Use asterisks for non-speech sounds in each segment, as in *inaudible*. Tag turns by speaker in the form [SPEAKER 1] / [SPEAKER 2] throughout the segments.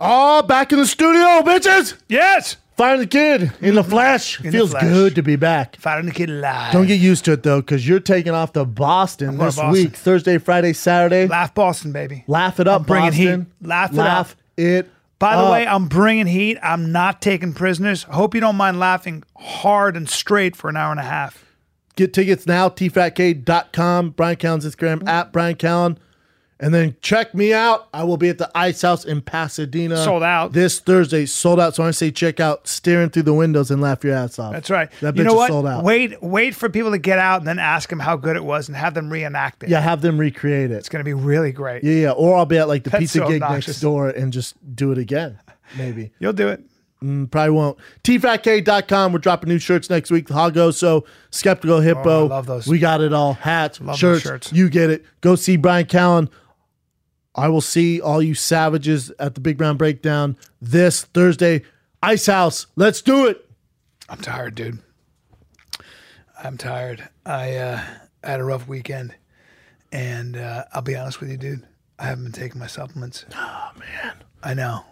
[SPEAKER 1] All back in the studio, bitches.
[SPEAKER 2] Yes.
[SPEAKER 1] Fire the kid in the flesh.
[SPEAKER 2] In the
[SPEAKER 1] Feels
[SPEAKER 2] flesh.
[SPEAKER 1] good to be back.
[SPEAKER 2] Fighting the kid live.
[SPEAKER 1] Don't get used to it though, because you're taking off to Boston
[SPEAKER 2] going
[SPEAKER 1] this
[SPEAKER 2] to Boston.
[SPEAKER 1] week, Thursday, Friday, Saturday. Laugh,
[SPEAKER 2] Laugh Boston, baby.
[SPEAKER 1] it up,
[SPEAKER 2] I'm bringing
[SPEAKER 1] Boston.
[SPEAKER 2] heat. Laugh it up.
[SPEAKER 1] it
[SPEAKER 2] By the
[SPEAKER 1] up.
[SPEAKER 2] way, I'm bringing heat. I'm not taking prisoners. Hope you don't mind laughing hard and straight for an hour and a half.
[SPEAKER 1] Get tickets now, tfatk.com, Brian Callen's Instagram, at Brian Callen. And then check me out. I will be at the Ice House in Pasadena.
[SPEAKER 2] Sold out.
[SPEAKER 1] This Thursday, sold out. So when I say check out, staring through the windows and laugh your ass off.
[SPEAKER 2] That's right.
[SPEAKER 1] That bitch
[SPEAKER 2] you know
[SPEAKER 1] is
[SPEAKER 2] what?
[SPEAKER 1] sold out.
[SPEAKER 2] Wait, wait for people to get out and then ask them how good it was and have them reenact it.
[SPEAKER 1] Yeah, have them recreate it.
[SPEAKER 2] It's going to be really great.
[SPEAKER 1] Yeah, yeah. Or I'll be at like the
[SPEAKER 2] That's
[SPEAKER 1] pizza
[SPEAKER 2] so
[SPEAKER 1] gig
[SPEAKER 2] obnoxious.
[SPEAKER 1] next door and just do it
[SPEAKER 2] *laughs*
[SPEAKER 1] again. Maybe. Mm,
[SPEAKER 2] You'll do it.
[SPEAKER 1] Probably won't. TFATK.com. We're dropping new shirts next week. Hago, so Skeptical Hippo.
[SPEAKER 2] Oh, I love those.
[SPEAKER 1] We got it all. Hats,
[SPEAKER 2] Love those
[SPEAKER 1] shirts,
[SPEAKER 2] shirts.
[SPEAKER 1] You get it. Go see Brian Callen. I will see all you savages at the Big Brown Breakdown this Thursday. Ice House. Let's do it.
[SPEAKER 2] I'm tired, dude. I'm tired. I uh, had a rough weekend, and uh, I'll be honest with you, dude. I haven't been taking my supplements. Oh man, I know.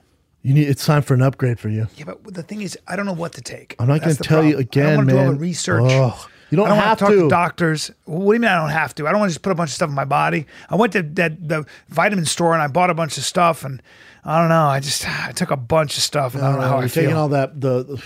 [SPEAKER 1] You need. It's time for an upgrade for you.
[SPEAKER 2] Yeah, but the thing is, I don't know what to take.
[SPEAKER 1] I'm not
[SPEAKER 2] That's
[SPEAKER 1] going
[SPEAKER 2] the
[SPEAKER 1] to tell you
[SPEAKER 2] problem.
[SPEAKER 1] again,
[SPEAKER 2] I don't wanna
[SPEAKER 1] man.
[SPEAKER 2] do all the research.
[SPEAKER 1] Ugh. You don't,
[SPEAKER 2] I don't wanna
[SPEAKER 1] have
[SPEAKER 2] talk to. doctors. What do you mean I don't have to? I don't want to just put a bunch of stuff in my body. I went to that the vitamin store and I bought a bunch of stuff, and I don't know. I just I took a bunch of stuff, and I don't know
[SPEAKER 1] Oh,
[SPEAKER 2] how
[SPEAKER 1] you're
[SPEAKER 2] I
[SPEAKER 1] taking
[SPEAKER 2] feel.
[SPEAKER 1] all that the. the-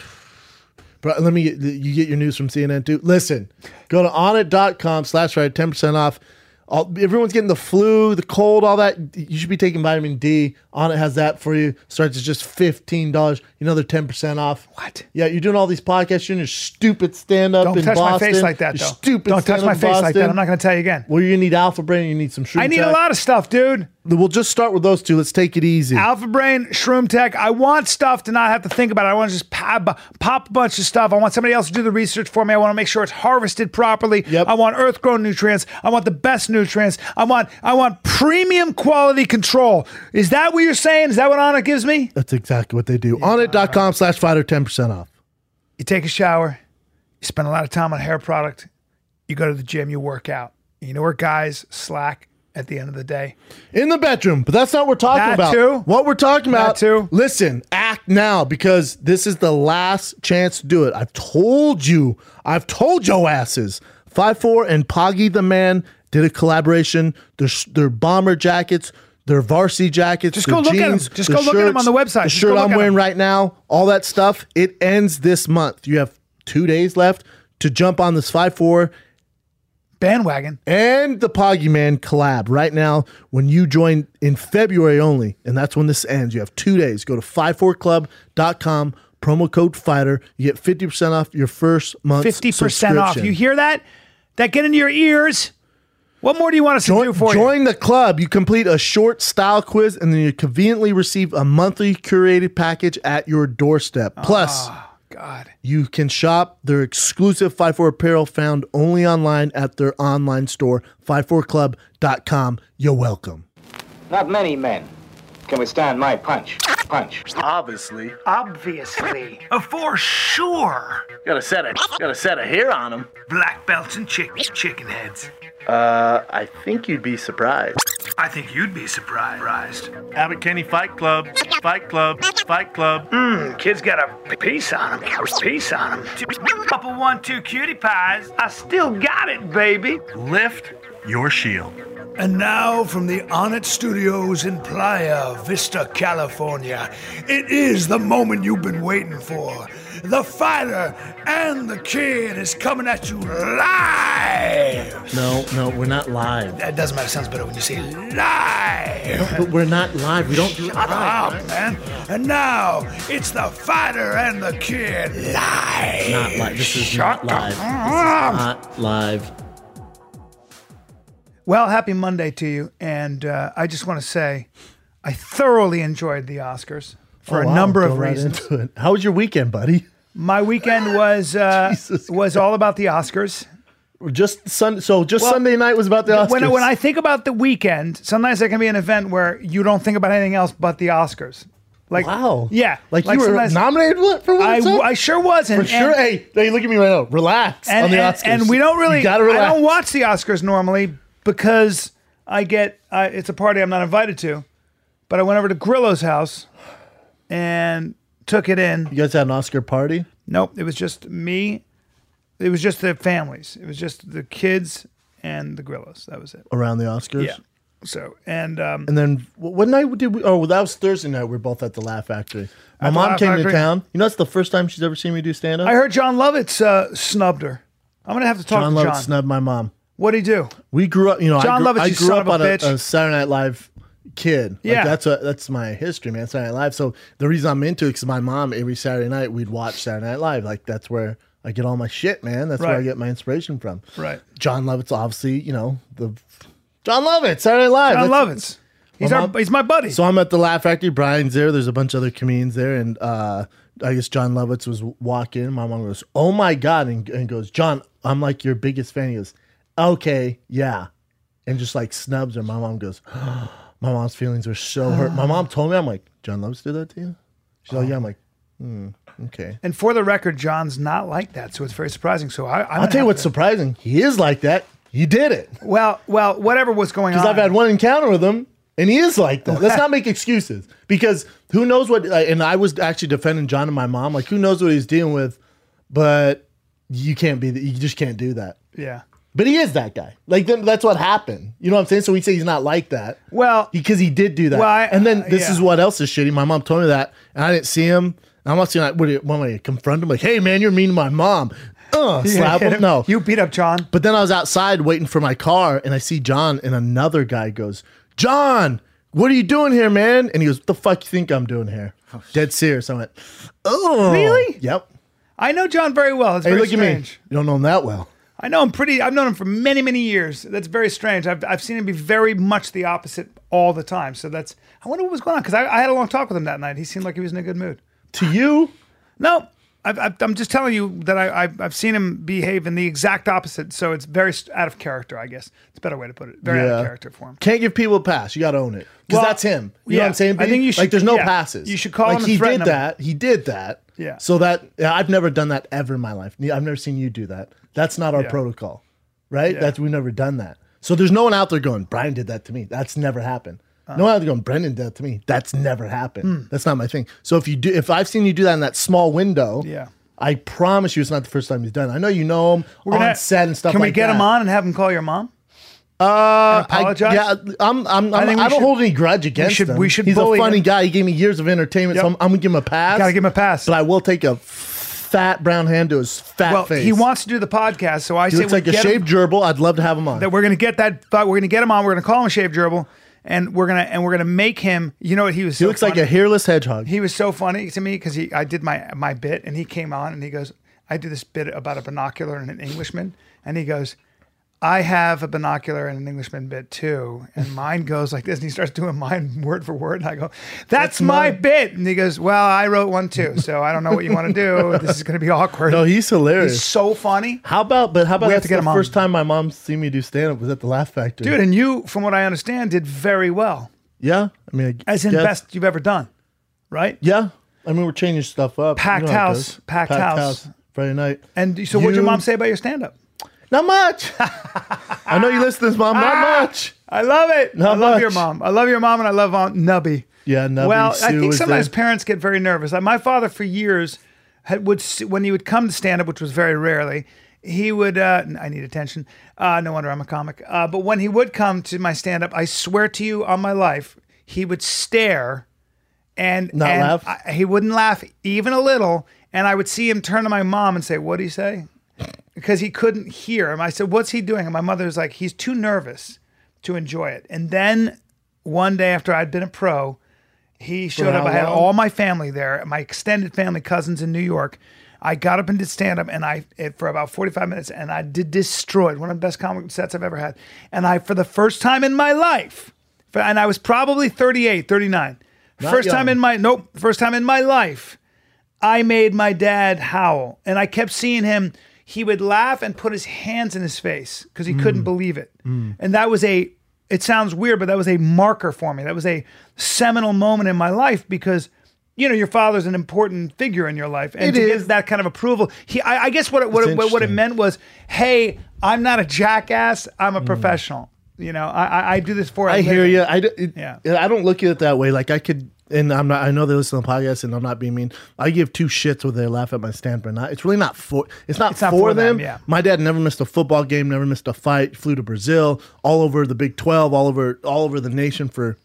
[SPEAKER 1] Bro, let me get, you get your news from CNN too. Listen, go to onit.com slash ride, 10% off. All, everyone's getting the flu, the cold, all that. You should be taking vitamin D. Onnit has that for you. Starts at just $15. You know they're 10% off.
[SPEAKER 2] What?
[SPEAKER 1] Yeah, you're doing all these podcasts. You're in your stupid stand up
[SPEAKER 2] don't
[SPEAKER 1] in
[SPEAKER 2] touch my
[SPEAKER 1] Boston.
[SPEAKER 2] face like that,
[SPEAKER 1] Your
[SPEAKER 2] though.
[SPEAKER 1] Stupid
[SPEAKER 2] don't touch
[SPEAKER 1] stand-up
[SPEAKER 2] my
[SPEAKER 1] in
[SPEAKER 2] face like that.
[SPEAKER 1] Boston.
[SPEAKER 2] I'm not going to tell you again.
[SPEAKER 1] Well, you're going to need alpha brain. You need some shroom
[SPEAKER 2] I need a
[SPEAKER 1] tech.
[SPEAKER 2] lot of stuff, dude.
[SPEAKER 1] We'll just start with those two. Let's take it easy.
[SPEAKER 2] Alpha Brain, Shroom Tech. I want stuff to not have to think about. it. I want to just pop, pop a bunch of stuff. I want somebody else to do the research for me. I want to make sure it's harvested properly.
[SPEAKER 1] Yep.
[SPEAKER 2] I want earth-grown nutrients. I want the best nutrients. I want I want premium quality control. Is that what you're saying? Is that what Anna gives me?
[SPEAKER 1] That's exactly what they do. Onnit.com slash fighter, 10% off.
[SPEAKER 2] You take a shower. You spend a lot of time on hair product. You go to the gym. You work out. You know where guys slack at the end of the day.
[SPEAKER 1] in the bedroom, but that's not what we're talking
[SPEAKER 2] That
[SPEAKER 1] about.
[SPEAKER 2] too.
[SPEAKER 1] What we're talking about.
[SPEAKER 2] too.
[SPEAKER 1] Listen, act now because this is the last chance to do it. I've told you. I've told yo asses. Five Four and Poggy the Man did a collaboration. Their their bomber jackets, their varsity jackets. Just
[SPEAKER 2] go look at 'em. Just go look at 'em on the website.
[SPEAKER 1] The
[SPEAKER 2] Just go
[SPEAKER 1] shirt
[SPEAKER 2] look
[SPEAKER 1] I'm
[SPEAKER 2] at
[SPEAKER 1] wearing
[SPEAKER 2] 'em.
[SPEAKER 1] right now, all that stuff. It ends this month. You have two days left to jump on this Five Four
[SPEAKER 2] Bandwagon.
[SPEAKER 1] and the Poggy Man collab right now when you join in February only. And that's when this ends. You have two days. Go to 54club.com, promo code fighter. You get 50% off your first month.
[SPEAKER 2] 50% off. You hear that? That get into your ears. What more do you want us to do for you?
[SPEAKER 1] Join the club. You complete a short style quiz and then you conveniently receive a monthly curated package at your doorstep. Plus,
[SPEAKER 2] Ah, God.
[SPEAKER 1] You can shop their exclusive 54 apparel found only online at their online store, 54club.com. You're welcome.
[SPEAKER 3] Not many men can withstand my punch. Punch.
[SPEAKER 4] Obviously.
[SPEAKER 2] Obviously. For sure.
[SPEAKER 4] Got a set of got a set of hair on him.
[SPEAKER 2] Black belts and chick- chicken heads.
[SPEAKER 4] Uh, I think you'd be surprised.
[SPEAKER 2] I think you'd be surprised.
[SPEAKER 4] Abbott Kenny Fight Club. Fight Club. Fight Club.
[SPEAKER 2] Kid's got a piece on him. Piece on him. Couple one, two cutie pies. I still got it, baby.
[SPEAKER 4] Lift your shield.
[SPEAKER 2] And now from the Onnit Studios in Playa Vista, California, it is the moment you've been waiting for. The fighter and the kid is coming at you live.
[SPEAKER 1] No, no, we're not live.
[SPEAKER 2] That doesn't matter. Sounds better when you say live.
[SPEAKER 1] But we're not live. We don't do live.
[SPEAKER 2] Oh man! And now it's the fighter and the kid live.
[SPEAKER 5] not live. This is
[SPEAKER 2] Shut
[SPEAKER 5] not live. This is
[SPEAKER 2] up.
[SPEAKER 5] not live.
[SPEAKER 2] Well, happy Monday to you. And uh, I just want to say I thoroughly enjoyed the Oscars for
[SPEAKER 1] Oh,
[SPEAKER 2] a
[SPEAKER 1] wow.
[SPEAKER 2] number of
[SPEAKER 1] Go right
[SPEAKER 2] reasons.
[SPEAKER 1] into it. How was your weekend, buddy?
[SPEAKER 2] My weekend was uh,
[SPEAKER 1] *laughs* Jesus
[SPEAKER 2] was all about the Oscars.
[SPEAKER 1] Just Sun. So just Sunday night was about the Oscars.
[SPEAKER 2] When, when I think about the weekend, sometimes there can be an event where you don't think about anything else but the Oscars. Like
[SPEAKER 1] wow,
[SPEAKER 2] yeah,
[SPEAKER 1] like, you were
[SPEAKER 2] sometimes-
[SPEAKER 1] nominated for- for one.
[SPEAKER 2] I,
[SPEAKER 1] song?
[SPEAKER 2] I sure was, and,
[SPEAKER 1] for sure.
[SPEAKER 2] and-
[SPEAKER 1] hey, hey, look at me right now. Relax
[SPEAKER 2] and,
[SPEAKER 1] on the
[SPEAKER 2] and-
[SPEAKER 1] Oscars.
[SPEAKER 2] and we don't really.
[SPEAKER 1] You gotta relax.
[SPEAKER 2] I don't watch the Oscars normally because I get I, it's a party I'm not invited to, but I went over to Grillo's house and took it in.
[SPEAKER 1] You guys had an Oscar party?
[SPEAKER 2] Nope, it was just me. It was just the families. It was just the kids and the Grillos. That was it.
[SPEAKER 1] around the Oscars.
[SPEAKER 2] Yeah. So and um,
[SPEAKER 1] And then wh- what night did we? Oh, that was Thursday night. We were both at the Laugh Factory. My
[SPEAKER 2] the
[SPEAKER 1] mom
[SPEAKER 2] Laugh
[SPEAKER 1] came to
[SPEAKER 2] Factory.
[SPEAKER 1] town. You know, that's the first time she's ever seen me do stand up.
[SPEAKER 2] I heard John Lovett's uh, snubbed her. I'm gonna have to talk
[SPEAKER 1] John
[SPEAKER 2] to
[SPEAKER 1] Lovett
[SPEAKER 2] John.
[SPEAKER 1] snubbed my mom.
[SPEAKER 2] What would he do?
[SPEAKER 1] We grew up, you know. I
[SPEAKER 2] John
[SPEAKER 1] grew,
[SPEAKER 2] Lovett,
[SPEAKER 1] I
[SPEAKER 2] you
[SPEAKER 1] grew
[SPEAKER 2] son
[SPEAKER 1] up
[SPEAKER 2] of a
[SPEAKER 1] on
[SPEAKER 2] bitch.
[SPEAKER 1] A, a Saturday Night Live kid. Like,
[SPEAKER 2] Yeah.
[SPEAKER 1] that's what that's my history, man. Saturday Night Live. So the reason I'm into it because my mom every Saturday night we'd watch Saturday Night Live. Like that's where I get all my shit, man. That's where I
[SPEAKER 2] Right.
[SPEAKER 1] get my inspiration from.
[SPEAKER 2] Right.
[SPEAKER 1] John Lovett's obviously, you know, the John Lovett Saturday Night Live.
[SPEAKER 2] John
[SPEAKER 1] That's-
[SPEAKER 2] Lovett's. He's
[SPEAKER 1] My
[SPEAKER 2] our
[SPEAKER 1] mom-
[SPEAKER 2] he's my buddy.
[SPEAKER 1] So I'm at the Laugh Factory. Brian's there. There's a bunch of other comedians there, and uh, I guess John Lovitz was walking. My mom goes, "Oh my god!" and, and goes, "John, I'm like your biggest fan." He goes, "Okay, yeah," and just like snubs her. My mom goes, *gasps* "My mom's feelings were so hurt." My mom told me, "I'm like John Lovitz did that to you." She's like, "Yeah." I'm like, "Hmm, okay."
[SPEAKER 2] and for the record, John's not like that, so it's very surprising. So I, i
[SPEAKER 1] I'll tell you what's surprising. He is like that. He did it
[SPEAKER 2] well, well, whatever was going on.
[SPEAKER 1] because I've had one encounter with him, and he is like that. Let's not make excuses because who knows what? like, And I was actually defending John and my mom. Like, who knows what he's dealing with? But you can't be. You just can't do that.
[SPEAKER 2] Yeah.
[SPEAKER 1] But he is that guy. Like, then that's what happened. You know what I'm saying? So we say he's not like that.
[SPEAKER 2] Well,
[SPEAKER 1] because he did do that.
[SPEAKER 2] Well, I-
[SPEAKER 1] and then this
[SPEAKER 2] yeah.
[SPEAKER 1] is what else is shitty. My mom told me that, and I didn't see him. And I'm not seeing. Like, what do you want me to confront him? Like, hey man, you're mean to my mom.
[SPEAKER 2] *laughs*
[SPEAKER 1] Uh, *laughs* slap him. No,
[SPEAKER 2] You beat up John.
[SPEAKER 1] but then I was outside waiting for my car, and I see John, and another guy goes, "John, what are you doing here, man?" And he goes, "What the fuck you think I'm doing here?" Dead serious. I went, "Oh,
[SPEAKER 2] Really?
[SPEAKER 1] Yep."
[SPEAKER 2] I know John very well. It's
[SPEAKER 1] Hey,
[SPEAKER 2] very
[SPEAKER 1] look
[SPEAKER 2] strange.
[SPEAKER 1] at me. You don't know him that well.
[SPEAKER 2] I know him pretty. I've known him for many, many years. That's very strange. I've, I've seen him be very much the opposite all the time. So that's. I wonder what was going on because I, I had a long talk with him that night. He seemed like he was in a good mood.
[SPEAKER 1] To you,
[SPEAKER 2] No, I've, I've, I'm just telling you that I, I've, I've seen him behave in the exact opposite. So it's very st- out of character. I guess it's a better way to put it. Very out
[SPEAKER 1] Yeah.
[SPEAKER 2] of character for him.
[SPEAKER 1] can't give people a pass. You got to own it because
[SPEAKER 2] Well,
[SPEAKER 1] that's him. You know
[SPEAKER 2] yeah.
[SPEAKER 1] what I'm saying?
[SPEAKER 2] I
[SPEAKER 1] B?
[SPEAKER 2] think you should-
[SPEAKER 1] like. There's no
[SPEAKER 2] yeah.
[SPEAKER 1] passes.
[SPEAKER 2] You should call
[SPEAKER 1] like,
[SPEAKER 2] him and
[SPEAKER 1] He
[SPEAKER 2] threaten
[SPEAKER 1] did
[SPEAKER 2] him.
[SPEAKER 1] that. He did that.
[SPEAKER 2] Yeah.
[SPEAKER 1] So that yeah, I've never done that ever in my life. Ne- I've never seen you do that. That's not our
[SPEAKER 2] Yeah.
[SPEAKER 1] protocol, right? That's we've never done that. So there's no one out there going, Brian did that to me. That's never happened. no
[SPEAKER 2] Uh-huh.
[SPEAKER 1] one out there going, Brendan did that to me. That's never happened.
[SPEAKER 2] Hmm.
[SPEAKER 1] That's not my thing. So if you do, if I've seen you do that in that small window,
[SPEAKER 2] Yeah.
[SPEAKER 1] I promise you, it's not the first time he's done. it. I know you know him
[SPEAKER 2] We're gonna-
[SPEAKER 1] on set and stuff.
[SPEAKER 2] Can we
[SPEAKER 1] like
[SPEAKER 2] get him
[SPEAKER 1] that.
[SPEAKER 2] on and have him call your mom?
[SPEAKER 1] Uh, I-
[SPEAKER 2] apologize?
[SPEAKER 1] yeah, I'm. I'm. I'm I,
[SPEAKER 2] I think we
[SPEAKER 1] don't
[SPEAKER 2] should-
[SPEAKER 1] hold any grudge against
[SPEAKER 2] should-
[SPEAKER 1] him.
[SPEAKER 2] we should
[SPEAKER 1] He's a
[SPEAKER 2] bully
[SPEAKER 1] funny
[SPEAKER 2] him.
[SPEAKER 1] guy. He gave me years of entertainment, so I'm,
[SPEAKER 2] Yep.
[SPEAKER 1] I'm gonna give him a pass.
[SPEAKER 2] Gotta give him a pass.
[SPEAKER 1] But I will take a fat brown hand to his fat
[SPEAKER 2] well,
[SPEAKER 1] face.
[SPEAKER 2] he wants to do the podcast, so I
[SPEAKER 1] He
[SPEAKER 2] say
[SPEAKER 1] looks
[SPEAKER 2] we
[SPEAKER 1] like a
[SPEAKER 2] get him-
[SPEAKER 1] shaved gerbil. I'd love to have him on.
[SPEAKER 2] that we're gonna get that. We're gonna get him on. We're gonna call him a Shave Gerbil, and we're gonna and we're gonna make him. You know what he was?
[SPEAKER 1] he looks like a hairless hedgehog.
[SPEAKER 2] He was so funny to me because he I did my my bit and he came on and he goes, I do this bit about a binocular and an Englishman, and he goes, I have a binocular and an Englishman bit too,
[SPEAKER 1] *laughs*
[SPEAKER 2] and mine goes like this, and he starts doing mine *laughs* word for word, and I go, That's, my
[SPEAKER 1] mine."
[SPEAKER 2] bit, and he goes, Well, I wrote one too, so I don't know what you want to
[SPEAKER 1] *laughs*
[SPEAKER 2] do. This is gonna be awkward.
[SPEAKER 1] no, he's hilarious.
[SPEAKER 2] He's so funny.
[SPEAKER 1] how about? But how about
[SPEAKER 2] We have
[SPEAKER 1] that's
[SPEAKER 2] to get
[SPEAKER 1] the
[SPEAKER 2] him on.
[SPEAKER 1] first time my mom seen me do stand up was at the Laugh Factory.
[SPEAKER 2] Dude, and you, from what I understand, did very well.
[SPEAKER 1] yeah. I mean, I
[SPEAKER 2] As in
[SPEAKER 1] guess-
[SPEAKER 2] best you've ever done, right?
[SPEAKER 1] Yeah. I mean, we're changing stuff up.
[SPEAKER 2] Packed
[SPEAKER 1] how it
[SPEAKER 2] house.
[SPEAKER 1] goes.
[SPEAKER 2] Packed house.
[SPEAKER 1] Friday night.
[SPEAKER 2] And so, what'd
[SPEAKER 1] You-
[SPEAKER 2] your mom say about your stand up?
[SPEAKER 1] Not much. *laughs* Ah. I know you listen to this, mom. Not much.
[SPEAKER 2] I love it.
[SPEAKER 1] Not
[SPEAKER 2] I love
[SPEAKER 1] much.
[SPEAKER 2] your mom. I love your mom, and I love Aunt Nubby.
[SPEAKER 1] Yeah, Nubby,
[SPEAKER 2] Well, I
[SPEAKER 1] Sue
[SPEAKER 2] think
[SPEAKER 1] was
[SPEAKER 2] sometimes
[SPEAKER 1] there.
[SPEAKER 2] parents get very nervous. Like my father, for years, had, would s- when he would come to stand up, which was very rarely. He would. Uh, I need attention. Uh, no wonder I'm a comic. Uh, but when he would come to my stand up, I swear to you on my life, he would stare and
[SPEAKER 1] Not
[SPEAKER 2] and
[SPEAKER 1] laugh?
[SPEAKER 2] I- he wouldn't laugh even a little. And I would see him turn to my mom and say, "What do you say?" Because he couldn't hear him. I said, "What's he doing?" And my mother's like, "He's too nervous to enjoy it." And then one day after I'd been a pro, he showed up.
[SPEAKER 1] how
[SPEAKER 2] I had
[SPEAKER 1] long?
[SPEAKER 2] all my family there, my extended family, cousins in New York. I got up and did stand up, and I it, for about forty five minutes, and I did destroyed one of the best comic sets I've ever had. And I, for the first time in my life, for- and I was probably 38, 39. first time
[SPEAKER 1] young.
[SPEAKER 2] in my nope, first time in my life, I made my dad howl, and I kept seeing him. He would laugh and put his hands in his face because he
[SPEAKER 1] Mm.
[SPEAKER 2] couldn't believe it, and that was a. It sounds weird, but that was a marker for me. That was a seminal moment in my life because, you know, your father's an important figure in your life, and
[SPEAKER 1] It
[SPEAKER 2] to
[SPEAKER 1] is.
[SPEAKER 2] get that kind of approval, he. I, I guess what it, what it,
[SPEAKER 1] That's
[SPEAKER 2] what, what it
[SPEAKER 1] interesting.
[SPEAKER 2] meant was, hey, I'm not a jackass. I'm a professional. You know, I I, I do this for. a
[SPEAKER 1] Mm. I hear
[SPEAKER 2] living.
[SPEAKER 1] you. I, d- it-
[SPEAKER 2] Yeah.
[SPEAKER 1] I don't look at it that way. Like I could, and I'm not. I know they listen to the podcast, and I'm not being mean. I give two shits whether they laugh at my stand or not. It's really not for. It's not,
[SPEAKER 2] not
[SPEAKER 1] for,
[SPEAKER 2] for
[SPEAKER 1] them.
[SPEAKER 2] them, yeah.
[SPEAKER 1] My dad never missed a football game. Never missed a fight. Flew to Brazil, all over the Big Twelve, all over all over the nation for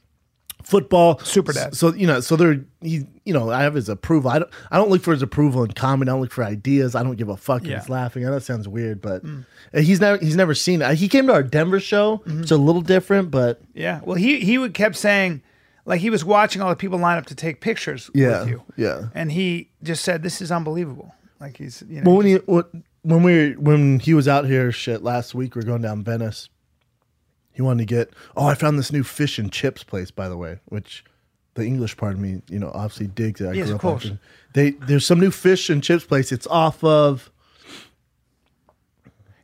[SPEAKER 1] football.
[SPEAKER 2] Super dad.
[SPEAKER 1] So you know, so they're he. You know, I have his approval. I don't. I don't look for his approval in comedy. I don't look for ideas. I don't give a fuck. if
[SPEAKER 2] Yeah. Mm.
[SPEAKER 1] He's laughing. I know that sounds weird, but and he's never. He's never seen. It. He came to our Denver show.
[SPEAKER 2] Mm-hmm.
[SPEAKER 1] It's a little different, but
[SPEAKER 2] Yeah. Well, he he would kept saying, like he was watching all the people line up to take pictures
[SPEAKER 1] Yeah,
[SPEAKER 2] with you.
[SPEAKER 1] yeah.
[SPEAKER 2] And he just said, "This is unbelievable." Like he's you know.
[SPEAKER 1] Well, when he what- when we were- when he was out here shit last week, we are going down Venice. He wanted to get. Oh, I found this new fish and chips place, by the way, which the English part of me, you know, obviously digs. It. I
[SPEAKER 2] Yes,
[SPEAKER 1] grew
[SPEAKER 2] of
[SPEAKER 1] up on
[SPEAKER 2] course.
[SPEAKER 1] fish. They there's some new fish and chips place. It's off of.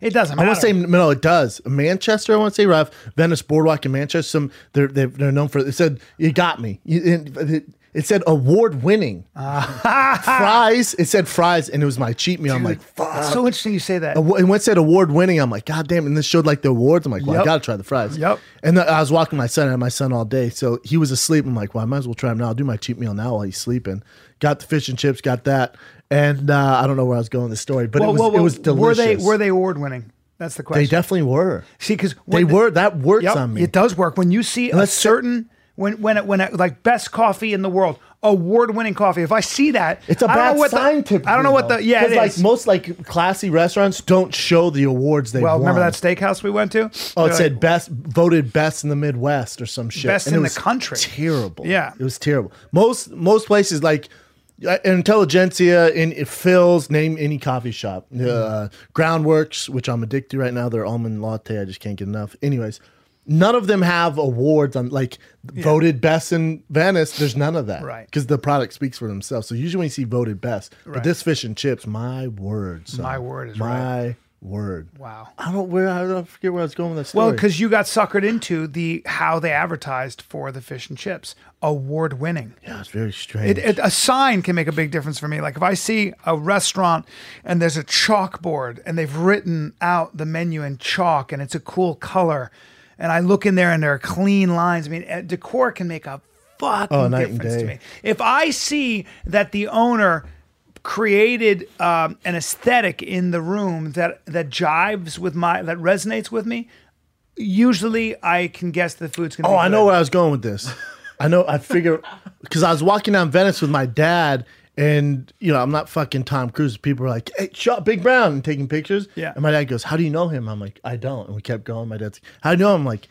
[SPEAKER 2] it doesn't
[SPEAKER 1] I
[SPEAKER 2] matter.
[SPEAKER 1] want to say no. It does Manchester. I want to say Ralph Venice Boardwalk in Manchester. Some they're they're, they're known for. It said you got me. You, it, it- it said award winning
[SPEAKER 2] Ah. *laughs*
[SPEAKER 1] fries. It said fries, and it was my cheat meal. I'm like, fuck.
[SPEAKER 2] It's so interesting you say that.
[SPEAKER 1] Awa- And once it said award winning, I'm like, God damn. And this showed like the awards. I'm like, well, I
[SPEAKER 2] Yep.
[SPEAKER 1] got to try the fries.
[SPEAKER 2] Yep.
[SPEAKER 1] And then I was walking my son. I had my son all day. So he was asleep. I'm like, well, I might as well try him now. I'll do my cheat meal now while he's sleeping. Got the fish and chips, got that. And uh, I don't know where I was going with the story, but it, was, it was delicious.
[SPEAKER 2] Were they were they award winning? That's the question.
[SPEAKER 1] They definitely were.
[SPEAKER 2] See, because
[SPEAKER 1] They were. That works on me.
[SPEAKER 2] It does work when you see a
[SPEAKER 1] Let's say-
[SPEAKER 2] certain when when it, when it, like best coffee in the world, award winning coffee. If I see that,
[SPEAKER 1] It's a
[SPEAKER 2] I don't know
[SPEAKER 1] bad
[SPEAKER 2] what the-
[SPEAKER 1] sign typically,
[SPEAKER 2] I don't know what
[SPEAKER 1] though.
[SPEAKER 2] the yeah.
[SPEAKER 1] 'Cause,
[SPEAKER 2] It
[SPEAKER 1] like
[SPEAKER 2] is.
[SPEAKER 1] most like classy restaurants don't show the awards they
[SPEAKER 2] well,
[SPEAKER 1] won.
[SPEAKER 2] remember that steakhouse we went to?
[SPEAKER 1] Oh,
[SPEAKER 2] They're
[SPEAKER 1] it said
[SPEAKER 2] like,
[SPEAKER 1] best voted best in the Midwest or some shit.
[SPEAKER 2] Best
[SPEAKER 1] it
[SPEAKER 2] in the
[SPEAKER 1] was
[SPEAKER 2] country.
[SPEAKER 1] Terrible.
[SPEAKER 2] Yeah.
[SPEAKER 1] it was terrible. Most most places like uh, intelligentsia in it fills name any coffee shop. Uh, Groundworks, which I'm addicted to right now, their almond latte. I just can't get enough. Anyways, none of them have awards on like voted best in Venice. There's none of that,
[SPEAKER 2] Right.
[SPEAKER 1] Because the product speaks for themselves. So usually when you see voted best, but
[SPEAKER 2] Right.
[SPEAKER 1] this fish and chips, my word, son.
[SPEAKER 2] My word is
[SPEAKER 1] my word.
[SPEAKER 2] wow.
[SPEAKER 1] I don't where I don't forget where I was going with that story.
[SPEAKER 2] Well, because you got suckered into the how they advertised for the fish and chips, award winning.
[SPEAKER 1] Yeah, it's very strange.
[SPEAKER 2] It, it, a sign can make a big difference for me. Like if I see a restaurant and there's a chalkboard and they've written out the menu in chalk and it's a cool color, and I look in there and there are clean lines. I mean, eh, decor can make a fucking
[SPEAKER 1] Oh, night and
[SPEAKER 2] difference to
[SPEAKER 1] day.
[SPEAKER 2] me. If I see that the owner created um, an aesthetic in the room that that jives with my that resonates with me, usually I can guess the food's gonna.
[SPEAKER 1] oh,
[SPEAKER 2] be
[SPEAKER 1] I
[SPEAKER 2] good.
[SPEAKER 1] know where I was going with
[SPEAKER 2] *laughs*
[SPEAKER 1] this. I know. I figure because I was walking down Venice with my dad, and you know I'm not fucking Tom Cruise. People are like, "Hey, shot Big Brown," and taking pictures.
[SPEAKER 2] Yeah.
[SPEAKER 1] And my dad goes, "How do you know him?" I'm like, "I don't." And we kept going. My dad's, like, "How do you know?" him?" I'm like,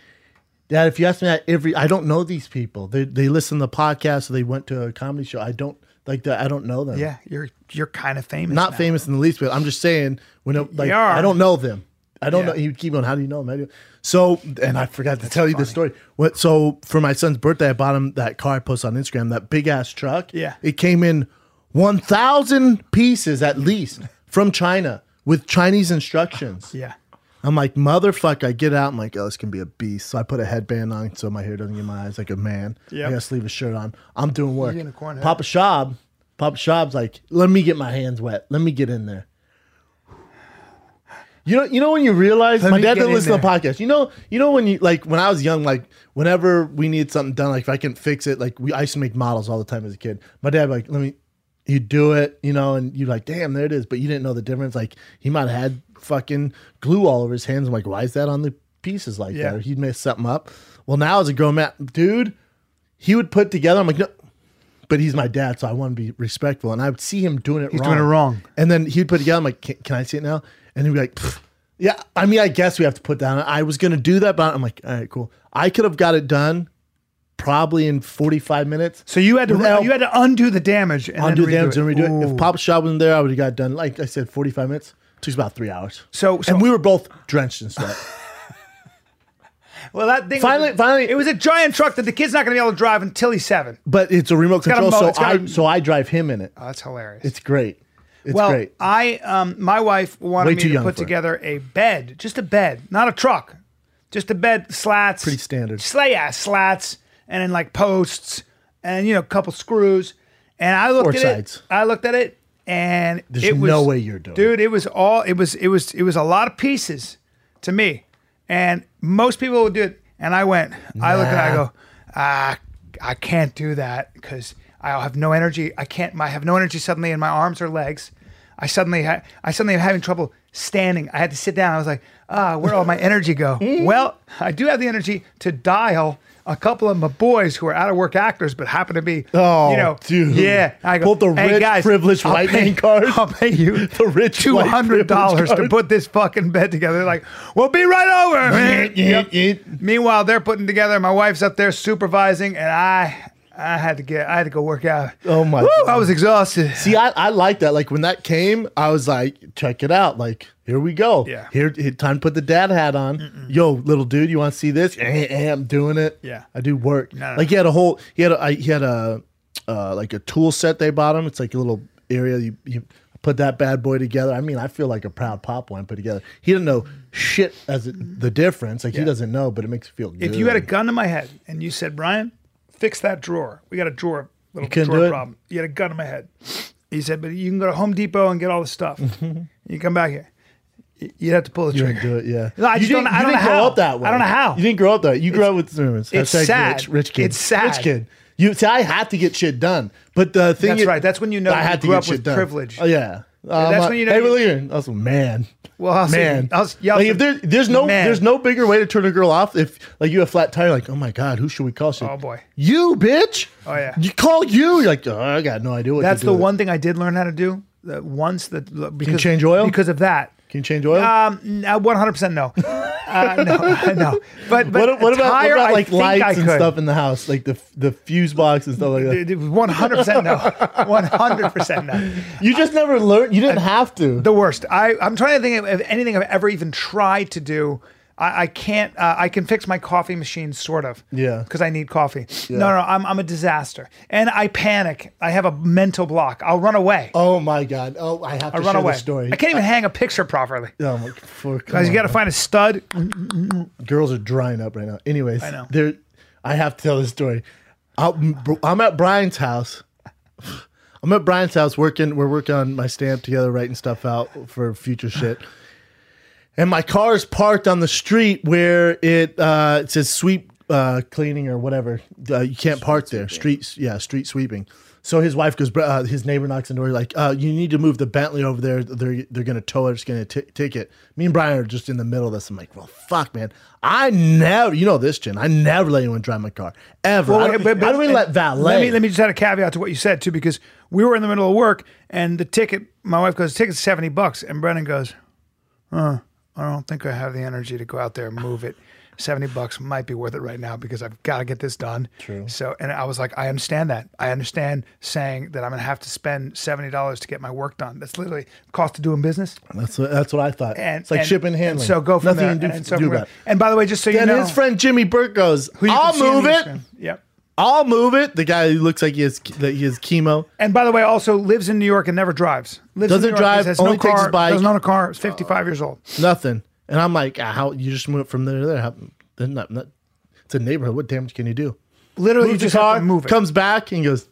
[SPEAKER 1] "Dad, if you ask me that every, I don't know these people. They they listen to the podcast or they went to a comedy show. I don't like that. I don't know them.
[SPEAKER 2] Yeah, you're you're kind of famous.
[SPEAKER 1] not
[SPEAKER 2] now.
[SPEAKER 1] famous in the least, but I'm just saying when it, like
[SPEAKER 2] are.
[SPEAKER 1] I don't know them. I don't
[SPEAKER 2] Yeah.
[SPEAKER 1] know. You keep going. How do you know them? How do you, so, and I forgot to tell you this story. What? So for my son's birthday, I bought him that car I post on Instagram. That big ass truck.
[SPEAKER 2] Yeah.
[SPEAKER 1] it came in one thousand pieces at least from China with Chinese instructions.
[SPEAKER 2] Yeah.
[SPEAKER 1] I'm like, motherfucker, I get out. I'm like, oh, this can be a beast. So I put a headband on so my hair doesn't get my eyes like a man.
[SPEAKER 2] Yep.
[SPEAKER 1] I got a sleeveless shirt on. I'm doing work.
[SPEAKER 2] Unicorn head.
[SPEAKER 1] Papa Shab, Papa Shab's like, let me get my hands wet. Let me get in there. You know, you know when you realize
[SPEAKER 2] Let
[SPEAKER 1] my
[SPEAKER 2] me
[SPEAKER 1] dad
[SPEAKER 2] get
[SPEAKER 1] didn't
[SPEAKER 2] in
[SPEAKER 1] listen to podcasts. You know, you know when you like when I was young, like whenever we needed something done, like if I can fix it, like we I used to make models all the time as a kid. My dad like, let me you do it, you know, and you like, damn, there it is. But you didn't know the difference. Like he might have had fucking glue all over his hands. I'm like, why is that on the pieces like
[SPEAKER 2] Yeah.
[SPEAKER 1] that? Or he'd mess something up. Well, now as a grown man, dude, he would put together. I'm like, no, but he's my dad, so I want to be respectful. And I would see him doing it
[SPEAKER 2] He's
[SPEAKER 1] wrong.
[SPEAKER 2] doing it wrong.
[SPEAKER 1] And then he'd put it down. I'm like, can, can I see it now? And he'd be like, "Pfft, yeah, I mean, I guess we have to put down. I was going to do that, but I'm like, all right, cool. I could have got it done probably in 45 minutes.
[SPEAKER 2] So you had to
[SPEAKER 1] Without-
[SPEAKER 2] you had to undo the damage and
[SPEAKER 1] Undo the
[SPEAKER 2] then redo
[SPEAKER 1] damage and
[SPEAKER 2] it.
[SPEAKER 1] redo it. If
[SPEAKER 2] Ooh.
[SPEAKER 1] Papa Shop wasn't there, I would have got it done, like I said, 45 minutes. It took about three hours.
[SPEAKER 2] So- so-
[SPEAKER 1] and we were both drenched in
[SPEAKER 2] *laughs*
[SPEAKER 1] sweat.
[SPEAKER 2] well, that thing
[SPEAKER 1] Finally-
[SPEAKER 2] was,
[SPEAKER 1] finally-
[SPEAKER 2] it was a giant truck that the kid's not going to be able to drive until he's seven.
[SPEAKER 1] but it's a remote
[SPEAKER 2] got a
[SPEAKER 1] control,
[SPEAKER 2] mo-
[SPEAKER 1] so,
[SPEAKER 2] it's got a-
[SPEAKER 1] I, so I drive him in it.
[SPEAKER 2] Oh, that's hilarious.
[SPEAKER 1] It's great. It's
[SPEAKER 2] well,
[SPEAKER 1] great.
[SPEAKER 2] I um, my wife wanted
[SPEAKER 1] Way
[SPEAKER 2] me
[SPEAKER 1] too
[SPEAKER 2] to
[SPEAKER 1] young
[SPEAKER 2] put
[SPEAKER 1] for it.
[SPEAKER 2] together a bed, just a bed, not a truck, just a bed, slats,
[SPEAKER 1] Pretty standard.
[SPEAKER 2] slay yeah, slats, and then like posts, and you know, a couple screws. And I looked
[SPEAKER 1] Or
[SPEAKER 2] at
[SPEAKER 1] sides.
[SPEAKER 2] it. I looked at it, and
[SPEAKER 1] There's
[SPEAKER 2] it was,
[SPEAKER 1] no way you're doing
[SPEAKER 2] dude. It was all. It was. It was. It was a lot of pieces to me, and most people would do it. And I went. I look at. it, I
[SPEAKER 1] Nah.
[SPEAKER 2] go. Ah, I can't do that because I have no energy. I can't. I have no energy suddenly in my arms or legs. I suddenly ha- I suddenly am having trouble standing. I had to sit down. I was like, ah, where'd all my
[SPEAKER 1] *laughs*
[SPEAKER 2] energy go?
[SPEAKER 1] Mm-hmm.
[SPEAKER 2] well, I do have the energy to dial a couple of my boys who are out of work actors, but happen to be,
[SPEAKER 1] Oh,
[SPEAKER 2] you know,
[SPEAKER 1] dude.
[SPEAKER 2] yeah. I go,
[SPEAKER 1] Pulled the
[SPEAKER 2] hey
[SPEAKER 1] rich,
[SPEAKER 2] guys,
[SPEAKER 1] privileged
[SPEAKER 2] I'll
[SPEAKER 1] white
[SPEAKER 2] pay-
[SPEAKER 1] man card.
[SPEAKER 2] I'll pay you
[SPEAKER 1] *laughs* The rich
[SPEAKER 2] two
[SPEAKER 1] white
[SPEAKER 2] hundred dollars
[SPEAKER 1] privileged
[SPEAKER 2] to
[SPEAKER 1] card.
[SPEAKER 2] put this fucking bed together. They're like, we'll be right
[SPEAKER 1] *laughs*
[SPEAKER 2] over.
[SPEAKER 1] Yep.
[SPEAKER 2] Meanwhile, they're putting together. My wife's up there supervising, and I, I had to get, I had to go work out.
[SPEAKER 1] Oh my
[SPEAKER 2] Woo,
[SPEAKER 1] God.
[SPEAKER 2] I was exhausted.
[SPEAKER 1] See, I, I like that. Like when that came, I was like, check it out. Like, here we go.
[SPEAKER 2] Yeah.
[SPEAKER 1] Here, here- time to put the dad hat on. Yo, little dude, you want to see this? Eh, eh, I'm doing it.
[SPEAKER 2] Yeah.
[SPEAKER 1] I do work.
[SPEAKER 2] No, no,
[SPEAKER 1] like he had a whole, he had a, I, he had a, uh, like a tool set they bought him. It's like a little area you, you put that bad boy together. I mean, I feel like a proud pop when I put together. He didn't know shit as it, the difference. Like he doesn't know, but it makes you feel good.
[SPEAKER 2] If you had a gun to my head and you said, Brian, fix that drawer. We got a drawer, little
[SPEAKER 1] couldn't
[SPEAKER 2] drawer
[SPEAKER 1] do it?
[SPEAKER 2] problem. You had a gun to my head. He said, but you can go to Home Depot and get all the stuff. you come back here. Y- You'd have to pull the
[SPEAKER 1] Mm-hmm. You
[SPEAKER 2] trigger.
[SPEAKER 1] didn't do it, yeah.
[SPEAKER 2] No, I just
[SPEAKER 1] you didn't,
[SPEAKER 2] don't- I
[SPEAKER 1] you
[SPEAKER 2] don't
[SPEAKER 1] didn't
[SPEAKER 2] know
[SPEAKER 1] grow
[SPEAKER 2] how.
[SPEAKER 1] up that way.
[SPEAKER 2] I don't know how.
[SPEAKER 1] You didn't grow up that. way. You grew up with rumors.
[SPEAKER 2] it's
[SPEAKER 1] Hashtag
[SPEAKER 2] sad.
[SPEAKER 1] Rich, rich kid.
[SPEAKER 2] It's sad.
[SPEAKER 1] Rich kid. You see, I have to get shit done. But the thing
[SPEAKER 2] That's
[SPEAKER 1] is-
[SPEAKER 2] right. That's when you know
[SPEAKER 1] I
[SPEAKER 2] you
[SPEAKER 1] had to
[SPEAKER 2] grew
[SPEAKER 1] get
[SPEAKER 2] up with
[SPEAKER 1] shit done.
[SPEAKER 2] privilege.
[SPEAKER 1] Oh yeah. Um,
[SPEAKER 2] that's when you know
[SPEAKER 1] Hey,
[SPEAKER 2] you-
[SPEAKER 1] we're leaving. Also, man.
[SPEAKER 2] Well, I'll see-
[SPEAKER 1] man.
[SPEAKER 2] I'll see- yeah, I'll
[SPEAKER 1] like
[SPEAKER 2] see-
[SPEAKER 1] if there, there's no
[SPEAKER 2] Man.
[SPEAKER 1] there's no bigger way to turn a girl off if like you have flat tire like oh my god who should we call shit?
[SPEAKER 2] Oh, boy.
[SPEAKER 1] you bitch
[SPEAKER 2] Oh, yeah.
[SPEAKER 1] you call you you're like oh, I got no idea what to
[SPEAKER 2] That's
[SPEAKER 1] do
[SPEAKER 2] the
[SPEAKER 1] with it."
[SPEAKER 2] one thing I did learn how to do. That once that because
[SPEAKER 1] change oil?
[SPEAKER 2] because of that.
[SPEAKER 1] can you change oil
[SPEAKER 2] Um, one hundred
[SPEAKER 1] *laughs*
[SPEAKER 2] percent no, uh, no, *laughs* no. But but
[SPEAKER 1] what, what about, what
[SPEAKER 2] tire,
[SPEAKER 1] about
[SPEAKER 2] I
[SPEAKER 1] like
[SPEAKER 2] think I
[SPEAKER 1] lights and
[SPEAKER 2] could.
[SPEAKER 1] stuff in the house, like the the fuse box and stuff like that?
[SPEAKER 2] One hundred
[SPEAKER 1] *laughs*
[SPEAKER 2] percent no, one hundred percent no.
[SPEAKER 1] You just never learned. You didn't have to.
[SPEAKER 2] The worst. I I'm trying to think of, of anything I've ever even tried to do. I, I can't. Uh, I can fix my coffee machine, sort of.
[SPEAKER 1] Yeah.
[SPEAKER 2] Because I need coffee. No, no, I'm I'm a disaster, and I panic. I have a mental block. I'll run away.
[SPEAKER 1] oh my god! Oh, I have to
[SPEAKER 2] I
[SPEAKER 1] share
[SPEAKER 2] run away.
[SPEAKER 1] the story.
[SPEAKER 2] I can't even hang a picture properly.
[SPEAKER 1] Oh my, for, come
[SPEAKER 2] Guys, you
[SPEAKER 1] on,
[SPEAKER 2] got to
[SPEAKER 1] man.
[SPEAKER 2] find a stud.
[SPEAKER 1] Girls are drying up right now. Anyways, I
[SPEAKER 2] know.
[SPEAKER 1] There, I have to tell this story. I'll, I'm at Brian's house. I'm at Brian's house working. We're working on my stamp together, writing stuff out for
[SPEAKER 2] *laughs*
[SPEAKER 1] future shit. And my car is parked on the street where it uh, it says sweep uh, cleaning or whatever. Uh, you can't park there. Streets, yeah, street sweeping. So his wife goes. "Bro," Uh, his neighbor knocks on the door. Like, uh, you need to move the Bentley over there. They're they're gonna tow it. It's gonna t- ticket. Me and Brian are just in the middle of this. I'm like, well, fuck, man. I never, you know this, Jen. I never let anyone drive my car ever. I don't, I don't even let valet.
[SPEAKER 2] Let me let me just add a caveat to what you said too, because we were in the middle of work and the ticket. My wife goes, "Ticket's seventy bucks," and Brennan goes, "Huh, I don't think I have the energy to go out there and move it." Seventy bucks might be worth it right now because I've got to get this done. True. So, and I was like, I understand that. I understand saying that I'm gonna have to spend seventy dollars to get my work done. That's literally cost of doing business.
[SPEAKER 1] That's what, that's what I thought.
[SPEAKER 2] And
[SPEAKER 1] it's like
[SPEAKER 2] and-
[SPEAKER 1] shipping and handling.
[SPEAKER 2] and so go from
[SPEAKER 1] Nothing
[SPEAKER 2] there.
[SPEAKER 1] you can do,
[SPEAKER 2] and, and so
[SPEAKER 1] do
[SPEAKER 2] from there.
[SPEAKER 1] about it.
[SPEAKER 2] And by the way, just so you
[SPEAKER 1] Then
[SPEAKER 2] know,
[SPEAKER 1] his friend Jimmy Burke goes,
[SPEAKER 2] who you can
[SPEAKER 1] "I'll
[SPEAKER 2] see on
[SPEAKER 1] move
[SPEAKER 2] the
[SPEAKER 1] it.
[SPEAKER 2] Instagram." Yep.
[SPEAKER 1] I'll move it." The guy who looks like he has that he has chemo.
[SPEAKER 2] And by the way, also lives in New York and never drives. Lives
[SPEAKER 1] Doesn't
[SPEAKER 2] in New
[SPEAKER 1] drive,
[SPEAKER 2] York, has
[SPEAKER 1] only
[SPEAKER 2] no
[SPEAKER 1] takes
[SPEAKER 2] car,
[SPEAKER 1] his bike.
[SPEAKER 2] Doesn't own a car. Is fifty-five years old.
[SPEAKER 1] Nothing. And I'm like, ah, "How you just move from there to there? How, then not, not, it's a neighborhood. What damage can you do?"
[SPEAKER 2] Literally, you
[SPEAKER 1] Moves the
[SPEAKER 2] just have
[SPEAKER 1] car,
[SPEAKER 2] to move it.
[SPEAKER 1] comes back and goes,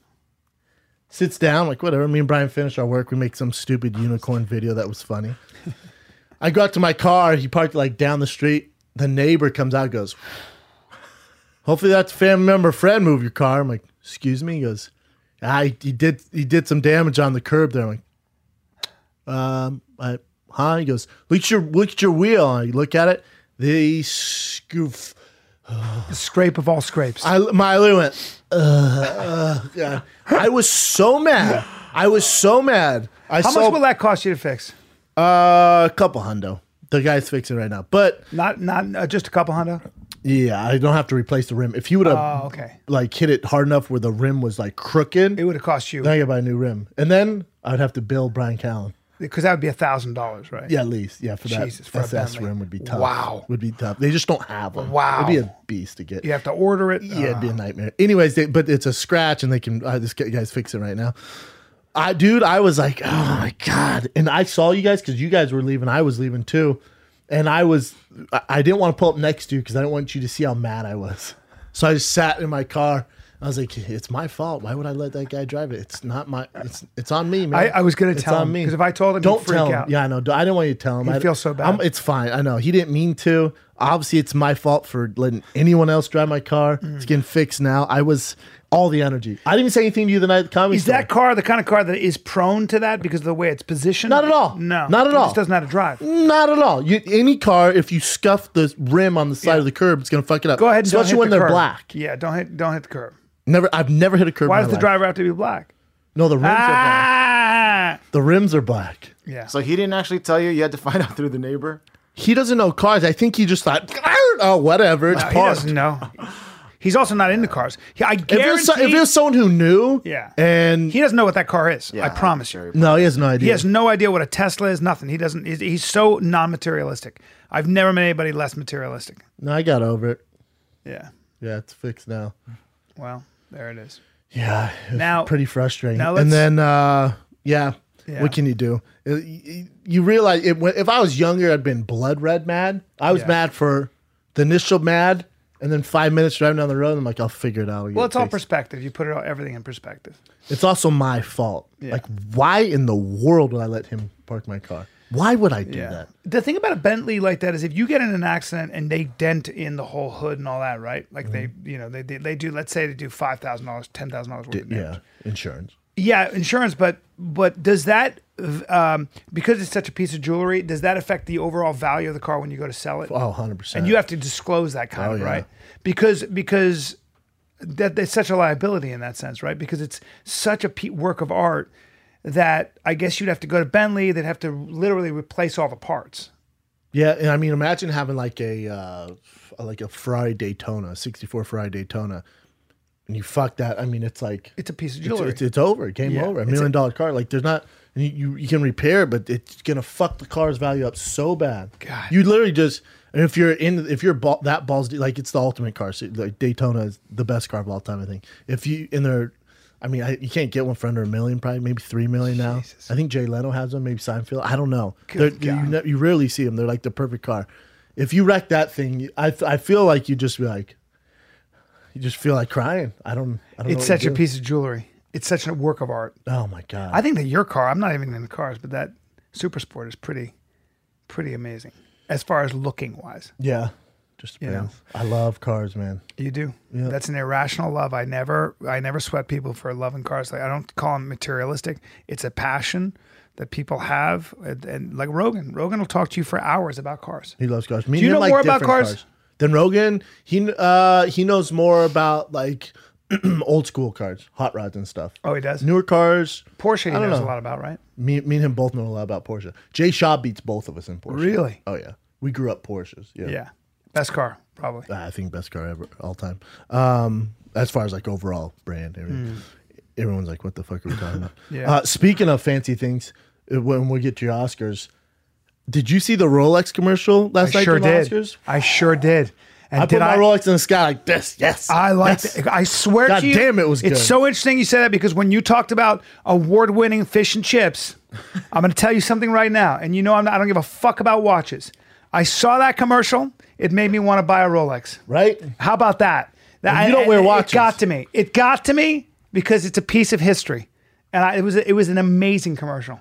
[SPEAKER 1] sits down. Like whatever. Me and Brian finish our work. We make some stupid unicorn video that was funny. I go out to my car. He parked like down the street. The neighbor comes out, and goes, Hopefully that's a family member or friend move your car. I'm like, excuse me? He goes, ah, he, he did he did some damage on the curb there. I'm like, um, I, huh? He goes, look at your look at your wheel. I look at it. The scoof.
[SPEAKER 2] The scrape of all scrapes.
[SPEAKER 1] I my Lou went. Uh, uh, yeah. I was so mad. I was so mad. I
[SPEAKER 2] How
[SPEAKER 1] saw
[SPEAKER 2] much will that cost you to fix?
[SPEAKER 1] uh, a couple hundo. The guy's fixing it right now, but
[SPEAKER 2] Not, not uh, just a couple hundred.
[SPEAKER 1] yeah, I don't have to replace the rim. If you would have
[SPEAKER 2] Oh, okay.
[SPEAKER 1] like hit it hard enough where the rim was like crooked,
[SPEAKER 2] It would have cost
[SPEAKER 1] Then
[SPEAKER 2] you
[SPEAKER 1] I gotta buy a new rim, and then I'd have to bill Brian Callen.
[SPEAKER 2] because that would be a thousand dollars, right?
[SPEAKER 1] Yeah, at least yeah for that
[SPEAKER 2] Jesus, for a
[SPEAKER 1] SS
[SPEAKER 2] Bentley.
[SPEAKER 1] rim would be tough.
[SPEAKER 2] Wow.
[SPEAKER 1] would be tough. They just don't have them.
[SPEAKER 2] Wow.
[SPEAKER 1] it'd be a beast to get.
[SPEAKER 2] You have to order it. Uh,
[SPEAKER 1] Yeah, it'd be a nightmare. Anyways, they, but it's a scratch, and they can. Uh, this guy's fixing it right now. I, dude, I was like, oh my god, and I saw you guys because you guys were leaving. I was leaving too, and I was, I, I didn't want to pull up next to you because I didn't want you to see how mad I was. So I just sat in my car. I was like, it's my fault. Why would I let that guy drive it? It's not my. It's it's on me, man.
[SPEAKER 2] I- I was gonna
[SPEAKER 1] It's
[SPEAKER 2] tell
[SPEAKER 1] on
[SPEAKER 2] him,
[SPEAKER 1] me
[SPEAKER 2] 'cause if I told him, he'd
[SPEAKER 1] don't
[SPEAKER 2] freak
[SPEAKER 1] tell him.
[SPEAKER 2] out.
[SPEAKER 1] Yeah, I know. I didn't want you to tell him.
[SPEAKER 2] He'd
[SPEAKER 1] I
[SPEAKER 2] feel so bad.
[SPEAKER 1] I'm- it's fine. I know he didn't mean to. obviously it's my fault for letting anyone else drive my car. It's getting fixed now. I was all the energy. I didn't even say anything to you the night at the comedy
[SPEAKER 2] Is
[SPEAKER 1] store.
[SPEAKER 2] that car the kind of car that is prone to that because of the way it's positioned?
[SPEAKER 1] Not at all.
[SPEAKER 2] No,
[SPEAKER 1] Not at
[SPEAKER 2] It
[SPEAKER 1] all.
[SPEAKER 2] just doesn't know how to drive.
[SPEAKER 1] Not at all. You, any car, if you scuff the rim on the side of the curb, it's gonna fuck it up.
[SPEAKER 2] Go ahead. And
[SPEAKER 1] especially
[SPEAKER 2] don't hit
[SPEAKER 1] when
[SPEAKER 2] the
[SPEAKER 1] they're
[SPEAKER 2] curb.
[SPEAKER 1] black.
[SPEAKER 2] Yeah, don't hit don't hit the curb.
[SPEAKER 1] Never, I've never hit a curb.
[SPEAKER 2] Why
[SPEAKER 1] in
[SPEAKER 2] does
[SPEAKER 1] my
[SPEAKER 2] the
[SPEAKER 1] life.
[SPEAKER 2] driver have to be black?
[SPEAKER 1] No, the rims are black.
[SPEAKER 2] Ah,
[SPEAKER 1] The rims are black.
[SPEAKER 2] yeah.
[SPEAKER 6] So he didn't actually tell you. You had to find *laughs* out through the neighbor.
[SPEAKER 1] He doesn't know cars. I think he just thought, oh, whatever. It's
[SPEAKER 2] Uh, he
[SPEAKER 1] parked.
[SPEAKER 2] doesn't know. He's also not into cars. He, I
[SPEAKER 1] If it, was, so-
[SPEAKER 2] guarantee.
[SPEAKER 1] if it was someone who knew,
[SPEAKER 2] yeah,
[SPEAKER 1] and
[SPEAKER 2] he doesn't know what that car is. I
[SPEAKER 6] Yeah,
[SPEAKER 2] promise
[SPEAKER 6] sure.
[SPEAKER 2] you.
[SPEAKER 1] no, he has no idea.
[SPEAKER 2] He has no idea what a Tesla is. Nothing. He doesn't. He's, he's so non-materialistic. I've never met anybody less materialistic.
[SPEAKER 1] no, I got over it.
[SPEAKER 2] Yeah.
[SPEAKER 1] Yeah, it's fixed now.
[SPEAKER 2] Well, there it is.
[SPEAKER 1] Yeah, it was
[SPEAKER 2] Now-
[SPEAKER 1] pretty frustrating.
[SPEAKER 2] now
[SPEAKER 1] and
[SPEAKER 2] let's-
[SPEAKER 1] then, uh, yeah,
[SPEAKER 2] Yeah.
[SPEAKER 1] what can you do? Uh, y- y- You realize it, when- if I was younger, I'd been blood red mad. I was
[SPEAKER 2] Yeah.
[SPEAKER 1] mad for the initial mad, and then five minutes driving down the road, I'm like, I'll figure it out. I'll get
[SPEAKER 2] Well,
[SPEAKER 1] it
[SPEAKER 2] it's all
[SPEAKER 1] fixed.
[SPEAKER 2] perspective. You put it all, everything in perspective.
[SPEAKER 1] It's also my fault. Like, why in the world would I let him park my car? Why would I do that?
[SPEAKER 2] The thing about a Bentley like that is if you get in an accident and they dent in the whole hood and all that, right? Like
[SPEAKER 1] Mm-hmm.
[SPEAKER 2] they, you know, they, they they do. Let's say they do five thousand dollars, ten thousand dollars worth of damage.
[SPEAKER 1] Yeah, insurance.
[SPEAKER 2] Yeah, insurance, but but does that um, because it's such a piece of jewelry, does that affect the overall value of the car when you go to sell it?
[SPEAKER 1] Oh, 100 percent.
[SPEAKER 2] and you have to disclose that kind
[SPEAKER 1] Oh,
[SPEAKER 2] of
[SPEAKER 1] yeah.
[SPEAKER 2] right because because that there's such a liability in that sense, right? Because it's such a pe- work of art that I guess you'd have to go to Bentley. They'd have to literally replace all the parts.
[SPEAKER 1] Yeah, and I mean, imagine having like a uh, f- like a Ferrari Daytona, '64 Ferrari Daytona, and you fuck that. I mean, it's like
[SPEAKER 2] It's a piece of
[SPEAKER 1] it's,
[SPEAKER 2] jewelry.
[SPEAKER 1] it's, it's over. Game
[SPEAKER 2] Yeah,
[SPEAKER 1] over. A
[SPEAKER 2] it's
[SPEAKER 1] million
[SPEAKER 2] a-
[SPEAKER 1] dollar car. Like there's not you, you you can repair, it, but it's gonna fuck the car's value up so bad.
[SPEAKER 2] God.
[SPEAKER 1] You literally just and if you're in if you're ball, that balls like it's the ultimate car. So, like Daytona is the best car of all time. I think if you in there. I mean, I, you can't get one for under a million, probably maybe three million now. I think Jay Leno has one, maybe Seinfeld. I don't know. They're-
[SPEAKER 2] Good
[SPEAKER 1] You,
[SPEAKER 2] God.
[SPEAKER 1] ne- you rarely see them. They're like the perfect car. If you wreck that thing, you- I, I feel like you just be like, you just feel like crying. I don't. I don't know
[SPEAKER 2] it's
[SPEAKER 1] what
[SPEAKER 2] such
[SPEAKER 1] you
[SPEAKER 2] a
[SPEAKER 1] do.
[SPEAKER 2] piece of jewelry. It's such a work of art.
[SPEAKER 1] Oh my god!
[SPEAKER 2] I think that your car, I'm not even into cars, but that Super Sport is pretty, pretty amazing as far as looking wise.
[SPEAKER 1] Yeah. Just
[SPEAKER 2] You know.
[SPEAKER 1] depends. I love cars, man.
[SPEAKER 2] You do. That's an irrational love. I never, I never sweat people for loving cars. Like I don't call them materialistic. It's a passion that people have, and, and like Rogan, Rogan will talk to you for hours about cars.
[SPEAKER 1] He loves cars. Me
[SPEAKER 2] Do you
[SPEAKER 1] and him
[SPEAKER 2] know
[SPEAKER 1] like
[SPEAKER 2] more about
[SPEAKER 1] different
[SPEAKER 2] cars?
[SPEAKER 1] Than Rogan, he uh he knows more about like *clears throat* old school cars, hot rods and stuff.
[SPEAKER 2] Oh, he does.
[SPEAKER 1] Newer cars.
[SPEAKER 2] Porsche, he
[SPEAKER 1] I don't
[SPEAKER 2] knows
[SPEAKER 1] know.
[SPEAKER 2] a lot about, right?
[SPEAKER 1] Me, me and him both know a lot about Porsche. Jay Shaw beats both of us in Porsche.
[SPEAKER 2] Really?
[SPEAKER 1] Oh yeah. We grew up Porsches. Yeah.
[SPEAKER 2] Yeah, best car probably.
[SPEAKER 1] I think best car ever all time. Um, as far as like overall brand, everything. everyone's like, "What the fuck are we talking about?"
[SPEAKER 2] Hmm. *laughs* Yeah.
[SPEAKER 1] uh, speaking of fancy things, uh, when we get to your Oscars, did you see the Rolex commercial
[SPEAKER 2] I
[SPEAKER 1] last night?
[SPEAKER 2] sure
[SPEAKER 1] during the
[SPEAKER 2] did.
[SPEAKER 1] Oscars?
[SPEAKER 2] I sure did. And
[SPEAKER 1] I
[SPEAKER 2] did
[SPEAKER 1] put my
[SPEAKER 2] I?
[SPEAKER 1] Rolex in the sky like this. Yes,
[SPEAKER 2] I like.
[SPEAKER 1] yes.
[SPEAKER 2] it. I swear
[SPEAKER 1] God
[SPEAKER 2] to you,
[SPEAKER 1] damn, it was good.
[SPEAKER 2] It's so interesting you said that because when you talked about award-winning fish and chips, I'm going to tell you something right now, and you know I'm not, I don't give a fuck about watches. I saw that commercial. It made me want to buy a Rolex.
[SPEAKER 1] right.
[SPEAKER 2] How about that? That-
[SPEAKER 1] And you don't wear watches.
[SPEAKER 2] It got to me. It got to me because it's a piece of history, and I, it was it was an amazing commercial,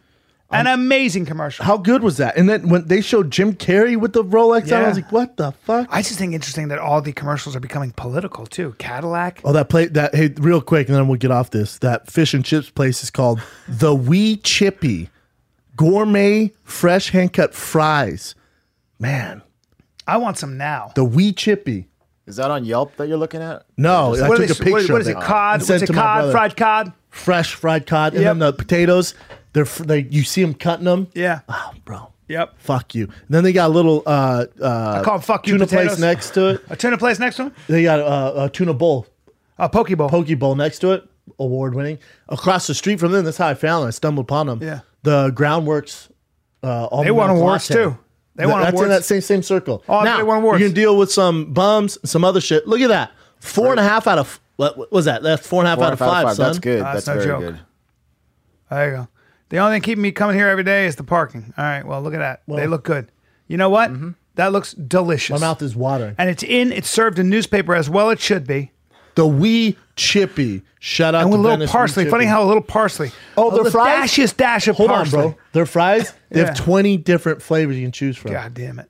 [SPEAKER 2] an amazing commercial.
[SPEAKER 1] How good was that? And then when they showed Jim Carrey with the Rolex on, I
[SPEAKER 2] Yeah.
[SPEAKER 1] was like, "What the fuck?"
[SPEAKER 2] I just think interesting that all the commercials are becoming political too. Cadillac.
[SPEAKER 1] Oh, that play that hey, real quick, and then we'll get off this. That fish and chips place is called
[SPEAKER 2] *laughs*
[SPEAKER 1] the Wee Chippy Gourmet Fresh Hand Cut Fries. Man,
[SPEAKER 2] I want some now.
[SPEAKER 1] the Wee Chippy.
[SPEAKER 6] Is that on Yelp that you're looking at?
[SPEAKER 1] No, I took
[SPEAKER 2] What are
[SPEAKER 1] a
[SPEAKER 2] they-
[SPEAKER 1] picture.
[SPEAKER 2] what- what is
[SPEAKER 1] of
[SPEAKER 2] it? Cod?
[SPEAKER 1] and sent
[SPEAKER 2] What's it?
[SPEAKER 1] to my brother.
[SPEAKER 2] Cod? Fried cod?
[SPEAKER 1] Fresh fried cod, and
[SPEAKER 2] Yep.
[SPEAKER 1] then the potatoes. They're fr- they you see them cutting them.
[SPEAKER 2] Yeah.
[SPEAKER 1] *laughs* Oh, bro.
[SPEAKER 2] Yep.
[SPEAKER 1] Fuck you. And then they got a little uh uh
[SPEAKER 2] I call 'em fuck you
[SPEAKER 1] tuna
[SPEAKER 2] potatoes.
[SPEAKER 1] place next to it.
[SPEAKER 2] A tuna place next to him?
[SPEAKER 1] They got uh, a tuna bowl
[SPEAKER 2] A pokeball.
[SPEAKER 1] Poke Bowl next to it, award winning. Across the street from them, that's how I found them. I stumbled upon them.
[SPEAKER 2] Yeah.
[SPEAKER 1] The Groundworks. Uh,
[SPEAKER 2] they won awards too. They won
[SPEAKER 1] That's
[SPEAKER 2] awards.
[SPEAKER 1] in that same same circle.
[SPEAKER 2] Oh,
[SPEAKER 1] now,
[SPEAKER 2] they won awards.
[SPEAKER 1] You can deal with some bums, some other shit. Look at that. Four and a half out of what what was that? That's four and a half
[SPEAKER 6] Four
[SPEAKER 1] out
[SPEAKER 6] out
[SPEAKER 1] of
[SPEAKER 6] of
[SPEAKER 1] five, son.
[SPEAKER 6] That's good.
[SPEAKER 2] That's
[SPEAKER 6] That's,
[SPEAKER 2] no
[SPEAKER 6] very
[SPEAKER 2] joke.
[SPEAKER 6] good.
[SPEAKER 2] there you go. The only thing keeping me coming here every day is the parking. All right. Well, look at that. they look good. You know what? That looks delicious.
[SPEAKER 1] Mm-hmm. My mouth is watering.
[SPEAKER 2] and it's in. It's served in newspaper as well. It should be.
[SPEAKER 1] The wee chippy. Shout out
[SPEAKER 2] And with
[SPEAKER 1] to
[SPEAKER 2] a little
[SPEAKER 1] Dennis Wee
[SPEAKER 2] parsley. Funny
[SPEAKER 1] Chippy.
[SPEAKER 2] how a little parsley.
[SPEAKER 1] Oh,
[SPEAKER 2] the
[SPEAKER 1] they're fries?
[SPEAKER 2] dashiest dash of
[SPEAKER 1] Hold
[SPEAKER 2] parsley.
[SPEAKER 1] on, bro. Their fries. They
[SPEAKER 2] Yeah.
[SPEAKER 1] have twenty different flavors you can choose from,
[SPEAKER 2] God damn it.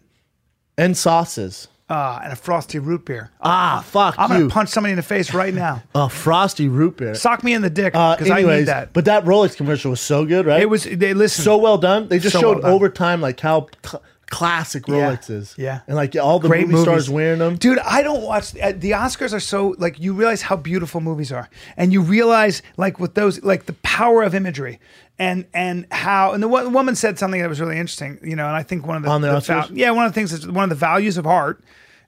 [SPEAKER 1] and sauces.
[SPEAKER 2] uh, and a frosty root beer.
[SPEAKER 1] Ah, fuck
[SPEAKER 2] I'm
[SPEAKER 1] you.
[SPEAKER 2] gonna punch somebody in the face right now.
[SPEAKER 1] a frosty root beer.
[SPEAKER 2] Sock me in the dick
[SPEAKER 1] Uh,
[SPEAKER 2] because I need
[SPEAKER 1] anyways,
[SPEAKER 2] that.
[SPEAKER 1] But that Rolex commercial was so good, right?
[SPEAKER 2] it was they listen.
[SPEAKER 1] so well done. They just
[SPEAKER 2] So well
[SPEAKER 1] showed
[SPEAKER 2] done.
[SPEAKER 1] over time like how t- classic
[SPEAKER 2] Yeah.
[SPEAKER 1] Rolex is.
[SPEAKER 2] Yeah.
[SPEAKER 1] and like all the
[SPEAKER 2] Great
[SPEAKER 1] movie stars
[SPEAKER 2] movies.
[SPEAKER 1] wearing them.
[SPEAKER 2] Dude, I don't watch uh, the Oscars are so like you realize how beautiful movies are, and you realize like with those like the power of imagery, and and how and the wo- woman said something that was really interesting, you know, and I think one of the,
[SPEAKER 1] On the
[SPEAKER 2] val-
[SPEAKER 1] Oscars?
[SPEAKER 2] yeah, one of the things is one of the values of art.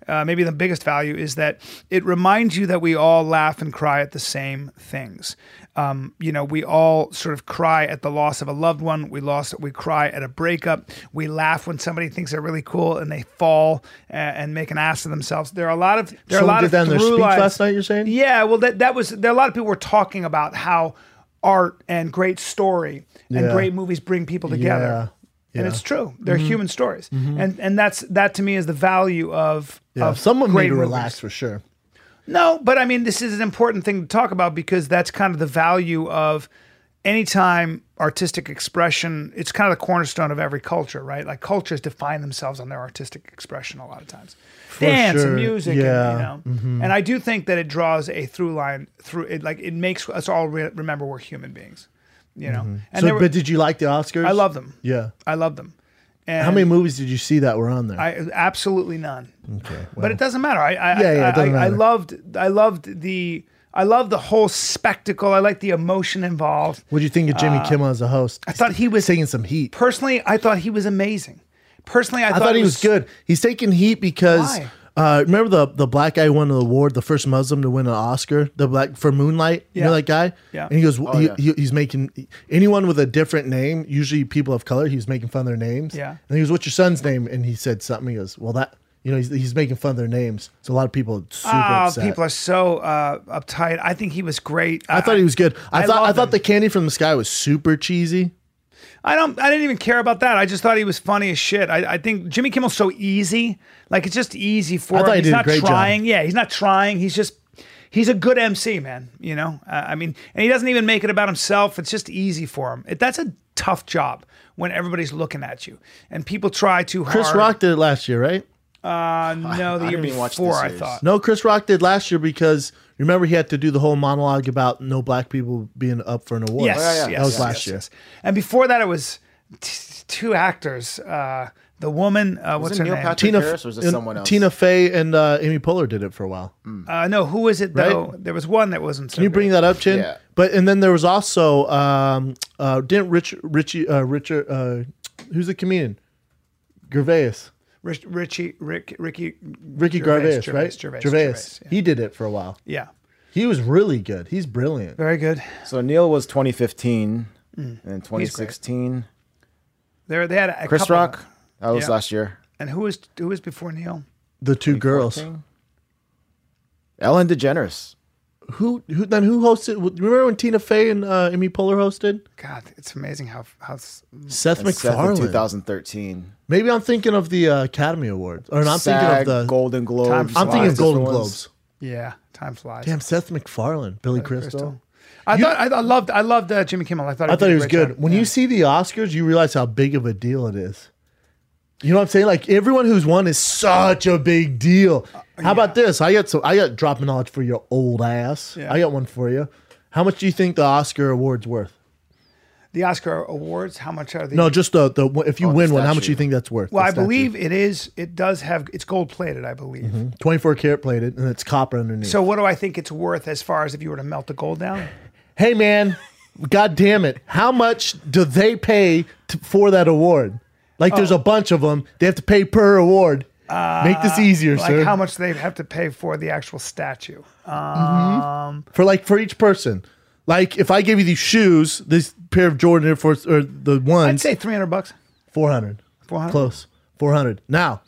[SPEAKER 2] Uh, maybe the biggest value is that it reminds you that we all laugh and cry at the same things. Um, you know, we all sort of cry at the loss of a loved one. We lost. We cry at a breakup. We laugh when somebody thinks they're really cool and they fall a- and, make an ass of themselves. There are a lot of there are a
[SPEAKER 1] Someone
[SPEAKER 2] lot
[SPEAKER 1] did
[SPEAKER 2] of
[SPEAKER 1] that in their
[SPEAKER 2] through
[SPEAKER 1] speech
[SPEAKER 2] lines-
[SPEAKER 1] last night, you're saying?
[SPEAKER 2] yeah, well, that that was there. A lot of people were talking about how art and great story and
[SPEAKER 1] Yeah.
[SPEAKER 2] great movies bring people together,
[SPEAKER 1] Yeah.
[SPEAKER 2] and
[SPEAKER 1] Yeah. Mm-hmm.
[SPEAKER 2] it's true. They're human stories, and and that's that to me is the value of
[SPEAKER 1] Yeah,
[SPEAKER 2] of
[SPEAKER 1] Uh, someone
[SPEAKER 2] great
[SPEAKER 1] made to
[SPEAKER 2] movies.
[SPEAKER 1] relax for sure.
[SPEAKER 2] No, but I mean, this is an important thing to talk about because that's kind of the value of anytime artistic expression. It's kind of the cornerstone of every culture, right? Like cultures define themselves on their artistic expression a lot of times, dance
[SPEAKER 1] sure,
[SPEAKER 2] and music,
[SPEAKER 1] yeah, Mm-hmm.
[SPEAKER 2] and, you know. And I do think that it draws a through line through it, like it makes us all re- remember we're human beings, you know. And
[SPEAKER 1] Mm-hmm. So,
[SPEAKER 2] there were-
[SPEAKER 1] but did you like the Oscars?
[SPEAKER 2] I love them.
[SPEAKER 1] Yeah.
[SPEAKER 2] I love them. And
[SPEAKER 1] How many movies did you see that were on there?
[SPEAKER 2] I absolutely none. Okay, but it doesn't matter. I, I
[SPEAKER 1] Yeah, yeah, it
[SPEAKER 2] I,
[SPEAKER 1] doesn't
[SPEAKER 2] I, I
[SPEAKER 1] matter.
[SPEAKER 2] loved I loved the I loved the whole spectacle. I liked the emotion involved.
[SPEAKER 1] what do you think of Jimmy Kimmel as a host? I
[SPEAKER 2] Uh, thought he was-
[SPEAKER 1] taking some heat.
[SPEAKER 2] Personally, I thought he was amazing. Personally, I,
[SPEAKER 1] I thought he was good. He's taking heat because
[SPEAKER 2] Why?
[SPEAKER 1] uh, remember the the black guy won the award, the first Muslim to win an Oscar, the black for Moonlight. You know
[SPEAKER 2] Yeah.
[SPEAKER 1] that guy.
[SPEAKER 2] Yeah.
[SPEAKER 1] And he goes, he,
[SPEAKER 6] yeah.
[SPEAKER 1] he- he's making anyone with a different name, usually people of color. He's making fun of their names.
[SPEAKER 2] Yeah.
[SPEAKER 1] And he goes, "What's your son's name?" And he said something. He goes, "Well, that." You know, he's, he's making fun of their names. So a lot of people are super
[SPEAKER 2] Ah,
[SPEAKER 1] upset.
[SPEAKER 2] people are so uh, uptight. I think he was great.
[SPEAKER 1] I thought he was good. I,
[SPEAKER 2] I
[SPEAKER 1] thought I
[SPEAKER 2] love
[SPEAKER 1] thought
[SPEAKER 2] him.
[SPEAKER 1] the candy from the sky was super cheesy.
[SPEAKER 2] I don't. I didn't even care about that. I just thought he was funny as shit. I, I think Jimmy Kimmel's so easy. Like it's just easy for
[SPEAKER 1] I
[SPEAKER 2] him.
[SPEAKER 1] thought he
[SPEAKER 2] he's
[SPEAKER 1] did a
[SPEAKER 2] not
[SPEAKER 1] great job.
[SPEAKER 2] trying. Yeah, he's not trying. He's just. He's a good MC, man. You know, uh, I mean, and he doesn't even make it about himself. It's just easy for him. It, that's a tough job when everybody's looking at you and people try too
[SPEAKER 1] Chris
[SPEAKER 2] hard.
[SPEAKER 1] Rock did it last year, right?
[SPEAKER 2] Uh, no, the
[SPEAKER 6] I
[SPEAKER 2] year
[SPEAKER 6] didn't even watch
[SPEAKER 2] before,
[SPEAKER 6] this
[SPEAKER 2] I
[SPEAKER 6] year's.
[SPEAKER 2] thought.
[SPEAKER 1] No, Chris Rock did last year because remember he had to do the whole monologue about no black people being up for an award.
[SPEAKER 2] Yes,
[SPEAKER 6] Oh, yeah, yeah.
[SPEAKER 2] yes,
[SPEAKER 1] that was
[SPEAKER 2] yes,
[SPEAKER 1] last year.
[SPEAKER 2] yes. And before that, it was t- two actors. Uh, the woman, uh, what's
[SPEAKER 6] it
[SPEAKER 2] her
[SPEAKER 6] Neil
[SPEAKER 2] name?
[SPEAKER 6] Patrick-
[SPEAKER 1] Tina,
[SPEAKER 6] Harris or was it
[SPEAKER 1] and
[SPEAKER 6] someone else?
[SPEAKER 1] Tina Fey and uh, Amy Poehler did it for a while.
[SPEAKER 2] Uh, no, who was it
[SPEAKER 1] Right?
[SPEAKER 2] though? There was one that wasn't. So
[SPEAKER 1] Can you
[SPEAKER 2] good.
[SPEAKER 1] bring that up, Chin?
[SPEAKER 6] Yeah.
[SPEAKER 1] But and then there was also um, uh, didn't Rich Richie uh, Richard uh, who's the comedian Gervais.
[SPEAKER 2] Rich, Richie, Rick, Ricky,
[SPEAKER 1] Ricky Gervais, right?
[SPEAKER 2] Gervais, Gervais,
[SPEAKER 1] He did it for a while.
[SPEAKER 2] yeah.
[SPEAKER 1] He was really good. He's brilliant.
[SPEAKER 2] very good.
[SPEAKER 6] So Neil was 2015
[SPEAKER 2] Mm.
[SPEAKER 6] and 2016.
[SPEAKER 2] There, they had a
[SPEAKER 6] Chris
[SPEAKER 2] couple of
[SPEAKER 6] Rock,
[SPEAKER 2] them.
[SPEAKER 6] that was
[SPEAKER 2] Yeah.
[SPEAKER 6] last year.
[SPEAKER 2] and who was who was before Neil?
[SPEAKER 1] The two girls.
[SPEAKER 6] 14? Ellen DeGeneres.
[SPEAKER 1] Who, who then who hosted? Remember when Tina Fey and uh, Amy Poehler hosted?
[SPEAKER 2] God, it's amazing how how s-
[SPEAKER 1] Seth
[SPEAKER 6] and Seth in
[SPEAKER 1] MacFarlane.
[SPEAKER 6] 2013.
[SPEAKER 1] Maybe I'm thinking of the uh, Academy Awards, or no, I'm
[SPEAKER 6] SAG,
[SPEAKER 1] thinking of the.
[SPEAKER 6] Golden Globes.
[SPEAKER 2] Time
[SPEAKER 1] I'm
[SPEAKER 6] lots
[SPEAKER 1] thinking of
[SPEAKER 6] of
[SPEAKER 1] Golden
[SPEAKER 6] different
[SPEAKER 1] Globes.
[SPEAKER 6] ones.
[SPEAKER 2] yeah, time flies.
[SPEAKER 1] Damn, Seth MacFarlane, Billy Crystal.
[SPEAKER 2] Crystal. I thought I, I loved I loved uh, Jimmy Kimmel. I thought
[SPEAKER 1] I thought
[SPEAKER 2] did a
[SPEAKER 1] he was
[SPEAKER 2] great
[SPEAKER 1] good.
[SPEAKER 2] job.
[SPEAKER 1] When
[SPEAKER 2] Yeah.
[SPEAKER 1] you see the Oscars, you realize how big of a deal it is. You know what I'm saying? Like everyone who's won is such a big deal. How about this? I got some. I got dropping knowledge for your old ass.
[SPEAKER 2] Yeah.
[SPEAKER 1] I got one for you. How much do you think the Oscar award's worth?
[SPEAKER 2] the Oscar awards, how much are they?
[SPEAKER 1] No, just the the if you
[SPEAKER 6] Oh, the
[SPEAKER 1] win one, how much do
[SPEAKER 6] statue.
[SPEAKER 1] you think that's worth?
[SPEAKER 2] well,
[SPEAKER 1] The
[SPEAKER 2] I
[SPEAKER 1] statue.
[SPEAKER 2] believe it is. It does have it's gold plated, I believe.
[SPEAKER 1] Mm-hmm. 24 karat plated and it's copper underneath.
[SPEAKER 2] So what do I think it's worth as far as if you were to melt the gold down?
[SPEAKER 1] hey man, god damn it. How much do they pay to, for that award? Like there's a
[SPEAKER 2] Oh.
[SPEAKER 1] bunch of them. They have to pay per award. Make this easier,
[SPEAKER 2] Uh, Like
[SPEAKER 1] sir.
[SPEAKER 2] how much they have to pay for the actual statue?
[SPEAKER 1] for like for each person. Like if I gave you these shoes, this pair of Jordan Air Force or the
[SPEAKER 2] I'd
[SPEAKER 1] ones,
[SPEAKER 2] say three hundred bucks.
[SPEAKER 1] 400.
[SPEAKER 2] 400?
[SPEAKER 1] Close. 400. Now,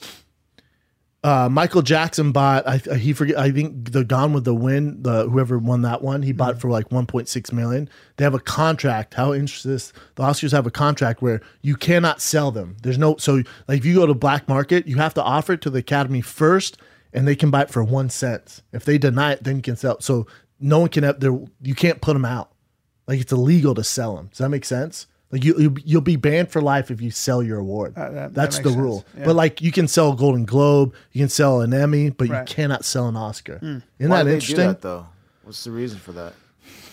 [SPEAKER 1] uh, Michael Jackson bought I I- he forget I think the Gone with the Wind, the whoever won that one, he bought it for like 1.6 million. They have a contract. How interesting this. The Oscars have a contract where you cannot sell them. There's no so like if you go to black market, you have to offer it to the Academy first and they can buy it for 1 cent. If they deny it, then you can sell. it. So no one can have there you can't put them out. Like it's illegal to sell them. Does that make sense? Like you, you you'll be banned for life if you sell your award.
[SPEAKER 2] Uh, that- that
[SPEAKER 1] That's the
[SPEAKER 2] makes sense.
[SPEAKER 1] rule.
[SPEAKER 2] Yeah.
[SPEAKER 1] But like you can sell a Golden Globe, you can sell an Emmy, but
[SPEAKER 2] Right. Hmm.
[SPEAKER 1] you cannot sell an Oscar. Isn't
[SPEAKER 6] Why
[SPEAKER 1] that
[SPEAKER 6] do they
[SPEAKER 1] interesting?
[SPEAKER 6] do that though? What's the reason for that?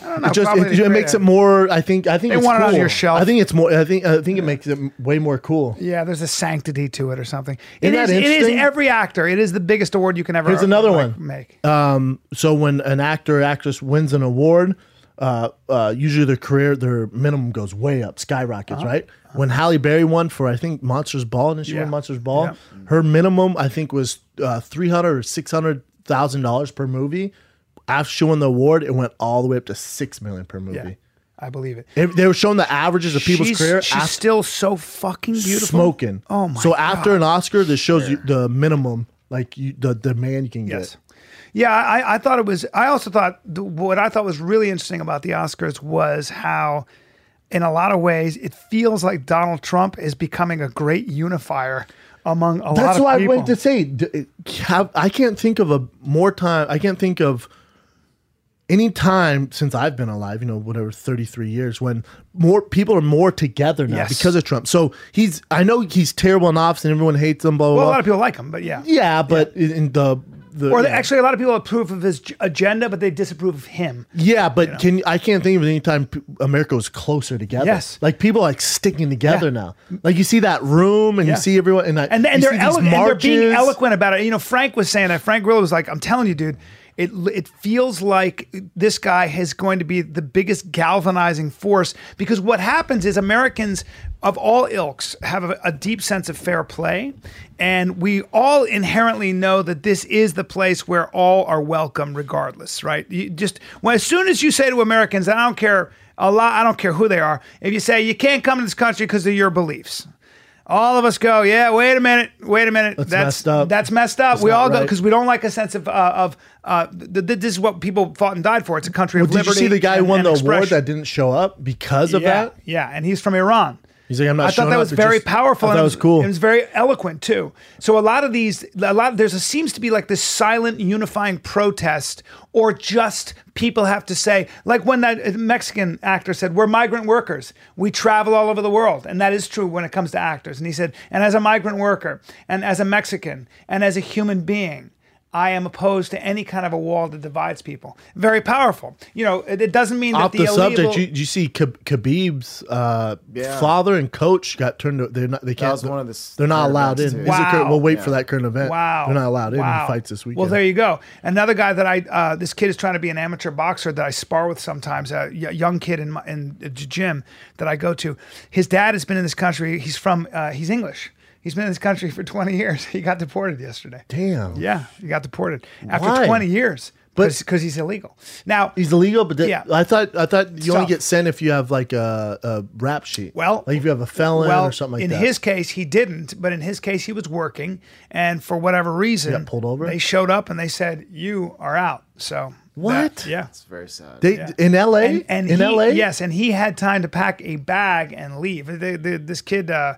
[SPEAKER 2] don't know,
[SPEAKER 1] It just
[SPEAKER 2] probably
[SPEAKER 1] it, it
[SPEAKER 2] create
[SPEAKER 1] makes
[SPEAKER 2] a-
[SPEAKER 1] it more. I think I think
[SPEAKER 2] They
[SPEAKER 1] it's
[SPEAKER 2] want it
[SPEAKER 1] cool.
[SPEAKER 2] on your shelf.
[SPEAKER 1] I think it's more. I think I think it makes it m- way more cool.
[SPEAKER 2] Yeah, there's a sanctity to it or something.
[SPEAKER 1] Isn't
[SPEAKER 2] It is.
[SPEAKER 1] that
[SPEAKER 2] It is
[SPEAKER 1] interesting?
[SPEAKER 2] every actor. It is the biggest award you can ever.
[SPEAKER 1] Here's another
[SPEAKER 2] like,
[SPEAKER 1] one. Uh,
[SPEAKER 2] Make
[SPEAKER 1] So when an actor or actress wins an award, uh, uh, usually their career their minimum goes way up, skyrockets,
[SPEAKER 2] Uh-huh.
[SPEAKER 1] right? When Halle Berry won for I think Monsters Ball, and she
[SPEAKER 2] Yeah.
[SPEAKER 1] won Monsters Ball, her minimum I think was uh, three hundred or six hundred thousand dollars per movie. After she won the award, it went all the way up to six million per movie.
[SPEAKER 2] yeah, I believe it.
[SPEAKER 1] They- They were showing the averages of people's
[SPEAKER 2] she's,
[SPEAKER 1] career.
[SPEAKER 2] She's
[SPEAKER 1] after-
[SPEAKER 2] still so fucking beautiful.
[SPEAKER 1] smoking.
[SPEAKER 2] Oh my
[SPEAKER 1] So after an Oscar, this shows you the minimum, like you, the demand you can
[SPEAKER 2] Yes.
[SPEAKER 1] get.
[SPEAKER 2] Yeah, I, I thought it was. I also thought the, what I thought was really interesting about the Oscars was how, in a lot of ways, it feels like Donald Trump is becoming a great unifier among a lot
[SPEAKER 1] That's
[SPEAKER 2] of
[SPEAKER 1] why I
[SPEAKER 2] people.
[SPEAKER 1] went to say d- it- have- I can't think of a more time. I can't think of any time since I've been alive. You know, whatever thirty three years when more people are more together now
[SPEAKER 2] Yes.
[SPEAKER 1] because of Trump. So he's. I know he's terrible in office and everyone hates him. Blah blah.
[SPEAKER 2] well, a
[SPEAKER 1] blah.
[SPEAKER 2] lot of people like him, but yeah,
[SPEAKER 1] yeah, but in- in the the
[SPEAKER 2] Or
[SPEAKER 1] yeah.
[SPEAKER 2] actually, a lot of people approve of his ag- agenda, but they disapprove of him.
[SPEAKER 1] Yeah, but can I can't think of any time p- America was closer together.
[SPEAKER 2] Yes.
[SPEAKER 1] like people are, like sticking together
[SPEAKER 2] Yeah.
[SPEAKER 1] now. Like you see that room, and
[SPEAKER 2] Yeah.
[SPEAKER 1] you see everyone, and I,
[SPEAKER 2] and, and
[SPEAKER 1] you
[SPEAKER 2] they're
[SPEAKER 1] see these
[SPEAKER 2] elo- and they're being
[SPEAKER 1] marches.
[SPEAKER 2] eloquent about it. You know, Frank was saying that. Frank Grillo was like, "I'm telling you, dude, it it feels like this guy is going to be the biggest galvanizing force because what happens is Americans of all ilks have a, a deep sense of fair play, and we all inherently know that this is the place where all are welcome, regardless, right? You just when as soon as you say to Americans, I don't care. A lot, I don't care who they are. If you say you can't come to this country because of your beliefs, all of us go, yeah. Wait a minute. Wait a minute. That's
[SPEAKER 1] messed up.
[SPEAKER 2] That's messed up. we all go
[SPEAKER 1] right.
[SPEAKER 2] because we don't like a sense of uh, of uh, th- th- this is what people fought and died for. It's a country of
[SPEAKER 1] Did
[SPEAKER 2] liberty.
[SPEAKER 1] you see the guy who
[SPEAKER 2] and-
[SPEAKER 1] won
[SPEAKER 2] and
[SPEAKER 1] the award
[SPEAKER 2] expression.
[SPEAKER 1] that didn't show up because of
[SPEAKER 2] yeah,
[SPEAKER 1] that?
[SPEAKER 2] yeah, and he's from Iran.
[SPEAKER 1] He's like, I'm not
[SPEAKER 2] I thought
[SPEAKER 1] showing
[SPEAKER 2] that
[SPEAKER 1] up,
[SPEAKER 2] was
[SPEAKER 1] it
[SPEAKER 2] very
[SPEAKER 1] just- I
[SPEAKER 2] powerful.
[SPEAKER 1] thought
[SPEAKER 2] and
[SPEAKER 1] that
[SPEAKER 2] it
[SPEAKER 1] was cool.
[SPEAKER 2] It was very eloquent too. So a lot of these, a lot there's a seems to be like this silent unifying protest, or just people have to say, like when that uh, Mexican actor said, "We're migrant workers. We travel all over the world," and that is true when it comes to actors. And he said, "And as a migrant worker, and as a Mexican, and as a human being." I am opposed to any kind of a wall that divides people. Very powerful. You know, it, it doesn't mean
[SPEAKER 1] Off
[SPEAKER 2] that
[SPEAKER 1] the,
[SPEAKER 2] the,
[SPEAKER 1] subject,
[SPEAKER 2] illegal-
[SPEAKER 1] you, you see Kh- Khabib's uh,
[SPEAKER 6] Yeah.
[SPEAKER 1] father and coach got turned. to- They're not. They can't.
[SPEAKER 6] was one of the s-
[SPEAKER 1] they're not
[SPEAKER 6] current
[SPEAKER 1] allowed in.
[SPEAKER 6] events,
[SPEAKER 1] Is
[SPEAKER 6] too.
[SPEAKER 1] it current-
[SPEAKER 2] Wow.
[SPEAKER 1] we'll wait for that current event.
[SPEAKER 2] Wow.
[SPEAKER 1] they're not allowed in. He
[SPEAKER 2] Wow.
[SPEAKER 1] fights this weekend.
[SPEAKER 2] Well, there you go. Another guy that I, uh, this kid is trying to be an amateur boxer that I spar with sometimes, a y- young kid in, my, in the gy- gym that I go to. His dad has been in this country. He's from, uh, he's English. He's been in this country for *laughs* 20 years. He got deported yesterday.
[SPEAKER 1] Damn.
[SPEAKER 2] Yeah, he got deported after
[SPEAKER 1] Why?
[SPEAKER 2] 20 years. But because he's illegal. Now,
[SPEAKER 1] He's illegal, but that-
[SPEAKER 2] Yeah.
[SPEAKER 1] I thought I thought you only
[SPEAKER 2] tough.
[SPEAKER 1] get sent if you have like a, a rap sheet.
[SPEAKER 2] Well-
[SPEAKER 1] like if you have a felon
[SPEAKER 2] well,
[SPEAKER 1] or something like
[SPEAKER 2] in
[SPEAKER 1] that.
[SPEAKER 2] his case, he didn't, but in his case, he was working, and for whatever reason,
[SPEAKER 1] got pulled over?
[SPEAKER 2] They showed up and they said, "You are out." So
[SPEAKER 1] What?
[SPEAKER 2] that- yeah.
[SPEAKER 6] It's very sad.
[SPEAKER 1] they in L.A.
[SPEAKER 2] And, and
[SPEAKER 1] in
[SPEAKER 2] he,
[SPEAKER 1] L.A.
[SPEAKER 2] yes, and he had time to pack a bag and leave. They- they- this kid, uh,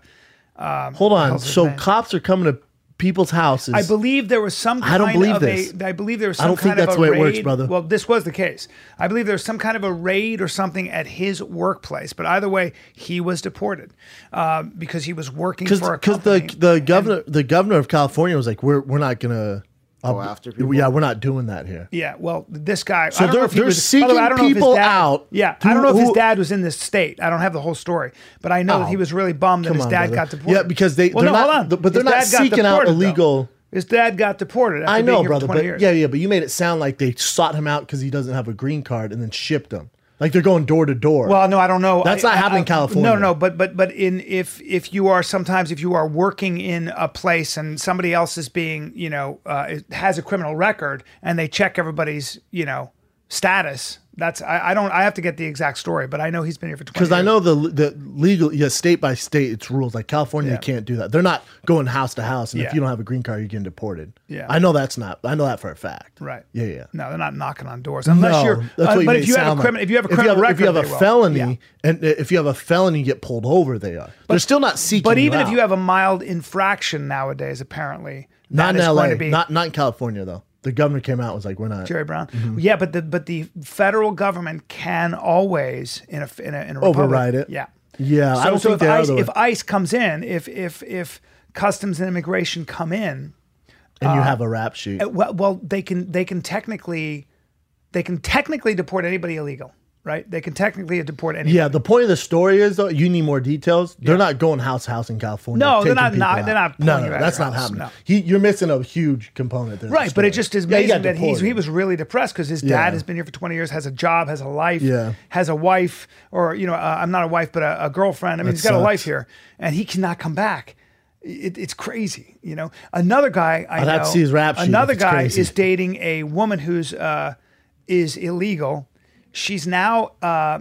[SPEAKER 1] Hold on.
[SPEAKER 2] hell's his
[SPEAKER 1] So
[SPEAKER 2] name?
[SPEAKER 1] cops are coming to people's houses.
[SPEAKER 2] I believe there was some. Kind
[SPEAKER 1] I don't believe
[SPEAKER 2] of
[SPEAKER 1] this.
[SPEAKER 2] A, I believe there was. Some
[SPEAKER 1] I don't think
[SPEAKER 2] kind of
[SPEAKER 1] that's
[SPEAKER 2] a
[SPEAKER 1] the way
[SPEAKER 2] raid.
[SPEAKER 1] it works, brother.
[SPEAKER 2] Well, this was the case. I believe there was some kind of a raid or something at his workplace. But either way, he was deported uh, because he was working
[SPEAKER 1] because
[SPEAKER 2] for a company.
[SPEAKER 1] the the governor the governor of California was like, we're we're not gonna
[SPEAKER 6] Go after people?
[SPEAKER 1] Yeah, we're not doing that here.
[SPEAKER 2] Yeah, well, this guy.
[SPEAKER 1] So
[SPEAKER 2] I don't
[SPEAKER 1] they're-
[SPEAKER 2] know if he
[SPEAKER 1] they're
[SPEAKER 2] was, by the way,
[SPEAKER 1] seeking
[SPEAKER 2] I don't know if his
[SPEAKER 1] people
[SPEAKER 2] dad-
[SPEAKER 1] out
[SPEAKER 2] Yeah,
[SPEAKER 1] who-
[SPEAKER 2] I don't know if his
[SPEAKER 1] who- Oh.
[SPEAKER 2] dad was in this state. I don't have the whole story, but I know that he was really bummed that
[SPEAKER 1] Come
[SPEAKER 2] his
[SPEAKER 1] on,
[SPEAKER 2] dad
[SPEAKER 1] brother.
[SPEAKER 2] got deported.
[SPEAKER 1] Yeah, because they-
[SPEAKER 2] Well,
[SPEAKER 1] they're
[SPEAKER 2] no,
[SPEAKER 1] not-
[SPEAKER 2] hold on.
[SPEAKER 1] th- but they're
[SPEAKER 2] His
[SPEAKER 1] not
[SPEAKER 2] dad got
[SPEAKER 1] seeking out
[SPEAKER 2] deported, though.
[SPEAKER 1] illegal-
[SPEAKER 2] His dad got deported. After
[SPEAKER 1] I
[SPEAKER 2] being
[SPEAKER 1] know,
[SPEAKER 2] here
[SPEAKER 1] brother,
[SPEAKER 2] For 20
[SPEAKER 1] but
[SPEAKER 2] years.
[SPEAKER 1] yeah, yeah, but you made it sound like they sought him out because he doesn't have a green card and then shipped him. Like they're going door to door.
[SPEAKER 2] Well, no, I don't know.
[SPEAKER 1] That's
[SPEAKER 2] I-
[SPEAKER 1] not
[SPEAKER 2] I-
[SPEAKER 1] happening in
[SPEAKER 2] I-
[SPEAKER 1] California.
[SPEAKER 2] No, no, but but but in if if you are sometimes if you are working in a place and somebody else is being you know uh, is- has a criminal record and they check everybody's you know status. That's I, I don't I have to get the exact story, but I know he's been here for twenty.
[SPEAKER 1] Because I
[SPEAKER 2] years.
[SPEAKER 1] know the the legal, yeah, state by state, it's rules. Like California,
[SPEAKER 2] Yeah.
[SPEAKER 1] they can't do that. They're not going house to house, and
[SPEAKER 2] Yeah.
[SPEAKER 1] if you don't have a green card, you're getting deported.
[SPEAKER 2] Yeah.
[SPEAKER 1] I know that's not. I know that for a fact.
[SPEAKER 2] Right.
[SPEAKER 1] Yeah, yeah.
[SPEAKER 2] No, they're not knocking on doors unless
[SPEAKER 1] No,
[SPEAKER 2] you're.
[SPEAKER 1] that's
[SPEAKER 2] uh,
[SPEAKER 1] what you
[SPEAKER 2] but
[SPEAKER 1] made
[SPEAKER 2] if you
[SPEAKER 1] it
[SPEAKER 2] have
[SPEAKER 1] sound
[SPEAKER 2] a
[SPEAKER 1] like.
[SPEAKER 2] criminal, if you have a
[SPEAKER 1] if you
[SPEAKER 2] criminal
[SPEAKER 1] have,
[SPEAKER 2] record,
[SPEAKER 1] if you have
[SPEAKER 2] they
[SPEAKER 1] a
[SPEAKER 2] will.
[SPEAKER 1] felony,
[SPEAKER 2] Yeah.
[SPEAKER 1] and if you have a felony, you get pulled over. They are. They're still not seeking.
[SPEAKER 2] But
[SPEAKER 1] you
[SPEAKER 2] even if
[SPEAKER 1] out.
[SPEAKER 2] you have a mild infraction nowadays, apparently
[SPEAKER 1] not
[SPEAKER 2] that
[SPEAKER 1] in
[SPEAKER 2] is
[SPEAKER 1] L.A.,
[SPEAKER 2] going to be
[SPEAKER 1] not not in California though. The governor came out and was like, "We're not."
[SPEAKER 2] Jerry Brown.
[SPEAKER 1] Mm-hmm.
[SPEAKER 2] Yeah, but the but the federal government can always in a in a, in a republic-
[SPEAKER 1] Override it.
[SPEAKER 2] Yeah,
[SPEAKER 1] Yeah, I don't
[SPEAKER 2] so
[SPEAKER 1] think
[SPEAKER 2] if
[SPEAKER 1] they are,
[SPEAKER 2] ICE,
[SPEAKER 1] though.
[SPEAKER 2] if ICE comes in, if if if customs and immigration come in,
[SPEAKER 1] and
[SPEAKER 2] uh,
[SPEAKER 1] you have a rap sheet.
[SPEAKER 2] well, well they can they can technically they can technically deport anybody illegal, right? They can technically deport anybody.
[SPEAKER 1] Yeah, the point of the story is though you need more details. They're not going house to house in California.
[SPEAKER 2] No,
[SPEAKER 1] taking
[SPEAKER 2] they're not-
[SPEAKER 1] people
[SPEAKER 2] not-
[SPEAKER 1] out.
[SPEAKER 2] they're not
[SPEAKER 1] No,
[SPEAKER 2] pulling
[SPEAKER 1] no,
[SPEAKER 2] you out of
[SPEAKER 1] that's
[SPEAKER 2] your
[SPEAKER 1] not
[SPEAKER 2] house,
[SPEAKER 1] happening.
[SPEAKER 2] no.
[SPEAKER 1] He, you're missing a huge component there. of the
[SPEAKER 2] Right, but it
[SPEAKER 1] story.
[SPEAKER 2] just is
[SPEAKER 1] Yeah, he got
[SPEAKER 2] amazing that he's,
[SPEAKER 1] deported.
[SPEAKER 2] he was really depressed because his dad
[SPEAKER 1] Yeah.
[SPEAKER 2] has been here for 20 years, has a job, has a life,
[SPEAKER 1] Yeah.
[SPEAKER 2] has a wife, or, you know, uh, I'm not a wife, but a, a girlfriend. I mean,
[SPEAKER 1] That
[SPEAKER 2] he's got a
[SPEAKER 1] sucks.
[SPEAKER 2] life here and he cannot come back. It, it's crazy, you know. Another guy I
[SPEAKER 1] I'd
[SPEAKER 2] know,
[SPEAKER 1] have to see his rap sheet if
[SPEAKER 2] another
[SPEAKER 1] it's
[SPEAKER 2] guy
[SPEAKER 1] crazy.
[SPEAKER 2] is dating a woman who's uh, is illegal. She's now, uh,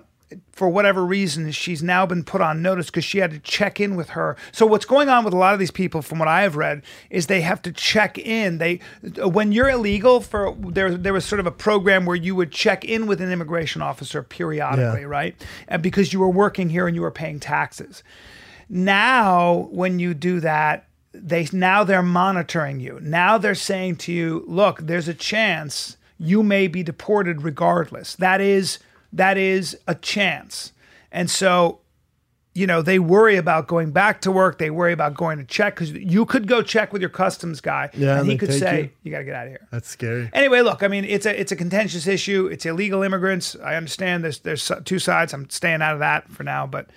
[SPEAKER 2] for whatever reason, she's now been put on notice because she had to check in with her. So what's going on with a lot of these people, from what I have read, is they have to check in. They when you're illegal for there there was sort of a program where you would check in with an immigration officer periodically,
[SPEAKER 1] Yeah.
[SPEAKER 2] right? And because you were working here and you were paying taxes now when you do that they now they're monitoring you now they're saying to you look there's a chance you may be deported regardless that is that is a chance and so you know they worry about going back to work they worry about going to check because you could go check with your customs guy
[SPEAKER 1] Yeah,
[SPEAKER 2] and he
[SPEAKER 1] they
[SPEAKER 2] could
[SPEAKER 1] take
[SPEAKER 2] say
[SPEAKER 1] you.
[SPEAKER 2] you, got to get out of here
[SPEAKER 1] That's scary.
[SPEAKER 2] Anyway, look, I mean, it's a it's a contentious issue. It's illegal immigrants. I understand there's there's two sides. I'm staying out of that for now, but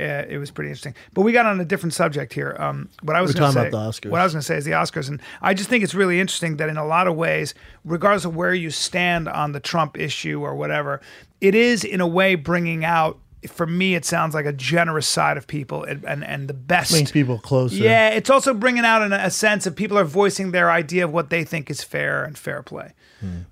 [SPEAKER 2] uh, it was pretty interesting. But we got on a different subject here. Um, what I was
[SPEAKER 1] We're
[SPEAKER 2] gonna
[SPEAKER 1] talking
[SPEAKER 2] say-
[SPEAKER 1] about the Oscars.
[SPEAKER 2] What I was going to say is the Oscars, and I just think it's really interesting that in a lot of ways, regardless of where you stand on the Trump issue or whatever, it is in a way bringing out. For me, it sounds like a generous side of people and and, and the best
[SPEAKER 1] Brings people closer.
[SPEAKER 2] yeah, it's also bringing out an, a sense of people are voicing their idea of what they think is fair and fair play.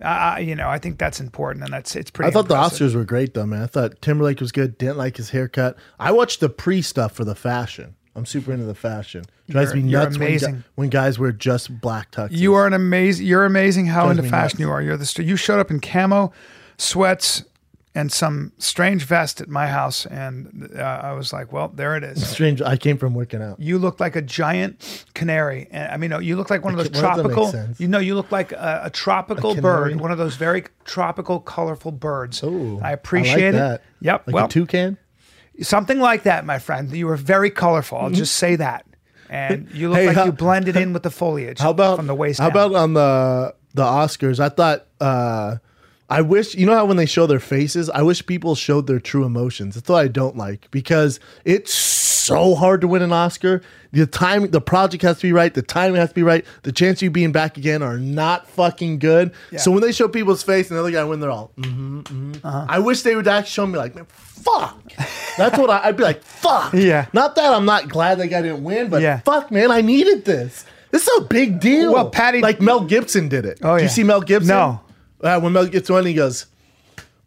[SPEAKER 2] Uh, I- you know, I think that's important, and that's it's pretty.
[SPEAKER 1] Hmm. I thought
[SPEAKER 2] impressive.
[SPEAKER 1] the Oscars were great though, man. I thought Timberlake was good. Didn't like his haircut. I watched the pre stuff for the fashion. I'm super into the fashion. Drives
[SPEAKER 2] You're-
[SPEAKER 1] me
[SPEAKER 2] you're
[SPEAKER 1] nuts when, gu-
[SPEAKER 2] amazing.
[SPEAKER 1] when guys wear just black tux.
[SPEAKER 2] You are an amazing. You're amazing. How
[SPEAKER 1] Drives
[SPEAKER 2] into
[SPEAKER 1] me
[SPEAKER 2] fashion
[SPEAKER 1] nuts.
[SPEAKER 2] you are. You're the. st- You showed up in camo, sweats, and some strange vest at my house, and uh, I was like, "Well, there it is."
[SPEAKER 1] strange. I came from working out.
[SPEAKER 2] You look like a giant canary. And I mean, no, you look like one of those
[SPEAKER 1] Okay, well, that makes
[SPEAKER 2] tropical.
[SPEAKER 1] sense.
[SPEAKER 2] You know, you look like a, a tropical
[SPEAKER 1] canary?
[SPEAKER 2] bird, one of those very tropical, colorful birds.
[SPEAKER 1] Ooh,
[SPEAKER 2] I appreciate
[SPEAKER 1] like
[SPEAKER 2] it.
[SPEAKER 1] That.
[SPEAKER 2] Yep.
[SPEAKER 1] Like
[SPEAKER 2] well,
[SPEAKER 1] a toucan.
[SPEAKER 2] something like that, my friend. You were very colorful. I'll just say that. And you look
[SPEAKER 1] Mm-hmm. Hey,
[SPEAKER 2] like
[SPEAKER 1] how-
[SPEAKER 2] you blended in with the
[SPEAKER 1] *laughs*
[SPEAKER 2] foliage.
[SPEAKER 1] How about
[SPEAKER 2] from the waist?
[SPEAKER 1] How
[SPEAKER 2] down.
[SPEAKER 1] about on the the Oscars? I thought. uh I wish you know how when they show their faces, I wish people showed their true emotions. That's what I don't like because it's so hard to win an Oscar. The time, the project has to be right. The timing has to be right. The chance of you being back again are not fucking good. So when they show people's face and the other guy win, they're all. Mm-hmm, mhm."
[SPEAKER 2] Uh-huh.
[SPEAKER 1] I wish they would actually show me like, man, fuck. That's what I, I'd be like. Fuck.
[SPEAKER 2] *laughs* Yeah.
[SPEAKER 1] Not that I'm not glad that guy didn't win, but
[SPEAKER 2] Yeah.
[SPEAKER 1] fuck, man, I needed this. This is a big deal.
[SPEAKER 2] Well, Patty-
[SPEAKER 1] like Mel Gibson did it.
[SPEAKER 2] Oh,
[SPEAKER 1] Did
[SPEAKER 2] yeah.
[SPEAKER 1] you see Mel Gibson?
[SPEAKER 2] No.
[SPEAKER 1] Uh, when Mel Gibson won, he goes,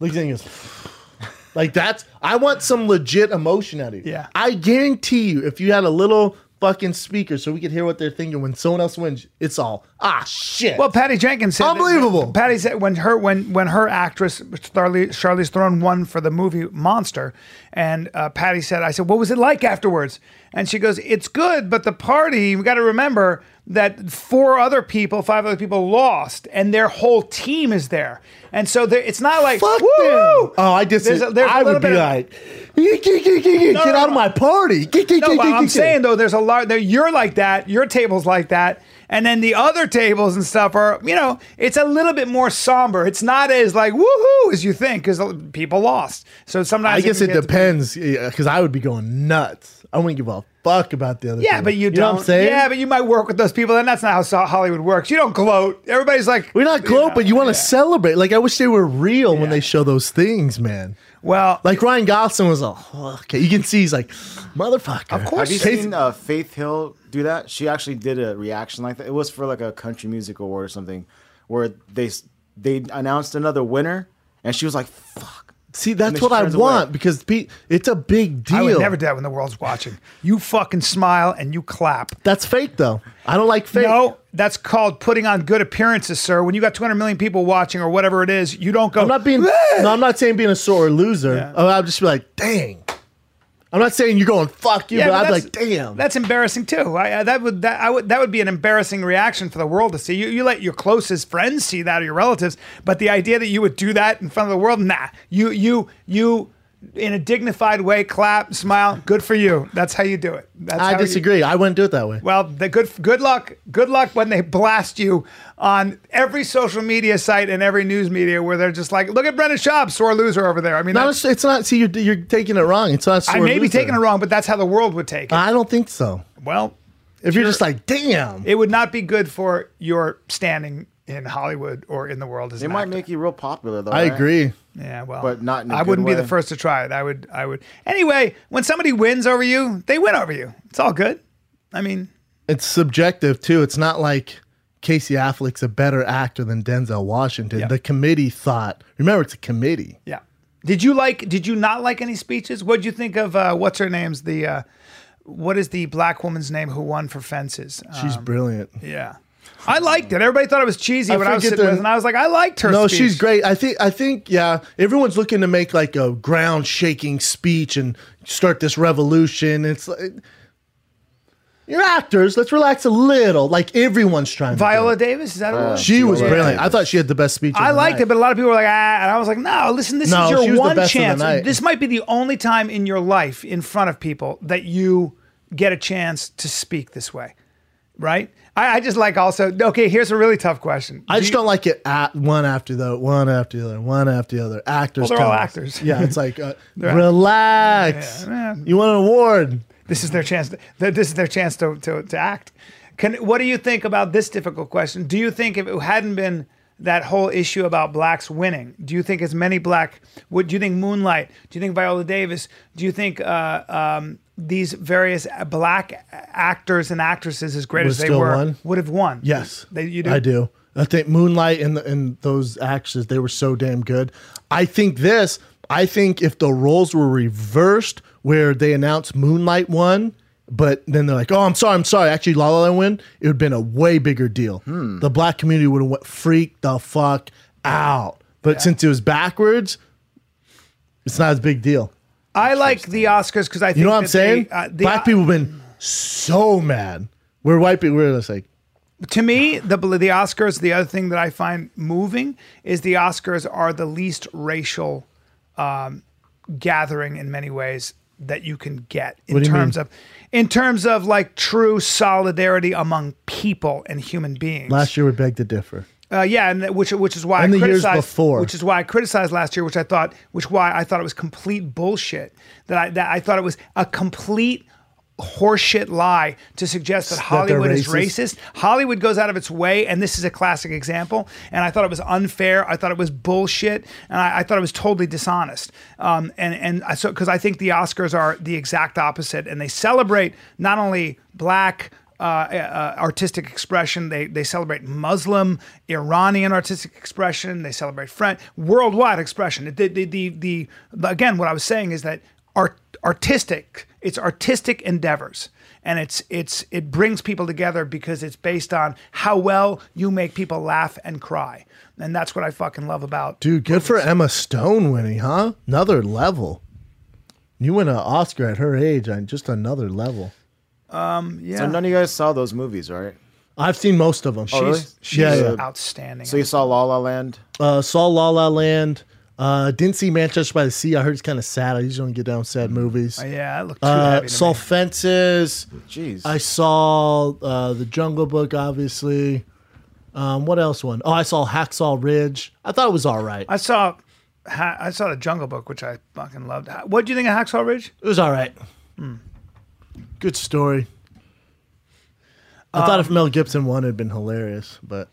[SPEAKER 1] looks at him, he goes, *sighs* like that's. I want some legit emotion out of you.
[SPEAKER 2] Yeah.
[SPEAKER 1] I guarantee you, if you had a little fucking speaker, so we could hear what they're thinking when someone else wins, it's all ah shit.
[SPEAKER 2] Well, Patty Jenkins said that-
[SPEAKER 1] Unbelievable.
[SPEAKER 2] Patty said when her when when her actress Charlie, Charlize Theron won for the movie Monster, and uh, Patty said, "I said, what was it like afterwards?" And she goes, "It's good, but the party. We got to remember that four other people, five other people lost, and their whole team is there, and so there, it's not like
[SPEAKER 1] Fuck them.
[SPEAKER 2] woo.
[SPEAKER 1] Oh, I just.
[SPEAKER 2] There's a- there's a
[SPEAKER 1] I
[SPEAKER 2] little
[SPEAKER 1] would be
[SPEAKER 2] bit of-
[SPEAKER 1] like, "Get- get- get- get- get
[SPEAKER 2] no,
[SPEAKER 1] out of
[SPEAKER 2] no.
[SPEAKER 1] my party. Get- get-
[SPEAKER 2] No,
[SPEAKER 1] get-
[SPEAKER 2] but
[SPEAKER 1] get-
[SPEAKER 2] I'm
[SPEAKER 1] get-
[SPEAKER 2] saying though, there's a lot. There, you're like that. Your table's like that, and then the other tables and stuff are, you know, it's a little bit more somber. It's not as like woohoo as you think because people lost. So sometimes
[SPEAKER 1] I guess
[SPEAKER 2] can
[SPEAKER 1] it
[SPEAKER 2] get-
[SPEAKER 1] depends because I would be going nuts. I wouldn't give a fuck about the other.
[SPEAKER 2] Yeah,
[SPEAKER 1] people.
[SPEAKER 2] but you,
[SPEAKER 1] You
[SPEAKER 2] don't.
[SPEAKER 1] know what I'm saying?
[SPEAKER 2] Yeah, but you might work with those people, and that's not how so- Hollywood works. You don't gloat. Everybody's like,
[SPEAKER 1] We're not gloat,
[SPEAKER 2] know,
[SPEAKER 1] but you want to
[SPEAKER 2] yeah.
[SPEAKER 1] celebrate. Like I wish they were real when they show those things, man.
[SPEAKER 2] Well,
[SPEAKER 1] Like Ryan Gosling was all "Oh, okay. You can see he's like, motherfucker. Of
[SPEAKER 6] Have you seen uh, Faith Hill do that? She actually did a reaction like that. It was for like a country music award or something, where they s- they announced another winner, and she was like, "Fuck."
[SPEAKER 1] see,
[SPEAKER 6] And
[SPEAKER 1] that's
[SPEAKER 6] she
[SPEAKER 1] what I
[SPEAKER 6] turns
[SPEAKER 1] want
[SPEAKER 6] away.
[SPEAKER 1] because Pete, it's a big deal.
[SPEAKER 2] I would never do that when the world's watching. You fucking smile and you clap.
[SPEAKER 1] that's fake though. I don't like fake.
[SPEAKER 2] No, that's called putting on good appearances, sir. When you got 200 million people watching or whatever it is, you don't go.
[SPEAKER 1] I'm not being. no, I'm not saying being a sore loser.
[SPEAKER 2] Yeah.
[SPEAKER 1] Oh, I'll just be like, dang. I'm not saying you're going fuck you,
[SPEAKER 2] *laughs* Yeah,
[SPEAKER 1] but,
[SPEAKER 2] but
[SPEAKER 1] I'd be like,
[SPEAKER 2] that's-
[SPEAKER 1] damn.
[SPEAKER 2] That's embarrassing too. I, I, that would that I would that would be an embarrassing reaction for the world to see. You you let your closest friends see that or your relatives, but the idea that you would do that in front of the world, nah. You you you in a dignified way, clap, smile. Good for you. That's how you do it. That's
[SPEAKER 1] I
[SPEAKER 2] how you-
[SPEAKER 1] disagree. I wouldn't do it that way.
[SPEAKER 2] well, the good good luck. Good luck when they blast you on every social media site and every news media where they're just like, look at Brendan Schaub, sore loser over there. I mean,
[SPEAKER 1] Not
[SPEAKER 2] that's-
[SPEAKER 1] a, it's not. See, you're, you're taking it wrong. It's not.
[SPEAKER 2] I may be taking it wrong, but that's how the world would take it.
[SPEAKER 1] I don't think so.
[SPEAKER 2] well,
[SPEAKER 1] If you're just like, damn,
[SPEAKER 2] it would not be good for your standing in Hollywood or in the world as
[SPEAKER 6] It
[SPEAKER 2] an
[SPEAKER 6] might
[SPEAKER 2] actor.
[SPEAKER 6] make you real popular though.
[SPEAKER 1] I
[SPEAKER 6] right?
[SPEAKER 1] agree.
[SPEAKER 2] Yeah, well,
[SPEAKER 6] but not in a
[SPEAKER 2] I
[SPEAKER 6] good
[SPEAKER 2] wouldn't be
[SPEAKER 6] way.
[SPEAKER 2] the first to try it. I would. I would. Anyway, when somebody wins over you, they win over you. It's all good. I mean,
[SPEAKER 1] It's subjective too. It's not like Casey Affleck's a better actor than Denzel Washington.
[SPEAKER 2] Yeah.
[SPEAKER 1] The committee thought. Remember, it's a committee.
[SPEAKER 2] yeah. Did you like? Did you not like any speeches? What would you think of uh, what's her name's the? Uh, what is the black woman's name who won for Fences? Uh,
[SPEAKER 1] She's brilliant.
[SPEAKER 2] yeah, I liked it. Everybody thought it was cheesy
[SPEAKER 1] I
[SPEAKER 2] when I was
[SPEAKER 1] forget
[SPEAKER 2] sitting
[SPEAKER 1] the-
[SPEAKER 2] with, and I was like, I liked her.
[SPEAKER 1] No,
[SPEAKER 2] speech.
[SPEAKER 1] she's great. I think I think yeah, everyone's looking to make like a ground shaking speech and start this revolution. It's like you're actors, let's relax a little. Like everyone's trying
[SPEAKER 2] Viola
[SPEAKER 1] to. do
[SPEAKER 2] Davis is that who it
[SPEAKER 1] it.
[SPEAKER 2] was?
[SPEAKER 1] She was
[SPEAKER 6] Viola
[SPEAKER 1] brilliant.
[SPEAKER 6] Davis.
[SPEAKER 1] I thought she had the best speech. of
[SPEAKER 2] I
[SPEAKER 1] the
[SPEAKER 2] liked
[SPEAKER 1] night.
[SPEAKER 2] it, but a lot of people were like, ah, and I was like, no, listen, this
[SPEAKER 1] No,
[SPEAKER 2] is
[SPEAKER 1] she was
[SPEAKER 2] your
[SPEAKER 1] the
[SPEAKER 2] one
[SPEAKER 1] best of the
[SPEAKER 2] chance.
[SPEAKER 1] night.
[SPEAKER 2] This might be the only time in your life in front of people that you get a chance to speak this way, right? I, I just like also, okay, here's a really tough question.
[SPEAKER 1] I just don't like it at one after the one after the other, one after the other. Actors,
[SPEAKER 2] Well, they're all
[SPEAKER 1] tell us.
[SPEAKER 2] actors.
[SPEAKER 1] Yeah, it's like
[SPEAKER 2] *laughs*
[SPEAKER 1] uh,
[SPEAKER 2] act-
[SPEAKER 1] relax.
[SPEAKER 2] Yeah, man.
[SPEAKER 1] you want an award?
[SPEAKER 2] This is their chance. To, th- this is their chance to, to, to act. Can, what do you think about this difficult question? Do you think if it hadn't been that whole issue about blacks winning, do you think as many black? Would do you think Moonlight? Do you think Viola Davis? Do you think uh, um, these various black actors and actresses, as great
[SPEAKER 1] Would
[SPEAKER 2] as they
[SPEAKER 1] still
[SPEAKER 2] were,
[SPEAKER 1] won?
[SPEAKER 2] would have won?
[SPEAKER 1] Yes,
[SPEAKER 2] they, you do.
[SPEAKER 1] I do. I think Moonlight and the, and those actors they were so damn good. I think this. I think if the roles were reversed, where they announced Moonlight won, but then they're like, "Oh, I'm sorry, I'm sorry." Actually, La La Land win. It would have been a way bigger deal. The black community would have went freaked the fuck out. But since it was backwards, it's not as big deal.
[SPEAKER 2] I like the Oscars because I think
[SPEAKER 1] You know what I'm
[SPEAKER 2] that they-
[SPEAKER 1] saying?
[SPEAKER 2] uh, the-
[SPEAKER 1] black people have been so mad. We're white people. We're just like,
[SPEAKER 2] to me, the the Oscars. The other thing that I find moving is the Oscars are the least racial um, gathering in many ways that you can get in
[SPEAKER 1] What do you
[SPEAKER 2] terms
[SPEAKER 1] mean?
[SPEAKER 2] of in terms of like true solidarity among people and human beings.
[SPEAKER 1] last year we begged to differ.
[SPEAKER 2] Uh, yeah, and that- which which is why
[SPEAKER 1] And
[SPEAKER 2] I
[SPEAKER 1] the years
[SPEAKER 2] criticized
[SPEAKER 1] before.
[SPEAKER 2] which is why I criticized last year, which I thought, which why I thought it was complete bullshit. That I that I thought it was a complete horseshit lie to suggest that
[SPEAKER 1] That they're
[SPEAKER 2] Hollywood is
[SPEAKER 1] racist?
[SPEAKER 2] racist. Hollywood goes out of its way, and this is a classic example. And I thought it was unfair. I thought it was bullshit, and I, I thought it was totally dishonest. Um, and and I, so because I think the Oscars are the exact opposite, and they celebrate not only black. Uh, uh, artistic expression. They they celebrate Muslim, Iranian artistic expression. They celebrate French worldwide expression. The, the, the, the, the again, what I was saying is that art, artistic. It's artistic endeavors and it's it's it brings people together because it's based on how well you make people laugh and cry and that's what i fucking love about
[SPEAKER 1] Dude, good for Emma Stone winning, huh? Another level. You win an Oscar at her age on just another level.
[SPEAKER 2] yeah
[SPEAKER 6] So none of you guys saw those movies, right?
[SPEAKER 1] I've seen most of them.
[SPEAKER 2] she's,
[SPEAKER 6] really?
[SPEAKER 2] she's
[SPEAKER 1] Yeah, yeah.
[SPEAKER 2] outstanding
[SPEAKER 6] So you saw La La Land.
[SPEAKER 1] Uh, saw La La Land. Uh, didn't see Manchester by the Sea. I heard it's kind of sad. I usually don't get down with sad movies.
[SPEAKER 2] yeah it looked Mm. too
[SPEAKER 1] Uh,
[SPEAKER 2] heavy to
[SPEAKER 1] saw
[SPEAKER 2] me.
[SPEAKER 1] Fences.
[SPEAKER 6] Jeez.
[SPEAKER 1] I saw uh, The Jungle Book, obviously. Um, what else one? Oh, I saw Hacksaw Ridge. I thought it was all right.
[SPEAKER 2] i saw Ha- i saw the jungle book which i fucking loved Ha- what do you think of hacksaw ridge
[SPEAKER 1] It was all right. Good story. I thought if Mel Gibson won, it'd been hilarious, but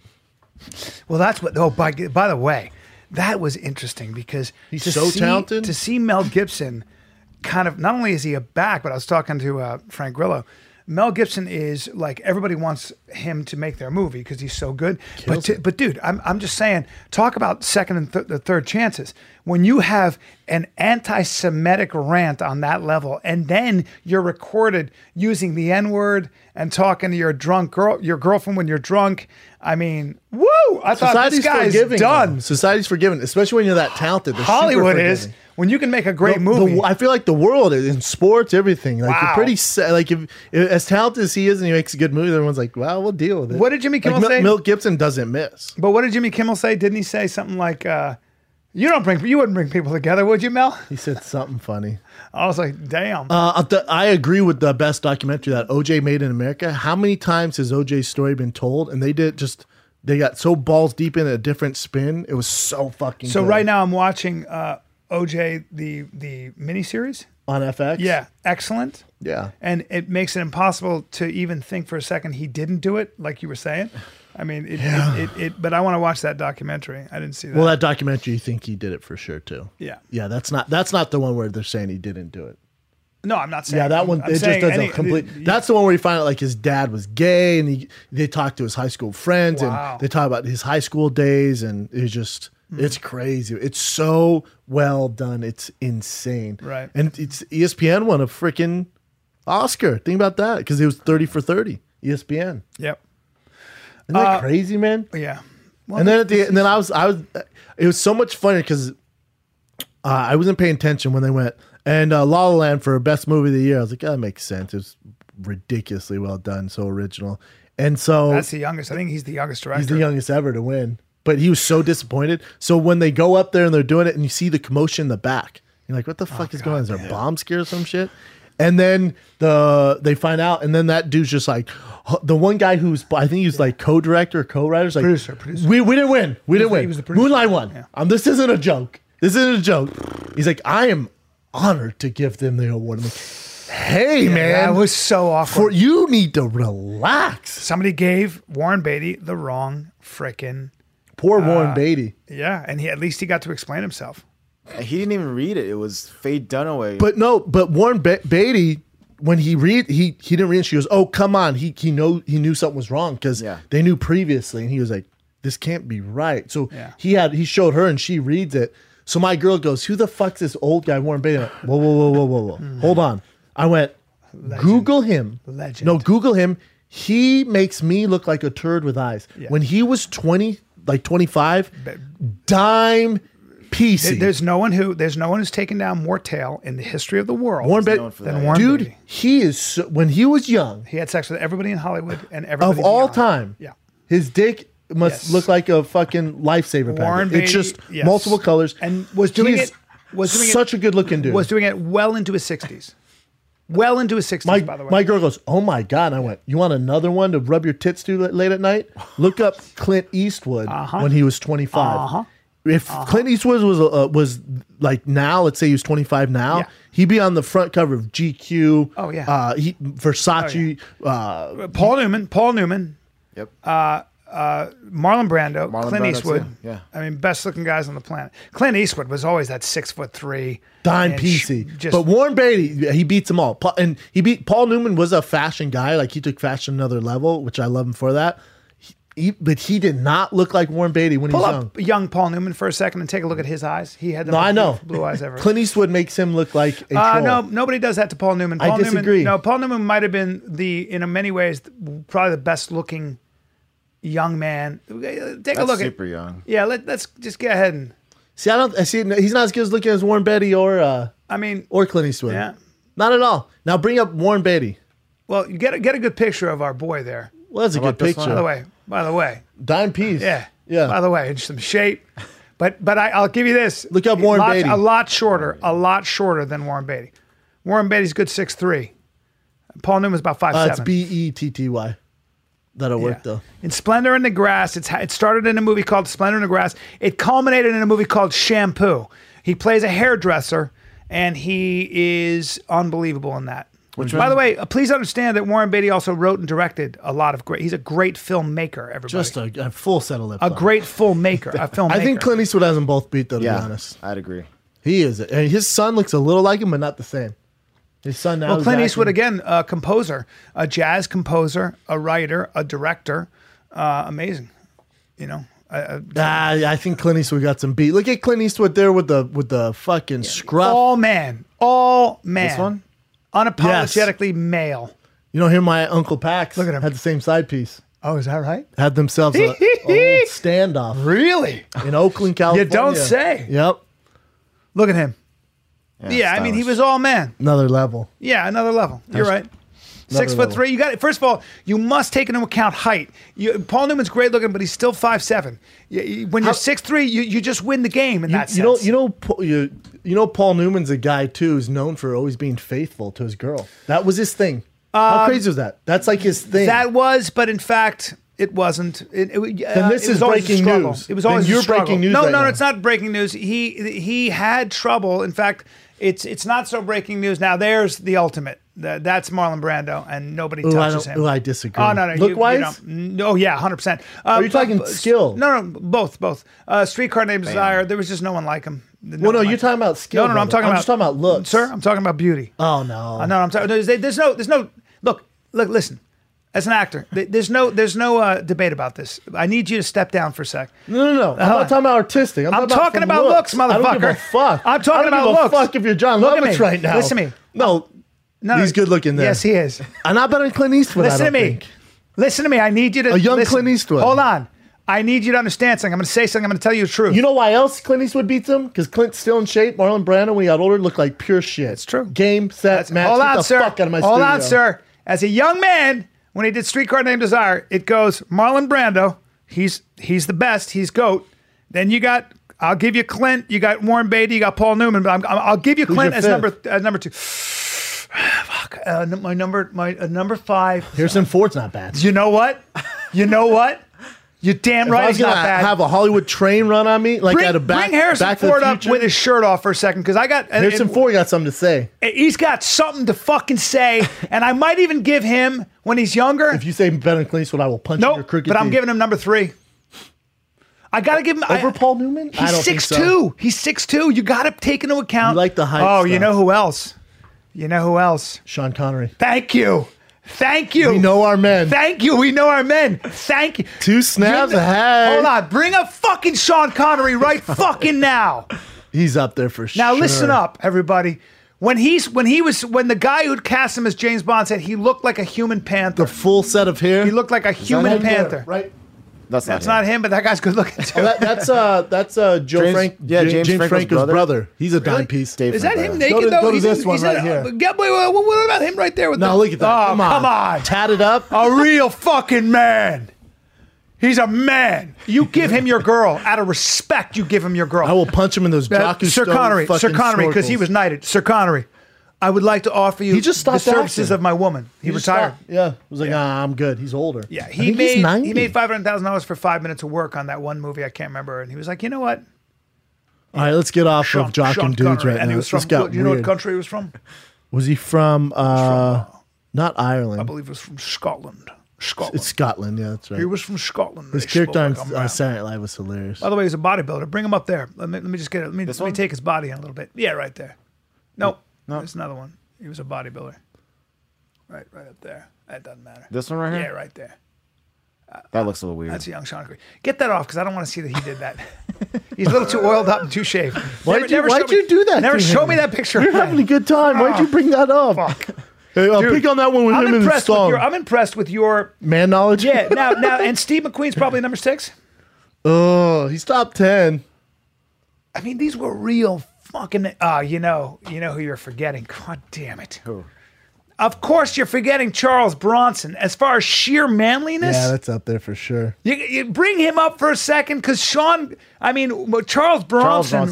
[SPEAKER 2] Well, that's what. Oh, by by the way, that was interesting because
[SPEAKER 1] He's
[SPEAKER 2] to
[SPEAKER 1] so
[SPEAKER 2] see-
[SPEAKER 1] talented.
[SPEAKER 2] To see Mel Gibson, kind of not only is he a back, but I was talking to uh, Frank Grillo. Mel Gibson is like everybody wants him to make their movie because he's so good. but to, but dude, I'm I'm just saying, talk about second and th- the third chances. When you have an anti-Semitic rant on that level, and then you're recorded using the N-word and talking to your drunk girl, your girlfriend when you're drunk. I mean, woo! I thought this guy's done.
[SPEAKER 1] though. Society's forgiving, especially when you're that talented. They're super
[SPEAKER 2] Hollywood is
[SPEAKER 1] forgiving.
[SPEAKER 2] when you can make a great
[SPEAKER 1] The-
[SPEAKER 2] movie.
[SPEAKER 1] the- I feel like the world in sports, everything. Like
[SPEAKER 2] Wow.
[SPEAKER 1] you're pretty sa- like if, if- as talented as he is, and he makes a good movie, everyone's like, "Wow, we'll deal with it."
[SPEAKER 2] What did Jimmy Kimmel
[SPEAKER 1] like, Mel-
[SPEAKER 2] say?
[SPEAKER 1] Mel Gibson doesn't miss.
[SPEAKER 2] but what did Jimmy Kimmel say? Didn't he say something like, uh, You don't bring you wouldn't bring people together, would you, Mel?
[SPEAKER 1] He said something funny.
[SPEAKER 2] I was like, damn.
[SPEAKER 1] Uh, I th- I agree with the best documentary that OJ made in America. How many times has OJ's story been told? And they did just they got so balls deep in a different spin. It was so fucking.
[SPEAKER 2] so
[SPEAKER 1] good.
[SPEAKER 2] right now I'm watching uh, OJ the the miniseries.
[SPEAKER 1] on FX,
[SPEAKER 2] Yeah, excellent.
[SPEAKER 1] yeah.
[SPEAKER 2] And it makes it impossible to even think for a second he didn't do it, like you were saying. I mean, it, it, it, it but I want to watch that documentary. I didn't see that.
[SPEAKER 1] Well, that documentary, you think he did it for sure too.
[SPEAKER 2] Yeah.
[SPEAKER 1] yeah. That's not that's not the one where they're saying he didn't do it.
[SPEAKER 2] no, I'm not saying.
[SPEAKER 1] Yeah, that one
[SPEAKER 2] I'm
[SPEAKER 1] it just
[SPEAKER 2] saying
[SPEAKER 1] doesn't
[SPEAKER 2] any-
[SPEAKER 1] complete.
[SPEAKER 2] the-
[SPEAKER 1] that's the one where you find out like his dad was gay, and he they talked to his high school friends,
[SPEAKER 2] Wow. Hmm.
[SPEAKER 1] and they talk about his high school days, and it's just it's crazy. It's so well done. It's insane.
[SPEAKER 2] Right.
[SPEAKER 1] and it's E ESPN won a freaking Oscar. Think about that because it was thirty for thirty. E ESPN.
[SPEAKER 2] Yep.
[SPEAKER 1] Isn't
[SPEAKER 2] Uh,
[SPEAKER 1] that crazy, man?
[SPEAKER 2] Yeah. Well,
[SPEAKER 1] and then at the and then I was I was it was so much funnier because uh, I wasn't paying attention when they went and uh, La La Land for best movie of the year. I was like, that makes sense. It's ridiculously well done, so original, and so
[SPEAKER 2] that's the youngest. I think he's the youngest director.
[SPEAKER 1] he's the youngest ever to win. But he was so disappointed. So when they go up there and they're doing it, and you see the commotion in the back, you're like, "What the
[SPEAKER 2] Oh,
[SPEAKER 1] fuck is going? on? Is there a bomb scare or some shit?" And then the they find out, and then that dude's just like, the one guy who's I think he was like co-director, co-writer's like
[SPEAKER 2] Producer, producer.
[SPEAKER 1] We we didn't win. We didn't
[SPEAKER 2] the-
[SPEAKER 1] win.
[SPEAKER 2] he was the producer.
[SPEAKER 1] Moonlight won.
[SPEAKER 2] Yeah.
[SPEAKER 1] Um, this isn't a joke. This isn't a joke. He's like, I am honored to give them the award. I'm like, hey man,
[SPEAKER 2] That was so awkward.
[SPEAKER 1] for you need to relax.
[SPEAKER 2] Somebody gave Warren Beatty the wrong frickin'
[SPEAKER 1] Poor
[SPEAKER 2] Uh,
[SPEAKER 1] Warren Beatty.
[SPEAKER 2] yeah, and he at least he got to explain himself.
[SPEAKER 6] He didn't even read it. It was Faye Dunaway.
[SPEAKER 1] But no, but Warren Be- Beatty, when he read, he he didn't read. it. She goes, "Oh, come on." He he know he knew something was wrong because
[SPEAKER 6] Yeah.
[SPEAKER 1] they knew previously, and he was like, "This can't be right." So
[SPEAKER 2] Yeah.
[SPEAKER 1] he had he showed her, and she reads it. So my girl goes, "Who the fuck's this old guy, Warren Beatty?" I went, whoa, whoa, whoa, whoa, whoa, whoa! Hold on. I went, Google him.
[SPEAKER 2] Legend.
[SPEAKER 1] No, Google him. He makes me look like a turd with eyes. When he was twenty, like twenty five, dime piece.
[SPEAKER 2] There- There's no one who there's no one who's taken down more tail in the history of the world.
[SPEAKER 1] Warren Beatty,
[SPEAKER 6] known for
[SPEAKER 2] than
[SPEAKER 6] that.
[SPEAKER 2] Warren
[SPEAKER 1] dude,
[SPEAKER 2] Beatty.
[SPEAKER 1] he is so, when he was young
[SPEAKER 2] He had sex with everybody in Hollywood and everybody
[SPEAKER 1] of all
[SPEAKER 2] beyond.
[SPEAKER 1] time.
[SPEAKER 2] Yeah.
[SPEAKER 1] his dick must
[SPEAKER 2] Yes.
[SPEAKER 1] look like a fucking lifesaver. packet.
[SPEAKER 2] Warren Beatty,
[SPEAKER 1] it's just
[SPEAKER 2] yes.
[SPEAKER 1] multiple colors
[SPEAKER 2] and was doing
[SPEAKER 1] He's
[SPEAKER 2] it was doing
[SPEAKER 1] such
[SPEAKER 2] it,
[SPEAKER 1] a good looking dude.
[SPEAKER 2] was doing it well into his 60s. Well into his 60s
[SPEAKER 1] my,
[SPEAKER 2] by the way.
[SPEAKER 1] my girl goes, oh my god! And I went, you want another one to rub your tits to la- late at
[SPEAKER 2] *laughs*
[SPEAKER 1] night? Look up Clint Eastwood
[SPEAKER 2] Uh-huh.
[SPEAKER 1] when he was twenty If Clint Eastwood was uh, was like now, let's say he was twenty five now,
[SPEAKER 2] Yeah.
[SPEAKER 1] he'd be on the front cover of GQ.
[SPEAKER 2] Oh, yeah. Oh,
[SPEAKER 1] uh, he, Versace. uh,
[SPEAKER 2] Paul Newman, Paul Newman,
[SPEAKER 6] yep.
[SPEAKER 2] uh, Marlon Brando,
[SPEAKER 6] Marlon
[SPEAKER 2] Clint
[SPEAKER 6] Brando,
[SPEAKER 2] Eastwood.
[SPEAKER 6] too. Yeah.
[SPEAKER 2] I mean, best looking guys on the planet. Clint Eastwood was always that six foot three.
[SPEAKER 1] Dime
[SPEAKER 2] and sh-
[SPEAKER 1] PC.
[SPEAKER 2] Just,
[SPEAKER 1] but Warren Beatty, he beats them all. Pa- And he beat Paul Newman was a fashion guy. Like he took fashion another level, which I love him for that. He, he- but he did not look like Warren Beatty when he
[SPEAKER 2] pull
[SPEAKER 1] was
[SPEAKER 2] up
[SPEAKER 1] young.
[SPEAKER 2] young Paul Newman for a second and take a look at his eyes. He had the
[SPEAKER 1] No,
[SPEAKER 2] most
[SPEAKER 1] I know.
[SPEAKER 2] beautiful blue eyes ever.
[SPEAKER 1] Clint Eastwood makes him look like a
[SPEAKER 2] Uh,
[SPEAKER 1] troll.
[SPEAKER 2] no, nobody does that to Paul Newman. Paul
[SPEAKER 1] disagree.
[SPEAKER 2] Newman, no, Paul Newman might have been the, in many ways, probably the best looking young man. Uh, Take a
[SPEAKER 6] That's
[SPEAKER 2] look
[SPEAKER 6] super
[SPEAKER 2] at.
[SPEAKER 6] young.
[SPEAKER 2] Yeah, let, let's just get ahead and.
[SPEAKER 1] See, I don't. I see. He's not as good as looking as Warren Beatty or uh,
[SPEAKER 2] I mean,
[SPEAKER 1] or Clint Eastwood.
[SPEAKER 2] Yeah.
[SPEAKER 1] Not at all. Now bring up Warren Beatty.
[SPEAKER 2] well, you get a, get a good picture of our boy there.
[SPEAKER 1] Well, that's a good
[SPEAKER 6] about this one?
[SPEAKER 2] By the
[SPEAKER 1] picture.
[SPEAKER 2] way, by the way,
[SPEAKER 1] Dime piece.
[SPEAKER 2] yeah,
[SPEAKER 1] Yeah.
[SPEAKER 2] By the way, in some shape, but but I, I'll give you this.
[SPEAKER 1] Look up Warren
[SPEAKER 2] a lot,
[SPEAKER 1] Beatty.
[SPEAKER 2] A lot shorter, a lot shorter than Warren Beatty. Warren Beatty's good six three. Paul Newman's about five
[SPEAKER 1] Uh,
[SPEAKER 2] seven.
[SPEAKER 1] it's B E T T Y. That'll
[SPEAKER 2] Yeah.
[SPEAKER 1] work though.
[SPEAKER 2] In Splendor in the Grass, it's it started in a movie called Splendor in the Grass. It culminated in a movie called Shampoo. He plays a hairdresser, and he is unbelievable in that. Which, by the way, uh, please understand that Warren Beatty also wrote and directed a lot of great. He's a great filmmaker. Everybody,
[SPEAKER 1] Just a, a full set of lips.
[SPEAKER 2] a great filmmaker, a
[SPEAKER 1] *laughs*
[SPEAKER 2] filmmaker.
[SPEAKER 1] I think Clint Eastwood has them both beat though. To
[SPEAKER 6] Yeah.
[SPEAKER 1] be honest.
[SPEAKER 6] I'd agree.
[SPEAKER 1] He is. And his son looks a little like him, but not the same. His son now.
[SPEAKER 2] Well,
[SPEAKER 1] is
[SPEAKER 2] Clint
[SPEAKER 1] acting-
[SPEAKER 2] Eastwood again, a composer, a jazz composer, a writer, a director, uh, amazing. You know, uh, uh,
[SPEAKER 1] Ah, yeah, I think Clint Eastwood got some beat. Look at Clint Eastwood there with the with the fucking scruff.
[SPEAKER 2] all man, all man.
[SPEAKER 6] This one?
[SPEAKER 2] unapologetically male.
[SPEAKER 1] you know, here my uncle Pax
[SPEAKER 2] Look at him.
[SPEAKER 1] had the same side piece.
[SPEAKER 2] Oh, is that right?
[SPEAKER 1] Had themselves
[SPEAKER 2] *laughs*
[SPEAKER 1] a old standoff
[SPEAKER 2] Really?
[SPEAKER 1] in Oakland, California.
[SPEAKER 2] don't say.
[SPEAKER 1] Yep,
[SPEAKER 2] Look at him. Yeah, I mean, he
[SPEAKER 6] stylish.
[SPEAKER 2] was all man.
[SPEAKER 1] another level.
[SPEAKER 2] Yeah, another level. You're right. six
[SPEAKER 1] Another
[SPEAKER 2] foot three. You got it. First of all, you must take into account height. You, Paul Newman's great looking, but he's still five seven. when you're six three, you, you just win the game in
[SPEAKER 1] You,
[SPEAKER 2] that sense.
[SPEAKER 1] you know, you know, Pa- you, you know, Paul Newman's a guy too who's known for always being faithful to his girl. That was his thing. How crazy was that? That's like his thing.
[SPEAKER 2] Um, that was, but in fact. It wasn't. It, it, uh,
[SPEAKER 1] Then this
[SPEAKER 2] it was
[SPEAKER 1] is
[SPEAKER 2] always a
[SPEAKER 1] breaking
[SPEAKER 2] struggle.
[SPEAKER 1] news.
[SPEAKER 2] It was
[SPEAKER 1] Then
[SPEAKER 2] always a
[SPEAKER 1] you're
[SPEAKER 2] struggle.
[SPEAKER 1] breaking news
[SPEAKER 2] No,
[SPEAKER 1] right
[SPEAKER 2] no,
[SPEAKER 1] now.
[SPEAKER 2] no, it's not breaking news. He he had trouble. In fact, it's it's not so breaking news now. There's the ultimate. That, that's Marlon Brando, and nobody
[SPEAKER 1] Ooh, I
[SPEAKER 2] touches
[SPEAKER 1] don't-
[SPEAKER 2] him.
[SPEAKER 1] ooh, I disagree.
[SPEAKER 2] Oh no, no, you-
[SPEAKER 1] Look-wise?
[SPEAKER 2] you don't. No, yeah, hundred percent. Uh,
[SPEAKER 1] Are you talking skill?
[SPEAKER 2] No, no, both, both. Uh, Streetcar Named Desire. There was just no one like him. No
[SPEAKER 1] well,
[SPEAKER 2] one
[SPEAKER 1] no,
[SPEAKER 2] like
[SPEAKER 1] you're
[SPEAKER 2] him.
[SPEAKER 1] talking about skill.
[SPEAKER 2] No, no, no, I'm
[SPEAKER 1] brother.
[SPEAKER 2] talking about
[SPEAKER 1] just talking about looks,
[SPEAKER 2] sir. I'm talking about beauty.
[SPEAKER 1] Oh no,
[SPEAKER 2] Uh, no, I'm sorry. There's, there's no, there's no. Look, look, listen. As an actor, th- there's no, there's no uh, debate about this. I need you to step down for a sec.
[SPEAKER 1] no, no, no. I'm
[SPEAKER 2] Hold on.
[SPEAKER 1] not talking about artistic. I'm,
[SPEAKER 2] I'm talking
[SPEAKER 1] from
[SPEAKER 2] about looks,
[SPEAKER 1] I don't give a
[SPEAKER 2] motherfucker.
[SPEAKER 1] fuck.
[SPEAKER 2] I'm talking
[SPEAKER 1] I don't give
[SPEAKER 2] about
[SPEAKER 1] a
[SPEAKER 2] looks.
[SPEAKER 1] Fuck if you're John
[SPEAKER 2] Look at
[SPEAKER 1] Lovitz
[SPEAKER 2] me.
[SPEAKER 1] right now.
[SPEAKER 2] Listen to me.
[SPEAKER 1] No,
[SPEAKER 2] No,
[SPEAKER 1] he's good looking. There.
[SPEAKER 2] Yes,
[SPEAKER 1] *laughs*
[SPEAKER 2] he is.
[SPEAKER 1] I'm not better than Clint Eastwood.
[SPEAKER 2] Listen
[SPEAKER 1] I
[SPEAKER 2] to
[SPEAKER 1] don't
[SPEAKER 2] me.
[SPEAKER 1] Think.
[SPEAKER 2] Listen to me. I need you to
[SPEAKER 1] A young
[SPEAKER 2] listen.
[SPEAKER 1] Clint Eastwood.
[SPEAKER 2] Hold on. I need you to understand something. I'm going to say something. I'm going to tell you the truth.
[SPEAKER 1] You know why else Clint Eastwood beats him? Because Clint's still in shape. Marlon Brando, when he got older, looked like pure shit. It's
[SPEAKER 2] true.
[SPEAKER 1] Game, set,
[SPEAKER 2] That's-
[SPEAKER 1] match.
[SPEAKER 2] Uh, Hold
[SPEAKER 1] Get
[SPEAKER 2] on,
[SPEAKER 1] the
[SPEAKER 2] sir.
[SPEAKER 1] fuck out of my
[SPEAKER 2] Hold
[SPEAKER 1] studio.
[SPEAKER 2] on, sir. As a young man, when he did Streetcar Named Desire, it goes Marlon Brando. He's he's the best. He's goat. Then you got. I'll give you Clint. You got Warren Beatty. You got Paul Newman. But I'm, I'm- I'll give you Clint
[SPEAKER 1] your
[SPEAKER 2] as
[SPEAKER 1] fifth?
[SPEAKER 2] number as number two. *sighs* Fuck. Uh, n- my number my uh, number five.
[SPEAKER 1] Harrison Ford's not bad.
[SPEAKER 2] You know what? You know what? You're damn
[SPEAKER 1] If I
[SPEAKER 2] right.
[SPEAKER 1] was
[SPEAKER 2] He's not
[SPEAKER 1] gonna
[SPEAKER 2] bad.
[SPEAKER 1] have a Hollywood train run on me, like
[SPEAKER 2] bring,
[SPEAKER 1] at a back,
[SPEAKER 2] bring Harrison
[SPEAKER 1] back to the
[SPEAKER 2] Ford up
[SPEAKER 1] Future,
[SPEAKER 2] with his shirt off for a second because I got and-
[SPEAKER 1] Harrison
[SPEAKER 2] and-
[SPEAKER 1] Ford got something to say.
[SPEAKER 2] He's got something to fucking say, and I might even give him when he's younger.
[SPEAKER 1] If you say better than Clint Eastwood, I will punch you in your
[SPEAKER 2] nope,
[SPEAKER 1] crooked
[SPEAKER 2] but I'm
[SPEAKER 1] teeth.
[SPEAKER 2] giving him number three. I gotta give him I-
[SPEAKER 1] over Paul Newman.
[SPEAKER 2] He's six two. He's six two. You gotta take into account.
[SPEAKER 1] You like the height
[SPEAKER 2] Oh, you
[SPEAKER 1] stuff.
[SPEAKER 2] know who else? You know who else?
[SPEAKER 1] Sean Connery.
[SPEAKER 2] Thank you. Thank you.
[SPEAKER 1] We know our men.
[SPEAKER 2] Thank you. We know our men. Thank you.
[SPEAKER 1] Two snaps
[SPEAKER 2] You kn-
[SPEAKER 1] ahead.
[SPEAKER 2] Hold on. Bring up fucking Sean
[SPEAKER 1] *laughs*
[SPEAKER 2] Connery right fucking now.
[SPEAKER 1] He's up there for sure.
[SPEAKER 2] Now listen up, everybody. When he's when he was when the guy who cast him as James Bond said he looked like a human panther.
[SPEAKER 1] The full set of hair.
[SPEAKER 2] he looked like a human
[SPEAKER 6] him?
[SPEAKER 2] panther.
[SPEAKER 1] right.
[SPEAKER 6] That's not.
[SPEAKER 2] That's not
[SPEAKER 6] him.
[SPEAKER 2] him, but that guy's good looking too.
[SPEAKER 1] Oh, that, that's uh, that's uh, Joe
[SPEAKER 6] James-
[SPEAKER 1] Frank.
[SPEAKER 6] yeah,
[SPEAKER 1] Ja-
[SPEAKER 6] James Franco's brother.
[SPEAKER 1] He's a dime piece.
[SPEAKER 6] Dave
[SPEAKER 2] Is that him
[SPEAKER 6] Franco.
[SPEAKER 2] naked
[SPEAKER 1] Go to-
[SPEAKER 2] though?
[SPEAKER 1] go to
[SPEAKER 2] He's
[SPEAKER 1] this
[SPEAKER 2] in-
[SPEAKER 1] one
[SPEAKER 2] he's
[SPEAKER 1] right
[SPEAKER 2] in-
[SPEAKER 1] here.
[SPEAKER 2] Get- wait, wait, what what about him right there? With
[SPEAKER 1] Now
[SPEAKER 2] the,
[SPEAKER 1] look at that.
[SPEAKER 2] Oh,
[SPEAKER 1] come on. Tatted up.
[SPEAKER 2] a real fucking man. He's a man. You give him your girl out of respect. You give him your girl.
[SPEAKER 1] I will punch him in those
[SPEAKER 2] Uh,
[SPEAKER 1] Jocko
[SPEAKER 2] Sir
[SPEAKER 1] Stone
[SPEAKER 2] Connery, Sir
[SPEAKER 1] fucking
[SPEAKER 2] Connery, because he
[SPEAKER 1] snorkels.
[SPEAKER 2] was knighted. Sir Connery, I would like to offer you
[SPEAKER 1] He just
[SPEAKER 2] the
[SPEAKER 1] stopped
[SPEAKER 2] services
[SPEAKER 1] acting.
[SPEAKER 2] of my woman. He,
[SPEAKER 1] He just
[SPEAKER 2] retired.
[SPEAKER 1] stopped. Yeah, he was like, ah, I'm good. He's older.
[SPEAKER 2] Yeah,
[SPEAKER 1] I
[SPEAKER 2] he
[SPEAKER 1] think he's
[SPEAKER 2] made
[SPEAKER 1] 90.
[SPEAKER 2] he made five hundred thousand dollars for five minutes of work on that one movie. I can't remember, and he was like, you know what?
[SPEAKER 1] All right, let's get off of Jock
[SPEAKER 2] Sean
[SPEAKER 1] and dudes
[SPEAKER 2] Connery.
[SPEAKER 1] right
[SPEAKER 2] and
[SPEAKER 1] now.
[SPEAKER 2] He was from,
[SPEAKER 1] this got
[SPEAKER 2] you know what
[SPEAKER 1] weird.
[SPEAKER 2] country he was from?
[SPEAKER 1] Was he from? Uh, not Ireland.
[SPEAKER 2] I believe it was from Scotland. Scotland.
[SPEAKER 1] It's Scotland. Yeah, that's right.
[SPEAKER 2] he was from Scotland.
[SPEAKER 1] His
[SPEAKER 2] They spoke
[SPEAKER 1] character on
[SPEAKER 2] like a
[SPEAKER 1] uh,
[SPEAKER 2] man.
[SPEAKER 1] Saturday Night Live was hilarious.
[SPEAKER 2] By the way, he's a bodybuilder. Bring him up there. Let me, let me just get it. Let me, let me
[SPEAKER 6] one?
[SPEAKER 2] take his body in a little bit. Yeah, right there. No, no, there's another one. He was a bodybuilder. Right, right up there. That doesn't matter.
[SPEAKER 6] This one right here.
[SPEAKER 2] yeah, right there.
[SPEAKER 6] That looks a little weird.
[SPEAKER 2] That's a young Sean Connery. Get that off because I don't want to see that he did that. He's a little too oiled up and too shaved.
[SPEAKER 1] Why'd, you, why'd you do that?
[SPEAKER 2] Never
[SPEAKER 1] to
[SPEAKER 2] show
[SPEAKER 1] him?
[SPEAKER 2] me that picture.
[SPEAKER 1] We're having a good time. Why'd you bring that up? *laughs*
[SPEAKER 2] Fuck.
[SPEAKER 1] Hey, I'll
[SPEAKER 2] Dude,
[SPEAKER 1] pick on that one with
[SPEAKER 2] I'm
[SPEAKER 1] him in the
[SPEAKER 2] impressed with
[SPEAKER 1] song.
[SPEAKER 2] your. I'm impressed with your.
[SPEAKER 1] Man knowledge.
[SPEAKER 2] Yeah. Now, now, and Steve McQueen's probably number six.
[SPEAKER 1] oh, he's top ten.
[SPEAKER 2] I mean, these were real fucking. Ah, you know, you know who you're forgetting. God damn it. Who? Of course, you're forgetting Charles Bronson. As far as sheer manliness,
[SPEAKER 1] Yeah, that's up there for sure.
[SPEAKER 2] you, you bring him up for a second because Sean. I mean, well, Charles Bronson.
[SPEAKER 6] Charles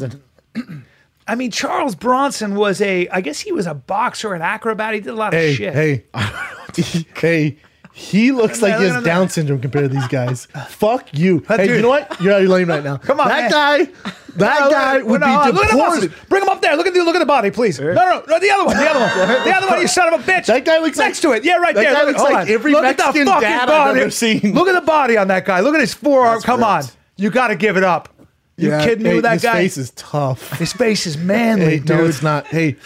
[SPEAKER 6] Bronson.
[SPEAKER 2] I mean, Charles Bronson was a. I guess he was a boxer, an acrobat. He did a lot of
[SPEAKER 1] Hey,
[SPEAKER 2] shit.
[SPEAKER 1] hey, *laughs* hey. He looks like he
[SPEAKER 2] no,
[SPEAKER 1] has
[SPEAKER 2] no.
[SPEAKER 1] Down syndrome compared to these guys. Fuck you. Hey,
[SPEAKER 2] dude.
[SPEAKER 1] you know what? You're out of your lane right now. Come
[SPEAKER 2] on,
[SPEAKER 1] That
[SPEAKER 2] *laughs*
[SPEAKER 1] guy,
[SPEAKER 2] Oh,
[SPEAKER 1] that
[SPEAKER 2] look
[SPEAKER 1] guy
[SPEAKER 2] at-
[SPEAKER 1] would
[SPEAKER 2] no,
[SPEAKER 1] be
[SPEAKER 2] no, look at the
[SPEAKER 1] deported.
[SPEAKER 2] muscles. Bring him up there. Look at the look at the body, please. No, no, no, the other one, the
[SPEAKER 1] *laughs*
[SPEAKER 2] other one, the other one. You son of a bitch.
[SPEAKER 1] That guy looks
[SPEAKER 2] next
[SPEAKER 1] like-
[SPEAKER 2] to it. Yeah, right
[SPEAKER 1] that
[SPEAKER 2] there.
[SPEAKER 1] guy
[SPEAKER 2] Look-
[SPEAKER 1] looks
[SPEAKER 2] hold
[SPEAKER 1] like
[SPEAKER 2] on.
[SPEAKER 1] every
[SPEAKER 2] Look
[SPEAKER 1] Mexican
[SPEAKER 2] at the fucking
[SPEAKER 1] dad I've
[SPEAKER 2] body.
[SPEAKER 1] ever seen.
[SPEAKER 2] Look at the body on that guy. Look at his forearm.
[SPEAKER 6] That's
[SPEAKER 2] Come on,
[SPEAKER 6] ripped.
[SPEAKER 2] you got to give it up. You
[SPEAKER 1] Yeah,
[SPEAKER 2] kidding me
[SPEAKER 1] hey,
[SPEAKER 2] with that
[SPEAKER 1] his
[SPEAKER 2] guy?
[SPEAKER 1] His face is tough.
[SPEAKER 2] his face is manly,
[SPEAKER 1] Hey,
[SPEAKER 2] dude.
[SPEAKER 1] no, it's not. Hey,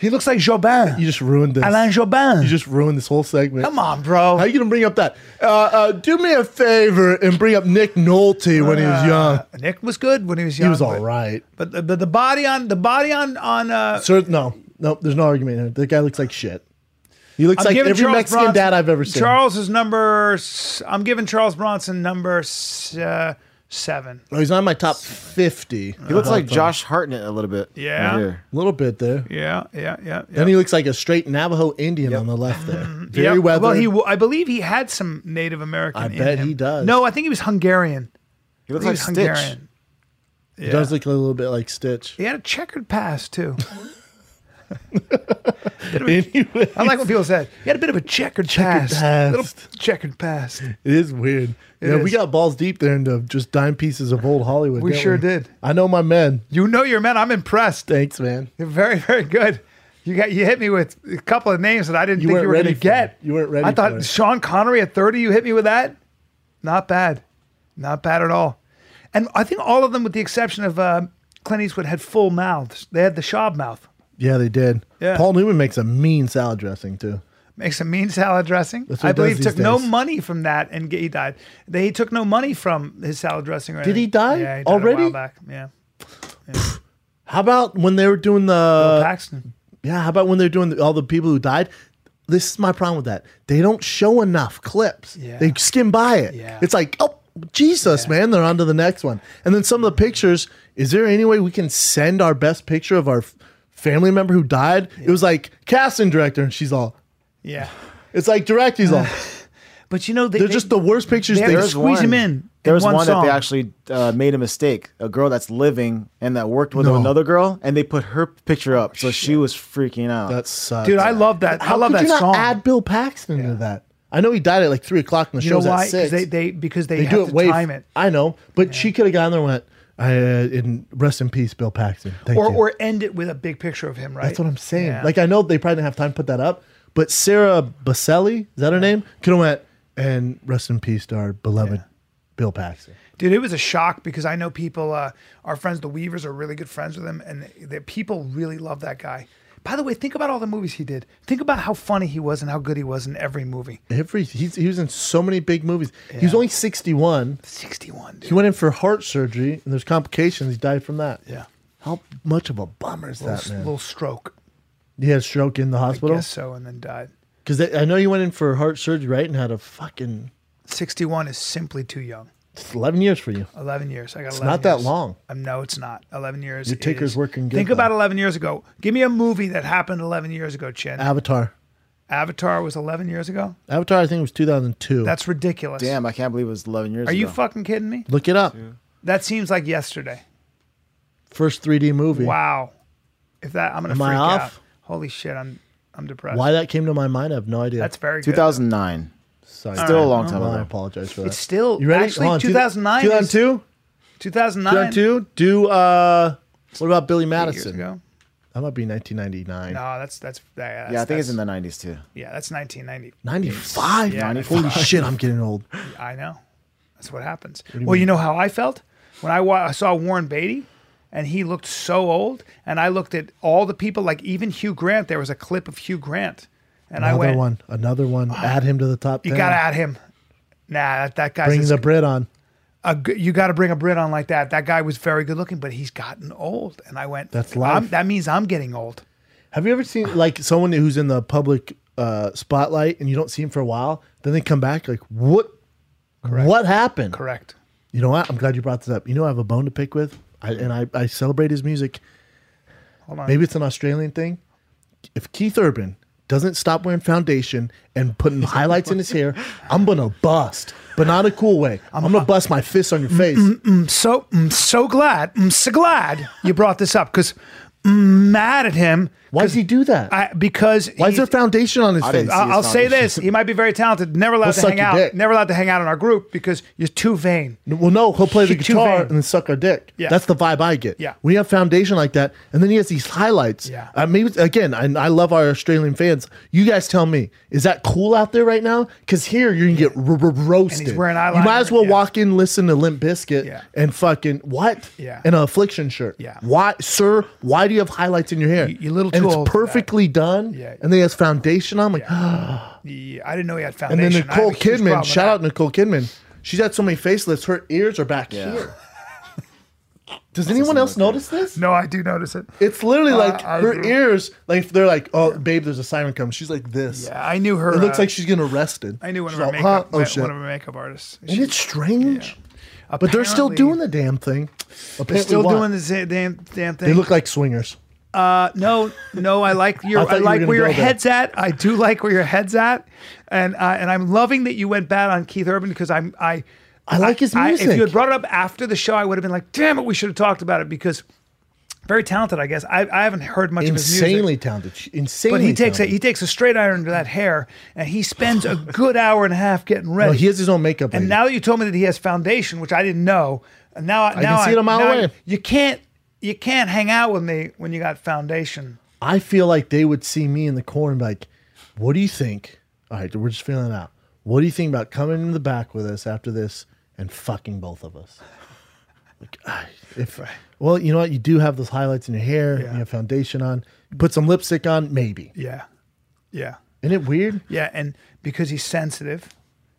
[SPEAKER 2] he looks like Jobin.
[SPEAKER 1] you just ruined this.
[SPEAKER 2] Alain Jobin.
[SPEAKER 1] You just ruined this whole segment.
[SPEAKER 2] Come on, bro.
[SPEAKER 1] How you gonna bring up that? Uh, uh, do me a favor and bring up Nick Nolte when he
[SPEAKER 2] Uh,
[SPEAKER 1] was young.
[SPEAKER 2] Nick was good when he was young.
[SPEAKER 1] He was all
[SPEAKER 2] but-
[SPEAKER 1] right.
[SPEAKER 2] But the, but the body on the body on on uh,
[SPEAKER 1] Sir, no, no, there's no argument here. That guy looks like shit. He looks like
[SPEAKER 2] giving
[SPEAKER 1] every
[SPEAKER 2] Charles
[SPEAKER 1] Mexican
[SPEAKER 2] Bronson-
[SPEAKER 1] dad I've ever seen.
[SPEAKER 2] Charles is number. s- I'm giving Charles Bronson number s- uh, seven.
[SPEAKER 1] Oh, he's on my top 50.
[SPEAKER 6] He looks like Josh Hartnett a little bit.
[SPEAKER 2] Yeah.
[SPEAKER 6] right here.
[SPEAKER 1] A little bit there.
[SPEAKER 2] Yeah, yeah, yeah. yeah.
[SPEAKER 1] Then he looks like a straight Navajo Indian on the left
[SPEAKER 2] *laughs*
[SPEAKER 1] there. Very
[SPEAKER 2] Yep.
[SPEAKER 1] weathered.
[SPEAKER 2] Well, he w- I believe he had some Native American.
[SPEAKER 1] I
[SPEAKER 2] in
[SPEAKER 1] bet
[SPEAKER 2] him.
[SPEAKER 1] he does.
[SPEAKER 2] No, I think he was Hungarian.
[SPEAKER 6] He looks
[SPEAKER 2] he
[SPEAKER 6] like
[SPEAKER 2] was
[SPEAKER 6] Stitch.
[SPEAKER 2] Hungarian.
[SPEAKER 1] He does look a little bit like Stitch.
[SPEAKER 2] *laughs* He had a checkered past too.
[SPEAKER 1] Anyway,
[SPEAKER 2] I like what people said. He had a bit of a checkered, past.
[SPEAKER 1] past.
[SPEAKER 2] Little checkered past.
[SPEAKER 1] it is weird. yeah, we
[SPEAKER 2] is.
[SPEAKER 1] got balls deep there into just dime pieces of old Hollywood.
[SPEAKER 2] We
[SPEAKER 1] didn't
[SPEAKER 2] sure did.
[SPEAKER 1] I know my men.
[SPEAKER 2] You know your men. I'm impressed.
[SPEAKER 1] Thanks, man.
[SPEAKER 2] You're very, very good. You got you hit me with a couple of names that I didn't
[SPEAKER 1] You
[SPEAKER 2] think
[SPEAKER 1] weren't
[SPEAKER 2] you were going
[SPEAKER 1] ready
[SPEAKER 2] to
[SPEAKER 1] for
[SPEAKER 2] get.
[SPEAKER 1] it. You weren't ready
[SPEAKER 2] I thought
[SPEAKER 1] for it.
[SPEAKER 2] Sean Connery at 30. You hit me with that. Not bad. Not bad at all. And I think all of them, with the exception of uh, Clint Eastwood, had full mouths. They had the Schaub mouth.
[SPEAKER 1] Yeah, they did.
[SPEAKER 2] Yeah.
[SPEAKER 1] Paul Newman makes a mean salad dressing too.
[SPEAKER 2] makes a mean salad dressing.
[SPEAKER 1] That's what
[SPEAKER 2] I
[SPEAKER 1] he does
[SPEAKER 2] believe
[SPEAKER 1] these
[SPEAKER 2] took no
[SPEAKER 1] days.
[SPEAKER 2] money from that, and he died. They, he took no money from his salad dressing. Or
[SPEAKER 1] Did he
[SPEAKER 2] anything.
[SPEAKER 1] die
[SPEAKER 2] yeah, he died A
[SPEAKER 1] already? Uh,
[SPEAKER 2] while back. Yeah,
[SPEAKER 1] How about when they were doing
[SPEAKER 2] Bill
[SPEAKER 1] the
[SPEAKER 2] Paxton.
[SPEAKER 1] yeah? How about when they're doing the, all the people who died? This is my problem with that. They don't show enough clips.
[SPEAKER 2] Yeah.
[SPEAKER 1] They skim by it.
[SPEAKER 2] Yeah.
[SPEAKER 1] It's like oh Jesus, man, they're on to the next one. And then some of the pictures. Is there any way we can send our best picture of our f- family member who died? It was like casting director, and she's all.
[SPEAKER 2] Yeah,
[SPEAKER 1] It's like direct. He's *laughs* all.
[SPEAKER 2] but you know they,
[SPEAKER 1] They're just the worst pictures.
[SPEAKER 2] they
[SPEAKER 1] They
[SPEAKER 2] have
[SPEAKER 1] just
[SPEAKER 2] to squeeze him in.
[SPEAKER 6] There
[SPEAKER 2] in
[SPEAKER 6] was
[SPEAKER 2] one,
[SPEAKER 6] one, that
[SPEAKER 2] song.
[SPEAKER 6] they actually uh, made a mistake. A girl that's living and that worked with another girl, and they put her picture up, so she was freaking out.
[SPEAKER 1] that sucks.
[SPEAKER 2] Dude, I love that.
[SPEAKER 1] How
[SPEAKER 2] I love
[SPEAKER 1] could
[SPEAKER 2] that
[SPEAKER 1] you not
[SPEAKER 2] song.
[SPEAKER 1] add Bill Paxton to that? I know he died at like three o'clock and the
[SPEAKER 2] you know
[SPEAKER 1] show's
[SPEAKER 2] why?
[SPEAKER 1] at
[SPEAKER 2] 'Cause
[SPEAKER 1] six.
[SPEAKER 2] They, they because they,
[SPEAKER 1] They
[SPEAKER 2] have
[SPEAKER 1] do
[SPEAKER 2] to
[SPEAKER 1] it way.
[SPEAKER 2] time it.
[SPEAKER 1] I know, but she could have gone there and went. I uh, in rest in peace, Bill Paxton. Thank
[SPEAKER 2] Or,
[SPEAKER 1] you.
[SPEAKER 2] or end it with a big picture of him, right?
[SPEAKER 1] that's what I'm saying.
[SPEAKER 2] Yeah.
[SPEAKER 1] Like I know they probably didn't have time to put that up, but Sarah Baselli, is that her name? Could have went and rest in peace to our beloved Bill Paxton.
[SPEAKER 2] Dude, it was a shock because I know people, uh, our friends, the Weavers, are really good friends with him, and the- the people really love that guy. By the way, think about all the movies he did. Think about how funny he was and how good he was in every movie.
[SPEAKER 1] Every he's, he was in so many big movies. He was only 61.
[SPEAKER 2] 61,
[SPEAKER 1] He
[SPEAKER 2] dude.
[SPEAKER 1] went in for heart surgery, and there's complications. He died from that.
[SPEAKER 2] Yeah.
[SPEAKER 1] How much of a bummer is that,
[SPEAKER 2] Little,
[SPEAKER 1] man?
[SPEAKER 2] little stroke.
[SPEAKER 1] He had a stroke in the
[SPEAKER 2] I
[SPEAKER 1] hospital
[SPEAKER 2] guess so, and then died.
[SPEAKER 1] because I know you went in for heart surgery, right? And had a fucking
[SPEAKER 2] 61 is simply too young.
[SPEAKER 1] it's eleven years for you.
[SPEAKER 2] 11 years. I got 11
[SPEAKER 1] not that
[SPEAKER 2] years.
[SPEAKER 1] long.
[SPEAKER 2] Um, no, it's not. 11 years.
[SPEAKER 1] Your
[SPEAKER 2] it
[SPEAKER 1] ticker's
[SPEAKER 2] is.
[SPEAKER 1] working good,
[SPEAKER 2] Think about
[SPEAKER 1] though.
[SPEAKER 2] 11 years ago. Give me a movie that happened 11 years ago,
[SPEAKER 1] Uh,
[SPEAKER 2] Chin.
[SPEAKER 1] Avatar.
[SPEAKER 2] Avatar was 11 years ago?
[SPEAKER 1] Avatar, I think it was two thousand two.
[SPEAKER 2] That's ridiculous.
[SPEAKER 6] Damn, I can't believe it was 11 years
[SPEAKER 2] Are
[SPEAKER 6] ago.
[SPEAKER 2] you fucking kidding me?
[SPEAKER 1] Look it up.
[SPEAKER 2] That seems like yesterday.
[SPEAKER 1] First three D movie.
[SPEAKER 2] Wow. If that I'm gonna
[SPEAKER 1] Am I
[SPEAKER 2] freak out.
[SPEAKER 1] off?
[SPEAKER 2] Holy shit, I'm I'm depressed.
[SPEAKER 1] Why that came to my mind, I have no idea.
[SPEAKER 2] That's very good.
[SPEAKER 6] 2009.
[SPEAKER 1] Sorry.
[SPEAKER 6] Still a long time
[SPEAKER 1] Well, I
[SPEAKER 6] ago.
[SPEAKER 1] apologize for that.
[SPEAKER 2] It's still
[SPEAKER 1] you ready?
[SPEAKER 2] actually
[SPEAKER 1] Hold on,
[SPEAKER 2] 2009
[SPEAKER 1] Two
[SPEAKER 2] is-
[SPEAKER 1] thousand two. Two
[SPEAKER 2] 2009
[SPEAKER 1] thousand two. Do uh, what about Billy
[SPEAKER 2] years
[SPEAKER 1] Madison?
[SPEAKER 2] ago.
[SPEAKER 1] That might be nineteen ninety nine.
[SPEAKER 2] No, that's that's yeah, that's,
[SPEAKER 6] Yeah, I think it's in
[SPEAKER 2] that's-
[SPEAKER 6] the 90s too.
[SPEAKER 2] Yeah,
[SPEAKER 1] *laughs*
[SPEAKER 2] that's 1990.
[SPEAKER 1] Ninety five.
[SPEAKER 2] Yeah.
[SPEAKER 1] Holy shit, I'm getting old.
[SPEAKER 2] I know. That's what happens. well, you know how I felt when I, wa- I saw Warren Beatty and he looked so old. And I looked at all the people, like even Hugh Grant. There was a clip of Hugh Grant. And I
[SPEAKER 1] Another
[SPEAKER 2] went, Ah.
[SPEAKER 1] one. Another one. Add him to the top.
[SPEAKER 2] You
[SPEAKER 1] 10.
[SPEAKER 2] got to add him. Nah, that, that guy's
[SPEAKER 1] bring
[SPEAKER 2] as-
[SPEAKER 1] the Brit on.
[SPEAKER 2] a g- you got to bring a Brit on like that. That guy was very good looking, but he's gotten old. And I went,
[SPEAKER 1] That's
[SPEAKER 2] "I'm-
[SPEAKER 1] life.
[SPEAKER 2] That means I'm getting old.
[SPEAKER 1] Have you ever seen like someone who's in the public uh, spotlight and you don't see him for a while, then they come back like what? What happened?
[SPEAKER 2] Correct.
[SPEAKER 1] You know what? I'm glad you brought this up. You know, I have a bone to pick with, I, and I, I celebrate his music.
[SPEAKER 2] Hold on.
[SPEAKER 1] Maybe it's an Australian thing. If Keith Urban doesn't stop wearing foundation and putting highlights in his hair, I'm gonna bust, but not a cool way. I'm, gonna bust my fist on your face.
[SPEAKER 2] I'm so I'm so glad. I'm so glad you brought this up because I'm mad at him.
[SPEAKER 1] Why does he do that?
[SPEAKER 2] I, because
[SPEAKER 1] Why is there foundation on his face?
[SPEAKER 6] didn't
[SPEAKER 2] I'll, I'll
[SPEAKER 6] See, it's not
[SPEAKER 2] say
[SPEAKER 6] an issue.
[SPEAKER 2] this: he might be very talented. Never allowed to
[SPEAKER 1] suck
[SPEAKER 2] hang
[SPEAKER 1] your
[SPEAKER 2] out.
[SPEAKER 1] dick.
[SPEAKER 2] Never allowed to hang out in our group because you're too vain.
[SPEAKER 1] Well, no, he'll play the
[SPEAKER 2] Shit, too
[SPEAKER 1] guitar
[SPEAKER 2] vain.
[SPEAKER 1] and then suck our dick.
[SPEAKER 2] Yeah.
[SPEAKER 1] That's the vibe I get.
[SPEAKER 2] Yeah.
[SPEAKER 1] We have foundation like that, and then he has these highlights.
[SPEAKER 2] Yeah.
[SPEAKER 1] I mean, again, and I love our Australian fans. You guys tell me, is that cool out there right now? Because here you're gonna get r- r- roasted.
[SPEAKER 2] wearing
[SPEAKER 1] you might
[SPEAKER 2] eyeliner,
[SPEAKER 1] as well
[SPEAKER 2] yeah.
[SPEAKER 1] walk in, listen to Limp Biscuit,
[SPEAKER 2] Yeah.
[SPEAKER 1] and fucking what?
[SPEAKER 2] Yeah.
[SPEAKER 1] And an affliction shirt.
[SPEAKER 2] Yeah.
[SPEAKER 1] Why, sir? Why do you have highlights in your hair?
[SPEAKER 2] You- you're a little
[SPEAKER 1] and
[SPEAKER 2] too old
[SPEAKER 1] It's
[SPEAKER 2] for that.
[SPEAKER 1] perfectly done.
[SPEAKER 2] Yeah.
[SPEAKER 1] And then he has foundation. on. I'm like,
[SPEAKER 2] Yeah, I didn't know he had
[SPEAKER 1] and then
[SPEAKER 2] foundation. I have
[SPEAKER 1] Nicole
[SPEAKER 2] a huge problem
[SPEAKER 1] Kidman,
[SPEAKER 2] with
[SPEAKER 1] shout
[SPEAKER 2] that.
[SPEAKER 1] out Nicole Kidman. She's had so many facelifts, her ears are back
[SPEAKER 2] *laughs*
[SPEAKER 1] here. Does anyone else notice this?
[SPEAKER 2] No, I do notice it.
[SPEAKER 1] It's literally like
[SPEAKER 2] Uh, I
[SPEAKER 1] her
[SPEAKER 2] do.
[SPEAKER 1] ears, like they're like, oh, babe, there's a siren coming. She's like this.
[SPEAKER 2] Yeah, I knew her.
[SPEAKER 1] It looks
[SPEAKER 2] uh,
[SPEAKER 1] like she's getting arrested.
[SPEAKER 2] I knew one
[SPEAKER 1] She's
[SPEAKER 2] of her
[SPEAKER 1] all, huh?
[SPEAKER 2] makeup.
[SPEAKER 1] Oh
[SPEAKER 2] one
[SPEAKER 1] shit!
[SPEAKER 2] of her makeup artists.
[SPEAKER 1] Isn't it strange? But they're still
[SPEAKER 2] Apparently-
[SPEAKER 1] doing the damn thing. Apparently
[SPEAKER 2] still
[SPEAKER 1] what?
[SPEAKER 2] doing the sa- damn damn thing.
[SPEAKER 1] They look like swingers.
[SPEAKER 2] Uh, no, no, I like
[SPEAKER 1] *laughs*
[SPEAKER 2] your,
[SPEAKER 1] I
[SPEAKER 2] I,
[SPEAKER 1] thought you were
[SPEAKER 2] like
[SPEAKER 1] gonna
[SPEAKER 2] where your
[SPEAKER 1] go there.
[SPEAKER 2] head's at. I do like where your head's at, and uh, and I'm loving that you went bad on Keith Urban because I'm I,
[SPEAKER 1] I like his
[SPEAKER 2] I- if
[SPEAKER 1] music.
[SPEAKER 2] you had brought it up after the show, I would have been like, damn it, we should have talked about it because very talented, I guess. I, I haven't heard much of his music.
[SPEAKER 1] Insanely talented. Sh- Insanely.
[SPEAKER 2] But he takes a,
[SPEAKER 1] talented.
[SPEAKER 2] he takes a straight iron to that hair, and he spends a good hour and a half getting ready.
[SPEAKER 1] No, he has his own makeup.
[SPEAKER 2] and
[SPEAKER 1] lady.
[SPEAKER 2] now that you told me that he has foundation, which I didn't know, and now I, now
[SPEAKER 1] can see it a mile
[SPEAKER 2] now
[SPEAKER 1] away.
[SPEAKER 2] I- you can't you can't hang out with me when you got foundation.
[SPEAKER 1] I feel like they would see me in the corner and be like, what do you think? All right, we're just feeling it out. What do you think about coming in the back with us after this and fucking both of us? Like, ah, if well, you know what? You do have those highlights in your hair.
[SPEAKER 2] Yeah.
[SPEAKER 1] You have foundation on. Put some lipstick on, maybe.
[SPEAKER 2] Yeah, yeah,
[SPEAKER 1] Isn't it weird?
[SPEAKER 2] yeah. And because he's sensitive,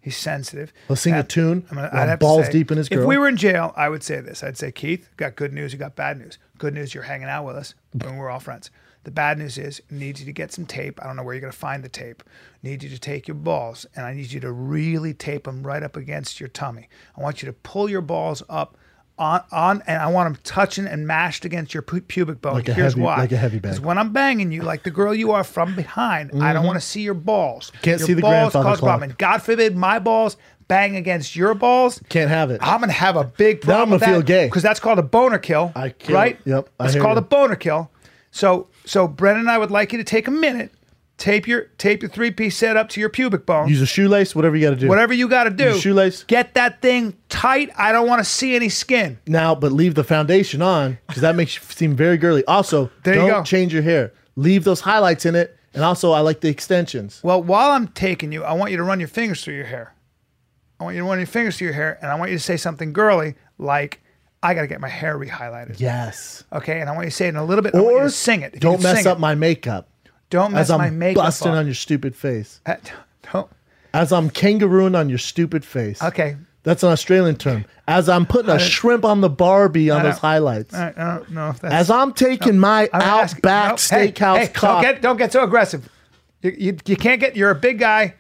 [SPEAKER 2] he's sensitive.
[SPEAKER 1] Let's sing a
[SPEAKER 2] And
[SPEAKER 1] tune
[SPEAKER 2] I'm gonna,
[SPEAKER 1] while
[SPEAKER 2] I'd have to
[SPEAKER 1] balls
[SPEAKER 2] say,
[SPEAKER 1] deep in his
[SPEAKER 2] If
[SPEAKER 1] girl.
[SPEAKER 2] we were in jail, I would say this. I'd say, Keith, you got good news. You got bad news. Good news, you're hanging out with us, and we're all friends. The bad news is, I need you to get some tape. I don't know where you're gonna find the tape. I need you to take your balls, and I need you to really tape them right up against your tummy. I want you to pull your balls up. On, on and I want them touching and mashed against your pu- pubic bone.
[SPEAKER 1] Like a
[SPEAKER 2] Here's
[SPEAKER 1] heavy-
[SPEAKER 2] why:
[SPEAKER 1] like a heavy bag. Mm-hmm.
[SPEAKER 2] 'Cause when I'm banging you, like the girl you are from behind, I don't want to see your balls.
[SPEAKER 1] Can't
[SPEAKER 2] Your
[SPEAKER 1] see the
[SPEAKER 2] balls
[SPEAKER 1] grandfather
[SPEAKER 2] cause
[SPEAKER 1] clock.
[SPEAKER 2] problem. And God forbid my balls bang against your balls.
[SPEAKER 1] Can't have it.
[SPEAKER 2] I'm gonna have a big
[SPEAKER 1] Now
[SPEAKER 2] problem.
[SPEAKER 1] I'm gonna
[SPEAKER 2] with
[SPEAKER 1] feel
[SPEAKER 2] that,
[SPEAKER 1] gay.
[SPEAKER 2] because that's called a boner kill.
[SPEAKER 1] I kill-
[SPEAKER 2] right.
[SPEAKER 1] yep, I
[SPEAKER 2] It's
[SPEAKER 1] hear
[SPEAKER 2] called
[SPEAKER 1] you.
[SPEAKER 2] a boner kill. So so Brennan and I would like you to take a minute, tape your tape your three piece set up to your pubic bone.
[SPEAKER 1] Use a shoelace, whatever you got to do.
[SPEAKER 2] Whatever you got to do,
[SPEAKER 1] Your shoelace.
[SPEAKER 2] Get that thing tight. I don't want to see any skin.
[SPEAKER 1] Now, but leave the foundation on because that makes you seem very girly. Also,
[SPEAKER 2] There you
[SPEAKER 1] don't
[SPEAKER 2] go.
[SPEAKER 1] change your hair. Leave those highlights in it. And also, I like the extensions.
[SPEAKER 2] Well, while I'm taking you, I want you to run your fingers through your hair. I want you to run your fingers through your hair, and I want you to say something girly like, "I got to get my hair rehighlighted."
[SPEAKER 1] Yes.
[SPEAKER 2] Okay, and I want you to say it in a little bit. I want you to sing it. If you
[SPEAKER 1] Don't
[SPEAKER 2] can
[SPEAKER 1] mess
[SPEAKER 2] sing
[SPEAKER 1] up
[SPEAKER 2] it.
[SPEAKER 1] my makeup
[SPEAKER 2] Don't mess
[SPEAKER 1] as I'm
[SPEAKER 2] my makeup
[SPEAKER 1] busting
[SPEAKER 2] up.
[SPEAKER 1] on your stupid face.
[SPEAKER 2] Uh, don't-
[SPEAKER 1] As I'm kangarooing on your stupid face.
[SPEAKER 2] Okay.
[SPEAKER 1] That's an Australian term. As I'm putting a shrimp on the Barbie on those
[SPEAKER 2] don't-
[SPEAKER 1] highlights.
[SPEAKER 2] I I don't know if that's.
[SPEAKER 1] As I'm taking my
[SPEAKER 2] I'm asking-
[SPEAKER 1] Outback
[SPEAKER 2] no, hey,
[SPEAKER 1] Steakhouse
[SPEAKER 2] hey,
[SPEAKER 1] cock.
[SPEAKER 2] Don't get, don't get so aggressive. You, you, you can't get. You're a big guy.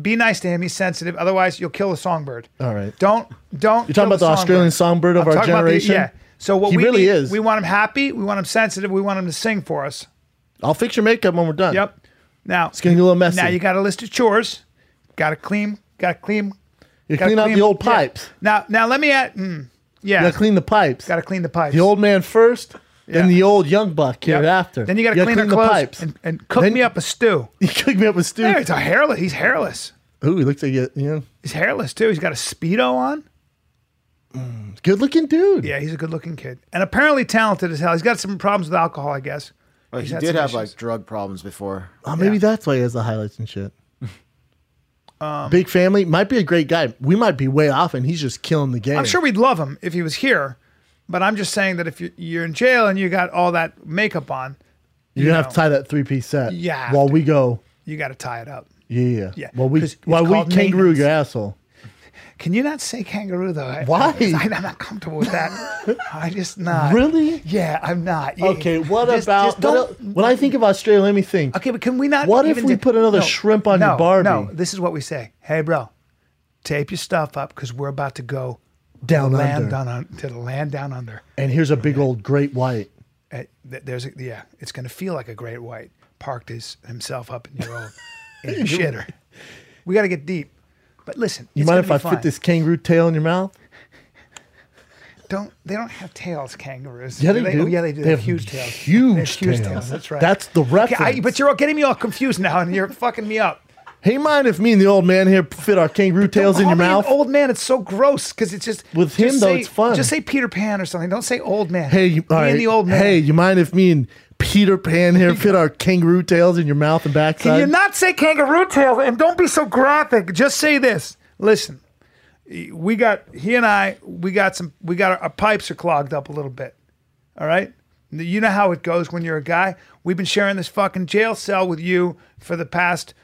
[SPEAKER 2] Be nice to him. He's sensitive. Otherwise, you'll kill a songbird.
[SPEAKER 1] All right.
[SPEAKER 2] Don't don't.
[SPEAKER 1] You're talking about the Australian songbird of our generation?
[SPEAKER 2] yeah. So what
[SPEAKER 1] He
[SPEAKER 2] we
[SPEAKER 1] really
[SPEAKER 2] need-
[SPEAKER 1] is.
[SPEAKER 2] We want him happy. We want him sensitive. We want him to sing for us.
[SPEAKER 1] I'll fix your makeup when we're done.
[SPEAKER 2] Yep. Now it's
[SPEAKER 1] gonna get a little messy.
[SPEAKER 2] Now you got a list of chores. Got to clean. Got to clean.
[SPEAKER 1] You
[SPEAKER 2] gotta
[SPEAKER 1] clean out the old
[SPEAKER 2] yeah.
[SPEAKER 1] pipes.
[SPEAKER 2] Now now let me add. Mm, yeah.
[SPEAKER 1] You gotta clean the pipes.
[SPEAKER 2] Got to clean the pipes.
[SPEAKER 1] the old man first, then
[SPEAKER 2] Yeah.
[SPEAKER 1] the old young buck
[SPEAKER 2] Yep.
[SPEAKER 1] hereafter.
[SPEAKER 2] Then you got to
[SPEAKER 1] gotta
[SPEAKER 2] clean, her
[SPEAKER 1] the
[SPEAKER 2] clothes
[SPEAKER 1] pipes.
[SPEAKER 2] And, and cook
[SPEAKER 1] Then-
[SPEAKER 2] me up a stew.
[SPEAKER 1] *laughs* you cook me up with stew.
[SPEAKER 2] There, it's a hairless. He's hairless.
[SPEAKER 1] Ooh, he looks like a you know,
[SPEAKER 2] He's hairless too. He's got a speedo on.
[SPEAKER 1] good looking dude.
[SPEAKER 2] Yeah, he's a good-looking kid and apparently talented as hell. He's got some problems with alcohol, I guess.
[SPEAKER 6] But
[SPEAKER 2] He's
[SPEAKER 6] he
[SPEAKER 2] had
[SPEAKER 6] did
[SPEAKER 2] some
[SPEAKER 6] have
[SPEAKER 2] issues.
[SPEAKER 6] like drug problems before.
[SPEAKER 1] Oh, maybe
[SPEAKER 2] Yeah. Um,
[SPEAKER 1] that's why he has the highlights and
[SPEAKER 2] *laughs*
[SPEAKER 1] shit. Big family might be a great guy. We might be way off, and he's just killing the game.
[SPEAKER 2] I'm sure we'd love him if he was here, but I'm just saying that if you're, you're in jail and you got all that makeup on,
[SPEAKER 1] you're gonna have to
[SPEAKER 2] know.
[SPEAKER 1] tie that three piece set.
[SPEAKER 2] You have
[SPEAKER 1] While
[SPEAKER 2] to.
[SPEAKER 1] we go,
[SPEAKER 2] you got to tie it up.
[SPEAKER 1] yeah,
[SPEAKER 2] Yeah,
[SPEAKER 1] While we
[SPEAKER 2] 'cause it's
[SPEAKER 1] while we
[SPEAKER 2] called
[SPEAKER 1] kangaroo
[SPEAKER 2] maintenance.
[SPEAKER 1] your asshole.
[SPEAKER 2] Can you not say kangaroo though? I-
[SPEAKER 1] Why?
[SPEAKER 2] I, am not comfortable with that.
[SPEAKER 1] *laughs*
[SPEAKER 2] I just not
[SPEAKER 1] Really?
[SPEAKER 2] Yeah, I'm not. Yeah,
[SPEAKER 1] Okay. What
[SPEAKER 2] Just-
[SPEAKER 1] about
[SPEAKER 2] just
[SPEAKER 1] what
[SPEAKER 2] don't-
[SPEAKER 1] el- when I think of Australia? Let me think.
[SPEAKER 2] Okay, but can we not?
[SPEAKER 1] What if
[SPEAKER 2] even
[SPEAKER 1] we
[SPEAKER 2] do-
[SPEAKER 1] put another shrimp on your
[SPEAKER 2] no,
[SPEAKER 1] Barbie?
[SPEAKER 2] No, this is what we say. Hey, bro, tape your stuff up because we're about to go
[SPEAKER 1] Down
[SPEAKER 2] land
[SPEAKER 1] under.
[SPEAKER 2] down on, to the land down under.
[SPEAKER 1] And here's a big old great white.
[SPEAKER 2] Uh, th- There's a, yeah, it's gonna feel like a great white parked his himself up in your old
[SPEAKER 1] *laughs*
[SPEAKER 2] in your shitter. We got to get deep. But listen,
[SPEAKER 1] You
[SPEAKER 2] it's
[SPEAKER 1] mind if
[SPEAKER 2] gonna
[SPEAKER 1] I
[SPEAKER 2] be fine.
[SPEAKER 1] fit this kangaroo tail in your mouth?
[SPEAKER 2] Don't they don't have tails, kangaroos?
[SPEAKER 1] Yeah, they do.
[SPEAKER 2] Oh, yeah, they do.
[SPEAKER 1] They
[SPEAKER 2] They have
[SPEAKER 1] have
[SPEAKER 2] huge tails. They
[SPEAKER 1] huge
[SPEAKER 2] have huge
[SPEAKER 1] tails.
[SPEAKER 2] tails. That's right.
[SPEAKER 1] That's the
[SPEAKER 2] Okay, I,
[SPEAKER 1] reference.
[SPEAKER 2] but you're all getting me all confused now, and you're *laughs* fucking me up.
[SPEAKER 1] Hey, mind if me and the old man here fit our kangaroo tails in
[SPEAKER 2] Call
[SPEAKER 1] your
[SPEAKER 2] me an
[SPEAKER 1] mouth?
[SPEAKER 2] old man, it's so gross because it's just
[SPEAKER 1] With
[SPEAKER 2] just
[SPEAKER 1] him, though,
[SPEAKER 2] say-
[SPEAKER 1] it's fun.
[SPEAKER 2] Just say Peter Pan or something. Don't say old man.
[SPEAKER 1] Hey, you,
[SPEAKER 2] Me
[SPEAKER 1] all
[SPEAKER 2] and
[SPEAKER 1] right.
[SPEAKER 2] the old man.
[SPEAKER 1] Hey, you mind if me and Peter Pan
[SPEAKER 2] *laughs*
[SPEAKER 1] here fit our kangaroo tails in your mouth and backside?
[SPEAKER 2] Can you not say kangaroo tail? And don't be so graphic. Just say this. Listen, we got he and I. We got some. We got our, our pipes are clogged up a little bit. All right. You know how it goes when you're a guy. We've been sharing this fucking jail cell with you for the past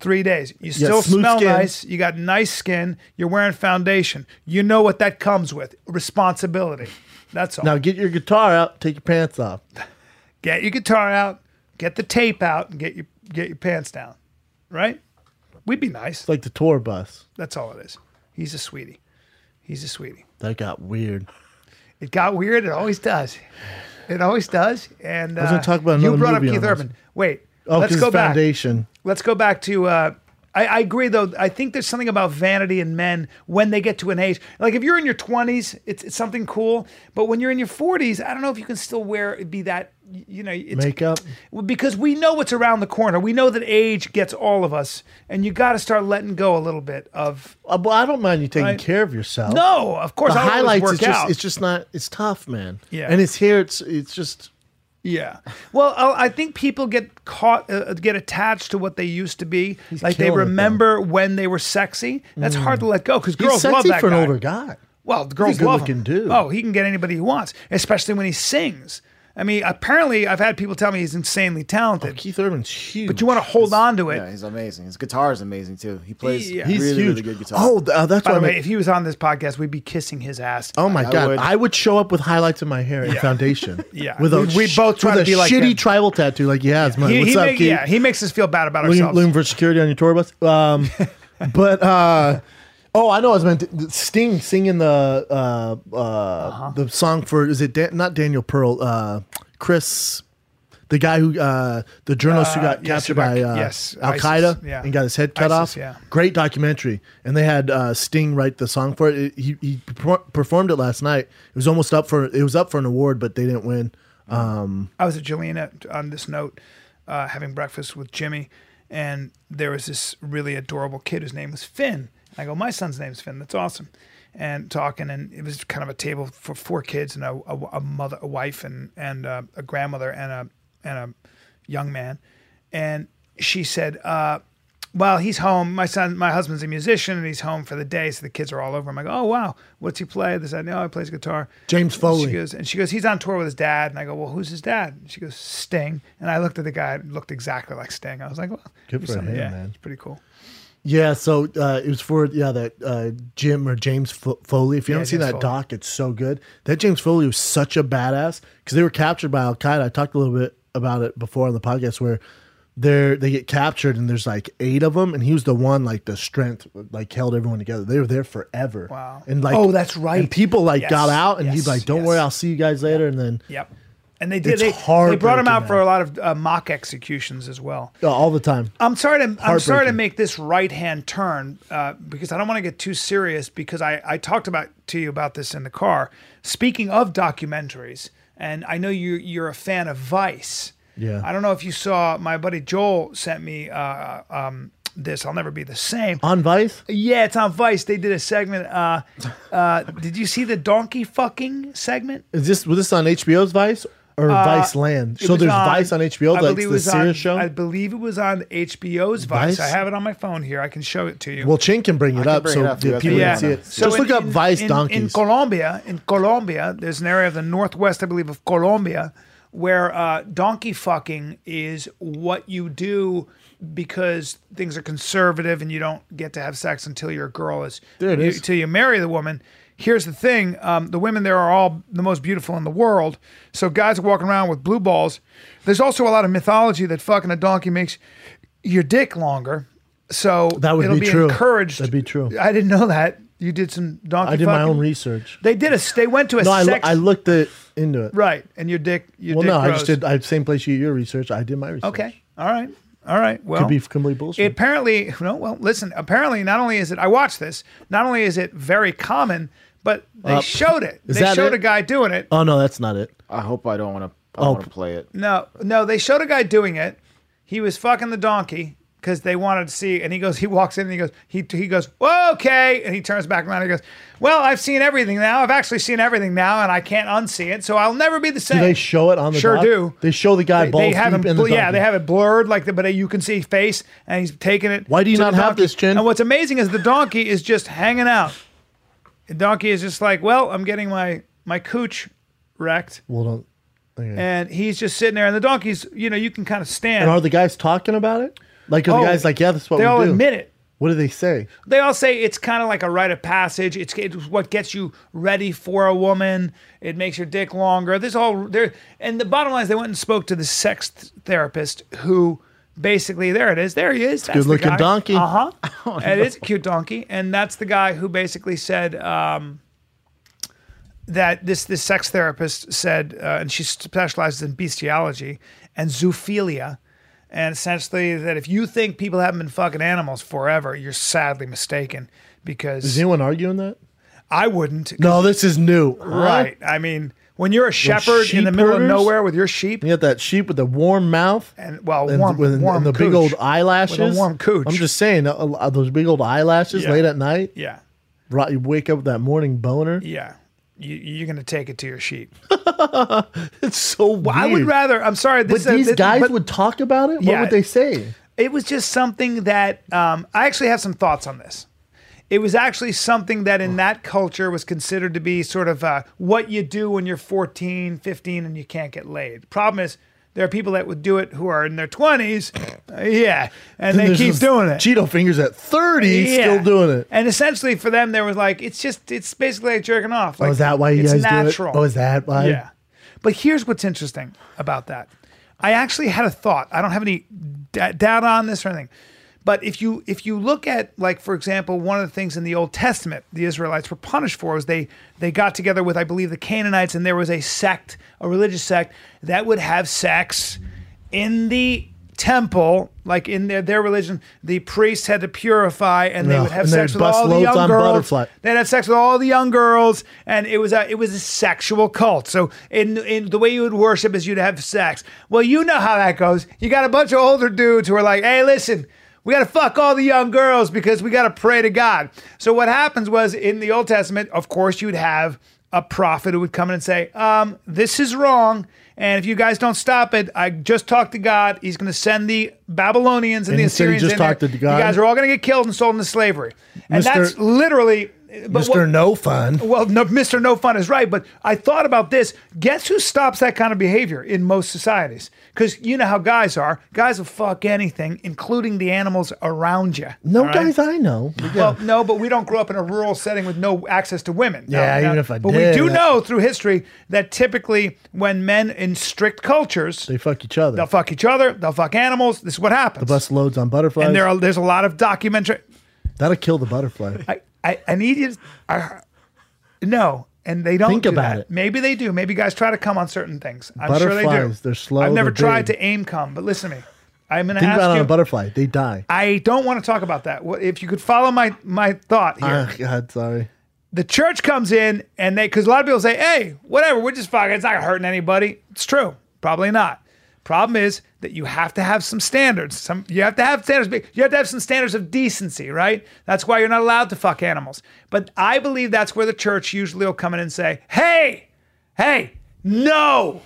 [SPEAKER 2] three days. You still
[SPEAKER 1] smooth
[SPEAKER 2] smell
[SPEAKER 1] skin.
[SPEAKER 2] nice. You got nice skin. You're wearing foundation. You know what that comes with responsibility. That's all.
[SPEAKER 1] now get your guitar out, take your pants off.
[SPEAKER 2] get your guitar out, get the tape out, and get your get your pants down. Right? We'd be nice.
[SPEAKER 1] It's like the tour bus.
[SPEAKER 2] That's all it is. He's a sweetie. He's a sweetie.
[SPEAKER 1] That got weird.
[SPEAKER 2] It got weird. It always does. It always does. And I
[SPEAKER 1] was gonna talk about
[SPEAKER 2] you
[SPEAKER 1] another
[SPEAKER 2] brought
[SPEAKER 1] movie
[SPEAKER 2] up
[SPEAKER 1] on
[SPEAKER 2] Keith
[SPEAKER 1] this.
[SPEAKER 2] Urban. Wait,
[SPEAKER 1] Oh,
[SPEAKER 2] let's
[SPEAKER 1] 'cause
[SPEAKER 2] go back.
[SPEAKER 1] Foundation.
[SPEAKER 2] Let's go back to. Uh, I, I agree, though. I think there's something about vanity in men when they get to an age. Like if you're in your 20s, it's, it's something cool. But when you're in your 40s, I don't know if you can still wear be that. You know, it's
[SPEAKER 1] Makeup.
[SPEAKER 2] because we know what's around the corner. We know that age gets all of us, and you got to start letting go a little bit of.
[SPEAKER 1] Uh, Well, I don't mind you taking
[SPEAKER 2] Right.
[SPEAKER 1] care of yourself.
[SPEAKER 2] No, of course,
[SPEAKER 1] the
[SPEAKER 2] I don't always
[SPEAKER 1] highlights
[SPEAKER 2] work
[SPEAKER 1] is just
[SPEAKER 2] out.
[SPEAKER 1] it's just not it's tough, man.
[SPEAKER 2] Yeah.
[SPEAKER 1] and it's here. It's it's just
[SPEAKER 2] *laughs* Yeah. Well, I I think people get caught, uh, get attached to what they used to be. like
[SPEAKER 1] killing it,
[SPEAKER 2] they
[SPEAKER 1] though. Mm.
[SPEAKER 2] remember when they were sexy. That's hard to let go because
[SPEAKER 1] he's
[SPEAKER 2] girls love
[SPEAKER 1] sexy
[SPEAKER 2] that
[SPEAKER 1] for
[SPEAKER 2] guy.
[SPEAKER 1] an older guy.
[SPEAKER 2] Well, the girls
[SPEAKER 1] a
[SPEAKER 2] love him.
[SPEAKER 1] good-looking dude.
[SPEAKER 2] Oh, he can get anybody he wants, especially when he sings. I mean, apparently, I've had people tell me he's insanely talented.
[SPEAKER 1] Keith Urban's huge.
[SPEAKER 2] but you want to hold on to it.
[SPEAKER 6] Yeah, he's amazing. His guitar is amazing too. He plays
[SPEAKER 2] Oh, Yeah.
[SPEAKER 1] He's
[SPEAKER 6] really,
[SPEAKER 1] huge.
[SPEAKER 6] really good guitar.
[SPEAKER 1] Oh, th- uh, that's
[SPEAKER 2] By
[SPEAKER 1] why.
[SPEAKER 2] the
[SPEAKER 1] I'm
[SPEAKER 2] way,
[SPEAKER 1] like,
[SPEAKER 2] if he was on this podcast, we'd be kissing his ass.
[SPEAKER 1] oh my god,
[SPEAKER 6] would-
[SPEAKER 1] I would show up with highlights in my hair and foundation.
[SPEAKER 2] *laughs* Yeah.
[SPEAKER 1] with a
[SPEAKER 2] We'd- we'd
[SPEAKER 1] sh-
[SPEAKER 2] both try
[SPEAKER 1] with
[SPEAKER 2] to
[SPEAKER 1] a
[SPEAKER 2] be like
[SPEAKER 1] shitty
[SPEAKER 2] him.
[SPEAKER 1] tribal tattoo. Like yeah, it's my,
[SPEAKER 2] he,
[SPEAKER 1] what's
[SPEAKER 2] he
[SPEAKER 1] up,
[SPEAKER 2] make-
[SPEAKER 1] Keith?
[SPEAKER 2] yeah, he makes us feel bad about
[SPEAKER 1] looking,
[SPEAKER 2] ourselves.
[SPEAKER 1] looking for security on your tour bus.
[SPEAKER 2] *laughs*
[SPEAKER 1] Um, but uh, oh, I know. I was meant to, Sting singing the uh, uh,
[SPEAKER 2] Uh-huh.
[SPEAKER 1] the song for is it Dan, not Daniel Pearl? Uh, Chris, the guy who uh, the journalist who got
[SPEAKER 2] yes,
[SPEAKER 1] captured
[SPEAKER 2] who
[SPEAKER 1] by
[SPEAKER 2] got-
[SPEAKER 1] uh,
[SPEAKER 2] yes,
[SPEAKER 1] Al
[SPEAKER 2] ISIS,
[SPEAKER 1] Qaeda
[SPEAKER 2] yeah.
[SPEAKER 1] and got his head cut
[SPEAKER 2] ISIS,
[SPEAKER 1] off.
[SPEAKER 2] yeah.
[SPEAKER 1] Great documentary, and they had uh, Sting write the song for it. It- he he perfor- performed it last night. It was almost up for it was up for an award, but they didn't win.
[SPEAKER 2] I was at Jillian on this note, uh, having breakfast with Jimmy, and there was this really adorable kid whose name was Finn. And I go, my son's name's Finn. That's awesome. And talking, and it was kind of a table for four kids and a, a, a mother, a wife, and and uh, a grandmother, and a and a young man. And she said, uh, well, he's home. My son, my husband's a musician, and he's home for the day, so the kids are all over. I'm like, oh wow, what's he play? This, I know, he plays guitar.
[SPEAKER 1] James Foley.
[SPEAKER 2] She goes, and she goes, he's on tour with his dad, and I go, well, who's his dad? And she goes, Sting, and I looked at the guy, it looked exactly like Sting. I was like, well,
[SPEAKER 1] Good
[SPEAKER 2] there's
[SPEAKER 1] for
[SPEAKER 2] something-
[SPEAKER 1] him,
[SPEAKER 2] yeah,
[SPEAKER 1] man.
[SPEAKER 2] It's pretty cool.
[SPEAKER 1] Yeah, so uh, it was for yeah that uh, Jim or James Fo- Foley. If you
[SPEAKER 2] Yeah,
[SPEAKER 1] haven't seen
[SPEAKER 2] James
[SPEAKER 1] that
[SPEAKER 2] Foley.
[SPEAKER 1] doc, it's so good. That James Foley was such a badass because they were captured by Al Qaeda. I talked a little bit about it before on the podcast where they're they get captured and there's like eight of them and he was the one like the strength like held everyone together. They were there forever.
[SPEAKER 2] Wow.
[SPEAKER 1] And like
[SPEAKER 2] Oh, that's right.
[SPEAKER 1] And people like
[SPEAKER 2] Yes,
[SPEAKER 1] got out and he's
[SPEAKER 2] yes,
[SPEAKER 1] like, "Don't
[SPEAKER 2] yes.
[SPEAKER 1] worry, I'll see you guys later." And then
[SPEAKER 2] Yep. And they
[SPEAKER 1] It's
[SPEAKER 2] did. They, they brought him
[SPEAKER 1] heartbreaking,
[SPEAKER 2] out for
[SPEAKER 1] man.
[SPEAKER 2] a lot of uh, mock executions as well.
[SPEAKER 1] uh, all the time.
[SPEAKER 2] I'm sorry to I'm sorry to
[SPEAKER 1] Heartbreaking.
[SPEAKER 2] make this right hand turn uh, because I don't want to get too serious because I, I talked about to you about this in the car. Speaking of documentaries, and I know you you're a fan of Vice.
[SPEAKER 1] Yeah.
[SPEAKER 2] I don't know if you saw my buddy Joel sent me uh, um, this. I'll never be the same.
[SPEAKER 1] On Vice,
[SPEAKER 2] Yeah, it's on Vice. They did a segment. Uh, uh, did you see the donkey fucking segment?
[SPEAKER 1] is this was this on HBO's Vice or Vice Land?
[SPEAKER 2] Uh, It
[SPEAKER 1] So
[SPEAKER 2] was
[SPEAKER 1] there's Vice on HBO, like
[SPEAKER 2] I believe it
[SPEAKER 1] the
[SPEAKER 2] was
[SPEAKER 1] serious
[SPEAKER 2] on-
[SPEAKER 1] show.
[SPEAKER 2] I believe it was on HBO's Vice.
[SPEAKER 1] Vice?
[SPEAKER 2] I have it on my phone here. I can show it to you.
[SPEAKER 1] Well, Chin can bring it up
[SPEAKER 6] bring
[SPEAKER 1] so
[SPEAKER 6] it up if you
[SPEAKER 1] that
[SPEAKER 6] guys
[SPEAKER 1] people
[SPEAKER 6] really
[SPEAKER 1] can see
[SPEAKER 6] wanna.
[SPEAKER 1] it.
[SPEAKER 2] So
[SPEAKER 1] Just
[SPEAKER 2] in-
[SPEAKER 1] look up
[SPEAKER 2] in-
[SPEAKER 1] Vice
[SPEAKER 2] in,
[SPEAKER 1] Donkeys.
[SPEAKER 2] In Colombia, in Colombia, there's an area of the northwest, I believe, of Colombia, where uh, donkey fucking is what you do because things are conservative and you don't get to have sex until your girl is
[SPEAKER 1] There it
[SPEAKER 2] you-
[SPEAKER 1] is.
[SPEAKER 2] till you marry the woman. Here's the thing: um, the women there are all the most beautiful in the world. So guys are walking around with blue balls. There's also a lot of mythology that fucking a donkey makes your dick longer. So
[SPEAKER 1] That would
[SPEAKER 2] it'll
[SPEAKER 1] be
[SPEAKER 2] be,
[SPEAKER 1] true.
[SPEAKER 2] encouraged.
[SPEAKER 1] That'd be true.
[SPEAKER 2] I didn't know that. You did some donkey.
[SPEAKER 1] I did my
[SPEAKER 2] fucking-
[SPEAKER 1] own research.
[SPEAKER 2] They did a. They went to a
[SPEAKER 1] No, I, lo-
[SPEAKER 2] sex.
[SPEAKER 1] I looked it, into it.
[SPEAKER 2] right, and your dick. Your
[SPEAKER 1] Well,
[SPEAKER 2] dick
[SPEAKER 1] no, I
[SPEAKER 2] grows.
[SPEAKER 1] just did I, same place you did your research. I did my research.
[SPEAKER 2] Okay. All right. All right. Well,
[SPEAKER 1] Could be complete bullshit.
[SPEAKER 2] It apparently, no, well, listen, apparently, not only is it, I watched this, not only is it very common, but they
[SPEAKER 1] Uh,
[SPEAKER 2] showed it.
[SPEAKER 1] is
[SPEAKER 2] They
[SPEAKER 1] that
[SPEAKER 2] showed
[SPEAKER 1] it?
[SPEAKER 2] a guy doing it.
[SPEAKER 1] oh no, that's not it.
[SPEAKER 6] I hope I don't want to. I
[SPEAKER 1] Oh.
[SPEAKER 6] want to play it.
[SPEAKER 2] No, no, they showed a guy doing it. He was fucking the donkey because they wanted to see. And he goes, he walks in and he goes, he, he goes, okay. And he turns back around and he goes, well, I've seen everything now. I've actually seen everything now and I can't unsee it. So I'll never be the same.
[SPEAKER 1] Do they show it on the
[SPEAKER 2] Sure
[SPEAKER 1] doc?
[SPEAKER 2] do.
[SPEAKER 1] They show the guy
[SPEAKER 2] They-
[SPEAKER 1] balls
[SPEAKER 2] they have
[SPEAKER 1] deep
[SPEAKER 2] him,
[SPEAKER 1] in the
[SPEAKER 2] bl- yeah,
[SPEAKER 1] donkey.
[SPEAKER 2] they have it blurred like the, but you can see face, and he's taking it.
[SPEAKER 1] Why do you
[SPEAKER 2] to the
[SPEAKER 1] not have
[SPEAKER 2] donkey.
[SPEAKER 1] this, Chin?
[SPEAKER 2] And what's amazing is the donkey is just hanging out. The donkey is just like, well, I'm getting my my cooch wrecked,
[SPEAKER 1] Well, don't. Okay. And,
[SPEAKER 2] and he's just sitting there. And the donkey's, you know, you can kind of stand.
[SPEAKER 1] are the guys talking about it? Like are
[SPEAKER 2] Oh,
[SPEAKER 1] the guys like, yeah, that's what
[SPEAKER 2] they
[SPEAKER 1] we
[SPEAKER 2] all
[SPEAKER 1] do.
[SPEAKER 2] admit it.
[SPEAKER 1] What do they say?
[SPEAKER 2] They all say it's kind of like a rite of passage. It's, it's what gets you ready for a woman. It makes your dick longer. This all there. And the bottom line is, they went and spoke to the sex th- therapist who basically there it is. There he is. That's the
[SPEAKER 1] good-looking
[SPEAKER 2] guy.
[SPEAKER 1] donkey. *laughs* Oh,
[SPEAKER 2] Uh-huh. It is a cute donkey. And that's the guy who basically said um, that this this sex therapist said, uh, and she specializes in bestiality and zoophilia. And essentially, that if you think people haven't been fucking animals forever, you're sadly mistaken.
[SPEAKER 1] Is
[SPEAKER 2] Because
[SPEAKER 1] anyone arguing that?
[SPEAKER 2] I wouldn't.
[SPEAKER 1] No, this is new.
[SPEAKER 2] Right. I mean, when you're a shepherd in the
[SPEAKER 1] sheep
[SPEAKER 2] middle
[SPEAKER 1] herders?
[SPEAKER 2] of nowhere with your sheep,
[SPEAKER 1] You got that sheep with the warm mouth
[SPEAKER 2] and well,
[SPEAKER 1] and,
[SPEAKER 2] warm,
[SPEAKER 1] with, and
[SPEAKER 2] warm
[SPEAKER 1] the big
[SPEAKER 2] cooch.
[SPEAKER 1] old eyelashes.
[SPEAKER 2] With a warm cooch.
[SPEAKER 1] I'm just saying, uh, uh, those big old eyelashes
[SPEAKER 2] Yeah.
[SPEAKER 1] late at night.
[SPEAKER 2] yeah,
[SPEAKER 1] Right, you wake up with that morning
[SPEAKER 2] *laughs*
[SPEAKER 1] boner.
[SPEAKER 2] yeah. You, you're gonna take it to your sheep.
[SPEAKER 1] It's so weird.
[SPEAKER 2] I would rather. I'm sorry.
[SPEAKER 1] But
[SPEAKER 2] This, uh,
[SPEAKER 1] these
[SPEAKER 2] this-
[SPEAKER 1] guys
[SPEAKER 2] but
[SPEAKER 1] would talk about it. What
[SPEAKER 2] Yeah.
[SPEAKER 1] would they say?
[SPEAKER 2] It was just something that um, I actually have some thoughts on this. It was actually something that in that culture was considered to be sort of uh, what you do when you're 14, 15, and you can't get laid. Problem is, there are people that would do it who are in their 20s, uh, yeah, and they
[SPEAKER 1] There's
[SPEAKER 2] keep
[SPEAKER 1] this
[SPEAKER 2] doing it.
[SPEAKER 1] Cheeto fingers at 30, still
[SPEAKER 2] Yeah.
[SPEAKER 1] doing it.
[SPEAKER 2] And essentially for them, there was like, it's just, it's basically like jerking off. Like,
[SPEAKER 1] oh, is that why you
[SPEAKER 2] it's
[SPEAKER 1] guys
[SPEAKER 2] natural.
[SPEAKER 1] do it? Oh, is that why?
[SPEAKER 2] Yeah. But here's what's interesting about that. I actually had a thought. I don't have any da- data on this or anything. But if you if you look at like for example one of the things in the Old Testament the Israelites were punished for was they they got together with I believe the Canaanites and there was a sect a religious sect that would have sex in the temple like in their their religion the priests had to purify and they
[SPEAKER 1] Ugh,
[SPEAKER 2] would have
[SPEAKER 1] and they'd
[SPEAKER 2] sex with
[SPEAKER 1] bust
[SPEAKER 2] all the
[SPEAKER 1] loads
[SPEAKER 2] young
[SPEAKER 1] on
[SPEAKER 2] girls
[SPEAKER 1] butterfly.
[SPEAKER 2] They'd have sex with all the young girls, and it was a it was a sexual cult. So in in the way you would worship is you'd have sex. Well, you know how that goes. You got a bunch of older dudes who are like, "Hey, listen." We got to fuck all the young girls because we got to pray to God. So what happens was in the Old Testament, of course, you'd have a prophet who would come in and say, um, "This is wrong, and if you guys don't stop it, I just talked to God. He's going to send the Babylonians and,
[SPEAKER 1] And
[SPEAKER 2] the
[SPEAKER 1] he said he
[SPEAKER 2] Assyrians
[SPEAKER 1] just
[SPEAKER 2] in there.
[SPEAKER 1] talked to God?
[SPEAKER 2] You guys are all going to get killed and sold into slavery." And
[SPEAKER 1] Mr.
[SPEAKER 2] that's literally but
[SPEAKER 1] Mr.
[SPEAKER 2] what-
[SPEAKER 1] no Fun.
[SPEAKER 2] well, no, Mr. No Fun is right, but I thought about this. Guess who stops that kind of behavior in most societies? Because you know how guys are. Guys will fuck anything, including the animals around you.
[SPEAKER 1] No
[SPEAKER 2] all right?
[SPEAKER 1] guys I know.
[SPEAKER 2] Well, no, but we don't grow up in a rural setting with no access to women. No,
[SPEAKER 1] Yeah,
[SPEAKER 2] no.
[SPEAKER 1] even if I
[SPEAKER 2] But
[SPEAKER 1] did,
[SPEAKER 2] we do
[SPEAKER 1] I-
[SPEAKER 2] know through history that typically when men in strict cultures,
[SPEAKER 1] They fuck each other.
[SPEAKER 2] they'll fuck each other, they'll fuck animals. This is what happens.
[SPEAKER 1] Bust loads on butterflies.
[SPEAKER 2] and there are, there's a lot of documentary.
[SPEAKER 1] That'll kill the
[SPEAKER 2] *laughs*
[SPEAKER 1] butterfly.
[SPEAKER 2] I, I, I need you. To, I, no, and they don't
[SPEAKER 1] Think
[SPEAKER 2] do
[SPEAKER 1] about
[SPEAKER 2] that.
[SPEAKER 1] it.
[SPEAKER 2] Maybe they do. Maybe guys try to come on certain things. I'm sure they do.
[SPEAKER 1] Butterflies, they're slow,
[SPEAKER 2] I've never
[SPEAKER 1] they're
[SPEAKER 2] tried
[SPEAKER 1] big.
[SPEAKER 2] to aim come, but listen to me. I'm gonna
[SPEAKER 1] Think
[SPEAKER 2] ask
[SPEAKER 1] about it on
[SPEAKER 2] you.
[SPEAKER 1] a butterfly. They die.
[SPEAKER 2] I don't want to talk about that. What if you could follow my my thought here?
[SPEAKER 1] Ah, God, sorry.
[SPEAKER 2] the church comes in and they because a lot of people say, "Hey, whatever, we're just fucking. It's not hurting anybody." It's true, probably not. Problem is that you have to have some standards. Some you have to have standards. but You have to have some standards of decency, right? That's why you're not allowed to fuck animals. But I believe that's where the church usually will come in and say, "Hey, hey, no,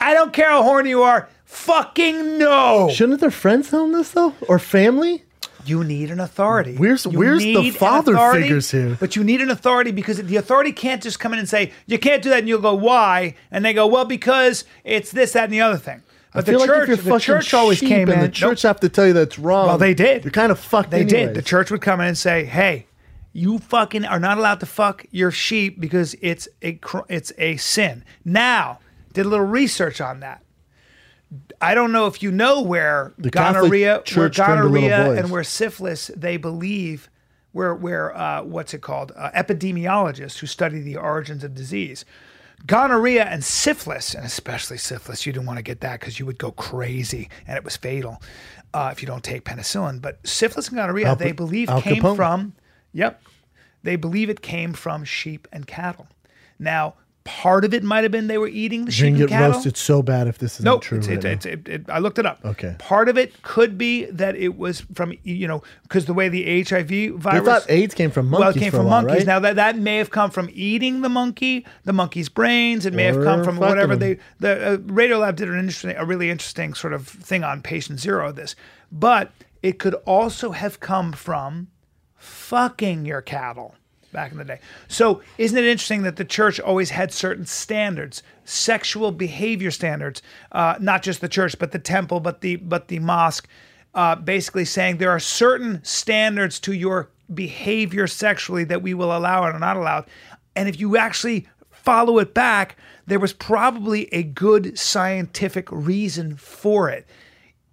[SPEAKER 2] I don't care how horny you are, fucking no."
[SPEAKER 1] Shouldn't their friends tell them this though, or family?
[SPEAKER 2] You need an authority.
[SPEAKER 1] Where's-
[SPEAKER 2] You
[SPEAKER 1] where's the
[SPEAKER 2] need an
[SPEAKER 1] father
[SPEAKER 2] authority,
[SPEAKER 1] figures here?
[SPEAKER 2] But you need an authority because the authority can't just come in and say you can't do that, and you'll go why? And they go well because it's this, that, and the other thing. But the
[SPEAKER 1] feel like if
[SPEAKER 2] church,
[SPEAKER 1] you're
[SPEAKER 2] the
[SPEAKER 1] fucking
[SPEAKER 2] church always
[SPEAKER 1] sheep
[SPEAKER 2] came
[SPEAKER 1] and
[SPEAKER 2] in.
[SPEAKER 1] The
[SPEAKER 2] Nope.
[SPEAKER 1] church have to tell you that's wrong.
[SPEAKER 2] Well, they did.
[SPEAKER 1] You're kind of fucked.
[SPEAKER 2] They
[SPEAKER 1] anyways.
[SPEAKER 2] did. The church would come in and say, "Hey, you fucking are not allowed to fuck your sheep because it's a cr- it's a sin." Now, did a little research on that. I don't know if you know where
[SPEAKER 1] Catholic
[SPEAKER 2] gonorrhea, where
[SPEAKER 1] Church turned to little
[SPEAKER 2] gonorrhea,
[SPEAKER 1] boys.
[SPEAKER 2] and where syphilis they believe. Where, where, uh, what's it called? Uh, epidemiologists who study the origins of disease. Gonorrhea and syphilis, and especially syphilis, you didn't want to get that because you would go crazy and it was fatal uh, if you don't take penicillin. But syphilis and gonorrhea,
[SPEAKER 1] Al-
[SPEAKER 2] they believe
[SPEAKER 1] Al
[SPEAKER 2] came
[SPEAKER 1] Capone.
[SPEAKER 2] from, yep, they believe it came from sheep and cattle. Now, part of it might have been they were eating the
[SPEAKER 1] You
[SPEAKER 2] sheep
[SPEAKER 1] can
[SPEAKER 2] and
[SPEAKER 1] get
[SPEAKER 2] cattle.
[SPEAKER 1] roasted so bad if this isn't
[SPEAKER 2] Nope,
[SPEAKER 1] true.
[SPEAKER 2] it's,
[SPEAKER 1] right
[SPEAKER 2] it,
[SPEAKER 1] now.
[SPEAKER 2] it's, it, it, I looked it up.
[SPEAKER 1] Okay.
[SPEAKER 2] Part of it could be that it was from you know because the way the HIV
[SPEAKER 1] I
[SPEAKER 2] virus
[SPEAKER 1] thought AIDS came from monkeys.
[SPEAKER 2] well, it came
[SPEAKER 1] for a
[SPEAKER 2] from
[SPEAKER 1] while, right?
[SPEAKER 2] monkeys. Now that that may have come from eating the monkey, the monkey's brains. It may have
[SPEAKER 1] Or
[SPEAKER 2] come from whatever
[SPEAKER 1] fucking
[SPEAKER 2] they. The uh, Radiolab did an interesting, a really interesting sort of thing on patient zero of this, but it could also have come from fucking your cattle back in the day. So, isn't it interesting that the church always had certain standards, sexual behavior standards, uh, not just the church, but the temple, but the but the mosque, uh, basically saying there are certain standards to your behavior sexually that we will allow and are not allowed. And if you actually follow it back, there was probably a good scientific reason for it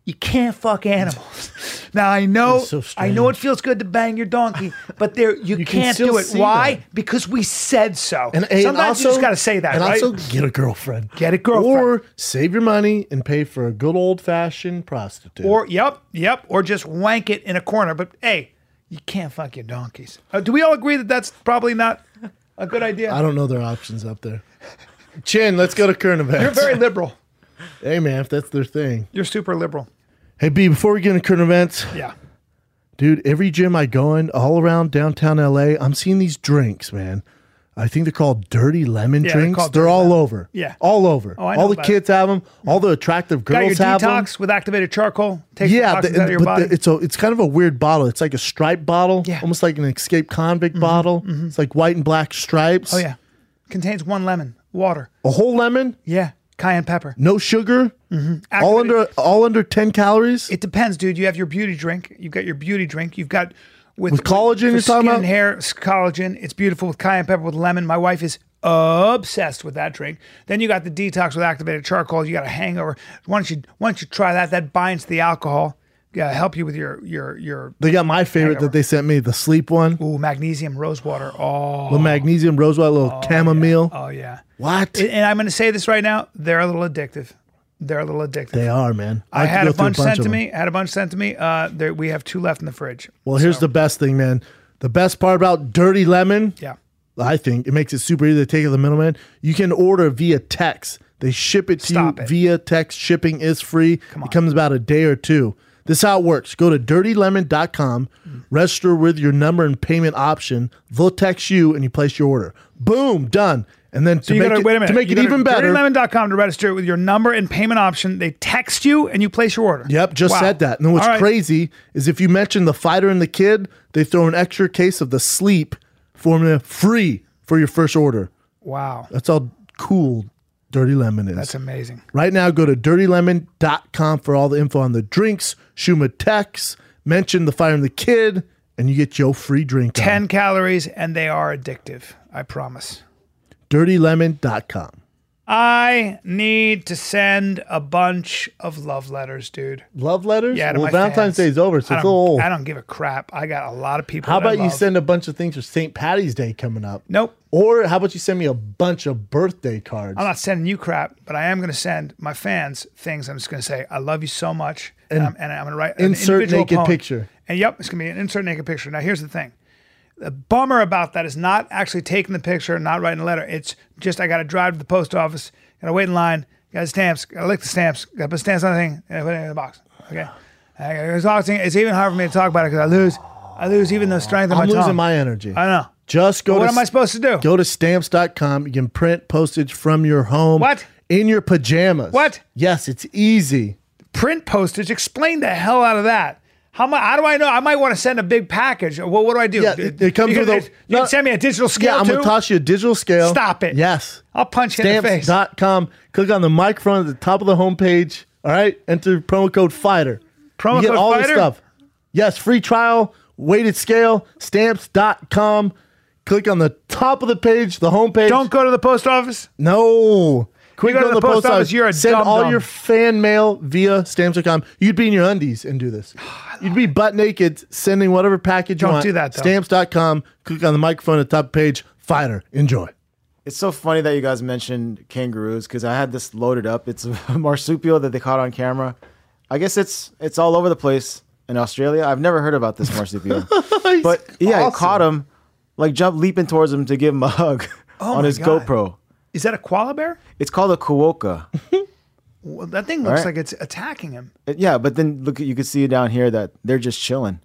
[SPEAKER 2] You can't fuck animals. Now I know,
[SPEAKER 1] That's so
[SPEAKER 2] I know it feels good to bang your donkey, but
[SPEAKER 1] *laughs*
[SPEAKER 2] there you,
[SPEAKER 1] You can
[SPEAKER 2] can't
[SPEAKER 1] still
[SPEAKER 2] do it.
[SPEAKER 1] see
[SPEAKER 2] Why?
[SPEAKER 1] that.
[SPEAKER 2] Because we said so.
[SPEAKER 1] And, and
[SPEAKER 2] Sometimes
[SPEAKER 1] also,
[SPEAKER 2] you just got to say that,
[SPEAKER 1] And
[SPEAKER 2] right?
[SPEAKER 1] also get a girlfriend.
[SPEAKER 2] Get a girlfriend.
[SPEAKER 1] Or save your money and pay for a good old fashioned prostitute.
[SPEAKER 2] or yep, yep, or just wank it in a corner. But hey, you can't fuck your donkeys. Uh, do we all agree that that's probably not a good idea?
[SPEAKER 1] I don't know their options up there. Chin, let's go to current
[SPEAKER 2] You're
[SPEAKER 1] events. *laughs*
[SPEAKER 2] very liberal.
[SPEAKER 1] hey man, if that's their thing.
[SPEAKER 2] You're super liberal.
[SPEAKER 1] Hey B, before we get into current events,
[SPEAKER 2] Yeah.
[SPEAKER 1] dude, every gym I go in, all around downtown LA, I'm seeing these drinks, man. I think they're called dirty lemon
[SPEAKER 2] they're
[SPEAKER 1] drinks. They're,
[SPEAKER 2] called dirty
[SPEAKER 1] all
[SPEAKER 2] lemon.
[SPEAKER 1] over.
[SPEAKER 2] Yeah. Oh,
[SPEAKER 1] all over.
[SPEAKER 2] I know
[SPEAKER 1] all the
[SPEAKER 2] about
[SPEAKER 1] kids have 'em. have them. All the attractive
[SPEAKER 2] Got your
[SPEAKER 1] girls have them.
[SPEAKER 2] detox with activated charcoal. Take the
[SPEAKER 1] Yeah,
[SPEAKER 2] toxins
[SPEAKER 1] the-
[SPEAKER 2] out of your
[SPEAKER 1] but
[SPEAKER 2] body.
[SPEAKER 1] the- it's a it's kind of a weird bottle. It's like a striped bottle,
[SPEAKER 2] Yeah. Mm-hmm,
[SPEAKER 1] almost like an escaped convict bottle. It's like white and black stripes.
[SPEAKER 2] oh yeah, contains one lemon, water.
[SPEAKER 1] a whole lemon,
[SPEAKER 2] Yeah, cayenne pepper.
[SPEAKER 1] no sugar, all
[SPEAKER 2] Activated-
[SPEAKER 1] under all under ten calories.
[SPEAKER 2] Mm-hmm. It depends, dude. You have your beauty drink. You've got your beauty drink. You've got with,
[SPEAKER 1] With collagen
[SPEAKER 2] for
[SPEAKER 1] you're talking
[SPEAKER 2] skin
[SPEAKER 1] about?
[SPEAKER 2] and hair s- collagen. It's beautiful with cayenne pepper with lemon. My wife is obsessed with that drink. Then you got the detox with activated charcoal. You got a hangover. Why don't you why don't you try that? That binds the alcohol. Yeah, help you with your your your
[SPEAKER 1] they got my favorite
[SPEAKER 2] Hangover.
[SPEAKER 1] that they sent me, the sleep one,
[SPEAKER 2] ooh, magnesium rose water. Oh,
[SPEAKER 1] the magnesium rosewater, little chamomile.
[SPEAKER 2] oh yeah.
[SPEAKER 1] What
[SPEAKER 2] And- And I'm going to say this right now. They're a little addictive. They're a little addictive.
[SPEAKER 1] they are, man.
[SPEAKER 2] I
[SPEAKER 1] have to
[SPEAKER 2] had
[SPEAKER 1] go
[SPEAKER 2] a
[SPEAKER 1] through
[SPEAKER 2] bunch, sent
[SPEAKER 1] of
[SPEAKER 2] to
[SPEAKER 1] them.
[SPEAKER 2] me. I had a bunch sent to me. Uh, there, we have two left in the fridge.
[SPEAKER 1] Well, here's the best thing, man. The best part about dirty lemon,
[SPEAKER 2] Yeah.
[SPEAKER 1] I think it makes it super easy to take it to the middleman. You can order via text. They ship it to
[SPEAKER 2] Stop
[SPEAKER 1] you
[SPEAKER 2] it.
[SPEAKER 1] via text. Shipping is free.
[SPEAKER 2] on.
[SPEAKER 1] It comes about a day or two. This is how it works. Go to dirtylemon.com, register with your number and payment option. They'll text you and you place your order. Boom, done. And then to,
[SPEAKER 2] you
[SPEAKER 1] make
[SPEAKER 2] gotta,
[SPEAKER 1] it,
[SPEAKER 2] wait a minute.
[SPEAKER 1] to make
[SPEAKER 2] You
[SPEAKER 1] it
[SPEAKER 2] go
[SPEAKER 1] even better,
[SPEAKER 2] dirtylemon.com to register with your number and payment option. They text you and you place your order.
[SPEAKER 1] Yep, just
[SPEAKER 2] Wow.
[SPEAKER 1] said that. And then what's
[SPEAKER 2] All right.
[SPEAKER 1] crazy is if you mention the fighter and the kid, they throw an extra case of the sleep formula free for your first order.
[SPEAKER 2] Wow.
[SPEAKER 1] That's how cool Dirty Lemon is.
[SPEAKER 2] That's amazing.
[SPEAKER 1] right now, go to dirtylemon.com for all the info on the drinks, Shuma Tex, mention the fighter and the kid, and you get your free drink. on.
[SPEAKER 2] 10 calories and they are addictive. I promise.
[SPEAKER 1] Dirtylemon.com.
[SPEAKER 2] I need to send a bunch of love letters, dude.
[SPEAKER 1] Love letters?
[SPEAKER 2] Yeah, to
[SPEAKER 1] well,
[SPEAKER 2] my
[SPEAKER 1] Valentine's
[SPEAKER 2] fans.
[SPEAKER 1] Day is over, so
[SPEAKER 2] I
[SPEAKER 1] it's a little
[SPEAKER 2] don't,
[SPEAKER 1] old.
[SPEAKER 2] I don't give a crap. I got a lot of people.
[SPEAKER 1] How
[SPEAKER 2] that I
[SPEAKER 1] about you
[SPEAKER 2] love.
[SPEAKER 1] send a bunch of things for St. Patty's Day coming up?
[SPEAKER 2] Nope.
[SPEAKER 1] Or how about you send me a bunch of birthday cards?
[SPEAKER 2] I'm not sending you crap, but I am going to send my fans things. I'm just going to say, I love you so much. And, I'm, and I'm going to write an
[SPEAKER 1] insert
[SPEAKER 2] individual
[SPEAKER 1] naked
[SPEAKER 2] poem.
[SPEAKER 1] picture.
[SPEAKER 2] And yep, it's going to be an insert naked picture. Now, here's the thing. The bummer about that is not actually taking the picture, not writing a letter. It's just I got to drive to the post office, got to wait in line, got to stamps, got to lick the stamps, got to put stamps on the thing, and put it in the box. Okay. I- I- It's all- it's even hard for me to talk about it because I lose, I lose even the strength of
[SPEAKER 1] I'm
[SPEAKER 2] my
[SPEAKER 1] losing
[SPEAKER 2] tongue.
[SPEAKER 1] my energy.
[SPEAKER 2] I know.
[SPEAKER 1] Just go
[SPEAKER 2] But what
[SPEAKER 1] to
[SPEAKER 2] am I supposed to do?
[SPEAKER 1] Go to stamps.com. You can print postage from your home.
[SPEAKER 2] What?
[SPEAKER 1] In your pajamas.
[SPEAKER 2] What?
[SPEAKER 1] Yes, it's easy.
[SPEAKER 2] print postage. Explain the hell out of that. How much? How do I know? I might want to send a big package. Well, what do I do?
[SPEAKER 1] Yeah, it- it comes
[SPEAKER 2] you can-
[SPEAKER 1] with a-
[SPEAKER 2] You can
[SPEAKER 1] no-
[SPEAKER 2] send me a digital scale
[SPEAKER 1] yeah, I'm
[SPEAKER 2] too.
[SPEAKER 1] gonna toss you a digital scale.
[SPEAKER 2] Stop it.
[SPEAKER 1] Yes.
[SPEAKER 2] I'll punch you in the face.
[SPEAKER 1] Stamps.com. Click on the microphone at the top of the homepage. All right. Enter promo code FIGHTER.
[SPEAKER 2] Promo
[SPEAKER 1] you get
[SPEAKER 2] code
[SPEAKER 1] all this
[SPEAKER 2] fighter?
[SPEAKER 1] stuff. Yes, free trial, weighted scale, stamps.com. Click on the top of the page, the homepage.
[SPEAKER 2] Don't go to the post office.
[SPEAKER 1] No. Quick
[SPEAKER 2] You go to the post office, you're a
[SPEAKER 1] Send all
[SPEAKER 2] dum-dum.
[SPEAKER 1] your fan mail via stamps.com. You'd be in your undies and do
[SPEAKER 2] *sighs*
[SPEAKER 1] this. You'd be butt naked sending whatever package you
[SPEAKER 2] Don't
[SPEAKER 1] want.
[SPEAKER 2] do that, though.
[SPEAKER 1] Stamps.com. Click on the microphone at the top page. Fighter. Enjoy.
[SPEAKER 6] It's so funny that you guys mentioned kangaroos because I had this loaded up. It's *laughs* a marsupial that they caught on camera. I guess it's it's all over the place in Australia. I've never heard about this
[SPEAKER 2] *laughs*
[SPEAKER 6] marsupial, but yeah, I
[SPEAKER 1] awesome.
[SPEAKER 6] caught him like jump leaping towards him to give him a *laughs* hug on
[SPEAKER 2] Oh my
[SPEAKER 6] his
[SPEAKER 2] God.
[SPEAKER 6] GoPro.
[SPEAKER 2] Is that a koala bear?
[SPEAKER 6] It's called a kuoka.
[SPEAKER 2] Well, that thing looks
[SPEAKER 6] right.
[SPEAKER 2] like it's attacking him.
[SPEAKER 6] It- yeah, but then look, at- you can see down here that they're just chilling.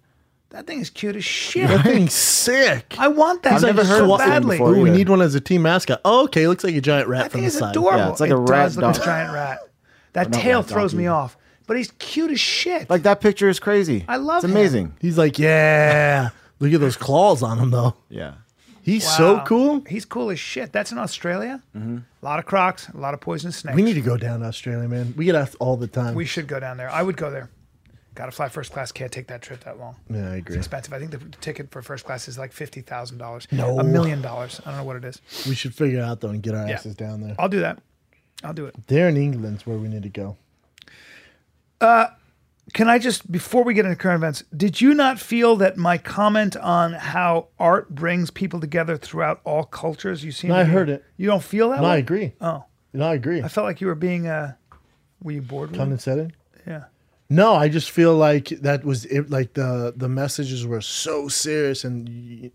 [SPEAKER 2] That thing is cute as shit.
[SPEAKER 1] That thing's sick.
[SPEAKER 2] I want that.
[SPEAKER 6] I've
[SPEAKER 2] thing
[SPEAKER 6] never heard
[SPEAKER 2] so
[SPEAKER 6] of this thing
[SPEAKER 2] badly.
[SPEAKER 6] before.
[SPEAKER 1] Ooh, we
[SPEAKER 6] either.
[SPEAKER 1] need one as a team mascot. Oh, okay. Looks like a giant rat
[SPEAKER 2] That
[SPEAKER 1] from
[SPEAKER 2] thing
[SPEAKER 1] the
[SPEAKER 2] is
[SPEAKER 1] side.
[SPEAKER 2] adorable.
[SPEAKER 6] Yeah, it's like
[SPEAKER 2] it
[SPEAKER 6] a rat
[SPEAKER 2] does look like a
[SPEAKER 6] dog.
[SPEAKER 2] giant rat. That
[SPEAKER 6] not
[SPEAKER 2] tail
[SPEAKER 6] rat dog
[SPEAKER 2] throws me
[SPEAKER 6] either.
[SPEAKER 2] off, but he's cute as shit.
[SPEAKER 6] Like that picture is crazy.
[SPEAKER 2] I love
[SPEAKER 6] It's
[SPEAKER 2] him.
[SPEAKER 6] amazing.
[SPEAKER 1] He's like, yeah. Look at those claws on him, though.
[SPEAKER 6] Yeah.
[SPEAKER 1] He's so
[SPEAKER 2] Wow.
[SPEAKER 1] cool. Mm-hmm.
[SPEAKER 2] He's cool as shit. That's in Australia. A lot of crocs, a lot of poisonous snakes.
[SPEAKER 1] We need to go down to Australia, man. We get asked all the time.
[SPEAKER 2] We should go down there. I would go there. Got to fly first class. Can't take that trip that long.
[SPEAKER 1] yeah, I agree.
[SPEAKER 2] Expensive. I think the ticket for first class is like fifty thousand dollars.
[SPEAKER 1] No.
[SPEAKER 2] a million dollars. I don't know what it is.
[SPEAKER 1] We should figure it out, though, and get our
[SPEAKER 2] Yeah.
[SPEAKER 1] asses down there.
[SPEAKER 2] I'll do that. I'll do it.
[SPEAKER 1] There in England's where we need to go.
[SPEAKER 2] can I just before we get into current events, did you not feel that my comment on how art brings people together throughout all cultures? You seem
[SPEAKER 1] No,
[SPEAKER 2] to
[SPEAKER 1] I
[SPEAKER 2] be-
[SPEAKER 1] heard it.
[SPEAKER 2] You don't feel that?
[SPEAKER 1] No, I
[SPEAKER 2] way?
[SPEAKER 1] agree.
[SPEAKER 2] Oh,
[SPEAKER 1] No, I agree.
[SPEAKER 2] I felt like you were being uh, were you bored? With it?
[SPEAKER 1] Condescending.
[SPEAKER 2] Yeah.
[SPEAKER 1] No, I just feel like that was it, like the the messages were so serious and y-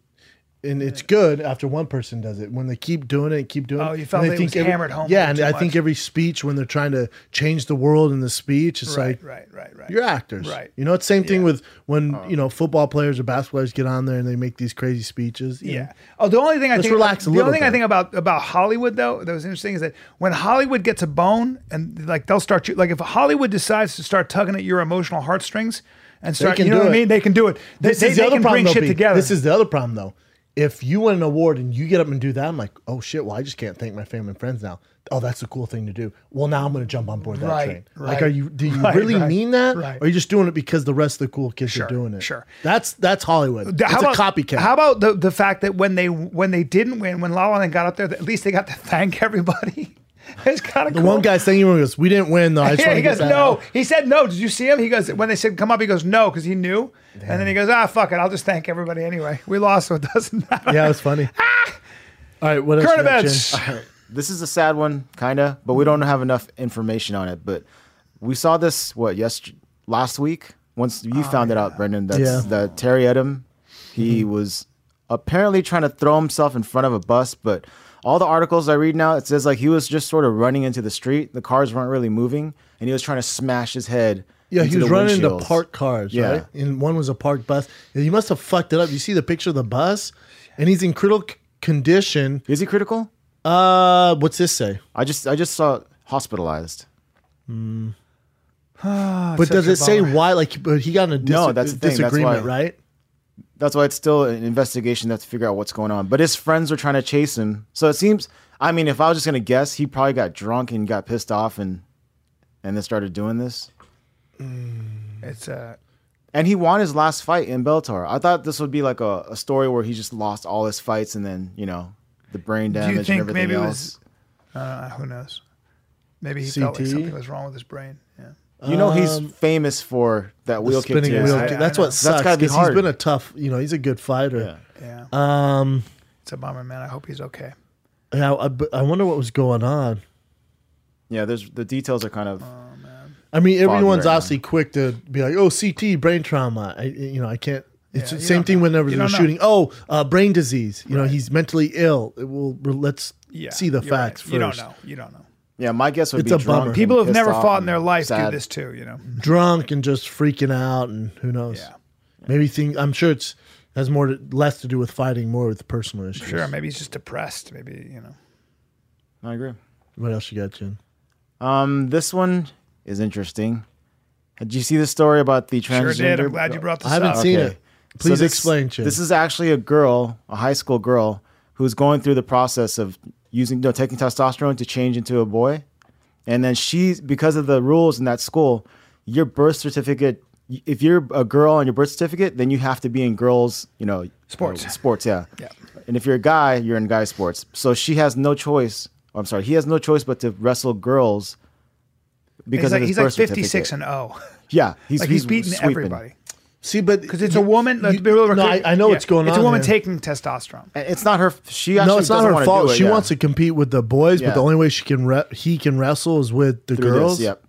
[SPEAKER 1] and it's good after one person does it. When they keep doing it, and keep doing
[SPEAKER 2] Oh,
[SPEAKER 1] it.
[SPEAKER 2] you felt
[SPEAKER 1] and I
[SPEAKER 2] it was
[SPEAKER 1] every-
[SPEAKER 2] hammered home
[SPEAKER 1] Yeah,
[SPEAKER 2] way
[SPEAKER 1] and
[SPEAKER 2] too
[SPEAKER 1] I think
[SPEAKER 2] much.
[SPEAKER 1] every speech when they're trying to change the world in the speech, it's like
[SPEAKER 2] Right, right, right, right.
[SPEAKER 1] you're actors.
[SPEAKER 2] Right. Uh.
[SPEAKER 1] You know, it's same thing with when, you know, football players or basketball players get on there and they make these crazy speeches. you know.
[SPEAKER 2] Yeah. Oh, the only thing I
[SPEAKER 1] Let's
[SPEAKER 2] think
[SPEAKER 1] relax a
[SPEAKER 2] the
[SPEAKER 1] little
[SPEAKER 2] only thing I
[SPEAKER 1] bit.
[SPEAKER 2] think about about Hollywood though that was interesting is that when Hollywood gets a bone and like they'll start you like if Hollywood decides to start tugging at your emotional heartstrings and start
[SPEAKER 1] can
[SPEAKER 2] you know
[SPEAKER 1] do
[SPEAKER 2] what I
[SPEAKER 1] it.
[SPEAKER 2] mean they can do it. They,
[SPEAKER 1] This
[SPEAKER 2] they,
[SPEAKER 1] is the
[SPEAKER 2] they
[SPEAKER 1] other
[SPEAKER 2] can
[SPEAKER 1] problem
[SPEAKER 2] bring
[SPEAKER 1] though,
[SPEAKER 2] shit
[SPEAKER 1] Pete.
[SPEAKER 2] together.
[SPEAKER 1] This is the other problem though. If you win an award and you get up and do that, I'm like, oh shit, well, I just can't thank my family and friends now. Oh, that's a cool thing to do. Well, now I'm gonna jump on board that
[SPEAKER 2] Right,
[SPEAKER 1] train. Like,
[SPEAKER 2] right,
[SPEAKER 1] are you do you
[SPEAKER 2] *laughs* right,
[SPEAKER 1] really
[SPEAKER 2] right,
[SPEAKER 1] mean that?
[SPEAKER 2] right.
[SPEAKER 1] Or are you just doing it because the rest of the cool kids
[SPEAKER 2] Sure,
[SPEAKER 1] are doing it?
[SPEAKER 2] sure.
[SPEAKER 1] That's that's Hollywood.
[SPEAKER 2] Th-
[SPEAKER 1] That's a copycat.
[SPEAKER 2] How about the the fact that when they when they didn't win, when La La Land got up there, that at least they got to thank everybody. *laughs* it's kind of
[SPEAKER 1] the
[SPEAKER 2] cool.
[SPEAKER 1] one guy saying he goes, We didn't win though. I just
[SPEAKER 2] *laughs* Yeah,
[SPEAKER 1] want
[SPEAKER 2] he
[SPEAKER 1] to get
[SPEAKER 2] goes
[SPEAKER 1] that
[SPEAKER 2] no.
[SPEAKER 1] out."
[SPEAKER 2] He said no. Did you see him? He goes when they said come up. He goes no because he knew. And then he goes ah fuck it. I'll just thank everybody anyway. We lost, so it doesn't *laughs* matter.
[SPEAKER 1] Yeah, it was funny. All right, what else
[SPEAKER 2] Current
[SPEAKER 1] you got,
[SPEAKER 2] events.
[SPEAKER 1] Jen?
[SPEAKER 6] This is a sad one, kinda, but we don't have enough information on it. But we saw this what yes last week. Once you found it out, Brendan, that's
[SPEAKER 1] Yeah. Mm-hmm.
[SPEAKER 6] that Terry Edom. He was apparently trying to throw himself in front of a bus, but all the articles I read now, it says like he was just sort of running into the street. The cars weren't really moving, and he was trying to smash his head.
[SPEAKER 1] Yeah, he
[SPEAKER 6] into
[SPEAKER 1] was
[SPEAKER 6] the
[SPEAKER 1] running into
[SPEAKER 6] windshields.
[SPEAKER 1] parked cars,
[SPEAKER 6] Yeah.
[SPEAKER 1] right? And one was a parked bus. And he must have fucked it up. You see the picture of the bus? And he's in critical c- condition.
[SPEAKER 6] Is he critical?
[SPEAKER 1] Uh, what's this say?
[SPEAKER 6] I just I just saw hospitalized.
[SPEAKER 1] but does
[SPEAKER 2] Oh, such a
[SPEAKER 1] it say
[SPEAKER 2] bummer.
[SPEAKER 1] why? Like, but he got in a dis-
[SPEAKER 6] No, that's the thing, that's
[SPEAKER 1] disagreement,
[SPEAKER 6] why.
[SPEAKER 1] right?
[SPEAKER 6] that's why it's still an investigation that's to figure out what's going on. But his friends were trying to chase him. So it seems I mean, if I was just gonna guess, he probably got drunk and got pissed off and and then started doing this.
[SPEAKER 2] It's uh
[SPEAKER 6] And he won his last fight in Bellator. I thought this would be like a, a story where he just lost all his fights and then, you know, the brain damage
[SPEAKER 2] think
[SPEAKER 6] and everything
[SPEAKER 2] maybe it was-
[SPEAKER 6] else.
[SPEAKER 2] uh, who knows. Maybe he felt like
[SPEAKER 1] CT?
[SPEAKER 2] something was wrong with his brain. Yeah.
[SPEAKER 6] you know he's
[SPEAKER 2] um,
[SPEAKER 6] famous for that wheel kick.
[SPEAKER 1] Spinning
[SPEAKER 6] to his
[SPEAKER 1] wheel.
[SPEAKER 6] head.
[SPEAKER 1] kick.
[SPEAKER 2] I
[SPEAKER 1] That's
[SPEAKER 2] know.
[SPEAKER 1] what
[SPEAKER 2] That's
[SPEAKER 1] sucks.
[SPEAKER 6] gotta be
[SPEAKER 1] 'cause
[SPEAKER 6] hard.
[SPEAKER 1] He's been a tough, you know, he's a good fighter.
[SPEAKER 2] Yeah.
[SPEAKER 1] Um,
[SPEAKER 2] it's a bummer, man. I hope he's okay.
[SPEAKER 1] yeah, I, but I wonder what was going on.
[SPEAKER 6] Yeah, there's the details are kind of
[SPEAKER 1] I mean, everyone's
[SPEAKER 6] right now.
[SPEAKER 1] obviously quick to be like, "Oh, CT, brain trauma." I, you know, I can't. It's
[SPEAKER 2] Yeah,
[SPEAKER 1] the
[SPEAKER 2] you
[SPEAKER 1] same
[SPEAKER 2] don't
[SPEAKER 1] thing
[SPEAKER 2] know.
[SPEAKER 1] whenever
[SPEAKER 2] You
[SPEAKER 1] they're
[SPEAKER 2] don't know.
[SPEAKER 1] shooting. Oh, uh, brain disease. You know, he's mentally ill. It will, well, let's
[SPEAKER 2] Yeah.
[SPEAKER 1] see the
[SPEAKER 2] you're right.
[SPEAKER 1] facts
[SPEAKER 2] You don't
[SPEAKER 1] first.
[SPEAKER 2] know. You don't know.
[SPEAKER 6] yeah, my guess would
[SPEAKER 1] It's
[SPEAKER 6] be
[SPEAKER 1] a
[SPEAKER 6] drunk
[SPEAKER 1] bummer.
[SPEAKER 6] and
[SPEAKER 2] People who've
[SPEAKER 6] pissed
[SPEAKER 2] never
[SPEAKER 6] off
[SPEAKER 2] fought in
[SPEAKER 6] and
[SPEAKER 2] their life
[SPEAKER 6] sad.
[SPEAKER 2] do this too, you know.
[SPEAKER 1] Drunk and just freaking out, and who knows?
[SPEAKER 2] Yeah.
[SPEAKER 1] Maybe think. I'm sure it's has more to, less to do with fighting, more with personal issues.
[SPEAKER 2] Sure, maybe he's just depressed. Maybe, you know.
[SPEAKER 6] I agree.
[SPEAKER 1] What else you got, Jen?
[SPEAKER 6] Um, this one is interesting. Did you see the story about the
[SPEAKER 2] Sure
[SPEAKER 6] transgender?
[SPEAKER 2] did. I'm glad you brought this
[SPEAKER 1] I haven't
[SPEAKER 2] up.
[SPEAKER 1] seen it.
[SPEAKER 6] So
[SPEAKER 1] Please
[SPEAKER 6] this-
[SPEAKER 1] explain, Jen.
[SPEAKER 6] This is actually a girl, a high school girl, who's going through the process of using, no, taking testosterone to change into a boy, and then she's because of the rules in that school, your birth certificate. If you're a girl on your birth certificate, then you have to be in girls, you know,
[SPEAKER 2] Sports.
[SPEAKER 6] sports, yeah.
[SPEAKER 2] Yeah.
[SPEAKER 6] And if you're a guy, you're in guy sports. So she has no choice. I'm sorry, he has no choice but to wrestle girls because
[SPEAKER 2] He's
[SPEAKER 6] of
[SPEAKER 2] like,
[SPEAKER 6] his
[SPEAKER 2] he's
[SPEAKER 6] birth
[SPEAKER 2] like 56
[SPEAKER 6] certificate.
[SPEAKER 2] and 0.
[SPEAKER 6] yeah, he's
[SPEAKER 2] Like he's, beaten
[SPEAKER 6] sweeping.
[SPEAKER 2] everybody.
[SPEAKER 1] see, but
[SPEAKER 2] Because it's a woman. let's
[SPEAKER 1] you-
[SPEAKER 2] be real,
[SPEAKER 1] no, I, I know
[SPEAKER 2] yeah,
[SPEAKER 1] what's going
[SPEAKER 2] It's
[SPEAKER 1] on.
[SPEAKER 2] a woman
[SPEAKER 1] here.
[SPEAKER 2] taking testosterone.
[SPEAKER 6] And It's not her. She actually
[SPEAKER 1] No, it's not
[SPEAKER 6] doesn't
[SPEAKER 1] her
[SPEAKER 6] wanna
[SPEAKER 1] fault.
[SPEAKER 6] do it,
[SPEAKER 1] she
[SPEAKER 6] yeah.
[SPEAKER 1] wants to compete with the boys,
[SPEAKER 6] Yeah.
[SPEAKER 1] but the only way she can re- he can wrestle is with the
[SPEAKER 6] Through this,
[SPEAKER 1] girls.
[SPEAKER 6] Yep.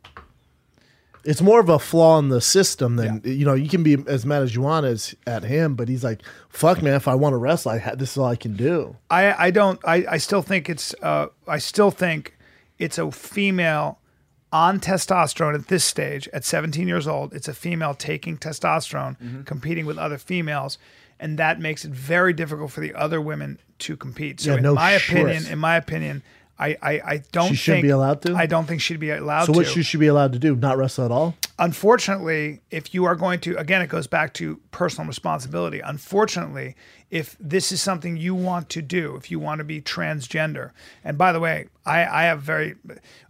[SPEAKER 1] It's more of a flaw in the system than you know. You can be as mad as you want as at him, but he's like, "Fuck, man! If I want to wrestle, I ha- this is all I can do."
[SPEAKER 2] I, I don't I, I still think it's uh, I still think it's a female on testosterone at this stage at 17 years old it's a female taking testosterone
[SPEAKER 1] Mm-hmm.
[SPEAKER 2] competing with other females and that makes it very difficult for the other women to compete so
[SPEAKER 1] Yeah,
[SPEAKER 2] in
[SPEAKER 1] no
[SPEAKER 2] my
[SPEAKER 1] shit.
[SPEAKER 2] opinion in my opinion I, I, I don't
[SPEAKER 1] She shouldn't
[SPEAKER 2] think-
[SPEAKER 1] be allowed to?
[SPEAKER 2] I don't think she'd be allowed
[SPEAKER 1] So
[SPEAKER 2] to
[SPEAKER 1] what she should be allowed to do? Not wrestle at all?
[SPEAKER 2] unfortunately, if you are going to, again, it goes back to personal responsibility. Unfortunately, if this is something you want to do, if you want to be transgender, and by the way, I, I have very,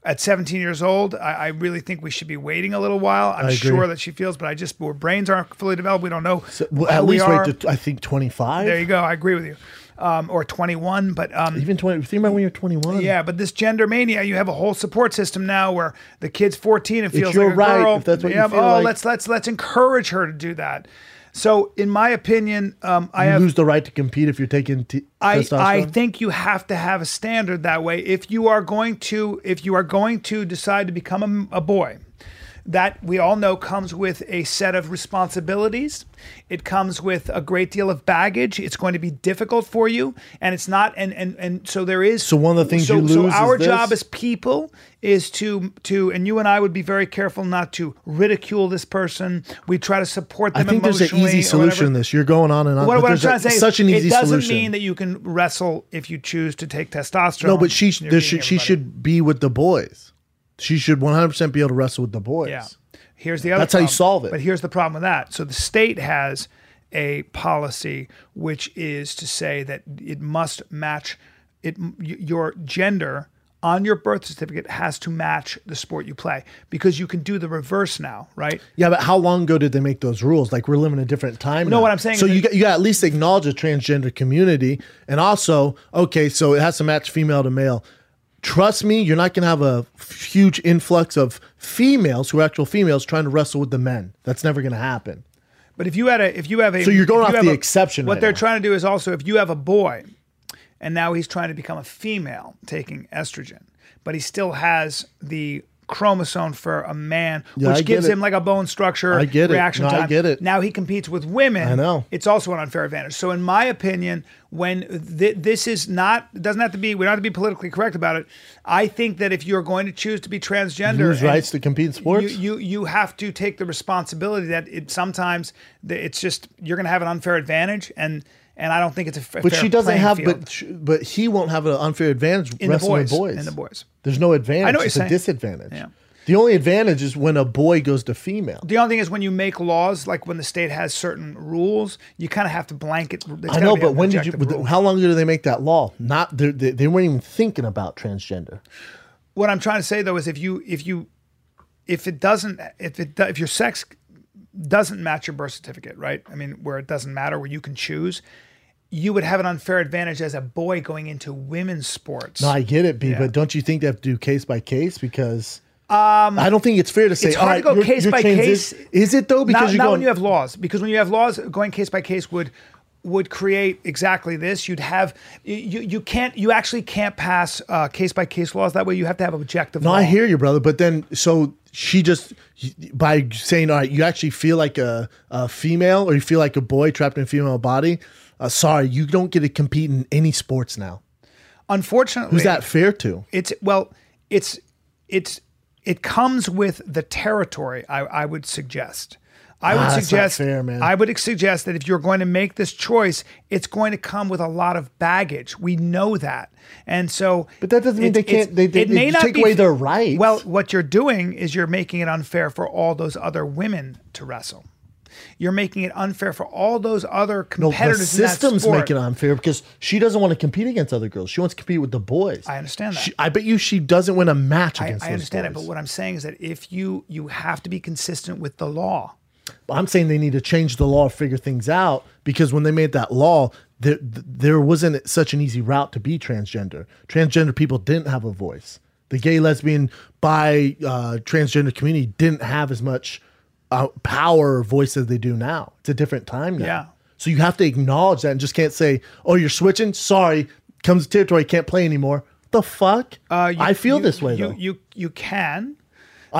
[SPEAKER 2] at 17 years old, I, I really think we should be waiting a little while. I'm
[SPEAKER 1] agree.
[SPEAKER 2] sure that she feels, but I just, our brains aren't fully developed. We don't know.
[SPEAKER 1] So, well,
[SPEAKER 2] who
[SPEAKER 1] at
[SPEAKER 2] we
[SPEAKER 1] least
[SPEAKER 2] are.
[SPEAKER 1] wait to I think twenty
[SPEAKER 2] There you
[SPEAKER 1] five,
[SPEAKER 2] go. I agree with you. Um, or 21, but um,
[SPEAKER 1] even twenty. Think about when you're twenty one.
[SPEAKER 2] yeah, but this gender mania, you have a whole support system now where the kid's 14 and feels
[SPEAKER 1] your
[SPEAKER 2] like a
[SPEAKER 1] right
[SPEAKER 2] girl.
[SPEAKER 1] if that's that's what
[SPEAKER 2] Yeah,
[SPEAKER 1] you feel
[SPEAKER 2] oh,
[SPEAKER 1] like,
[SPEAKER 2] let's let's let's encourage her to do that. So, in my opinion, um, I
[SPEAKER 1] you
[SPEAKER 2] have
[SPEAKER 1] lose the right to compete if you're taking t-
[SPEAKER 2] I,
[SPEAKER 1] testosterone.
[SPEAKER 2] I think you have to have a standard that way. If you are going to if you are going to decide to become a, a boy, that we all know comes with a set of responsibilities. It comes with a great deal of baggage. It's going to be difficult for you, and it's not. And and and so there is.
[SPEAKER 1] So one of the things
[SPEAKER 2] so,
[SPEAKER 1] you
[SPEAKER 2] So
[SPEAKER 1] lose is
[SPEAKER 2] our
[SPEAKER 1] this?
[SPEAKER 2] job as people is to to and you and I would be very careful not to ridicule this person. We try to support
[SPEAKER 1] I
[SPEAKER 2] them.
[SPEAKER 1] think there's an
[SPEAKER 2] emotionally
[SPEAKER 1] easy
[SPEAKER 2] or
[SPEAKER 1] solution
[SPEAKER 2] whatever
[SPEAKER 1] to this. You're going on and on.
[SPEAKER 2] what,
[SPEAKER 1] but
[SPEAKER 2] what I'm
[SPEAKER 1] there's a-
[SPEAKER 2] trying to say is
[SPEAKER 1] such an easy
[SPEAKER 2] it doesn't
[SPEAKER 1] solution.
[SPEAKER 2] mean that you can wrestle if you choose to take testosterone.
[SPEAKER 1] no, but she
[SPEAKER 2] You're
[SPEAKER 1] there should,
[SPEAKER 2] beating
[SPEAKER 1] she
[SPEAKER 2] everybody.
[SPEAKER 1] should be with the boys. She should 100 percent be able to wrestle with the boys.
[SPEAKER 2] Yeah. Here's the other.
[SPEAKER 1] That's how you
[SPEAKER 2] problem.
[SPEAKER 1] solve it.
[SPEAKER 2] But here's the problem with that. So the state has a policy which is to say that it must match it y- your gender on your birth certificate has to match the sport you play because you can do the reverse now, right?
[SPEAKER 1] Yeah, but how long ago did they make those rules? Like we're living in a different time.
[SPEAKER 2] No,
[SPEAKER 1] now.
[SPEAKER 2] what I'm saying
[SPEAKER 1] So
[SPEAKER 2] is
[SPEAKER 1] you
[SPEAKER 2] that-
[SPEAKER 1] got, you got to at least acknowledge the transgender community, and also okay, so it has to match female to male. Trust me, you're not going to have a huge influx of females who are actual females trying to wrestle with the men. That's never going to happen.
[SPEAKER 2] But if you had a, if you have a,
[SPEAKER 1] So you're going
[SPEAKER 2] if
[SPEAKER 1] off
[SPEAKER 2] have
[SPEAKER 1] the exception
[SPEAKER 2] What
[SPEAKER 1] right
[SPEAKER 2] they're
[SPEAKER 1] now.
[SPEAKER 2] trying to do is also if you have a boy, and now he's trying to become a female taking estrogen, but he still has the chromosome for a man,
[SPEAKER 1] Yeah, I
[SPEAKER 2] which
[SPEAKER 1] get
[SPEAKER 2] gives
[SPEAKER 1] it.
[SPEAKER 2] him like a bone structure
[SPEAKER 1] I get it.
[SPEAKER 2] reaction
[SPEAKER 1] No, I
[SPEAKER 2] time.
[SPEAKER 1] get it.
[SPEAKER 2] Now he competes with women.
[SPEAKER 1] I know.
[SPEAKER 2] It's also an unfair advantage. So in my opinion, when th- this is not it doesn't have to be we don't have to be politically correct about it. I think that if you're going to choose to be transgender,
[SPEAKER 1] Who's
[SPEAKER 2] and-
[SPEAKER 1] rights to compete in sports?
[SPEAKER 2] you, you you have to take the responsibility that it sometimes th- it's just you're going to have an unfair advantage, and and I don't think it's a. F-
[SPEAKER 1] but she doesn't have.
[SPEAKER 2] field
[SPEAKER 1] But sh but he won't have an unfair advantage
[SPEAKER 2] in the
[SPEAKER 1] wrestling
[SPEAKER 2] boys,
[SPEAKER 1] with boys.
[SPEAKER 2] in the boys.
[SPEAKER 1] There's no advantage.
[SPEAKER 2] I know what
[SPEAKER 1] it's
[SPEAKER 2] you're
[SPEAKER 1] a
[SPEAKER 2] saying.
[SPEAKER 1] disadvantage.
[SPEAKER 2] Yeah.
[SPEAKER 1] The only advantage is when a boy goes to female.
[SPEAKER 2] The only thing is when you make laws, like when the state has certain rules, you kind of have to blanket. there's
[SPEAKER 1] I
[SPEAKER 2] gotta
[SPEAKER 1] know,
[SPEAKER 2] be
[SPEAKER 1] but
[SPEAKER 2] an
[SPEAKER 1] when did you?
[SPEAKER 2] objective rule.
[SPEAKER 1] How long ago did they make that law? Not they, they, they weren't even thinking about transgender.
[SPEAKER 2] what I'm trying to say though is if you if you if it doesn't if it do- if your sex doesn't match your birth certificate, right? I mean, where it doesn't matter, where you can choose, you would have an unfair advantage as a boy going into women's sports.
[SPEAKER 1] I get it, B, but don't you think they have to do case by case because? Um, I don't think it's fair to say.
[SPEAKER 2] it's
[SPEAKER 1] all
[SPEAKER 2] hard to
[SPEAKER 1] right,
[SPEAKER 2] go
[SPEAKER 1] you're-
[SPEAKER 2] case
[SPEAKER 1] you're
[SPEAKER 2] by
[SPEAKER 1] transi-
[SPEAKER 2] case.
[SPEAKER 1] Is it though? Because
[SPEAKER 2] not,
[SPEAKER 1] you're
[SPEAKER 2] not
[SPEAKER 1] going,
[SPEAKER 2] when you have laws, because when you have laws, going case by case would would create exactly this. You'd have you you, you can't you actually can't pass uh, case by case laws that way. You have to have objective.
[SPEAKER 1] No,
[SPEAKER 2] law.
[SPEAKER 1] I hear you, brother. But then, so she just by saying, "All right, you actually feel like a, a female, or you feel like a boy trapped in a female body." Uh, sorry, you don't get to compete in any sports now.
[SPEAKER 2] Unfortunately,
[SPEAKER 1] Who's that fair to?
[SPEAKER 2] It's well, it's it's it comes with the territory. I, I would suggest. I would
[SPEAKER 1] Ah, that's not
[SPEAKER 2] suggest.
[SPEAKER 1] fair, man.
[SPEAKER 2] I would suggest that if you're going to make this choice, it's going to come with a lot of baggage. We know that, and so.
[SPEAKER 1] But that doesn't mean they
[SPEAKER 2] it's-
[SPEAKER 1] can't- they- they-
[SPEAKER 2] it may
[SPEAKER 1] you
[SPEAKER 2] not
[SPEAKER 1] take
[SPEAKER 2] be-
[SPEAKER 1] away their rights.
[SPEAKER 2] Well, what you're doing is you're making it unfair for all those other women to wrestle. You're making it unfair for all those other
[SPEAKER 1] No, the
[SPEAKER 2] competitors. in that
[SPEAKER 1] systems
[SPEAKER 2] sport.
[SPEAKER 1] make it unfair because she doesn't want to compete against other girls. She wants to compete with the boys.
[SPEAKER 2] I understand that.
[SPEAKER 1] She, I bet you she doesn't win a match
[SPEAKER 2] I,
[SPEAKER 1] against.
[SPEAKER 2] I understand it, but
[SPEAKER 1] what,
[SPEAKER 2] what I'm saying is that if you you have to be consistent with the law.
[SPEAKER 1] I'm saying they need to change the law, figure things out, because when they made that law, there th- there wasn't such an easy route to be transgender. Transgender people didn't have a voice. The gay, lesbian, bi, uh, transgender community didn't have as much uh, power or voice as they do now. It's a different time now.
[SPEAKER 2] Yeah.
[SPEAKER 1] So you have to acknowledge that and just can't say, "Oh, you're switching." Sorry, comes to territory, can't play anymore. The fuck?
[SPEAKER 2] Uh, you-
[SPEAKER 1] I feel
[SPEAKER 2] you-
[SPEAKER 1] this way
[SPEAKER 2] You
[SPEAKER 1] though.
[SPEAKER 2] you you can.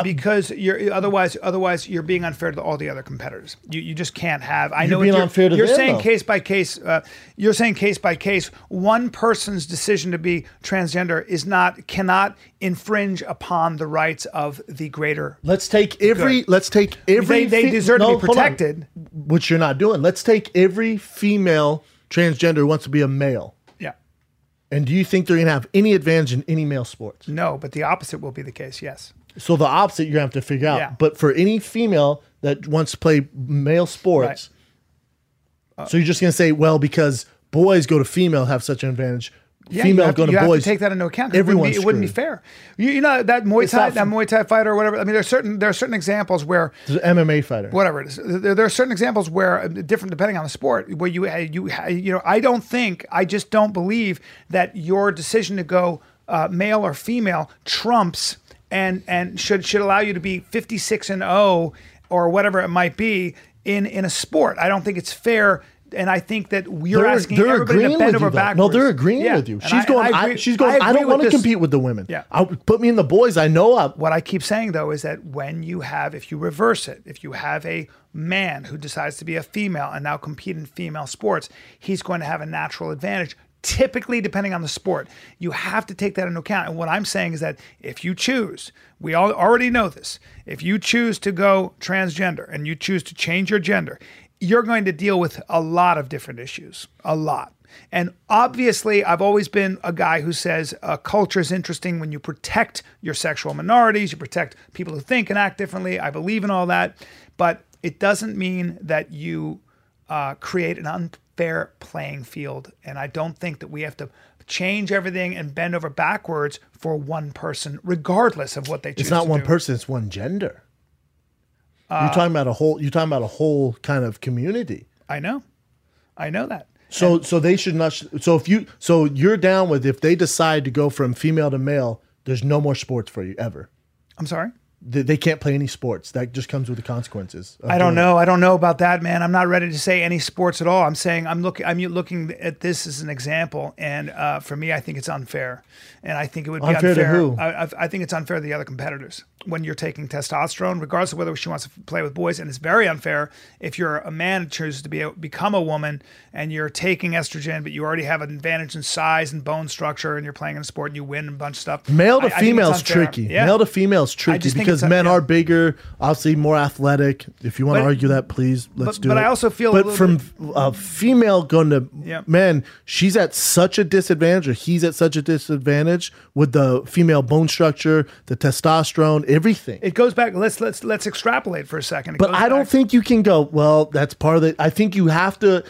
[SPEAKER 2] because you're otherwise otherwise you're being unfair to all the other competitors. You you just can't have. I know what
[SPEAKER 1] being
[SPEAKER 2] you're,
[SPEAKER 1] unfair to
[SPEAKER 2] you're
[SPEAKER 1] them,
[SPEAKER 2] saying
[SPEAKER 1] though.
[SPEAKER 2] case by case. Uh, you're saying case by case. One person's decision to be transgender is not cannot infringe upon the rights of the greater.
[SPEAKER 1] Let's take every. Let's take every.
[SPEAKER 2] They- they
[SPEAKER 1] fe-
[SPEAKER 2] deserve to be
[SPEAKER 1] hold on.
[SPEAKER 2] protected.
[SPEAKER 1] which you're not doing. Let's take every female transgender who wants to be a male.
[SPEAKER 2] Yeah.
[SPEAKER 1] And do you think they're gonna have any advantage in any male sports?
[SPEAKER 2] No, but the opposite will be the case. Yes.
[SPEAKER 1] So the opposite you're gonna have to figure out.
[SPEAKER 2] Yeah.
[SPEAKER 1] But for any female that wants to play male sports,
[SPEAKER 2] Uh,
[SPEAKER 1] so you're just gonna say, well, because boys go to female have such an advantage.
[SPEAKER 2] Yeah, you
[SPEAKER 1] female
[SPEAKER 2] have
[SPEAKER 1] go to
[SPEAKER 2] you have
[SPEAKER 1] boys.
[SPEAKER 2] take that into account.
[SPEAKER 1] Everyone's
[SPEAKER 2] it wouldn't be, it wouldn't be fair. You, you know that Muay
[SPEAKER 1] It's
[SPEAKER 2] Thai,
[SPEAKER 1] not
[SPEAKER 2] that
[SPEAKER 1] f-
[SPEAKER 2] Muay Thai fighter or whatever. I mean, there's certain there are certain examples where
[SPEAKER 1] There's an MMA fighter.
[SPEAKER 2] whatever it is. There, there are certain examples where uh, different depending on the sport where you uh, you uh, you know I don't think I just don't believe that your decision to go uh, male or female trumps and and should should allow you to be 56 and 0 or whatever it might be in in a sport. I don't think it's fair. And I think that you're asking everybody to bend
[SPEAKER 1] with
[SPEAKER 2] over
[SPEAKER 1] you, though.
[SPEAKER 2] backwards.
[SPEAKER 1] No, they're agreeing
[SPEAKER 2] Yeah,
[SPEAKER 1] with you.
[SPEAKER 2] and
[SPEAKER 1] She's
[SPEAKER 2] I-
[SPEAKER 1] going.
[SPEAKER 2] and
[SPEAKER 1] I,
[SPEAKER 2] agree-
[SPEAKER 1] she's going. I,
[SPEAKER 2] agree
[SPEAKER 1] don't want to
[SPEAKER 2] with this.
[SPEAKER 1] compete with the women.
[SPEAKER 2] Yeah.
[SPEAKER 1] I, put me in the boys. I know. I,
[SPEAKER 2] what I keep saying though is that when you have, if you reverse it, if you have a man who decides to be a female and now compete in female sports, he's going to have a natural advantage. Typically, depending on the sport, you have to take that into account. And what I'm saying is that if you choose, we all already know this, if you choose to go transgender and you choose to change your gender, you're going to deal with a lot of different issues, a lot. And obviously, I've always been a guy who says uh, culture is interesting when you protect your sexual minorities, you protect people who think and act differently. I believe in all that. But it doesn't mean that you uh, create an unfair playing field. And I don't think that we have to change everything and bend over backwards for one person, regardless of what they choose.
[SPEAKER 1] it's not
[SPEAKER 2] to
[SPEAKER 1] one
[SPEAKER 2] do. Uh,
[SPEAKER 1] person. It's one gender. you're talking about a whole. You're talking about a whole kind of community.
[SPEAKER 2] I know. I know that.
[SPEAKER 1] So so they should not. So if you so you're down with if they decide to go from female to male, there's no more sports for you ever.
[SPEAKER 2] I'm sorry.
[SPEAKER 1] They, they can't play any sports. That just comes with the consequences. of
[SPEAKER 2] I don't
[SPEAKER 1] doing it.
[SPEAKER 2] know. I don't know about that, man. I'm not ready to say any sports at all. I'm saying I'm looking. I'm looking at this as an example, and uh, for me, I think it's unfair, and I think it would be
[SPEAKER 1] Unfair
[SPEAKER 2] unfair.
[SPEAKER 1] to who?
[SPEAKER 2] I, I, I think it's unfair to the other competitors when you're taking testosterone, regardless of whether she wants to f- play with boys, and it's very unfair if you're a man who chooses to be a, become a woman and you're taking estrogen, but you already have an advantage in size and bone structure, and you're playing in a sport and you win a bunch of stuff.
[SPEAKER 1] Male
[SPEAKER 2] I-
[SPEAKER 1] to
[SPEAKER 2] I think it's
[SPEAKER 1] female's
[SPEAKER 2] unfair.
[SPEAKER 1] tricky.
[SPEAKER 2] Yeah.
[SPEAKER 1] Male to female's tricky
[SPEAKER 2] just think
[SPEAKER 1] because
[SPEAKER 2] it's a-
[SPEAKER 1] men
[SPEAKER 2] yeah.
[SPEAKER 1] are bigger, obviously more athletic. If you want to
[SPEAKER 2] But-
[SPEAKER 1] argue that, please let's
[SPEAKER 2] but-
[SPEAKER 1] do it.
[SPEAKER 2] but I also feel a
[SPEAKER 1] but
[SPEAKER 2] little
[SPEAKER 1] from a female going to
[SPEAKER 2] Yeah.
[SPEAKER 1] men, she's at such a disadvantage, or he's at such a disadvantage with the female bone structure, the testosterone, everything.
[SPEAKER 2] it goes back. Let's let's let's extrapolate for a second. It
[SPEAKER 1] But
[SPEAKER 2] goes
[SPEAKER 1] I don't
[SPEAKER 2] back-
[SPEAKER 1] think you can go, well, that's part of it. I think you have to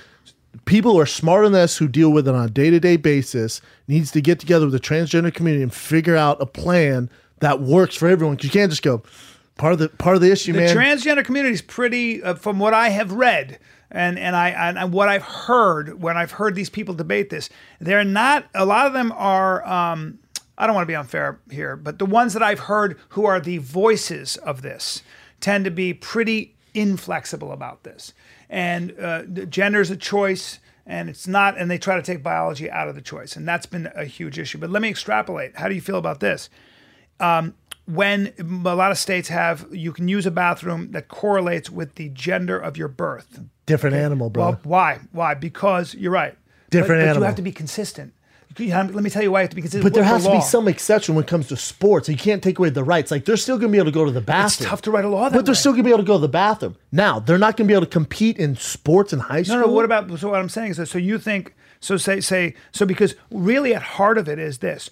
[SPEAKER 1] people who are smart on this who deal with it on a day-to-day basis needs to get together with the transgender community and figure out a plan that works for everyone. 'Cause you can't just go part of the part of the issue,
[SPEAKER 2] the
[SPEAKER 1] man.
[SPEAKER 2] transgender community is pretty, uh, from what I have read and and I and, and what I've heard when I've heard these people debate this, they're not. A lot of them are. Um, I don't want to be unfair here, but the ones that I've heard who are the voices of this tend to be pretty inflexible about this. And uh, the gender is a choice, and it's not. And they try to take biology out of the choice, and that's been a huge issue. But let me extrapolate. How do you feel about this? when a lot of states have you can use a bathroom that correlates with the gender of your birth.
[SPEAKER 1] Different animal, bro.
[SPEAKER 2] Well, why? Why? Because you're right.
[SPEAKER 1] Different
[SPEAKER 2] but, But you
[SPEAKER 1] animal.
[SPEAKER 2] have to be consistent. You have- let me tell you why you have to be consistent.
[SPEAKER 1] but there
[SPEAKER 2] with the
[SPEAKER 1] has to be
[SPEAKER 2] law.
[SPEAKER 1] some exception when it comes to sports. You can't take away the rights. Like they're still gonna be able to go to the
[SPEAKER 2] It's
[SPEAKER 1] bathroom.
[SPEAKER 2] tough to write a law that
[SPEAKER 1] but they're
[SPEAKER 2] way.
[SPEAKER 1] still gonna be able to go to the bathroom. Now they're not gonna be able to compete in sports in high school.
[SPEAKER 2] No, no. What about? So what I'm saying is that. So you think? So say say. So because really at heart of it is this: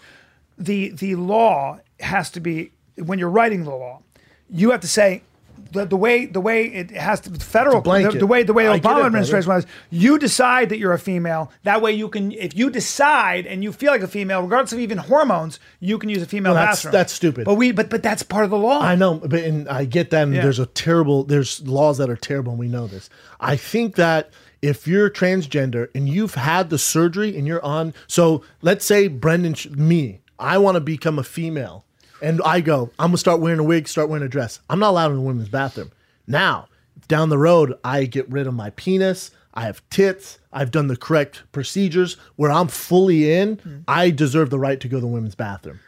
[SPEAKER 2] the the law has to be when you're writing the law, you have to say. The, the way the way it has to the federal
[SPEAKER 1] blanket.
[SPEAKER 2] the, the way the way
[SPEAKER 1] I
[SPEAKER 2] the
[SPEAKER 1] get it,
[SPEAKER 2] Obama
[SPEAKER 1] brother.
[SPEAKER 2] administration was you decide that you're a female that way you can if you decide and you feel like a female regardless of even hormones you can use a female
[SPEAKER 1] Well, that's-
[SPEAKER 2] bathroom
[SPEAKER 1] that's stupid.
[SPEAKER 2] but we but but that's part of the law
[SPEAKER 1] I know, but and I get that. And
[SPEAKER 2] Yeah.
[SPEAKER 1] there's a terrible, there's laws that are terrible, and we know this. I think that if you're transgender and you've had the surgery and you're on, so let's say Brendan, sh- me, I want to become a female, and I go, I'm gonna start wearing a wig, start wearing a dress. I'm not allowed in the women's bathroom. Now, down the road, I get rid of my penis. I have tits. I've done the correct procedures where I'm fully in. I deserve the right to go to the women's bathroom.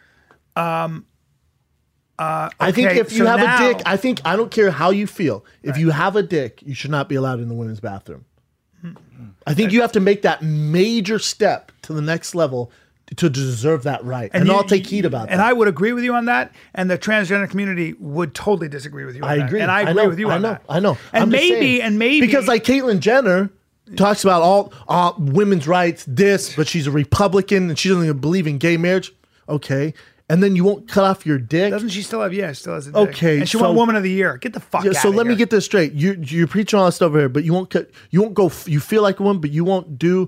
[SPEAKER 1] I think
[SPEAKER 2] Okay,
[SPEAKER 1] if you
[SPEAKER 2] so
[SPEAKER 1] have
[SPEAKER 2] now-
[SPEAKER 1] a dick, I think I don't care how you feel. If you have a dick, you should not be allowed in the women's bathroom.
[SPEAKER 2] Hmm.
[SPEAKER 1] I think you have to make that major step to the next level to deserve that right. And,
[SPEAKER 2] you-
[SPEAKER 1] I'll take heed about
[SPEAKER 2] and
[SPEAKER 1] that.
[SPEAKER 2] I would agree with you on that. And the transgender community would totally disagree with you. On
[SPEAKER 1] I
[SPEAKER 2] that.
[SPEAKER 1] agree.
[SPEAKER 2] And I agree
[SPEAKER 1] know,
[SPEAKER 2] with you
[SPEAKER 1] I
[SPEAKER 2] on
[SPEAKER 1] know.
[SPEAKER 2] that.
[SPEAKER 1] I know.
[SPEAKER 2] And
[SPEAKER 1] I'm just
[SPEAKER 2] maybe,
[SPEAKER 1] saying.
[SPEAKER 2] and maybe
[SPEAKER 1] because like Caitlyn Jenner talks about all uh, women's rights, this, but she's a Republican and she doesn't even believe in gay marriage. Okay, and then you won't cut off your dick.
[SPEAKER 2] doesn't she still have? Yeah, she still has a dick.
[SPEAKER 1] Okay,
[SPEAKER 2] And she
[SPEAKER 1] so-
[SPEAKER 2] won Woman of the Year. Get the fuck.
[SPEAKER 1] Yeah,
[SPEAKER 2] out
[SPEAKER 1] so
[SPEAKER 2] of
[SPEAKER 1] let me
[SPEAKER 2] here.
[SPEAKER 1] get this straight. You you're preaching all this stuff over here, but you won't cut. You won't go. f- You feel like one, but you won't do.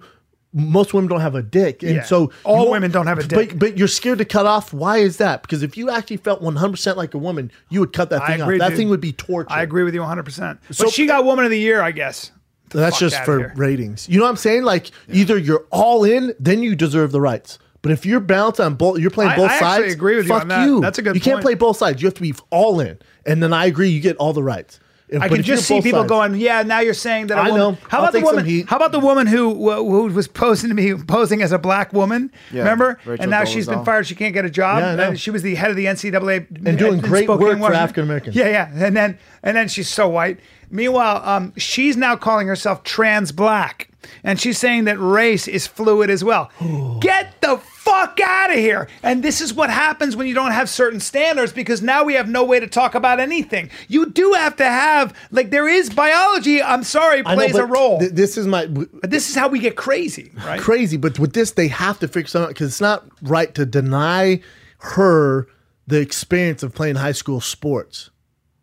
[SPEAKER 1] Most women don't have a dick, and
[SPEAKER 2] Yeah.
[SPEAKER 1] so you
[SPEAKER 2] All
[SPEAKER 1] won't-
[SPEAKER 2] women don't have a
[SPEAKER 1] But,
[SPEAKER 2] dick.
[SPEAKER 1] but you're scared to cut off. Why is that? Because if you actually felt 100 percent like a woman, you would cut that
[SPEAKER 2] I
[SPEAKER 1] thing
[SPEAKER 2] agree,
[SPEAKER 1] off. That
[SPEAKER 2] dude.
[SPEAKER 1] thing would be torture.
[SPEAKER 2] I agree with you 100. percent But
[SPEAKER 1] So-
[SPEAKER 2] she got Woman of the Year, I guess.
[SPEAKER 1] That's
[SPEAKER 2] fuck
[SPEAKER 1] just
[SPEAKER 2] outta
[SPEAKER 1] for
[SPEAKER 2] here.
[SPEAKER 1] ratings. You know what I'm saying? Like either you're all in, then you deserve the rights. But if you're balanced on both, you're playing
[SPEAKER 2] I-
[SPEAKER 1] both
[SPEAKER 2] I actually
[SPEAKER 1] sides.
[SPEAKER 2] agree with you
[SPEAKER 1] fuck
[SPEAKER 2] on that. That's a good
[SPEAKER 1] You can't
[SPEAKER 2] point.
[SPEAKER 1] play both sides. You have to be all in. And then I agree. You get all the rights. If-
[SPEAKER 2] I
[SPEAKER 1] but
[SPEAKER 2] can
[SPEAKER 1] if you're
[SPEAKER 2] just see
[SPEAKER 1] both
[SPEAKER 2] people
[SPEAKER 1] sides-
[SPEAKER 2] going, "Yeah, now you're saying that." A
[SPEAKER 1] I
[SPEAKER 2] woman.
[SPEAKER 1] know.
[SPEAKER 2] How
[SPEAKER 1] I'll
[SPEAKER 2] about the
[SPEAKER 1] take some
[SPEAKER 2] woman?
[SPEAKER 1] heat.
[SPEAKER 2] How about the woman who who was posing to me, posing as a black woman?
[SPEAKER 6] Yeah,
[SPEAKER 2] remember?
[SPEAKER 6] Rachel
[SPEAKER 2] and now she's
[SPEAKER 6] Dolezal.
[SPEAKER 2] been fired. She can't get a job.
[SPEAKER 1] Yeah, I know.
[SPEAKER 2] And she was the head of the NCAA
[SPEAKER 1] And doing
[SPEAKER 2] in
[SPEAKER 1] great
[SPEAKER 2] Spokane,
[SPEAKER 1] work for
[SPEAKER 2] Washington.
[SPEAKER 1] African Americans.
[SPEAKER 2] Yeah, yeah. And then and then she's so white. Meanwhile, um, she's now calling herself trans black, and she's saying that race is fluid as well. Get the fuck out of here! And this is what happens when you don't have certain standards because now we have no way to talk about anything. You do have to have like there is biology. I'm sorry,
[SPEAKER 1] I know,
[SPEAKER 2] plays
[SPEAKER 1] but
[SPEAKER 2] a role.
[SPEAKER 1] th- this is my
[SPEAKER 2] but this is how we get crazy, right?
[SPEAKER 1] crazy. But with this, they have to figure something out because it's not right to deny her the experience of playing high school sports.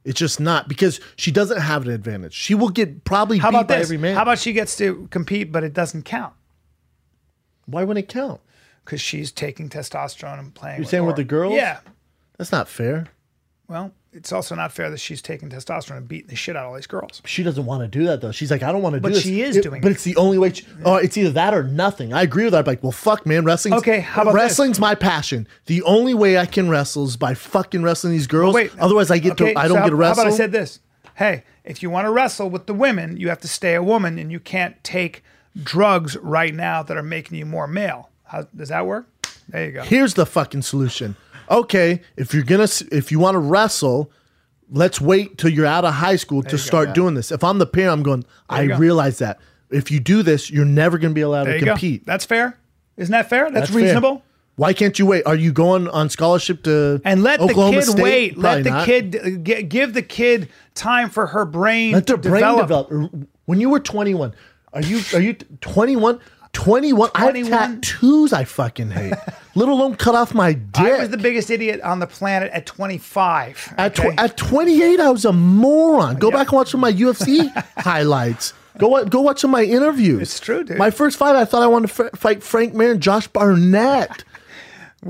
[SPEAKER 1] It's just not because she doesn't have an advantage. She will get probably
[SPEAKER 2] How
[SPEAKER 1] beat
[SPEAKER 2] about
[SPEAKER 1] by
[SPEAKER 2] this?
[SPEAKER 1] every man.
[SPEAKER 2] How about she gets to compete, but it doesn't count
[SPEAKER 1] Why wouldn't it count?
[SPEAKER 2] because she's taking testosterone and playing. You're
[SPEAKER 1] saying with the girls?
[SPEAKER 2] Yeah.
[SPEAKER 1] That's not fair.
[SPEAKER 2] Well, it's also not fair that she's taking testosterone and beating the shit out of all these girls.
[SPEAKER 1] She doesn't want to do that though. She's like, I don't want to
[SPEAKER 2] But
[SPEAKER 1] do this.
[SPEAKER 2] she is
[SPEAKER 1] It-
[SPEAKER 2] doing
[SPEAKER 1] But
[SPEAKER 2] it.
[SPEAKER 1] it's the only way. She, Oh, it's either that or nothing. I agree with that. I'm like, well, fuck, man, wrestling.
[SPEAKER 2] Okay, how about this?
[SPEAKER 1] wrestling's my passion. The only way I can wrestle is by fucking wrestling these girls.
[SPEAKER 2] Wait.
[SPEAKER 1] otherwise I get
[SPEAKER 2] okay,
[SPEAKER 1] to. I
[SPEAKER 2] so
[SPEAKER 1] don't
[SPEAKER 2] how,
[SPEAKER 1] get to wrestle.
[SPEAKER 2] How about I said this? Hey, if you want to wrestle with the women, you have to stay a woman, and you can't take drugs right now that are making you more male. How does that work? There you go.
[SPEAKER 1] Here's the fucking solution. Okay, if you're gonna, s- if you want to wrestle, let's wait till you're out of high school to start doing this. If I'm the parent, I'm going. I
[SPEAKER 2] you go.
[SPEAKER 1] realize that if you do this, you're never gonna be allowed
[SPEAKER 2] There
[SPEAKER 1] to
[SPEAKER 2] you
[SPEAKER 1] compete.
[SPEAKER 2] go. That's fair. Isn't that fair? That's,
[SPEAKER 1] That's fair.
[SPEAKER 2] reasonable.
[SPEAKER 1] Why can't you wait? Are you going on scholarship to
[SPEAKER 2] And let
[SPEAKER 1] Oklahoma
[SPEAKER 2] the kid
[SPEAKER 1] State?
[SPEAKER 2] wait.
[SPEAKER 1] Probably
[SPEAKER 2] let the
[SPEAKER 1] not.
[SPEAKER 2] kid uh, gi- give the kid time for her brain.
[SPEAKER 1] let their
[SPEAKER 2] to
[SPEAKER 1] brain develop. When you were 21, are you are you 21? 21. I have
[SPEAKER 2] 21?
[SPEAKER 1] tattoos I fucking
[SPEAKER 2] *laughs*
[SPEAKER 1] hate. Let alone cut off my dick.
[SPEAKER 2] I was the biggest idiot on the planet at 25.
[SPEAKER 1] At, tw-
[SPEAKER 2] okay?
[SPEAKER 1] at 28, I was a moron. Go back and watch some of my
[SPEAKER 2] *laughs*
[SPEAKER 1] UFC highlights. Go wa- go watch some of my interviews.
[SPEAKER 2] It's true, dude.
[SPEAKER 1] My first fight, I thought I wanted to f- fight Frank Mir and Josh Barnett.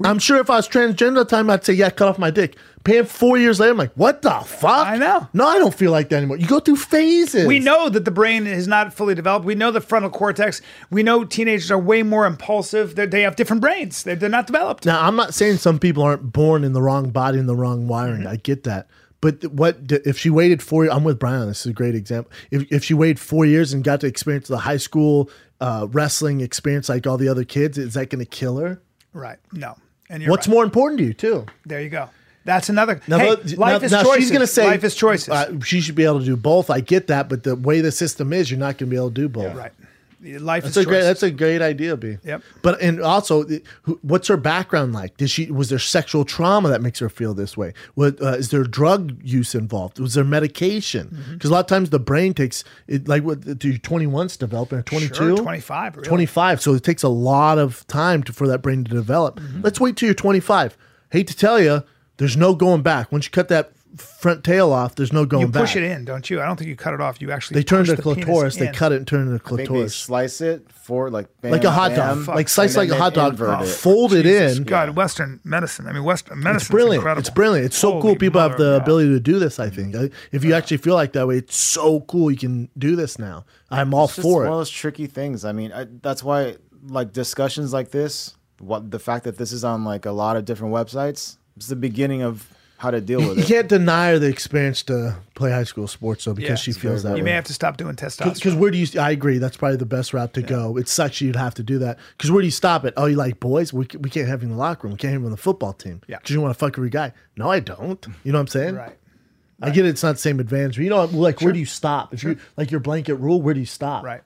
[SPEAKER 1] I'm sure if I was transgender at the time, I'd say, yeah, cut off my dick. Pam, four years later, I'm like, what the fuck?
[SPEAKER 2] I know.
[SPEAKER 1] No, I don't feel like that anymore. You go through phases.
[SPEAKER 2] We know that the brain is not fully developed. We know the frontal cortex. We know teenagers are way more impulsive. They're, they have different brains. They're, they're not developed.
[SPEAKER 1] Now, I'm not saying some people aren't born in the wrong body and the wrong wiring.
[SPEAKER 2] Mm-hmm.
[SPEAKER 1] I get that. But th- what d- if she waited four? I'm with Brian. on This is a great example. If, if she waited four years and got to experience the high school uh, wrestling experience like all the other kids, is that going to kill her?
[SPEAKER 2] Right. No. And you're
[SPEAKER 1] What's
[SPEAKER 2] right.
[SPEAKER 1] more important to you, too?
[SPEAKER 2] There you go. That's another.
[SPEAKER 1] Now,
[SPEAKER 2] hey,
[SPEAKER 1] the-
[SPEAKER 2] life
[SPEAKER 1] now-
[SPEAKER 2] is
[SPEAKER 1] now
[SPEAKER 2] choices.
[SPEAKER 1] She's gonna say
[SPEAKER 2] life is choices.
[SPEAKER 1] uh, she should be able to do both. I get that, but the way the system is, you're not going to be able to do both.
[SPEAKER 2] right. Life
[SPEAKER 1] That's
[SPEAKER 2] is
[SPEAKER 1] a great.
[SPEAKER 2] choices.
[SPEAKER 1] That's a great idea, B.
[SPEAKER 2] Yep.
[SPEAKER 1] But and also, th- who- what's her background like? Did she was there sexual trauma that makes her feel this way? What uh, is there drug use involved? Was there medication? Because
[SPEAKER 2] Mm-hmm.
[SPEAKER 1] a lot of times the brain takes it like what do 21s develop or 22,
[SPEAKER 2] Sure, 25, really.
[SPEAKER 1] 25. So it takes a lot of time to, for that brain to develop.
[SPEAKER 2] Mm-hmm.
[SPEAKER 1] Let's wait till you're 25. Hate to tell you, there's no going back. Once you cut that front tail off, there's no going
[SPEAKER 2] you
[SPEAKER 1] back.
[SPEAKER 2] push it in, don't you? I don't think you cut it off. You actually
[SPEAKER 1] They turn
[SPEAKER 2] push
[SPEAKER 1] it
[SPEAKER 2] the
[SPEAKER 1] into clitoris.
[SPEAKER 2] penis
[SPEAKER 1] They
[SPEAKER 2] in.
[SPEAKER 1] cut it and turn it into
[SPEAKER 6] I think they
[SPEAKER 1] clitoris
[SPEAKER 6] slice it for like bam,
[SPEAKER 1] like a hot
[SPEAKER 6] bam,
[SPEAKER 1] dog,
[SPEAKER 2] fuck.
[SPEAKER 1] like slice
[SPEAKER 6] and
[SPEAKER 1] like a
[SPEAKER 6] then
[SPEAKER 1] hot
[SPEAKER 6] they
[SPEAKER 1] dog,
[SPEAKER 6] invert it.
[SPEAKER 1] fold it in.
[SPEAKER 2] Oh, God, Western medicine. I mean, Western medicine.
[SPEAKER 1] It's brilliant. It's brilliant. It's so cool. People have the ability to do this. I think I- if you actually feel like that way, it's so cool. You can do this now. I'm all
[SPEAKER 6] It's just
[SPEAKER 1] for
[SPEAKER 6] one of
[SPEAKER 1] it.
[SPEAKER 6] those tricky things. I mean, I, that's why like discussions like this, what the fact that this is on like a lot of different websites, it's the beginning of how to deal
[SPEAKER 1] *laughs*
[SPEAKER 6] with
[SPEAKER 1] You
[SPEAKER 6] it.
[SPEAKER 1] can't deny her the experience to play high school sports though, because
[SPEAKER 2] Yeah.
[SPEAKER 1] she
[SPEAKER 2] It's
[SPEAKER 1] feels that
[SPEAKER 2] You may
[SPEAKER 1] way.
[SPEAKER 2] have to stop doing testosterone.
[SPEAKER 1] Because where do you? I agree. That's probably the best route to go. It sucks you'd have to do that. Because where do you stop it? Oh, you like boys? We, c- we can't have you in the locker room. We can't have you on the football team.
[SPEAKER 2] Yeah.
[SPEAKER 1] Because you want to fuck every guy. No, I don't. You know what I'm saying?
[SPEAKER 2] right.
[SPEAKER 1] I get it. It's not the same advantage. But you know, like where do you stop? If you like your blanket rule, where do you stop?
[SPEAKER 2] Right.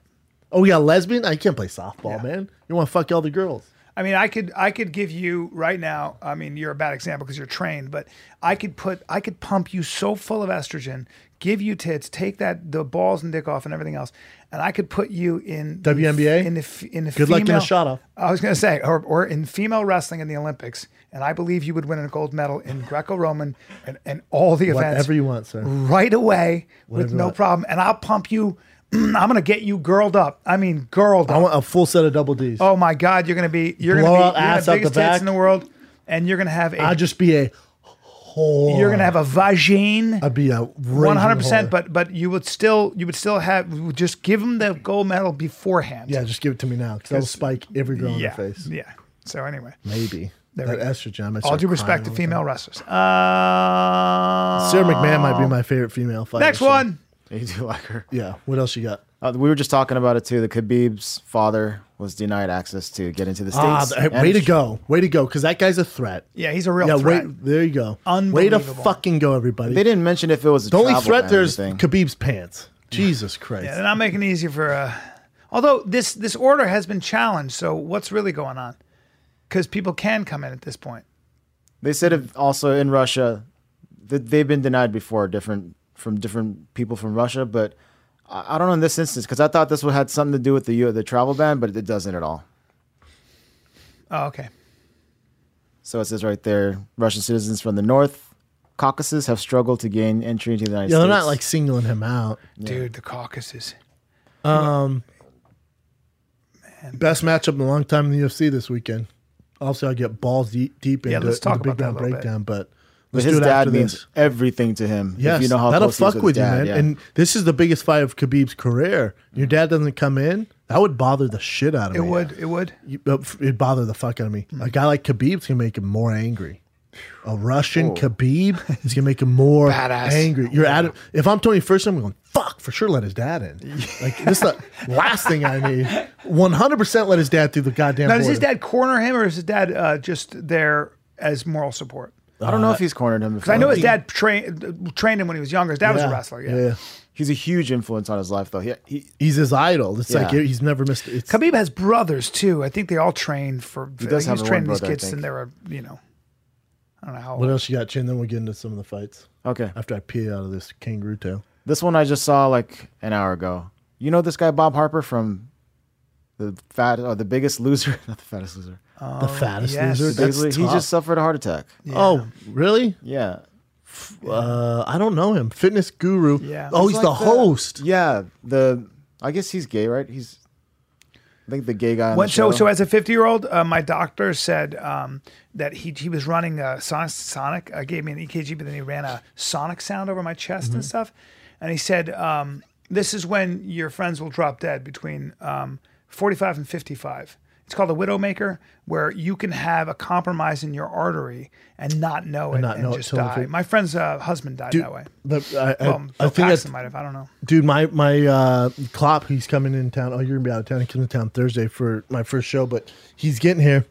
[SPEAKER 1] Oh, yeah, lesbian. I can't play softball,
[SPEAKER 2] Yeah.
[SPEAKER 1] man. You want to fuck all the girls?
[SPEAKER 2] I mean, I could I could give you right now. I mean, you're a bad example because you're trained, but I could put I could pump you so full of estrogen, give you tits, take that the balls and dick off and everything else, and I could put you in the f-
[SPEAKER 1] WNBA?
[SPEAKER 2] in the f- in the
[SPEAKER 1] Good luck
[SPEAKER 2] female,
[SPEAKER 1] getting a shot off.
[SPEAKER 2] I was gonna say, or or in female wrestling in the Olympics, and I believe you would win a gold medal in Greco-Roman and, and all the events
[SPEAKER 1] Whatever you want, sir.
[SPEAKER 2] right away with
[SPEAKER 1] Whatever
[SPEAKER 2] no
[SPEAKER 1] that-
[SPEAKER 2] problem, and I'll pump you. *clears throat* I'm gonna get you girled up. I mean, girled up.
[SPEAKER 1] I want a full set of double D's.
[SPEAKER 2] Oh my God, you're gonna be you're
[SPEAKER 1] Blow
[SPEAKER 2] gonna
[SPEAKER 1] out
[SPEAKER 2] be you're
[SPEAKER 1] ass
[SPEAKER 2] the
[SPEAKER 1] out
[SPEAKER 2] biggest
[SPEAKER 1] the
[SPEAKER 2] tits
[SPEAKER 1] back.
[SPEAKER 2] in the world, and you're gonna have a
[SPEAKER 1] I'd just be a whore.
[SPEAKER 2] you're gonna have a vagine.
[SPEAKER 1] I'd be a
[SPEAKER 2] One hundred percent,
[SPEAKER 1] But
[SPEAKER 2] but but you would still you would still have you would just give them the gold medal beforehand.
[SPEAKER 1] yeah, just give it to me now because I'll spike every girl in
[SPEAKER 2] yeah,
[SPEAKER 1] the face.
[SPEAKER 2] yeah. So anyway,
[SPEAKER 1] Maybe.
[SPEAKER 2] There
[SPEAKER 1] that
[SPEAKER 2] we go.
[SPEAKER 1] estrogen. I might
[SPEAKER 2] all
[SPEAKER 1] start
[SPEAKER 2] due
[SPEAKER 1] crying
[SPEAKER 2] respect to
[SPEAKER 1] all the
[SPEAKER 2] female
[SPEAKER 1] time.
[SPEAKER 2] wrestlers. Uh,
[SPEAKER 1] Sarah McMahon might be my favorite female fighter.
[SPEAKER 2] next
[SPEAKER 1] so-
[SPEAKER 2] one.
[SPEAKER 6] You do like her.
[SPEAKER 1] Yeah. What else you got?
[SPEAKER 6] Uh, we were just talking about it too. The Khabib's father was denied access to get into the states.
[SPEAKER 1] Ah, th-
[SPEAKER 6] And
[SPEAKER 1] way to
[SPEAKER 6] it's-
[SPEAKER 1] go. Way to go. Because that guy's a threat.
[SPEAKER 2] Yeah, he's a real
[SPEAKER 1] yeah,
[SPEAKER 2] threat.
[SPEAKER 1] wait. There you go. Way to
[SPEAKER 2] Unbelievable.
[SPEAKER 1] fucking go, everybody.
[SPEAKER 6] They didn't mention if it was a
[SPEAKER 1] the only
[SPEAKER 6] travel
[SPEAKER 1] threat
[SPEAKER 6] ban or
[SPEAKER 1] there's
[SPEAKER 6] anything.
[SPEAKER 1] Khabib's pants. Jesus Christ.
[SPEAKER 2] Yeah, they're not making it easier for. Uh, although this this order has been challenged, so what's really going on? Because people can come in at this point.
[SPEAKER 6] They said if also in Russia that they've been denied before, different from different people from Russia. But I, I don't know in this instance because I thought this would had something to do with the U- the travel ban, but it doesn't at all.
[SPEAKER 2] Oh, okay.
[SPEAKER 6] So it says right there, Russian citizens from the North Caucasus have struggled to gain entry into the United
[SPEAKER 1] Yeah, they're
[SPEAKER 6] States.
[SPEAKER 1] not like singling him out.
[SPEAKER 2] Dude, the caucuses.
[SPEAKER 1] Best matchup in a long time in the UFC this weekend. Obviously, I'll get balls deep, deep into
[SPEAKER 2] let's
[SPEAKER 1] it,
[SPEAKER 2] talk
[SPEAKER 1] the big
[SPEAKER 2] about that
[SPEAKER 1] down
[SPEAKER 2] a little bit.
[SPEAKER 1] breakdown, but
[SPEAKER 6] But
[SPEAKER 1] let's
[SPEAKER 6] his
[SPEAKER 1] do it
[SPEAKER 6] dad
[SPEAKER 1] after
[SPEAKER 6] means
[SPEAKER 1] this.
[SPEAKER 6] everything to him.
[SPEAKER 1] Yes,
[SPEAKER 6] if you know how
[SPEAKER 1] that'll
[SPEAKER 6] close he is
[SPEAKER 1] fuck
[SPEAKER 6] with,
[SPEAKER 1] with
[SPEAKER 6] his dad,
[SPEAKER 1] you, man.
[SPEAKER 6] yeah.
[SPEAKER 1] And this is the biggest fight of Khabib's career. Your dad doesn't come in, that would bother the shit out of
[SPEAKER 2] It
[SPEAKER 1] me.
[SPEAKER 2] would. It would.
[SPEAKER 1] You- uh, f- It'd bother the fuck out of me.
[SPEAKER 2] Hmm.
[SPEAKER 1] A guy like Khabib's gonna make him more angry. A Russian Khabib is gonna make him more
[SPEAKER 2] Oh. Badass. Oh.
[SPEAKER 1] angry. You're at it. If I'm Tony First, I'm going fuck for sure. Let his dad in.
[SPEAKER 2] *laughs*
[SPEAKER 1] Like this, is the last thing I need. 100 percent let his dad through the goddamn.
[SPEAKER 2] Now, does his
[SPEAKER 1] border.
[SPEAKER 2] dad corner him, or is his dad uh, just there as moral support?
[SPEAKER 6] I don't know if
[SPEAKER 1] uh,
[SPEAKER 6] he's cornered him.
[SPEAKER 2] Because I know his
[SPEAKER 6] before.
[SPEAKER 2] dad trained trained him when he was younger. His dad was a wrestler. Yeah.
[SPEAKER 6] He's a huge influence on his life, though. He, he
[SPEAKER 1] He's his idol. It's like
[SPEAKER 6] Yeah.
[SPEAKER 1] he's never missed. It's,
[SPEAKER 2] Khabib has brothers too. I think they all trained for. He,
[SPEAKER 6] does have
[SPEAKER 2] was
[SPEAKER 6] one
[SPEAKER 2] training
[SPEAKER 6] brother, I
[SPEAKER 2] these kids,
[SPEAKER 6] think.
[SPEAKER 2] and they were you know, I don't know how.
[SPEAKER 1] what else you got, Chin? Then we'll get into some of the fights
[SPEAKER 6] okay.
[SPEAKER 1] after I pee out of this kangaroo tail.
[SPEAKER 6] This one I just saw like an hour ago. You know this guy Bob Harper from the fat or the biggest loser, *laughs* not the fattest loser.
[SPEAKER 1] the fattest
[SPEAKER 2] Oh, yes.
[SPEAKER 1] loser.
[SPEAKER 6] The
[SPEAKER 1] That's
[SPEAKER 6] Biggest Loser. he
[SPEAKER 1] tough.
[SPEAKER 6] just suffered a heart attack. Yeah.
[SPEAKER 1] Oh, really? Uh, I don't know him. Fitness guru.
[SPEAKER 2] Yeah.
[SPEAKER 1] Oh,
[SPEAKER 2] He's
[SPEAKER 1] he's, the
[SPEAKER 6] Like
[SPEAKER 1] host.
[SPEAKER 6] Yeah, the I guess he's gay, right? He's I think the gay guy on
[SPEAKER 2] What,
[SPEAKER 6] the show.
[SPEAKER 2] so, so as a 50 year old, uh, my doctor said um, that he he was running a sonic. sonic uh, gave me an EKG, but then he ran a sonic sound over my chest
[SPEAKER 1] Mhm.
[SPEAKER 2] and stuff. And he said, um, "This is when your friends will drop dead between um, 45 and 55." It's called a widowmaker, where you can have a compromise in your artery and not know it and,
[SPEAKER 1] not know it
[SPEAKER 2] just
[SPEAKER 1] till it-
[SPEAKER 2] die. My friend's uh, husband died
[SPEAKER 1] Dude,
[SPEAKER 2] that way.
[SPEAKER 1] the- I, I,
[SPEAKER 2] Well,
[SPEAKER 1] I
[SPEAKER 2] Bill
[SPEAKER 1] think
[SPEAKER 2] Paxton
[SPEAKER 1] that,
[SPEAKER 2] might have. I don't know.
[SPEAKER 1] dude, my my uh, Klopp, he's coming in town. Oh, you're gonna be out of town. He comes in town Thursday for my first show, but he's getting here.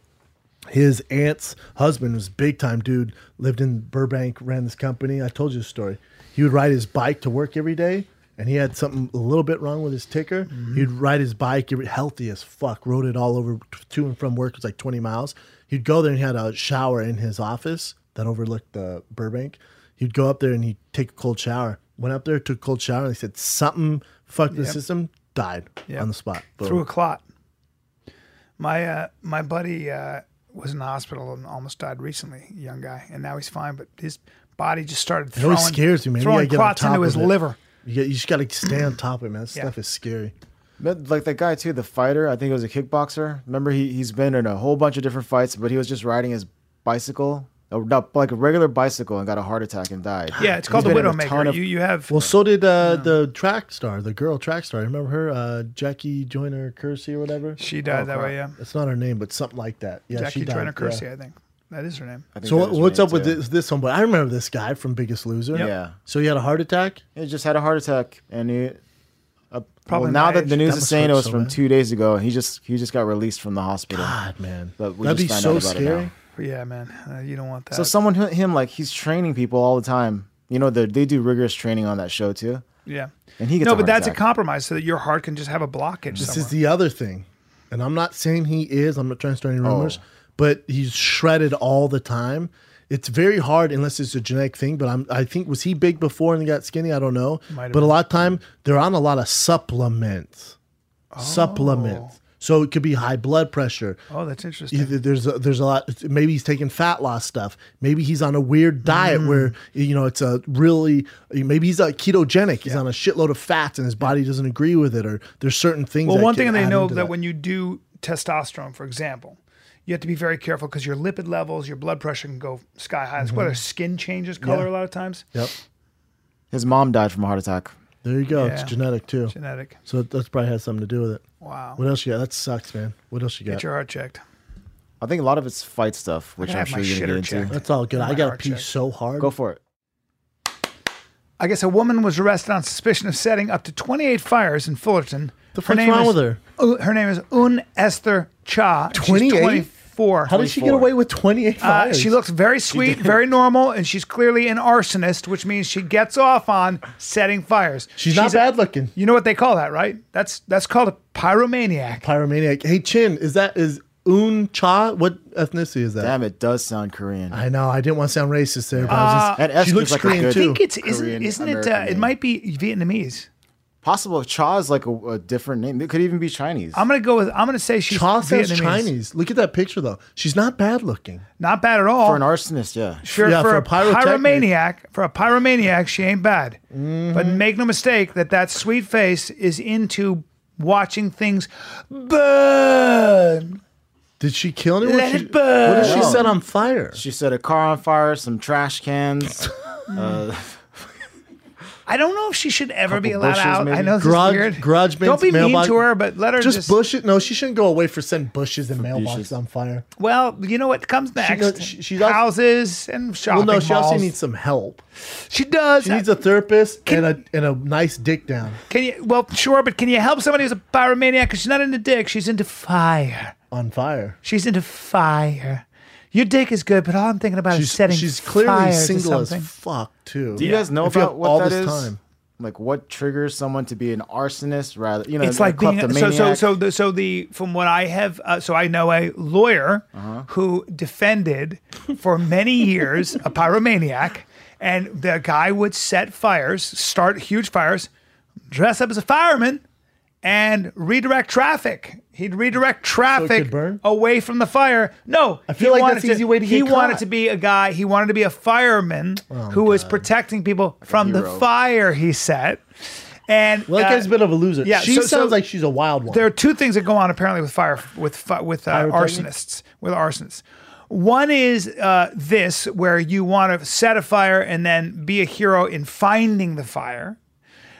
[SPEAKER 1] His aunt's husband was big time dude. Lived in Burbank, ran this company. I told you the story. He would ride his bike to work every day, and he had something a little bit wrong with his ticker.
[SPEAKER 2] Mm-hmm.
[SPEAKER 1] He'd ride his bike, every- healthy as fuck, rode it all over t- to and from work. It was like twenty miles. He'd go there and he had a shower in his office that overlooked the Burbank. He'd go up there and he'd take a cold shower. Went up there, took a cold shower, and they said something fucked the system. Died
[SPEAKER 2] Yep.
[SPEAKER 1] on the spot. Boom.
[SPEAKER 2] through a clot. My uh, my buddy uh, was in the hospital and almost died recently, young guy, and now he's fine. But his body just started
[SPEAKER 1] It
[SPEAKER 2] throwing,
[SPEAKER 1] always scares you, man. You gotta
[SPEAKER 2] throwing
[SPEAKER 1] get on
[SPEAKER 2] clots
[SPEAKER 1] top
[SPEAKER 2] into
[SPEAKER 1] of
[SPEAKER 2] his
[SPEAKER 1] it.
[SPEAKER 2] liver.
[SPEAKER 1] You, get- you just got to stay on top of it, man. This
[SPEAKER 2] Yeah.
[SPEAKER 1] stuff is scary.
[SPEAKER 6] But, like that guy too, the fighter. I think he was a kickboxer. Remember, he he's been in a whole bunch of different fights, but he was just riding his bicycle, uh, not like a regular bicycle, and got a heart attack and died.
[SPEAKER 2] Yeah, it's
[SPEAKER 6] He's
[SPEAKER 2] called the
[SPEAKER 6] been in a ton
[SPEAKER 2] widowmaker.
[SPEAKER 6] of-
[SPEAKER 2] you you have
[SPEAKER 1] Well, so did uh, the track star, the girl track star. Remember her, uh, Jackie Joyner Kersey or whatever.
[SPEAKER 2] she died that way. Yeah,
[SPEAKER 1] That's not her name, but something like that. Yeah, oh, she
[SPEAKER 2] Jackie
[SPEAKER 1] died.
[SPEAKER 2] Joyner Kersey,
[SPEAKER 1] Yeah.
[SPEAKER 2] I think that is her name.
[SPEAKER 6] I think
[SPEAKER 1] So
[SPEAKER 6] that
[SPEAKER 1] what,
[SPEAKER 6] was her
[SPEAKER 1] what's
[SPEAKER 6] name,
[SPEAKER 1] up with
[SPEAKER 6] too.
[SPEAKER 1] this this homeboy? I remember this guy from Biggest Loser.
[SPEAKER 6] Yeah.
[SPEAKER 1] So he had a heart attack.
[SPEAKER 6] He just had a heart attack, and he. Uh,
[SPEAKER 2] Probably
[SPEAKER 6] well, now
[SPEAKER 2] my
[SPEAKER 6] that the
[SPEAKER 2] age.
[SPEAKER 6] news
[SPEAKER 1] That
[SPEAKER 6] is
[SPEAKER 1] must
[SPEAKER 6] saying it
[SPEAKER 1] hurt
[SPEAKER 6] was
[SPEAKER 1] so
[SPEAKER 6] from
[SPEAKER 1] bad.
[SPEAKER 6] two days ago, and he just he just got released from the hospital.
[SPEAKER 1] God, man,
[SPEAKER 6] But we
[SPEAKER 1] that'd be
[SPEAKER 6] just found
[SPEAKER 1] so
[SPEAKER 6] out about it now.
[SPEAKER 1] scary.
[SPEAKER 2] Yeah, man, uh, you don't want that.
[SPEAKER 6] So someone hi- him like he's training people all the time. You know they they do rigorous training on that show too,
[SPEAKER 2] yeah,
[SPEAKER 6] and he gets
[SPEAKER 2] no,
[SPEAKER 6] a
[SPEAKER 2] but
[SPEAKER 6] heart
[SPEAKER 2] that's
[SPEAKER 6] attack.
[SPEAKER 2] a compromise so that your heart can just have a blockage.
[SPEAKER 1] This
[SPEAKER 2] somewhere.
[SPEAKER 1] is the other thing, and I'm not saying he is. I'm not trying to start any rumors,
[SPEAKER 2] Oh.
[SPEAKER 1] but he's shredded all the time. It's very hard unless it's a genetic thing. But I'm, I think was he big before and he got skinny? I don't know.
[SPEAKER 2] Might have
[SPEAKER 1] But a lot of time they're on a lot of supplements, supplements. So it could be high blood pressure.
[SPEAKER 2] oh, that's interesting.
[SPEAKER 1] Either there's a, there's a lot. Maybe he's taking fat loss stuff. Maybe he's on a weird
[SPEAKER 2] Mm.
[SPEAKER 1] diet where you know it's a really. Maybe he's like ketogenic. He's on a shitload of fats and his body doesn't agree with it. Or there's certain things.
[SPEAKER 2] Well,
[SPEAKER 1] that
[SPEAKER 2] one
[SPEAKER 1] can
[SPEAKER 2] thing they
[SPEAKER 1] add
[SPEAKER 2] know
[SPEAKER 1] into
[SPEAKER 2] that, when you do testosterone, for example, you have to be very careful because your lipid levels, your blood pressure can go sky high. That's why
[SPEAKER 1] Mm-hmm.
[SPEAKER 2] their skin changes color a lot of times.
[SPEAKER 1] Yep.
[SPEAKER 6] His mom died from a heart attack.
[SPEAKER 1] There you go.
[SPEAKER 2] Yeah.
[SPEAKER 1] It's genetic too.
[SPEAKER 2] Genetic.
[SPEAKER 1] So that- that's probably has something to do with it.
[SPEAKER 2] Wow.
[SPEAKER 1] What else you got? That sucks, man. What else you got?
[SPEAKER 2] Get your heart checked.
[SPEAKER 6] I think a lot of it's fight stuff, which
[SPEAKER 2] gotta
[SPEAKER 6] I'm
[SPEAKER 2] have
[SPEAKER 6] sure
[SPEAKER 2] my
[SPEAKER 6] you're going to
[SPEAKER 2] shitter
[SPEAKER 6] get into.
[SPEAKER 2] checked.
[SPEAKER 1] That's all good. I
[SPEAKER 2] My
[SPEAKER 1] got to
[SPEAKER 2] heart
[SPEAKER 1] pee
[SPEAKER 2] checked.
[SPEAKER 1] so hard.
[SPEAKER 6] Go for it.
[SPEAKER 2] I guess a woman was arrested on suspicion of setting up to 28 fires in Fullerton.
[SPEAKER 1] The fuck's wrong
[SPEAKER 2] is,
[SPEAKER 1] with her?
[SPEAKER 2] Uh, Her name is Un Esther Cha. and she's
[SPEAKER 1] 28?
[SPEAKER 2] 24.
[SPEAKER 1] How did she get
[SPEAKER 6] 24.
[SPEAKER 1] away with 28
[SPEAKER 2] Uh,
[SPEAKER 1] fires?
[SPEAKER 2] she looks very sweet, very normal, and she's clearly an arsonist, which means she gets off on setting fires.
[SPEAKER 1] She's not
[SPEAKER 2] a-
[SPEAKER 1] bad looking.
[SPEAKER 2] you know what they call that, right? That's that's called a pyromaniac.
[SPEAKER 1] Pyromaniac. Hey, Chin, is that is Un Cha? What ethnicity is that?
[SPEAKER 6] Damn, it does sound Korean.
[SPEAKER 1] I know. I didn't want to sound racist there, but
[SPEAKER 2] Ah,
[SPEAKER 1] I was
[SPEAKER 6] That
[SPEAKER 1] just,
[SPEAKER 6] S
[SPEAKER 1] she looks
[SPEAKER 6] looks like a
[SPEAKER 1] Korean
[SPEAKER 6] good-
[SPEAKER 2] I
[SPEAKER 1] too.
[SPEAKER 2] think it's isn't,
[SPEAKER 6] Korean
[SPEAKER 2] isn't it? Uh,
[SPEAKER 6] American
[SPEAKER 2] it
[SPEAKER 6] name.
[SPEAKER 2] might be Vietnamese.
[SPEAKER 6] Possible Cha is like a, a different name. It could even be Chinese.
[SPEAKER 2] I'm gonna go with. I'm gonna say she's
[SPEAKER 1] Cha sounds
[SPEAKER 2] Vietnamese.
[SPEAKER 1] Chinese. Look at that picture though. She's not bad looking.
[SPEAKER 2] Not bad at all.
[SPEAKER 6] For an arsonist, yeah.
[SPEAKER 2] Sure,
[SPEAKER 1] Yeah,
[SPEAKER 2] for,
[SPEAKER 1] for
[SPEAKER 2] a,
[SPEAKER 1] a pyrotechnic. Mm-hmm.
[SPEAKER 2] pyromaniac, for a pyromaniac, she ain't bad. But make no mistake that that sweet face is into watching things burn.
[SPEAKER 1] Did she kill anyone?
[SPEAKER 2] Let
[SPEAKER 1] she,
[SPEAKER 2] it burn.
[SPEAKER 1] What did she
[SPEAKER 6] No.
[SPEAKER 1] set on fire?
[SPEAKER 6] She set a car on fire, some trash cans. uh,
[SPEAKER 2] I don't know if she should ever be
[SPEAKER 6] Couple
[SPEAKER 2] allowed
[SPEAKER 6] bushes,
[SPEAKER 2] out. I
[SPEAKER 6] maybe?
[SPEAKER 2] know this
[SPEAKER 1] Garage-
[SPEAKER 2] is weird.
[SPEAKER 1] garage
[SPEAKER 2] don't
[SPEAKER 1] bins,
[SPEAKER 2] be mean
[SPEAKER 1] mailbox-
[SPEAKER 2] to her, but let her
[SPEAKER 1] Just
[SPEAKER 2] just,
[SPEAKER 1] bush it. No, she shouldn't go away for sending bushes and mailboxes
[SPEAKER 6] bushes.
[SPEAKER 1] on fire.
[SPEAKER 2] Well, you know what comes next?
[SPEAKER 1] knows- she- she's also-
[SPEAKER 2] houses and
[SPEAKER 1] Well,
[SPEAKER 2] shopping
[SPEAKER 1] no, she
[SPEAKER 2] malls.
[SPEAKER 1] also needs some help.
[SPEAKER 2] She does.
[SPEAKER 1] She needs a therapist and a and a nice dick down.
[SPEAKER 2] can you? Well, sure, but can you help somebody who's a pyromaniac? Because she's not into dick. She's into fire.
[SPEAKER 1] on fire.
[SPEAKER 2] She's into fire. Your dick is good, but all I'm thinking about
[SPEAKER 1] She's
[SPEAKER 2] is setting
[SPEAKER 1] she's clearly
[SPEAKER 2] fire to
[SPEAKER 1] single as
[SPEAKER 2] something.
[SPEAKER 1] fuck too.
[SPEAKER 6] do you guys know
[SPEAKER 1] If you
[SPEAKER 6] about
[SPEAKER 1] have
[SPEAKER 6] what
[SPEAKER 1] all
[SPEAKER 6] that
[SPEAKER 1] this
[SPEAKER 6] is?
[SPEAKER 1] time.
[SPEAKER 6] Like what triggers someone to be an arsonist? Rather, you know,
[SPEAKER 2] it's like being a, so
[SPEAKER 6] kleptomaniac?
[SPEAKER 2] so so the, so the from what I have uh, so I know a lawyer
[SPEAKER 6] Uh-huh.
[SPEAKER 2] who defended for many years a pyromaniac, and the guy would set fires, start huge fires, dress up as a fireman, and redirect traffic. He'd redirect traffic
[SPEAKER 1] burn?
[SPEAKER 2] away from the fire. No, I
[SPEAKER 1] feel like that's the easy way to
[SPEAKER 2] He
[SPEAKER 1] get
[SPEAKER 2] wanted
[SPEAKER 1] caught. Oh,
[SPEAKER 2] to be a guy. He wanted to be a fireman who was protecting people from the
[SPEAKER 6] hero.
[SPEAKER 2] fire. He said. And
[SPEAKER 1] Well, that
[SPEAKER 2] uh,
[SPEAKER 1] guy's a bit of a loser.
[SPEAKER 2] yeah,
[SPEAKER 1] she
[SPEAKER 2] so- so
[SPEAKER 1] sounds like she's a wild one.
[SPEAKER 2] there are two things that go on apparently with fire with fi- with uh,
[SPEAKER 1] Pyrotechnics?
[SPEAKER 2] arsonists with arsonists. One is uh, this, where you want to set a fire and then be a hero in finding the fire.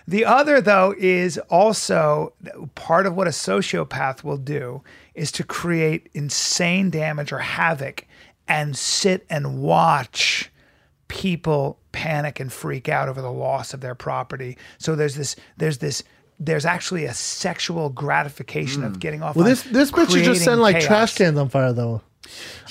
[SPEAKER 2] The other, though, is also part of what a sociopath will do is to create insane damage or havoc and sit and watch people panic and freak out over the loss of their property. So there's this, there's this, there's actually a sexual gratification of getting off.
[SPEAKER 1] Mm. Well,
[SPEAKER 2] on
[SPEAKER 1] this this bitch is just
[SPEAKER 2] creating
[SPEAKER 1] setting like
[SPEAKER 2] chaos.
[SPEAKER 1] trash cans on fire though.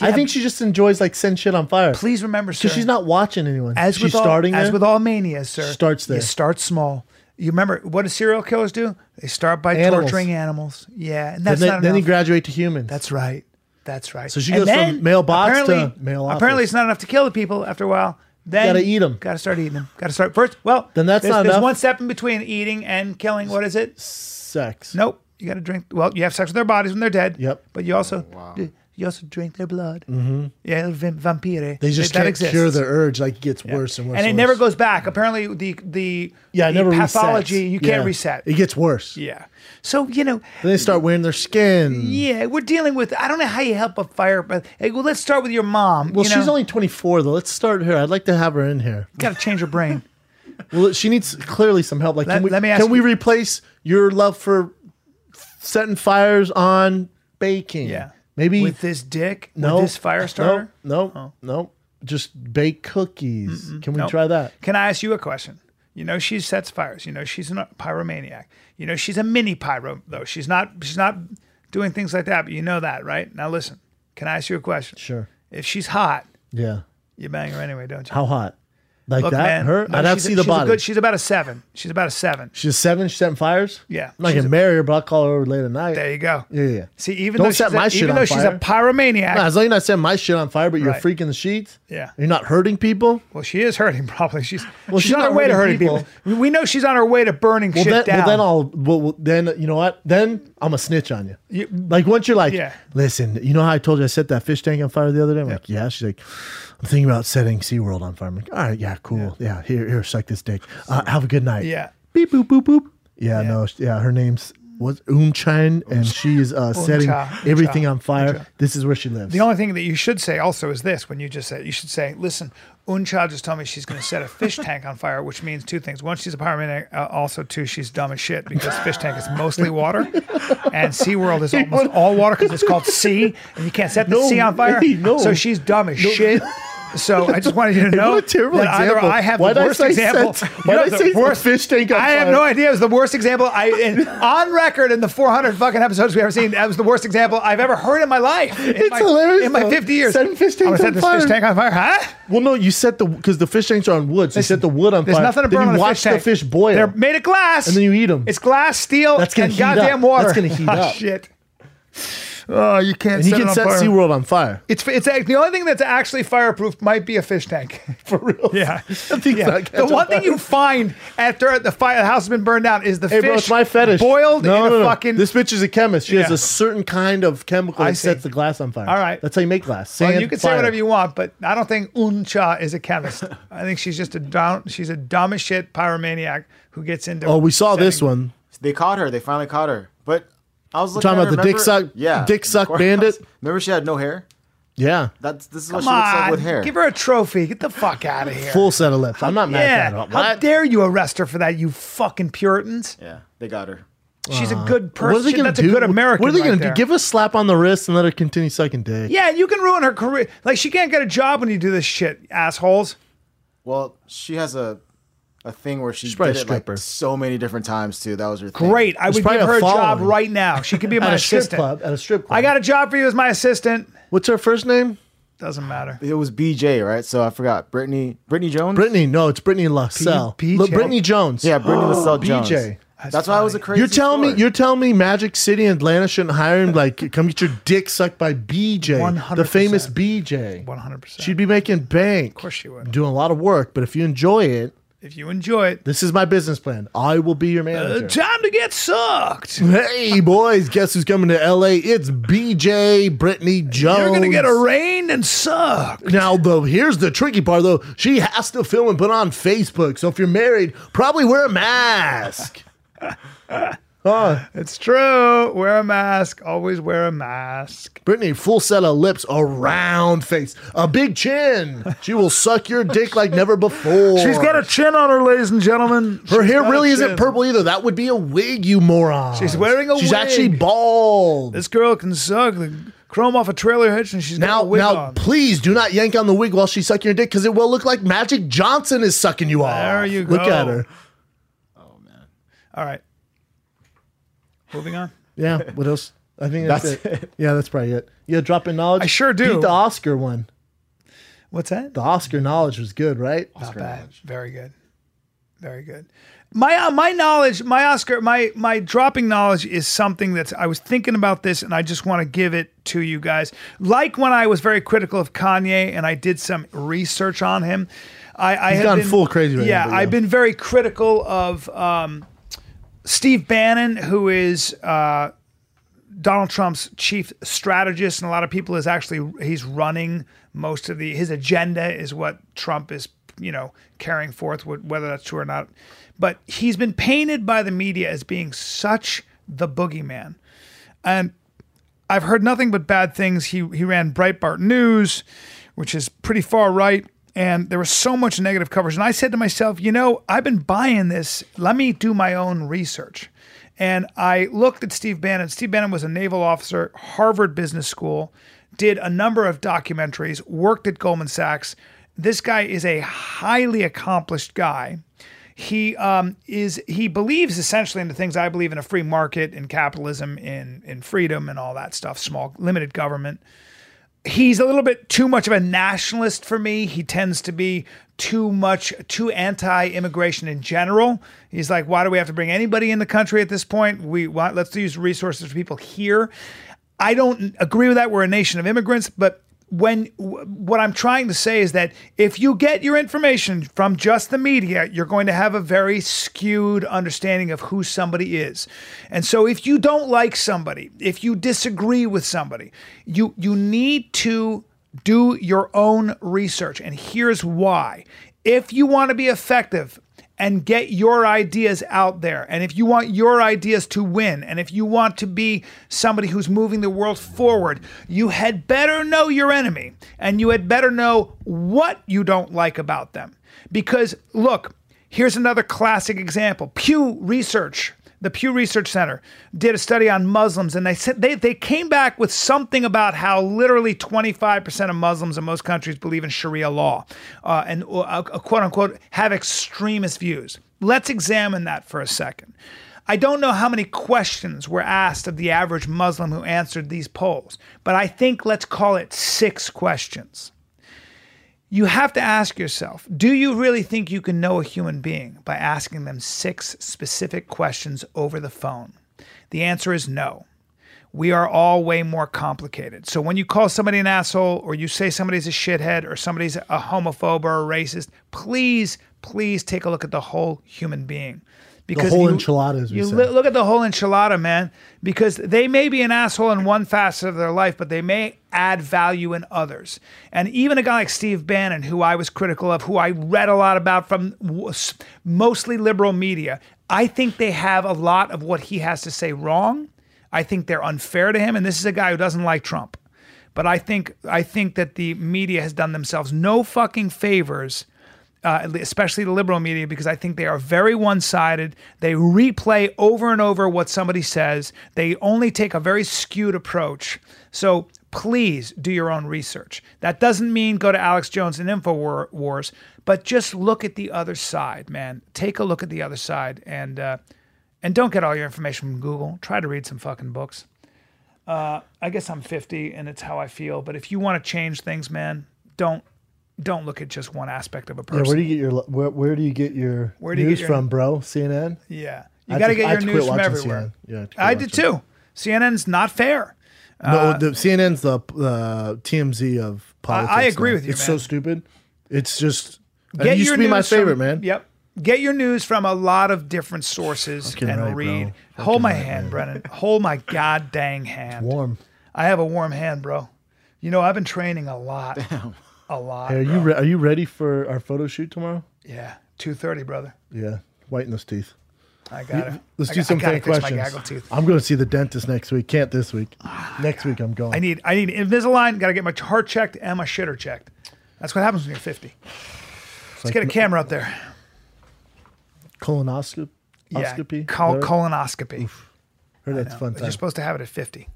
[SPEAKER 1] I think she just enjoys like send shit on fire.
[SPEAKER 2] Please remember, sir,
[SPEAKER 1] because she's not watching anyone.
[SPEAKER 2] as
[SPEAKER 1] she's
[SPEAKER 2] with all,
[SPEAKER 1] starting
[SPEAKER 2] as
[SPEAKER 1] there.
[SPEAKER 2] with all manias, sir.
[SPEAKER 1] Starts there.
[SPEAKER 2] You start small. You remember what do serial killers do? They start by
[SPEAKER 1] Animals.
[SPEAKER 2] torturing animals. Yeah, and
[SPEAKER 1] Then
[SPEAKER 2] that's
[SPEAKER 1] they,
[SPEAKER 2] not
[SPEAKER 1] then they
[SPEAKER 2] enough.
[SPEAKER 1] graduate to humans.
[SPEAKER 2] that's right. That's right.
[SPEAKER 1] So she
[SPEAKER 2] And
[SPEAKER 1] goes from
[SPEAKER 2] then,
[SPEAKER 1] mailbox to
[SPEAKER 2] apparently-
[SPEAKER 1] mail office.
[SPEAKER 2] Apparently, it's not enough to kill the people after a while. Then
[SPEAKER 1] Gotta eat 'em.
[SPEAKER 2] Gotta start eating them. Gotta start first. Well,
[SPEAKER 1] Then that's
[SPEAKER 2] there's,
[SPEAKER 1] not
[SPEAKER 2] there's
[SPEAKER 1] enough.
[SPEAKER 2] one step in between eating and killing. What is it?
[SPEAKER 1] sex.
[SPEAKER 2] Nope. You gotta drink. Well, you have sex with their bodies when they're dead.
[SPEAKER 1] Yep.
[SPEAKER 2] But you also you also drink their blood. Mm-hmm. Yeah, el vamp- vampire.
[SPEAKER 1] they just
[SPEAKER 2] that
[SPEAKER 1] can't
[SPEAKER 2] exists
[SPEAKER 1] cure their urge. Like it gets worse and worse.
[SPEAKER 2] and it
[SPEAKER 1] and
[SPEAKER 2] never
[SPEAKER 1] worse.
[SPEAKER 2] goes back. Apparently, the the
[SPEAKER 1] Yeah, it
[SPEAKER 2] the
[SPEAKER 1] never
[SPEAKER 2] pathology
[SPEAKER 1] resets.
[SPEAKER 2] you can't
[SPEAKER 1] Yeah.
[SPEAKER 2] reset.
[SPEAKER 1] It gets worse.
[SPEAKER 2] yeah, so you know,
[SPEAKER 1] Then they start wearing their skin.
[SPEAKER 2] yeah, we're dealing with. I don't know how you help a fire, but hey, well, let's start with your mom.
[SPEAKER 1] Well,
[SPEAKER 2] you
[SPEAKER 1] she's
[SPEAKER 2] know?
[SPEAKER 1] only 24 though. Let's start her. I'd like to have her in here.
[SPEAKER 2] got to change her
[SPEAKER 1] *laughs*
[SPEAKER 2] brain.
[SPEAKER 1] Well, she needs clearly some help. Like,
[SPEAKER 2] Let-
[SPEAKER 1] can we,
[SPEAKER 2] let me ask
[SPEAKER 1] can we
[SPEAKER 2] you-
[SPEAKER 1] replace your love for setting fires on baking?
[SPEAKER 2] Yeah,
[SPEAKER 1] maybe
[SPEAKER 2] with this dick,
[SPEAKER 1] no
[SPEAKER 2] with this fire starter. Oh.
[SPEAKER 1] No, no, no. Just bake cookies. Can we try that?
[SPEAKER 2] Can I ask you a question? You know she sets fires. You know she's a pyromaniac. You know she's a mini pyro though. She's not. She's not doing things like that. But you know that, right? Now listen. Can I ask you a question?
[SPEAKER 1] Sure.
[SPEAKER 2] If she's hot,
[SPEAKER 1] Yeah.
[SPEAKER 2] you bang her anyway, don't you?
[SPEAKER 1] How hot? Like
[SPEAKER 2] Look,
[SPEAKER 1] that?
[SPEAKER 2] man,
[SPEAKER 1] her?
[SPEAKER 2] no,
[SPEAKER 1] I'd have to
[SPEAKER 2] she's
[SPEAKER 1] see
[SPEAKER 2] a-
[SPEAKER 1] the
[SPEAKER 2] she's a
[SPEAKER 1] body.
[SPEAKER 2] good- she's about a seven. She's about a seven.
[SPEAKER 1] she's seven. She's setting fires.
[SPEAKER 2] Yeah,
[SPEAKER 1] I'm not
[SPEAKER 2] she's
[SPEAKER 1] gonna
[SPEAKER 2] a-
[SPEAKER 1] marry her, but I'll call her over late at night.
[SPEAKER 2] There you go.
[SPEAKER 1] Yeah, yeah.
[SPEAKER 2] See, even
[SPEAKER 1] Don't
[SPEAKER 2] though,
[SPEAKER 1] set
[SPEAKER 2] she's,
[SPEAKER 1] my
[SPEAKER 2] a,
[SPEAKER 1] shit
[SPEAKER 2] even
[SPEAKER 1] on
[SPEAKER 2] though she's a pyromaniac,
[SPEAKER 1] Nah, as long as you're not setting my shit on fire, but you're
[SPEAKER 2] Right.
[SPEAKER 1] freaking the sheets.
[SPEAKER 2] Yeah.
[SPEAKER 1] You're not hurting people.
[SPEAKER 2] well, she is hurting *laughs* probably. She's
[SPEAKER 1] Well,
[SPEAKER 2] she's,
[SPEAKER 1] she's
[SPEAKER 2] on
[SPEAKER 1] not
[SPEAKER 2] her way to
[SPEAKER 1] hurting
[SPEAKER 2] hurting people. We know she's on her way to burning
[SPEAKER 1] Well,
[SPEAKER 2] shit
[SPEAKER 1] then,
[SPEAKER 2] down.
[SPEAKER 1] well, then I'll. Well, well, then you know what? Then I'm a snitch on you.
[SPEAKER 2] You-
[SPEAKER 1] Like once you're like,
[SPEAKER 2] Yeah.
[SPEAKER 1] listen, you know how I told you I set that fish tank on fire the other day? I'm like, yeah. She's like, I'm thinking about setting SeaWorld on fire. I'm like, all right, yeah, cool, yeah. here, here, suck this dick. Uh, have a good night.
[SPEAKER 2] yeah.
[SPEAKER 1] Beep boop boop boop. Yeah,
[SPEAKER 2] Yeah.
[SPEAKER 1] no, sh- yeah. Her name's was Unchain, and she is uh, setting
[SPEAKER 2] Uncha,
[SPEAKER 1] everything
[SPEAKER 2] Uncha,
[SPEAKER 1] on fire. This is where she lives.
[SPEAKER 2] The only thing that you should say also is this when you just say, you should say, listen, Uncha just told me she's going to set a
[SPEAKER 1] *laughs*
[SPEAKER 2] fish tank on fire, which means two things. One, she's a pyromaniac. Uh, also, two, she's dumb as shit because fish tank is mostly water
[SPEAKER 1] *laughs*
[SPEAKER 2] and SeaWorld is almost all water because it's called sea and you can't set the
[SPEAKER 1] No
[SPEAKER 2] sea on fire.
[SPEAKER 1] way, no.
[SPEAKER 2] So she's dumb as shit. So I just wanted
[SPEAKER 1] *laughs*
[SPEAKER 2] you to know
[SPEAKER 1] what a terrible
[SPEAKER 2] that either
[SPEAKER 1] example.
[SPEAKER 2] I have
[SPEAKER 1] Why
[SPEAKER 2] the
[SPEAKER 1] did I
[SPEAKER 2] worst
[SPEAKER 1] say
[SPEAKER 2] example.
[SPEAKER 1] set- why
[SPEAKER 2] *laughs* You
[SPEAKER 1] did I
[SPEAKER 2] have the
[SPEAKER 1] say set fish tank on
[SPEAKER 2] I have
[SPEAKER 1] fire?
[SPEAKER 2] no idea. It was the worst example I
[SPEAKER 1] *laughs*
[SPEAKER 2] and on record in the 400 fucking episodes we ever seen. That was the worst example I've ever heard in my life. In
[SPEAKER 1] It's
[SPEAKER 2] my,
[SPEAKER 1] hilarious,
[SPEAKER 2] In my
[SPEAKER 1] though.
[SPEAKER 2] 50 years,
[SPEAKER 1] Setting fish
[SPEAKER 2] I'm gonna
[SPEAKER 1] tanks
[SPEAKER 2] set
[SPEAKER 1] on
[SPEAKER 2] this
[SPEAKER 1] fire.
[SPEAKER 2] fish tank on fire, huh?
[SPEAKER 1] well, no, you set the because the fish tanks are on wood. So you set the wood on
[SPEAKER 2] There's
[SPEAKER 1] fire.
[SPEAKER 2] nothing to burn
[SPEAKER 1] then you
[SPEAKER 2] on a
[SPEAKER 1] watch
[SPEAKER 2] fish
[SPEAKER 1] the
[SPEAKER 2] tank.
[SPEAKER 1] fish boil.
[SPEAKER 2] They're made of glass,
[SPEAKER 1] And then you eat 'em.
[SPEAKER 2] It's glass, steel,
[SPEAKER 1] That's gonna
[SPEAKER 2] and
[SPEAKER 1] heat up.
[SPEAKER 2] goddamn water.
[SPEAKER 1] That's gonna heat
[SPEAKER 2] *laughs* oh,
[SPEAKER 1] up.
[SPEAKER 2] Shit. Oh, you can't.
[SPEAKER 1] and you
[SPEAKER 2] set it
[SPEAKER 1] can
[SPEAKER 2] on
[SPEAKER 1] set
[SPEAKER 2] fire.
[SPEAKER 1] SeaWorld on
[SPEAKER 2] *laughs*
[SPEAKER 1] fire.
[SPEAKER 2] It's it's act- the only thing that's actually fireproof might be a fish tank. *laughs*
[SPEAKER 1] For *laughs* real.
[SPEAKER 2] Yeah.
[SPEAKER 1] Nothing's
[SPEAKER 2] Yeah.
[SPEAKER 1] not
[SPEAKER 2] The
[SPEAKER 1] catching
[SPEAKER 2] one thing
[SPEAKER 1] fire.
[SPEAKER 2] you find after the fire the house has been burned down is the
[SPEAKER 1] Hey,
[SPEAKER 2] fish
[SPEAKER 1] bro, it's my fetish.
[SPEAKER 2] boiled
[SPEAKER 1] no,
[SPEAKER 2] in
[SPEAKER 1] no,
[SPEAKER 2] a
[SPEAKER 1] no.
[SPEAKER 2] fucking
[SPEAKER 1] This bitch is a chemist. She has
[SPEAKER 2] Yeah.
[SPEAKER 1] a certain kind of chemical
[SPEAKER 2] I
[SPEAKER 1] that sets
[SPEAKER 2] see.
[SPEAKER 1] the glass on fire.
[SPEAKER 2] All right.
[SPEAKER 1] That's how you make glass.
[SPEAKER 2] Well,
[SPEAKER 1] Sand,
[SPEAKER 2] you can say
[SPEAKER 1] fire.
[SPEAKER 2] whatever you want, but I don't think Uncha is a chemist. I think she's just a down, she's a dumb as shit pyromaniac who gets into.
[SPEAKER 1] Oh, we saw this
[SPEAKER 2] setting-
[SPEAKER 1] one.
[SPEAKER 6] They caught her. They finally caught her. But I was looking
[SPEAKER 1] talking
[SPEAKER 6] at
[SPEAKER 1] about
[SPEAKER 6] her,
[SPEAKER 1] the dick
[SPEAKER 6] remember-
[SPEAKER 1] suck- dick suck bandit?
[SPEAKER 6] *laughs* Remember, she had no hair.
[SPEAKER 1] Yeah.
[SPEAKER 6] That's this is what
[SPEAKER 2] Come
[SPEAKER 6] she looks like
[SPEAKER 2] on,
[SPEAKER 6] with hair.
[SPEAKER 2] give her a trophy. Get the fuck
[SPEAKER 1] *laughs*
[SPEAKER 2] out of here.
[SPEAKER 1] Full set of lips. I'm not mad
[SPEAKER 2] yeah,
[SPEAKER 1] at that.
[SPEAKER 2] how
[SPEAKER 1] What?
[SPEAKER 2] dare you arrest her for that? You fucking Puritans.
[SPEAKER 6] yeah, they got her.
[SPEAKER 2] She's a good
[SPEAKER 1] Uh, What are they
[SPEAKER 2] person.
[SPEAKER 1] gonna
[SPEAKER 2] That's
[SPEAKER 1] do?
[SPEAKER 2] a good American.
[SPEAKER 1] What are they
[SPEAKER 2] right
[SPEAKER 1] gonna
[SPEAKER 2] there.
[SPEAKER 1] do? Give us a slap on the wrist and let her continue sucking dick.
[SPEAKER 2] Yeah, you can ruin her career. Like she can't get a job when you do this shit, assholes.
[SPEAKER 6] Well, she has a a thing where she
[SPEAKER 1] She's
[SPEAKER 6] did
[SPEAKER 1] probably a
[SPEAKER 6] it like
[SPEAKER 1] stripper.
[SPEAKER 6] so many different times too. That was her thing.
[SPEAKER 2] Great, I
[SPEAKER 1] It's
[SPEAKER 2] would
[SPEAKER 1] probably
[SPEAKER 2] give her
[SPEAKER 1] a
[SPEAKER 2] a job
[SPEAKER 1] following.
[SPEAKER 2] right now.
[SPEAKER 1] *laughs*
[SPEAKER 2] She could be my
[SPEAKER 1] At a strip
[SPEAKER 2] assistant.
[SPEAKER 1] club. At a strip club.
[SPEAKER 2] I got a job for you as my assistant.
[SPEAKER 1] What's her first name?
[SPEAKER 2] Doesn't matter.
[SPEAKER 6] It was BJ, right? So I forgot. Brittany Brittany Jones.
[SPEAKER 1] Brittany. No, it's Brittany LaSalle.
[SPEAKER 2] P-
[SPEAKER 1] Look,
[SPEAKER 2] PJ.
[SPEAKER 1] Brittany Jones.
[SPEAKER 6] Yeah, Brittany
[SPEAKER 1] *gasps*
[SPEAKER 6] LaSalle Jones.
[SPEAKER 1] BJ.
[SPEAKER 6] That's, why I was a crazy.
[SPEAKER 1] You're telling me
[SPEAKER 6] story.
[SPEAKER 1] you're telling me Magic City and Atlanta shouldn't hire him like come get your dick sucked by BJ. The
[SPEAKER 2] 100%.
[SPEAKER 1] famous BJ.
[SPEAKER 2] One hundred percent.
[SPEAKER 1] She'd be making bank. Of
[SPEAKER 2] course she would.
[SPEAKER 1] Doing a lot of work, but if you enjoy it,
[SPEAKER 2] If you enjoy it,
[SPEAKER 1] this is my business plan. I will be your
[SPEAKER 2] uh,
[SPEAKER 1] manager.
[SPEAKER 2] time to get
[SPEAKER 1] *laughs*
[SPEAKER 2] sucked.
[SPEAKER 1] hey boys, guess who's coming to LA? It's BJ Brittany Jones.
[SPEAKER 2] You're gonna get arraigned and sucked.
[SPEAKER 1] Now, though, here's the tricky part, though. She has to film and put on Facebook. So if you're married, probably wear a mask.
[SPEAKER 2] It's true. Wear a mask. Always wear a mask.
[SPEAKER 1] Brittany, full set of lips, a round face, a big chin. She will suck your dick like never before.
[SPEAKER 2] chin on her, ladies and gentlemen.
[SPEAKER 1] Her hair really isn't purple either. That would be a wig, you moron.
[SPEAKER 2] She's wearing a
[SPEAKER 1] She's
[SPEAKER 2] wig.
[SPEAKER 1] actually bald.
[SPEAKER 2] This girl can suck the chrome off a trailer hitch, and she's
[SPEAKER 1] now,
[SPEAKER 2] got a wig
[SPEAKER 1] now,
[SPEAKER 2] on.
[SPEAKER 1] please do not yank on the wig while she's sucking your dick because it will look like Magic Johnson is sucking you off.
[SPEAKER 2] There you
[SPEAKER 1] Look
[SPEAKER 2] go.
[SPEAKER 1] at her.
[SPEAKER 2] All right. Moving on.
[SPEAKER 1] Yeah. What else? I think that's,
[SPEAKER 6] That's
[SPEAKER 1] it. Yeah, that's probably it. Yeah, drop in knowledge.
[SPEAKER 2] I sure do.
[SPEAKER 1] Beat the Oscar one.
[SPEAKER 2] What's that?
[SPEAKER 1] The Oscar knowledge was good, right?
[SPEAKER 2] Not bad. Very good. Very good. My uh, my knowledge, my Oscar, my my dropping knowledge is something that's I was thinking about this and I just want to give it to you guys. Like when I was very critical of Kanye and I did some research on him. I, I have
[SPEAKER 1] gone
[SPEAKER 2] been,
[SPEAKER 1] full crazy right now,
[SPEAKER 2] yeah,
[SPEAKER 1] but yeah.
[SPEAKER 2] I've been very critical of um, Steve Bannon, who is uh, Donald Trump's chief strategist, and a lot of people is actually he's running most of the his agenda is what Trump is you know carrying forth, wh- whether that's true or not. But he's been painted by the media as being such the boogeyman, and I've heard nothing but bad things. He he ran Breitbart News, which is pretty far right, and there was so much negative coverage. And I said to myself, you know, I've been buying this. Let me do my own research. And I looked at Steve Bannon. Steve Bannon was a naval officer, Harvard Business School, did a number of documentaries, worked at Goldman Sachs. This guy is a highly accomplished guy he um, is he believes essentially in the things I believe in a free market in capitalism in in freedom and all that stuff small limited government he's a little bit too much of a nationalist for me. He tends to be too much too anti-immigration in general. He's like, why do we have to bring anybody in the country at this point? We want let's use resources for people here. I don't agree with that. We're a nation of immigrants, but when wh- what I'm trying to say is that if you get your information from just the media, you're going to have a very skewed understanding of who somebody is. And so if you don't like somebody, if you disagree with somebody, you you need to do your own research. And here's why. If you want to be effective and get your ideas out there. And if you want your ideas to win, and if you want to be somebody who's moving the world forward, you had better know your enemy and you had better know what you don't like about them. Because, look, here's another classic example Pew Research. The Pew Research Center did a study on Muslims, and they said they, they came back with something about how literally 25% of Muslims in most countries believe in Sharia law uh, and uh, quote unquote have extremist views. Let's examine that for a second. I don't know how many questions were asked of the average Muslim who answered these polls, but I think let's call it six questions you have to ask yourself do you really think you can know a human being by asking them six specific questions over the phone? The answer is no. We are all way more complicated. So when you call somebody an asshole or you say somebody's a shithead or somebody's a homophobe or a racist, please, please take a look at the whole human being. Because
[SPEAKER 1] whole enchilada, as we
[SPEAKER 2] you
[SPEAKER 1] say.
[SPEAKER 2] li- look at the whole enchilada, man, because they may be an asshole in one facet of their life, but they may add value in others. And even a guy like Steve Bannon, who I was critical of, who I read a lot about from w- s- mostly liberal media, I think they have a lot of what he has to say wrong. I think they're unfair to him, and this is a guy who doesn't like Trump. But I think I think that the media has done themselves no fucking favors uh, especially the liberal media, because I think they are very one sided. They replay over and over what somebody says, they only take a very skewed approach. So please do your own research. That doesn't mean go to Alex Jones and InfoWars, but just look at the other side, man. Take a look at the other side and, uh, and don't get all your information from Google. Try to read some fucking books. Uh, I guess I'm 50 and it's how I feel, but if you want to change things, man, don't. Don't look at just one aspect of a person.
[SPEAKER 1] Yeah, where do you get your where, where do you get your
[SPEAKER 2] Where do you
[SPEAKER 1] news
[SPEAKER 2] get your-
[SPEAKER 1] from, bro? CNN.
[SPEAKER 2] Yeah.
[SPEAKER 1] I
[SPEAKER 2] You
[SPEAKER 1] had to-
[SPEAKER 2] got to get
[SPEAKER 1] I
[SPEAKER 2] your
[SPEAKER 1] had to
[SPEAKER 2] news
[SPEAKER 1] quit
[SPEAKER 2] from
[SPEAKER 1] watching
[SPEAKER 2] everywhere.
[SPEAKER 1] CNN. Yeah, I had to quit
[SPEAKER 2] I did
[SPEAKER 1] watching
[SPEAKER 2] too. CNN's not fair.
[SPEAKER 1] no, the CNN's the uh, TMZ of politics.
[SPEAKER 2] I agree
[SPEAKER 1] now.
[SPEAKER 2] with you,
[SPEAKER 1] It's so
[SPEAKER 2] man.
[SPEAKER 1] stupid. It's just. it used to be my
[SPEAKER 2] news from-
[SPEAKER 1] favorite, man.
[SPEAKER 2] Yep. Get your news from a lot of different sources
[SPEAKER 1] Fucking
[SPEAKER 2] and
[SPEAKER 1] right,
[SPEAKER 2] read.
[SPEAKER 1] bro. Fucking
[SPEAKER 2] Hold my
[SPEAKER 1] right,
[SPEAKER 2] hand, Brennan. Hold my god dang hand.
[SPEAKER 1] Warm.
[SPEAKER 2] I have a warm hand, bro. You know, I've been training a lot. A lot.
[SPEAKER 1] Hey, are you re- are you ready for our photo shoot tomorrow?
[SPEAKER 2] yeah. 230, brother.
[SPEAKER 1] Yeah, whiten those teeth.
[SPEAKER 2] I got it.
[SPEAKER 1] Let's
[SPEAKER 2] I
[SPEAKER 1] do
[SPEAKER 2] got-
[SPEAKER 1] some
[SPEAKER 2] I gotta
[SPEAKER 1] fan
[SPEAKER 2] fix my
[SPEAKER 1] questions.
[SPEAKER 2] gaggle tooth. Ah,
[SPEAKER 1] I'm going to see the dentist next week. Can't this week. next week I'm going.
[SPEAKER 2] I need I need Invisalign. Got to get my heart checked and my shitter checked. That's what happens when you're 50. Let's get a camera up there.
[SPEAKER 1] colonoscopy.
[SPEAKER 2] Yeah,
[SPEAKER 1] Oscopy?
[SPEAKER 2] col-
[SPEAKER 1] Whatever.
[SPEAKER 2] colonoscopy.
[SPEAKER 1] Heard that's a fun time.
[SPEAKER 2] You're
[SPEAKER 1] Just,
[SPEAKER 2] supposed to have it at 50.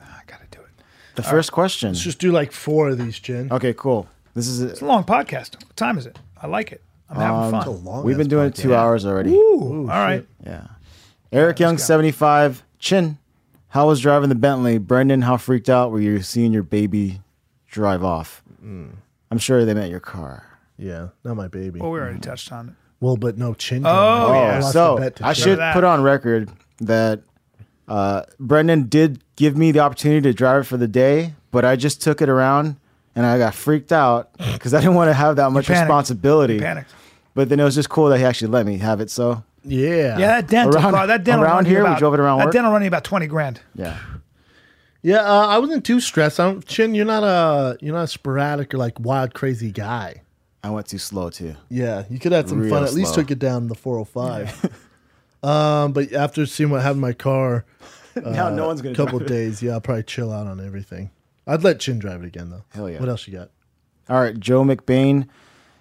[SPEAKER 2] I got to do it.
[SPEAKER 6] The first question.
[SPEAKER 1] do like four of these, Jen.
[SPEAKER 6] Okay, cool. This is it.
[SPEAKER 2] It's a long podcast. What time is it? I like it. I'm having fun.
[SPEAKER 1] Oh, That's Um, a long
[SPEAKER 6] We've been
[SPEAKER 1] ass
[SPEAKER 6] doing it
[SPEAKER 1] podcast.
[SPEAKER 6] two hours already.
[SPEAKER 2] All right.
[SPEAKER 6] Yeah. Eric Young, 75. Chin, how was driving the Bentley? Brendan, how freaked out were you seeing your baby drive off? I'm sure they meant your car.
[SPEAKER 1] Yeah, not my baby.
[SPEAKER 2] Well, we already touched on it.
[SPEAKER 1] Well, but no chin.
[SPEAKER 2] Oh, yeah.
[SPEAKER 1] I lost the
[SPEAKER 6] so
[SPEAKER 1] bet to
[SPEAKER 6] I
[SPEAKER 1] chin.
[SPEAKER 6] should
[SPEAKER 2] that.
[SPEAKER 6] put on record that uh, Brendan did give me the opportunity to drive it for the day, but I just took it around and I got freaked out because I didn't want to have that much
[SPEAKER 2] panicked.
[SPEAKER 6] responsibility.
[SPEAKER 2] Panicked.
[SPEAKER 6] But then it was just cool that he actually let me have it. So
[SPEAKER 1] Yeah.
[SPEAKER 2] Yeah, that dental
[SPEAKER 6] Around-
[SPEAKER 2] car. That dental
[SPEAKER 6] around
[SPEAKER 2] run you
[SPEAKER 6] here, we
[SPEAKER 2] about,
[SPEAKER 6] drove it around
[SPEAKER 2] That
[SPEAKER 6] work.
[SPEAKER 2] dental run you about 20 grand.
[SPEAKER 6] yeah,
[SPEAKER 1] Yeah, uh, I wasn't too stressed. I don't, Chin, you're not a you're not a sporadic or like wild crazy guy.
[SPEAKER 6] I went too slow too.
[SPEAKER 1] Yeah, you could have some
[SPEAKER 6] Real
[SPEAKER 1] fun. At least
[SPEAKER 6] slow.
[SPEAKER 1] took it down the 405.
[SPEAKER 2] *laughs*
[SPEAKER 1] um, but after seeing what happened to my car,
[SPEAKER 6] now no one's
[SPEAKER 1] a
[SPEAKER 6] gonna
[SPEAKER 1] Uh, couple days, yeah, I'll probably chill out on everything. I'd let Chin drive it again though.
[SPEAKER 6] Hell yeah.
[SPEAKER 1] What else you got?
[SPEAKER 6] All right, Joe McBain.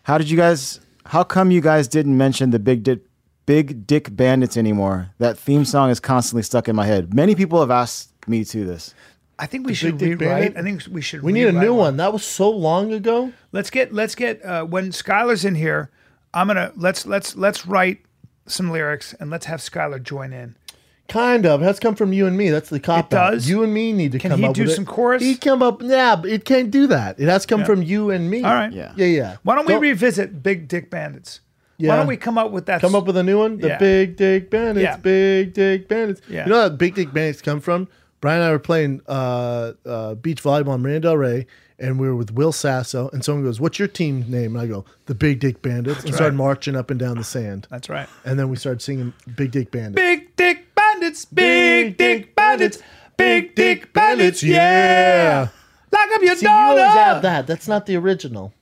[SPEAKER 6] How did you guys? How come you guys didn't mention the Big Dick Big Dick Bandits anymore? That theme song is constantly stuck in my head. Many people have asked me to this.
[SPEAKER 2] I think we should
[SPEAKER 1] Dick
[SPEAKER 2] rewrite.
[SPEAKER 1] Bandit?
[SPEAKER 2] I think we should.
[SPEAKER 1] We need a
[SPEAKER 2] rewrite
[SPEAKER 1] new one. That was so long ago.
[SPEAKER 2] Let's get let's get uh, when Skylar's in here. I'm gonna let's let's let's write some lyrics and let's have Skylar join in.
[SPEAKER 1] Kind of. It has come from you and me. That's the cop
[SPEAKER 2] It
[SPEAKER 1] out.
[SPEAKER 2] does?
[SPEAKER 1] You and me need to
[SPEAKER 2] Can
[SPEAKER 1] come
[SPEAKER 2] he
[SPEAKER 1] up
[SPEAKER 2] do
[SPEAKER 1] with it.
[SPEAKER 2] some chorus?
[SPEAKER 1] He come up. Yeah, but it can't do that. It has come from you and me.
[SPEAKER 2] All right.
[SPEAKER 6] Yeah.
[SPEAKER 1] Yeah, yeah.
[SPEAKER 2] Why don't we revisit Big Dick Bandits? Why
[SPEAKER 1] Yeah.
[SPEAKER 2] don't we come up with that?
[SPEAKER 1] come up with a new one? The
[SPEAKER 2] Yeah.
[SPEAKER 1] Big Dick Bandits.
[SPEAKER 2] Yeah.
[SPEAKER 1] Big Dick Bandits.
[SPEAKER 2] Yeah.
[SPEAKER 1] You know where Big Dick Bandits come from? Brian and I were playing uh, uh, beach volleyball in Marina Del Rey, and we were with Will Sasso, and someone goes, "What's your team name?" And I go, "The Big Dick Bandits," and started marching up and down the sand.
[SPEAKER 2] That's right.
[SPEAKER 1] And then we started singing "Big Dick Bandits."
[SPEAKER 2] Big Dick Bandits, Big Dick Bandits, Big Dick Bandits, yeah. Lock up your
[SPEAKER 1] See, you always have
[SPEAKER 2] daughter.
[SPEAKER 1] that. That's not the original.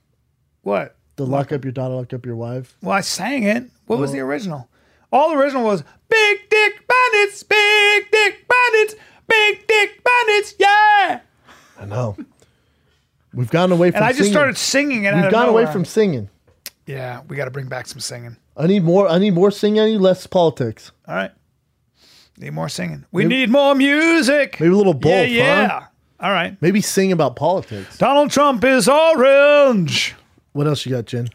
[SPEAKER 2] What?
[SPEAKER 1] The lock up your daughter, lock up your wife.
[SPEAKER 2] Well, I sang it. What was the original? All the original was Big Dick Bandits, Big Dick Bandits, Big Dick Bandits, yeah.
[SPEAKER 1] I know. We've gotten away from
[SPEAKER 2] And I just
[SPEAKER 1] singing.
[SPEAKER 2] started singing it. out
[SPEAKER 1] We've
[SPEAKER 2] of
[SPEAKER 1] gotten away
[SPEAKER 2] nowhere.
[SPEAKER 1] from singing.
[SPEAKER 2] Yeah, we got to bring back some singing.
[SPEAKER 1] I need more. I need more singing. I need less politics.
[SPEAKER 2] All right. Need more singing. We need more music.
[SPEAKER 1] Maybe a little
[SPEAKER 2] yeah,
[SPEAKER 1] both,
[SPEAKER 2] yeah.
[SPEAKER 1] huh?
[SPEAKER 2] All right.
[SPEAKER 1] Maybe sing about politics.
[SPEAKER 2] Donald Trump is orange.
[SPEAKER 1] What else you got, Jen?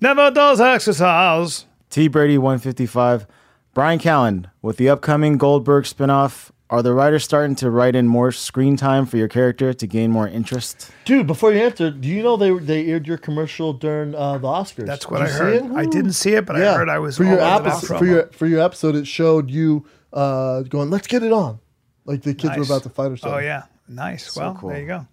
[SPEAKER 2] Never does exercise.
[SPEAKER 6] T Brady 155. Brian Callen, with the upcoming Goldberg spinoff, are the writers starting to write in more screen time for your character to gain more interest?
[SPEAKER 1] Dude, before you answer, do you know they they aired your commercial during uh, the Oscars?
[SPEAKER 2] That's what
[SPEAKER 1] Did
[SPEAKER 2] I
[SPEAKER 1] you see
[SPEAKER 2] heard.
[SPEAKER 1] it?
[SPEAKER 2] I didn't see it, but I heard I was
[SPEAKER 1] for your
[SPEAKER 2] all over that
[SPEAKER 1] episode,
[SPEAKER 2] promo.
[SPEAKER 1] for your for your episode. It showed you uh, going, "Let's get it on," like the kids
[SPEAKER 2] Nice.
[SPEAKER 1] were about to fight or something.
[SPEAKER 2] Oh yeah, nice. well,
[SPEAKER 6] cool.
[SPEAKER 2] there you go.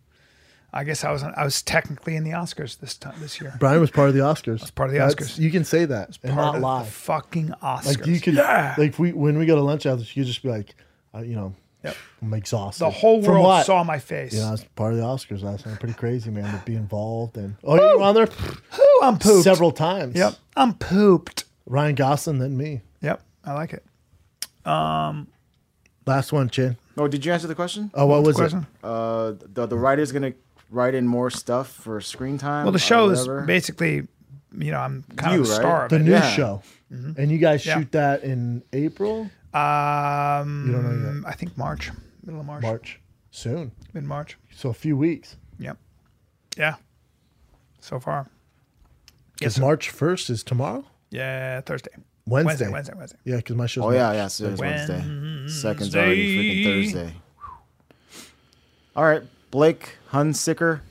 [SPEAKER 2] I guess I was I was technically in the Oscars this time this year.
[SPEAKER 1] Brian was part of the Oscars. That's
[SPEAKER 2] part of the Oscars.
[SPEAKER 1] You can say that and
[SPEAKER 2] Part
[SPEAKER 1] not
[SPEAKER 2] of
[SPEAKER 1] lie.
[SPEAKER 2] The fucking Oscars.
[SPEAKER 1] Like you could,
[SPEAKER 2] yeah.
[SPEAKER 1] like we when we go to lunch after, you could just be like, uh, you know, I'm exhausted.
[SPEAKER 2] the whole
[SPEAKER 1] From
[SPEAKER 2] world
[SPEAKER 1] what?
[SPEAKER 2] saw my face.
[SPEAKER 1] Yeah, I was part of the Oscars last night. Pretty crazy, man, to be involved and oh, you were on there
[SPEAKER 2] Ooh, I'm pooped.
[SPEAKER 1] several times.
[SPEAKER 2] Yep. I'm pooped.
[SPEAKER 1] Ryan Gosling, then me.
[SPEAKER 2] Yep. I like it.
[SPEAKER 1] Last one, Chin.
[SPEAKER 6] Oh, did you answer the question?
[SPEAKER 1] Oh, what was
[SPEAKER 2] Question.
[SPEAKER 1] it?
[SPEAKER 6] Uh, the, the writer's going to write in more stuff for screen time?
[SPEAKER 2] Well, the
[SPEAKER 6] or
[SPEAKER 2] show is
[SPEAKER 6] whatever?
[SPEAKER 2] basically, you know, I'm kind
[SPEAKER 6] You,
[SPEAKER 2] of the
[SPEAKER 6] right?
[SPEAKER 2] star of
[SPEAKER 1] The
[SPEAKER 2] it.
[SPEAKER 1] new
[SPEAKER 6] Yeah.
[SPEAKER 1] show, and you guys
[SPEAKER 2] Mm-hmm. Yeah.
[SPEAKER 1] shoot that in April,
[SPEAKER 2] Um,
[SPEAKER 1] You don't know
[SPEAKER 2] I think March, middle of March,
[SPEAKER 1] March, soon.
[SPEAKER 2] mid March.
[SPEAKER 1] So a few weeks.
[SPEAKER 2] Yep. Yeah. So far.
[SPEAKER 1] Because March first is tomorrow,
[SPEAKER 2] Yeah, Thursday.
[SPEAKER 1] Wednesday.
[SPEAKER 2] Wednesday, Wednesday.
[SPEAKER 1] Yeah, because my show's.
[SPEAKER 6] Oh, yeah,
[SPEAKER 1] March.
[SPEAKER 6] yeah. So it's Wednesday. Second's
[SPEAKER 2] Wednesday.
[SPEAKER 6] already freaking Thursday. All right, Blake Hunsicker.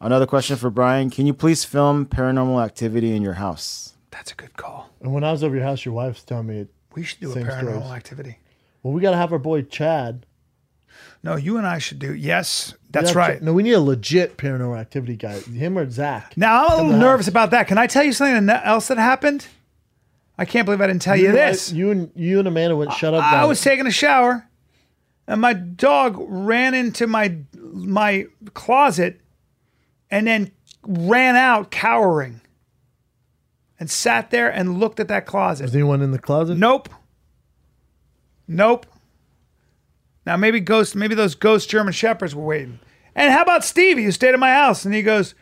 [SPEAKER 6] Another question for Brian. Can you please film paranormal activity in your house?
[SPEAKER 2] That's a good call.
[SPEAKER 1] And when I was over your house, your wife's telling me,
[SPEAKER 2] We should do
[SPEAKER 1] Same
[SPEAKER 2] a paranormal
[SPEAKER 1] stories.
[SPEAKER 2] activity.
[SPEAKER 1] "Well, we got to have our boy Chad."
[SPEAKER 2] No, you and I should do. Yes, that's
[SPEAKER 1] Yeah,
[SPEAKER 2] right.
[SPEAKER 1] Ch- No, we need a legit paranormal activity guy. Him or Zach.
[SPEAKER 2] Now I'm a
[SPEAKER 1] the
[SPEAKER 2] little
[SPEAKER 1] house.
[SPEAKER 2] nervous about that. Can I tell you something that- else that happened? I can't believe I didn't tell you,
[SPEAKER 1] You know, I-
[SPEAKER 2] this.
[SPEAKER 1] You and you and Amanda went shut up.
[SPEAKER 2] I
[SPEAKER 1] about
[SPEAKER 2] was
[SPEAKER 1] it.
[SPEAKER 2] taking a shower, and my dog ran into my my closet, and then ran out cowering, and sat there and looked at that
[SPEAKER 1] Was
[SPEAKER 2] closet.
[SPEAKER 1] anyone in the closet?
[SPEAKER 2] Nope. Nope. Now maybe ghost, maybe those ghost German shepherds were waiting. And how about Stevie who stayed at my house? And he goes,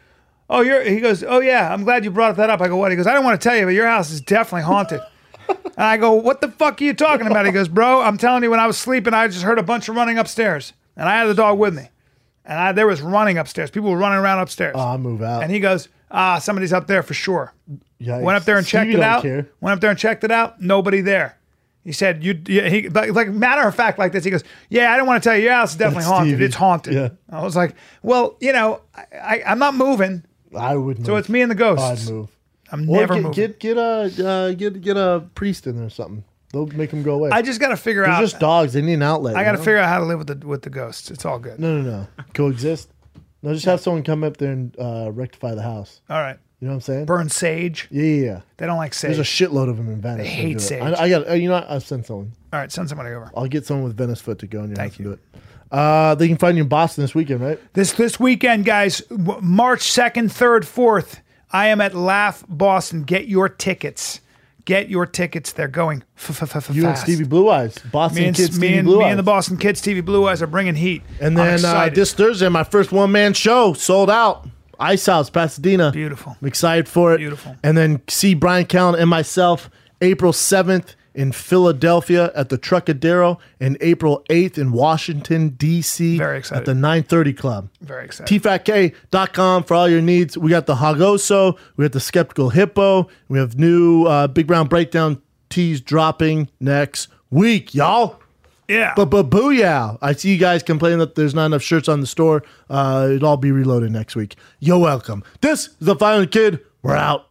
[SPEAKER 2] "Oh, you're." He goes, "Oh yeah, I'm glad you brought that up." I go, "What?" He goes, "I don't want to tell you, but your house is definitely haunted." and I go, "What the fuck are you talking about?" He goes, "Bro, I'm telling you, when I was sleeping, I just heard a bunch of running upstairs, and I had the dog with me, and I, there was running upstairs. People were running around upstairs."
[SPEAKER 1] Oh, I move out.
[SPEAKER 2] and he goes, "Ah, somebody's up there for sure."
[SPEAKER 1] Yikes.
[SPEAKER 2] Went up there and
[SPEAKER 1] Stevie
[SPEAKER 2] checked it
[SPEAKER 1] don't
[SPEAKER 2] out.
[SPEAKER 1] care.
[SPEAKER 2] Went up there and checked it out. Nobody there. He said, "You." yeah, He like, like matter of fact, like this. He goes, "Yeah, I don't want to tell you. Your house is definitely
[SPEAKER 1] That's
[SPEAKER 2] haunted.
[SPEAKER 1] Stevie.
[SPEAKER 2] It's haunted."
[SPEAKER 1] Yeah.
[SPEAKER 2] I was like, "Well, you know, I, I, I'm not moving,
[SPEAKER 1] I would. Move.
[SPEAKER 2] so it's me and the ghosts.
[SPEAKER 1] I'd move.
[SPEAKER 2] I'm
[SPEAKER 1] Or
[SPEAKER 2] never
[SPEAKER 1] get,
[SPEAKER 2] moving.
[SPEAKER 1] get get a uh, get get a priest in there or something. They'll make them go away.
[SPEAKER 2] I just got to figure
[SPEAKER 1] They're
[SPEAKER 2] out.
[SPEAKER 1] just dogs. They need an outlet.
[SPEAKER 2] I got to
[SPEAKER 1] you know?
[SPEAKER 2] figure out how to live with the with the ghosts. It's all good.
[SPEAKER 1] No, no, no. Coexist. No, just have someone come up there and uh, rectify the house.
[SPEAKER 2] All right.
[SPEAKER 1] You know what I'm saying?
[SPEAKER 2] Burn sage.
[SPEAKER 1] Yeah, yeah, yeah.
[SPEAKER 2] They don't like sage.
[SPEAKER 1] There's a shitload of them in Venice.
[SPEAKER 2] They
[SPEAKER 1] They'll
[SPEAKER 2] hate
[SPEAKER 1] do it.
[SPEAKER 2] sage.
[SPEAKER 1] I, I got. uh, You know, what? I'll send someone.
[SPEAKER 2] all right, send somebody over.
[SPEAKER 1] I'll get someone with Venice foot to go in your
[SPEAKER 2] Thank
[SPEAKER 1] house
[SPEAKER 2] you.
[SPEAKER 1] and do it. Uh, they can find you in Boston this weekend, right?
[SPEAKER 2] This this weekend, guys, w- March 2nd, 3rd, 4th, I am at Laugh Boston. Get your tickets. Get your tickets. They're going f- f- f-
[SPEAKER 1] You
[SPEAKER 2] fast.
[SPEAKER 1] and Stevie Blue Eyes, Boston
[SPEAKER 2] me and,
[SPEAKER 1] kids,
[SPEAKER 2] me,
[SPEAKER 1] Stevie
[SPEAKER 2] and,
[SPEAKER 1] Blue
[SPEAKER 2] me
[SPEAKER 1] Eyes,
[SPEAKER 2] and the Boston Kids TV Blue Eyes are bringing heat.
[SPEAKER 1] and
[SPEAKER 2] I'm
[SPEAKER 1] then uh,
[SPEAKER 2] excited.
[SPEAKER 1] this Thursday, my first one man show sold out. Ice House, Pasadena.
[SPEAKER 2] Beautiful.
[SPEAKER 1] I'm excited for it.
[SPEAKER 2] Beautiful.
[SPEAKER 1] And then see Brian Callen and myself April 7th in Philadelphia at the Trucadero and April 8th in Washington, D.C.
[SPEAKER 2] Very excited.
[SPEAKER 1] At the 930 Club.
[SPEAKER 2] very excited.
[SPEAKER 1] TFATK.com for all your needs. We got the Hagoso, we got the Skeptical Hippo, we have new uh, Big Round Breakdown teas dropping next week, y'all.
[SPEAKER 2] yeah.
[SPEAKER 1] But but booyah! I see you guys complaining that there's not enough shirts on the store. Uh, it'll all be reloaded next week. You're welcome. This is the Violent Kid. We're out.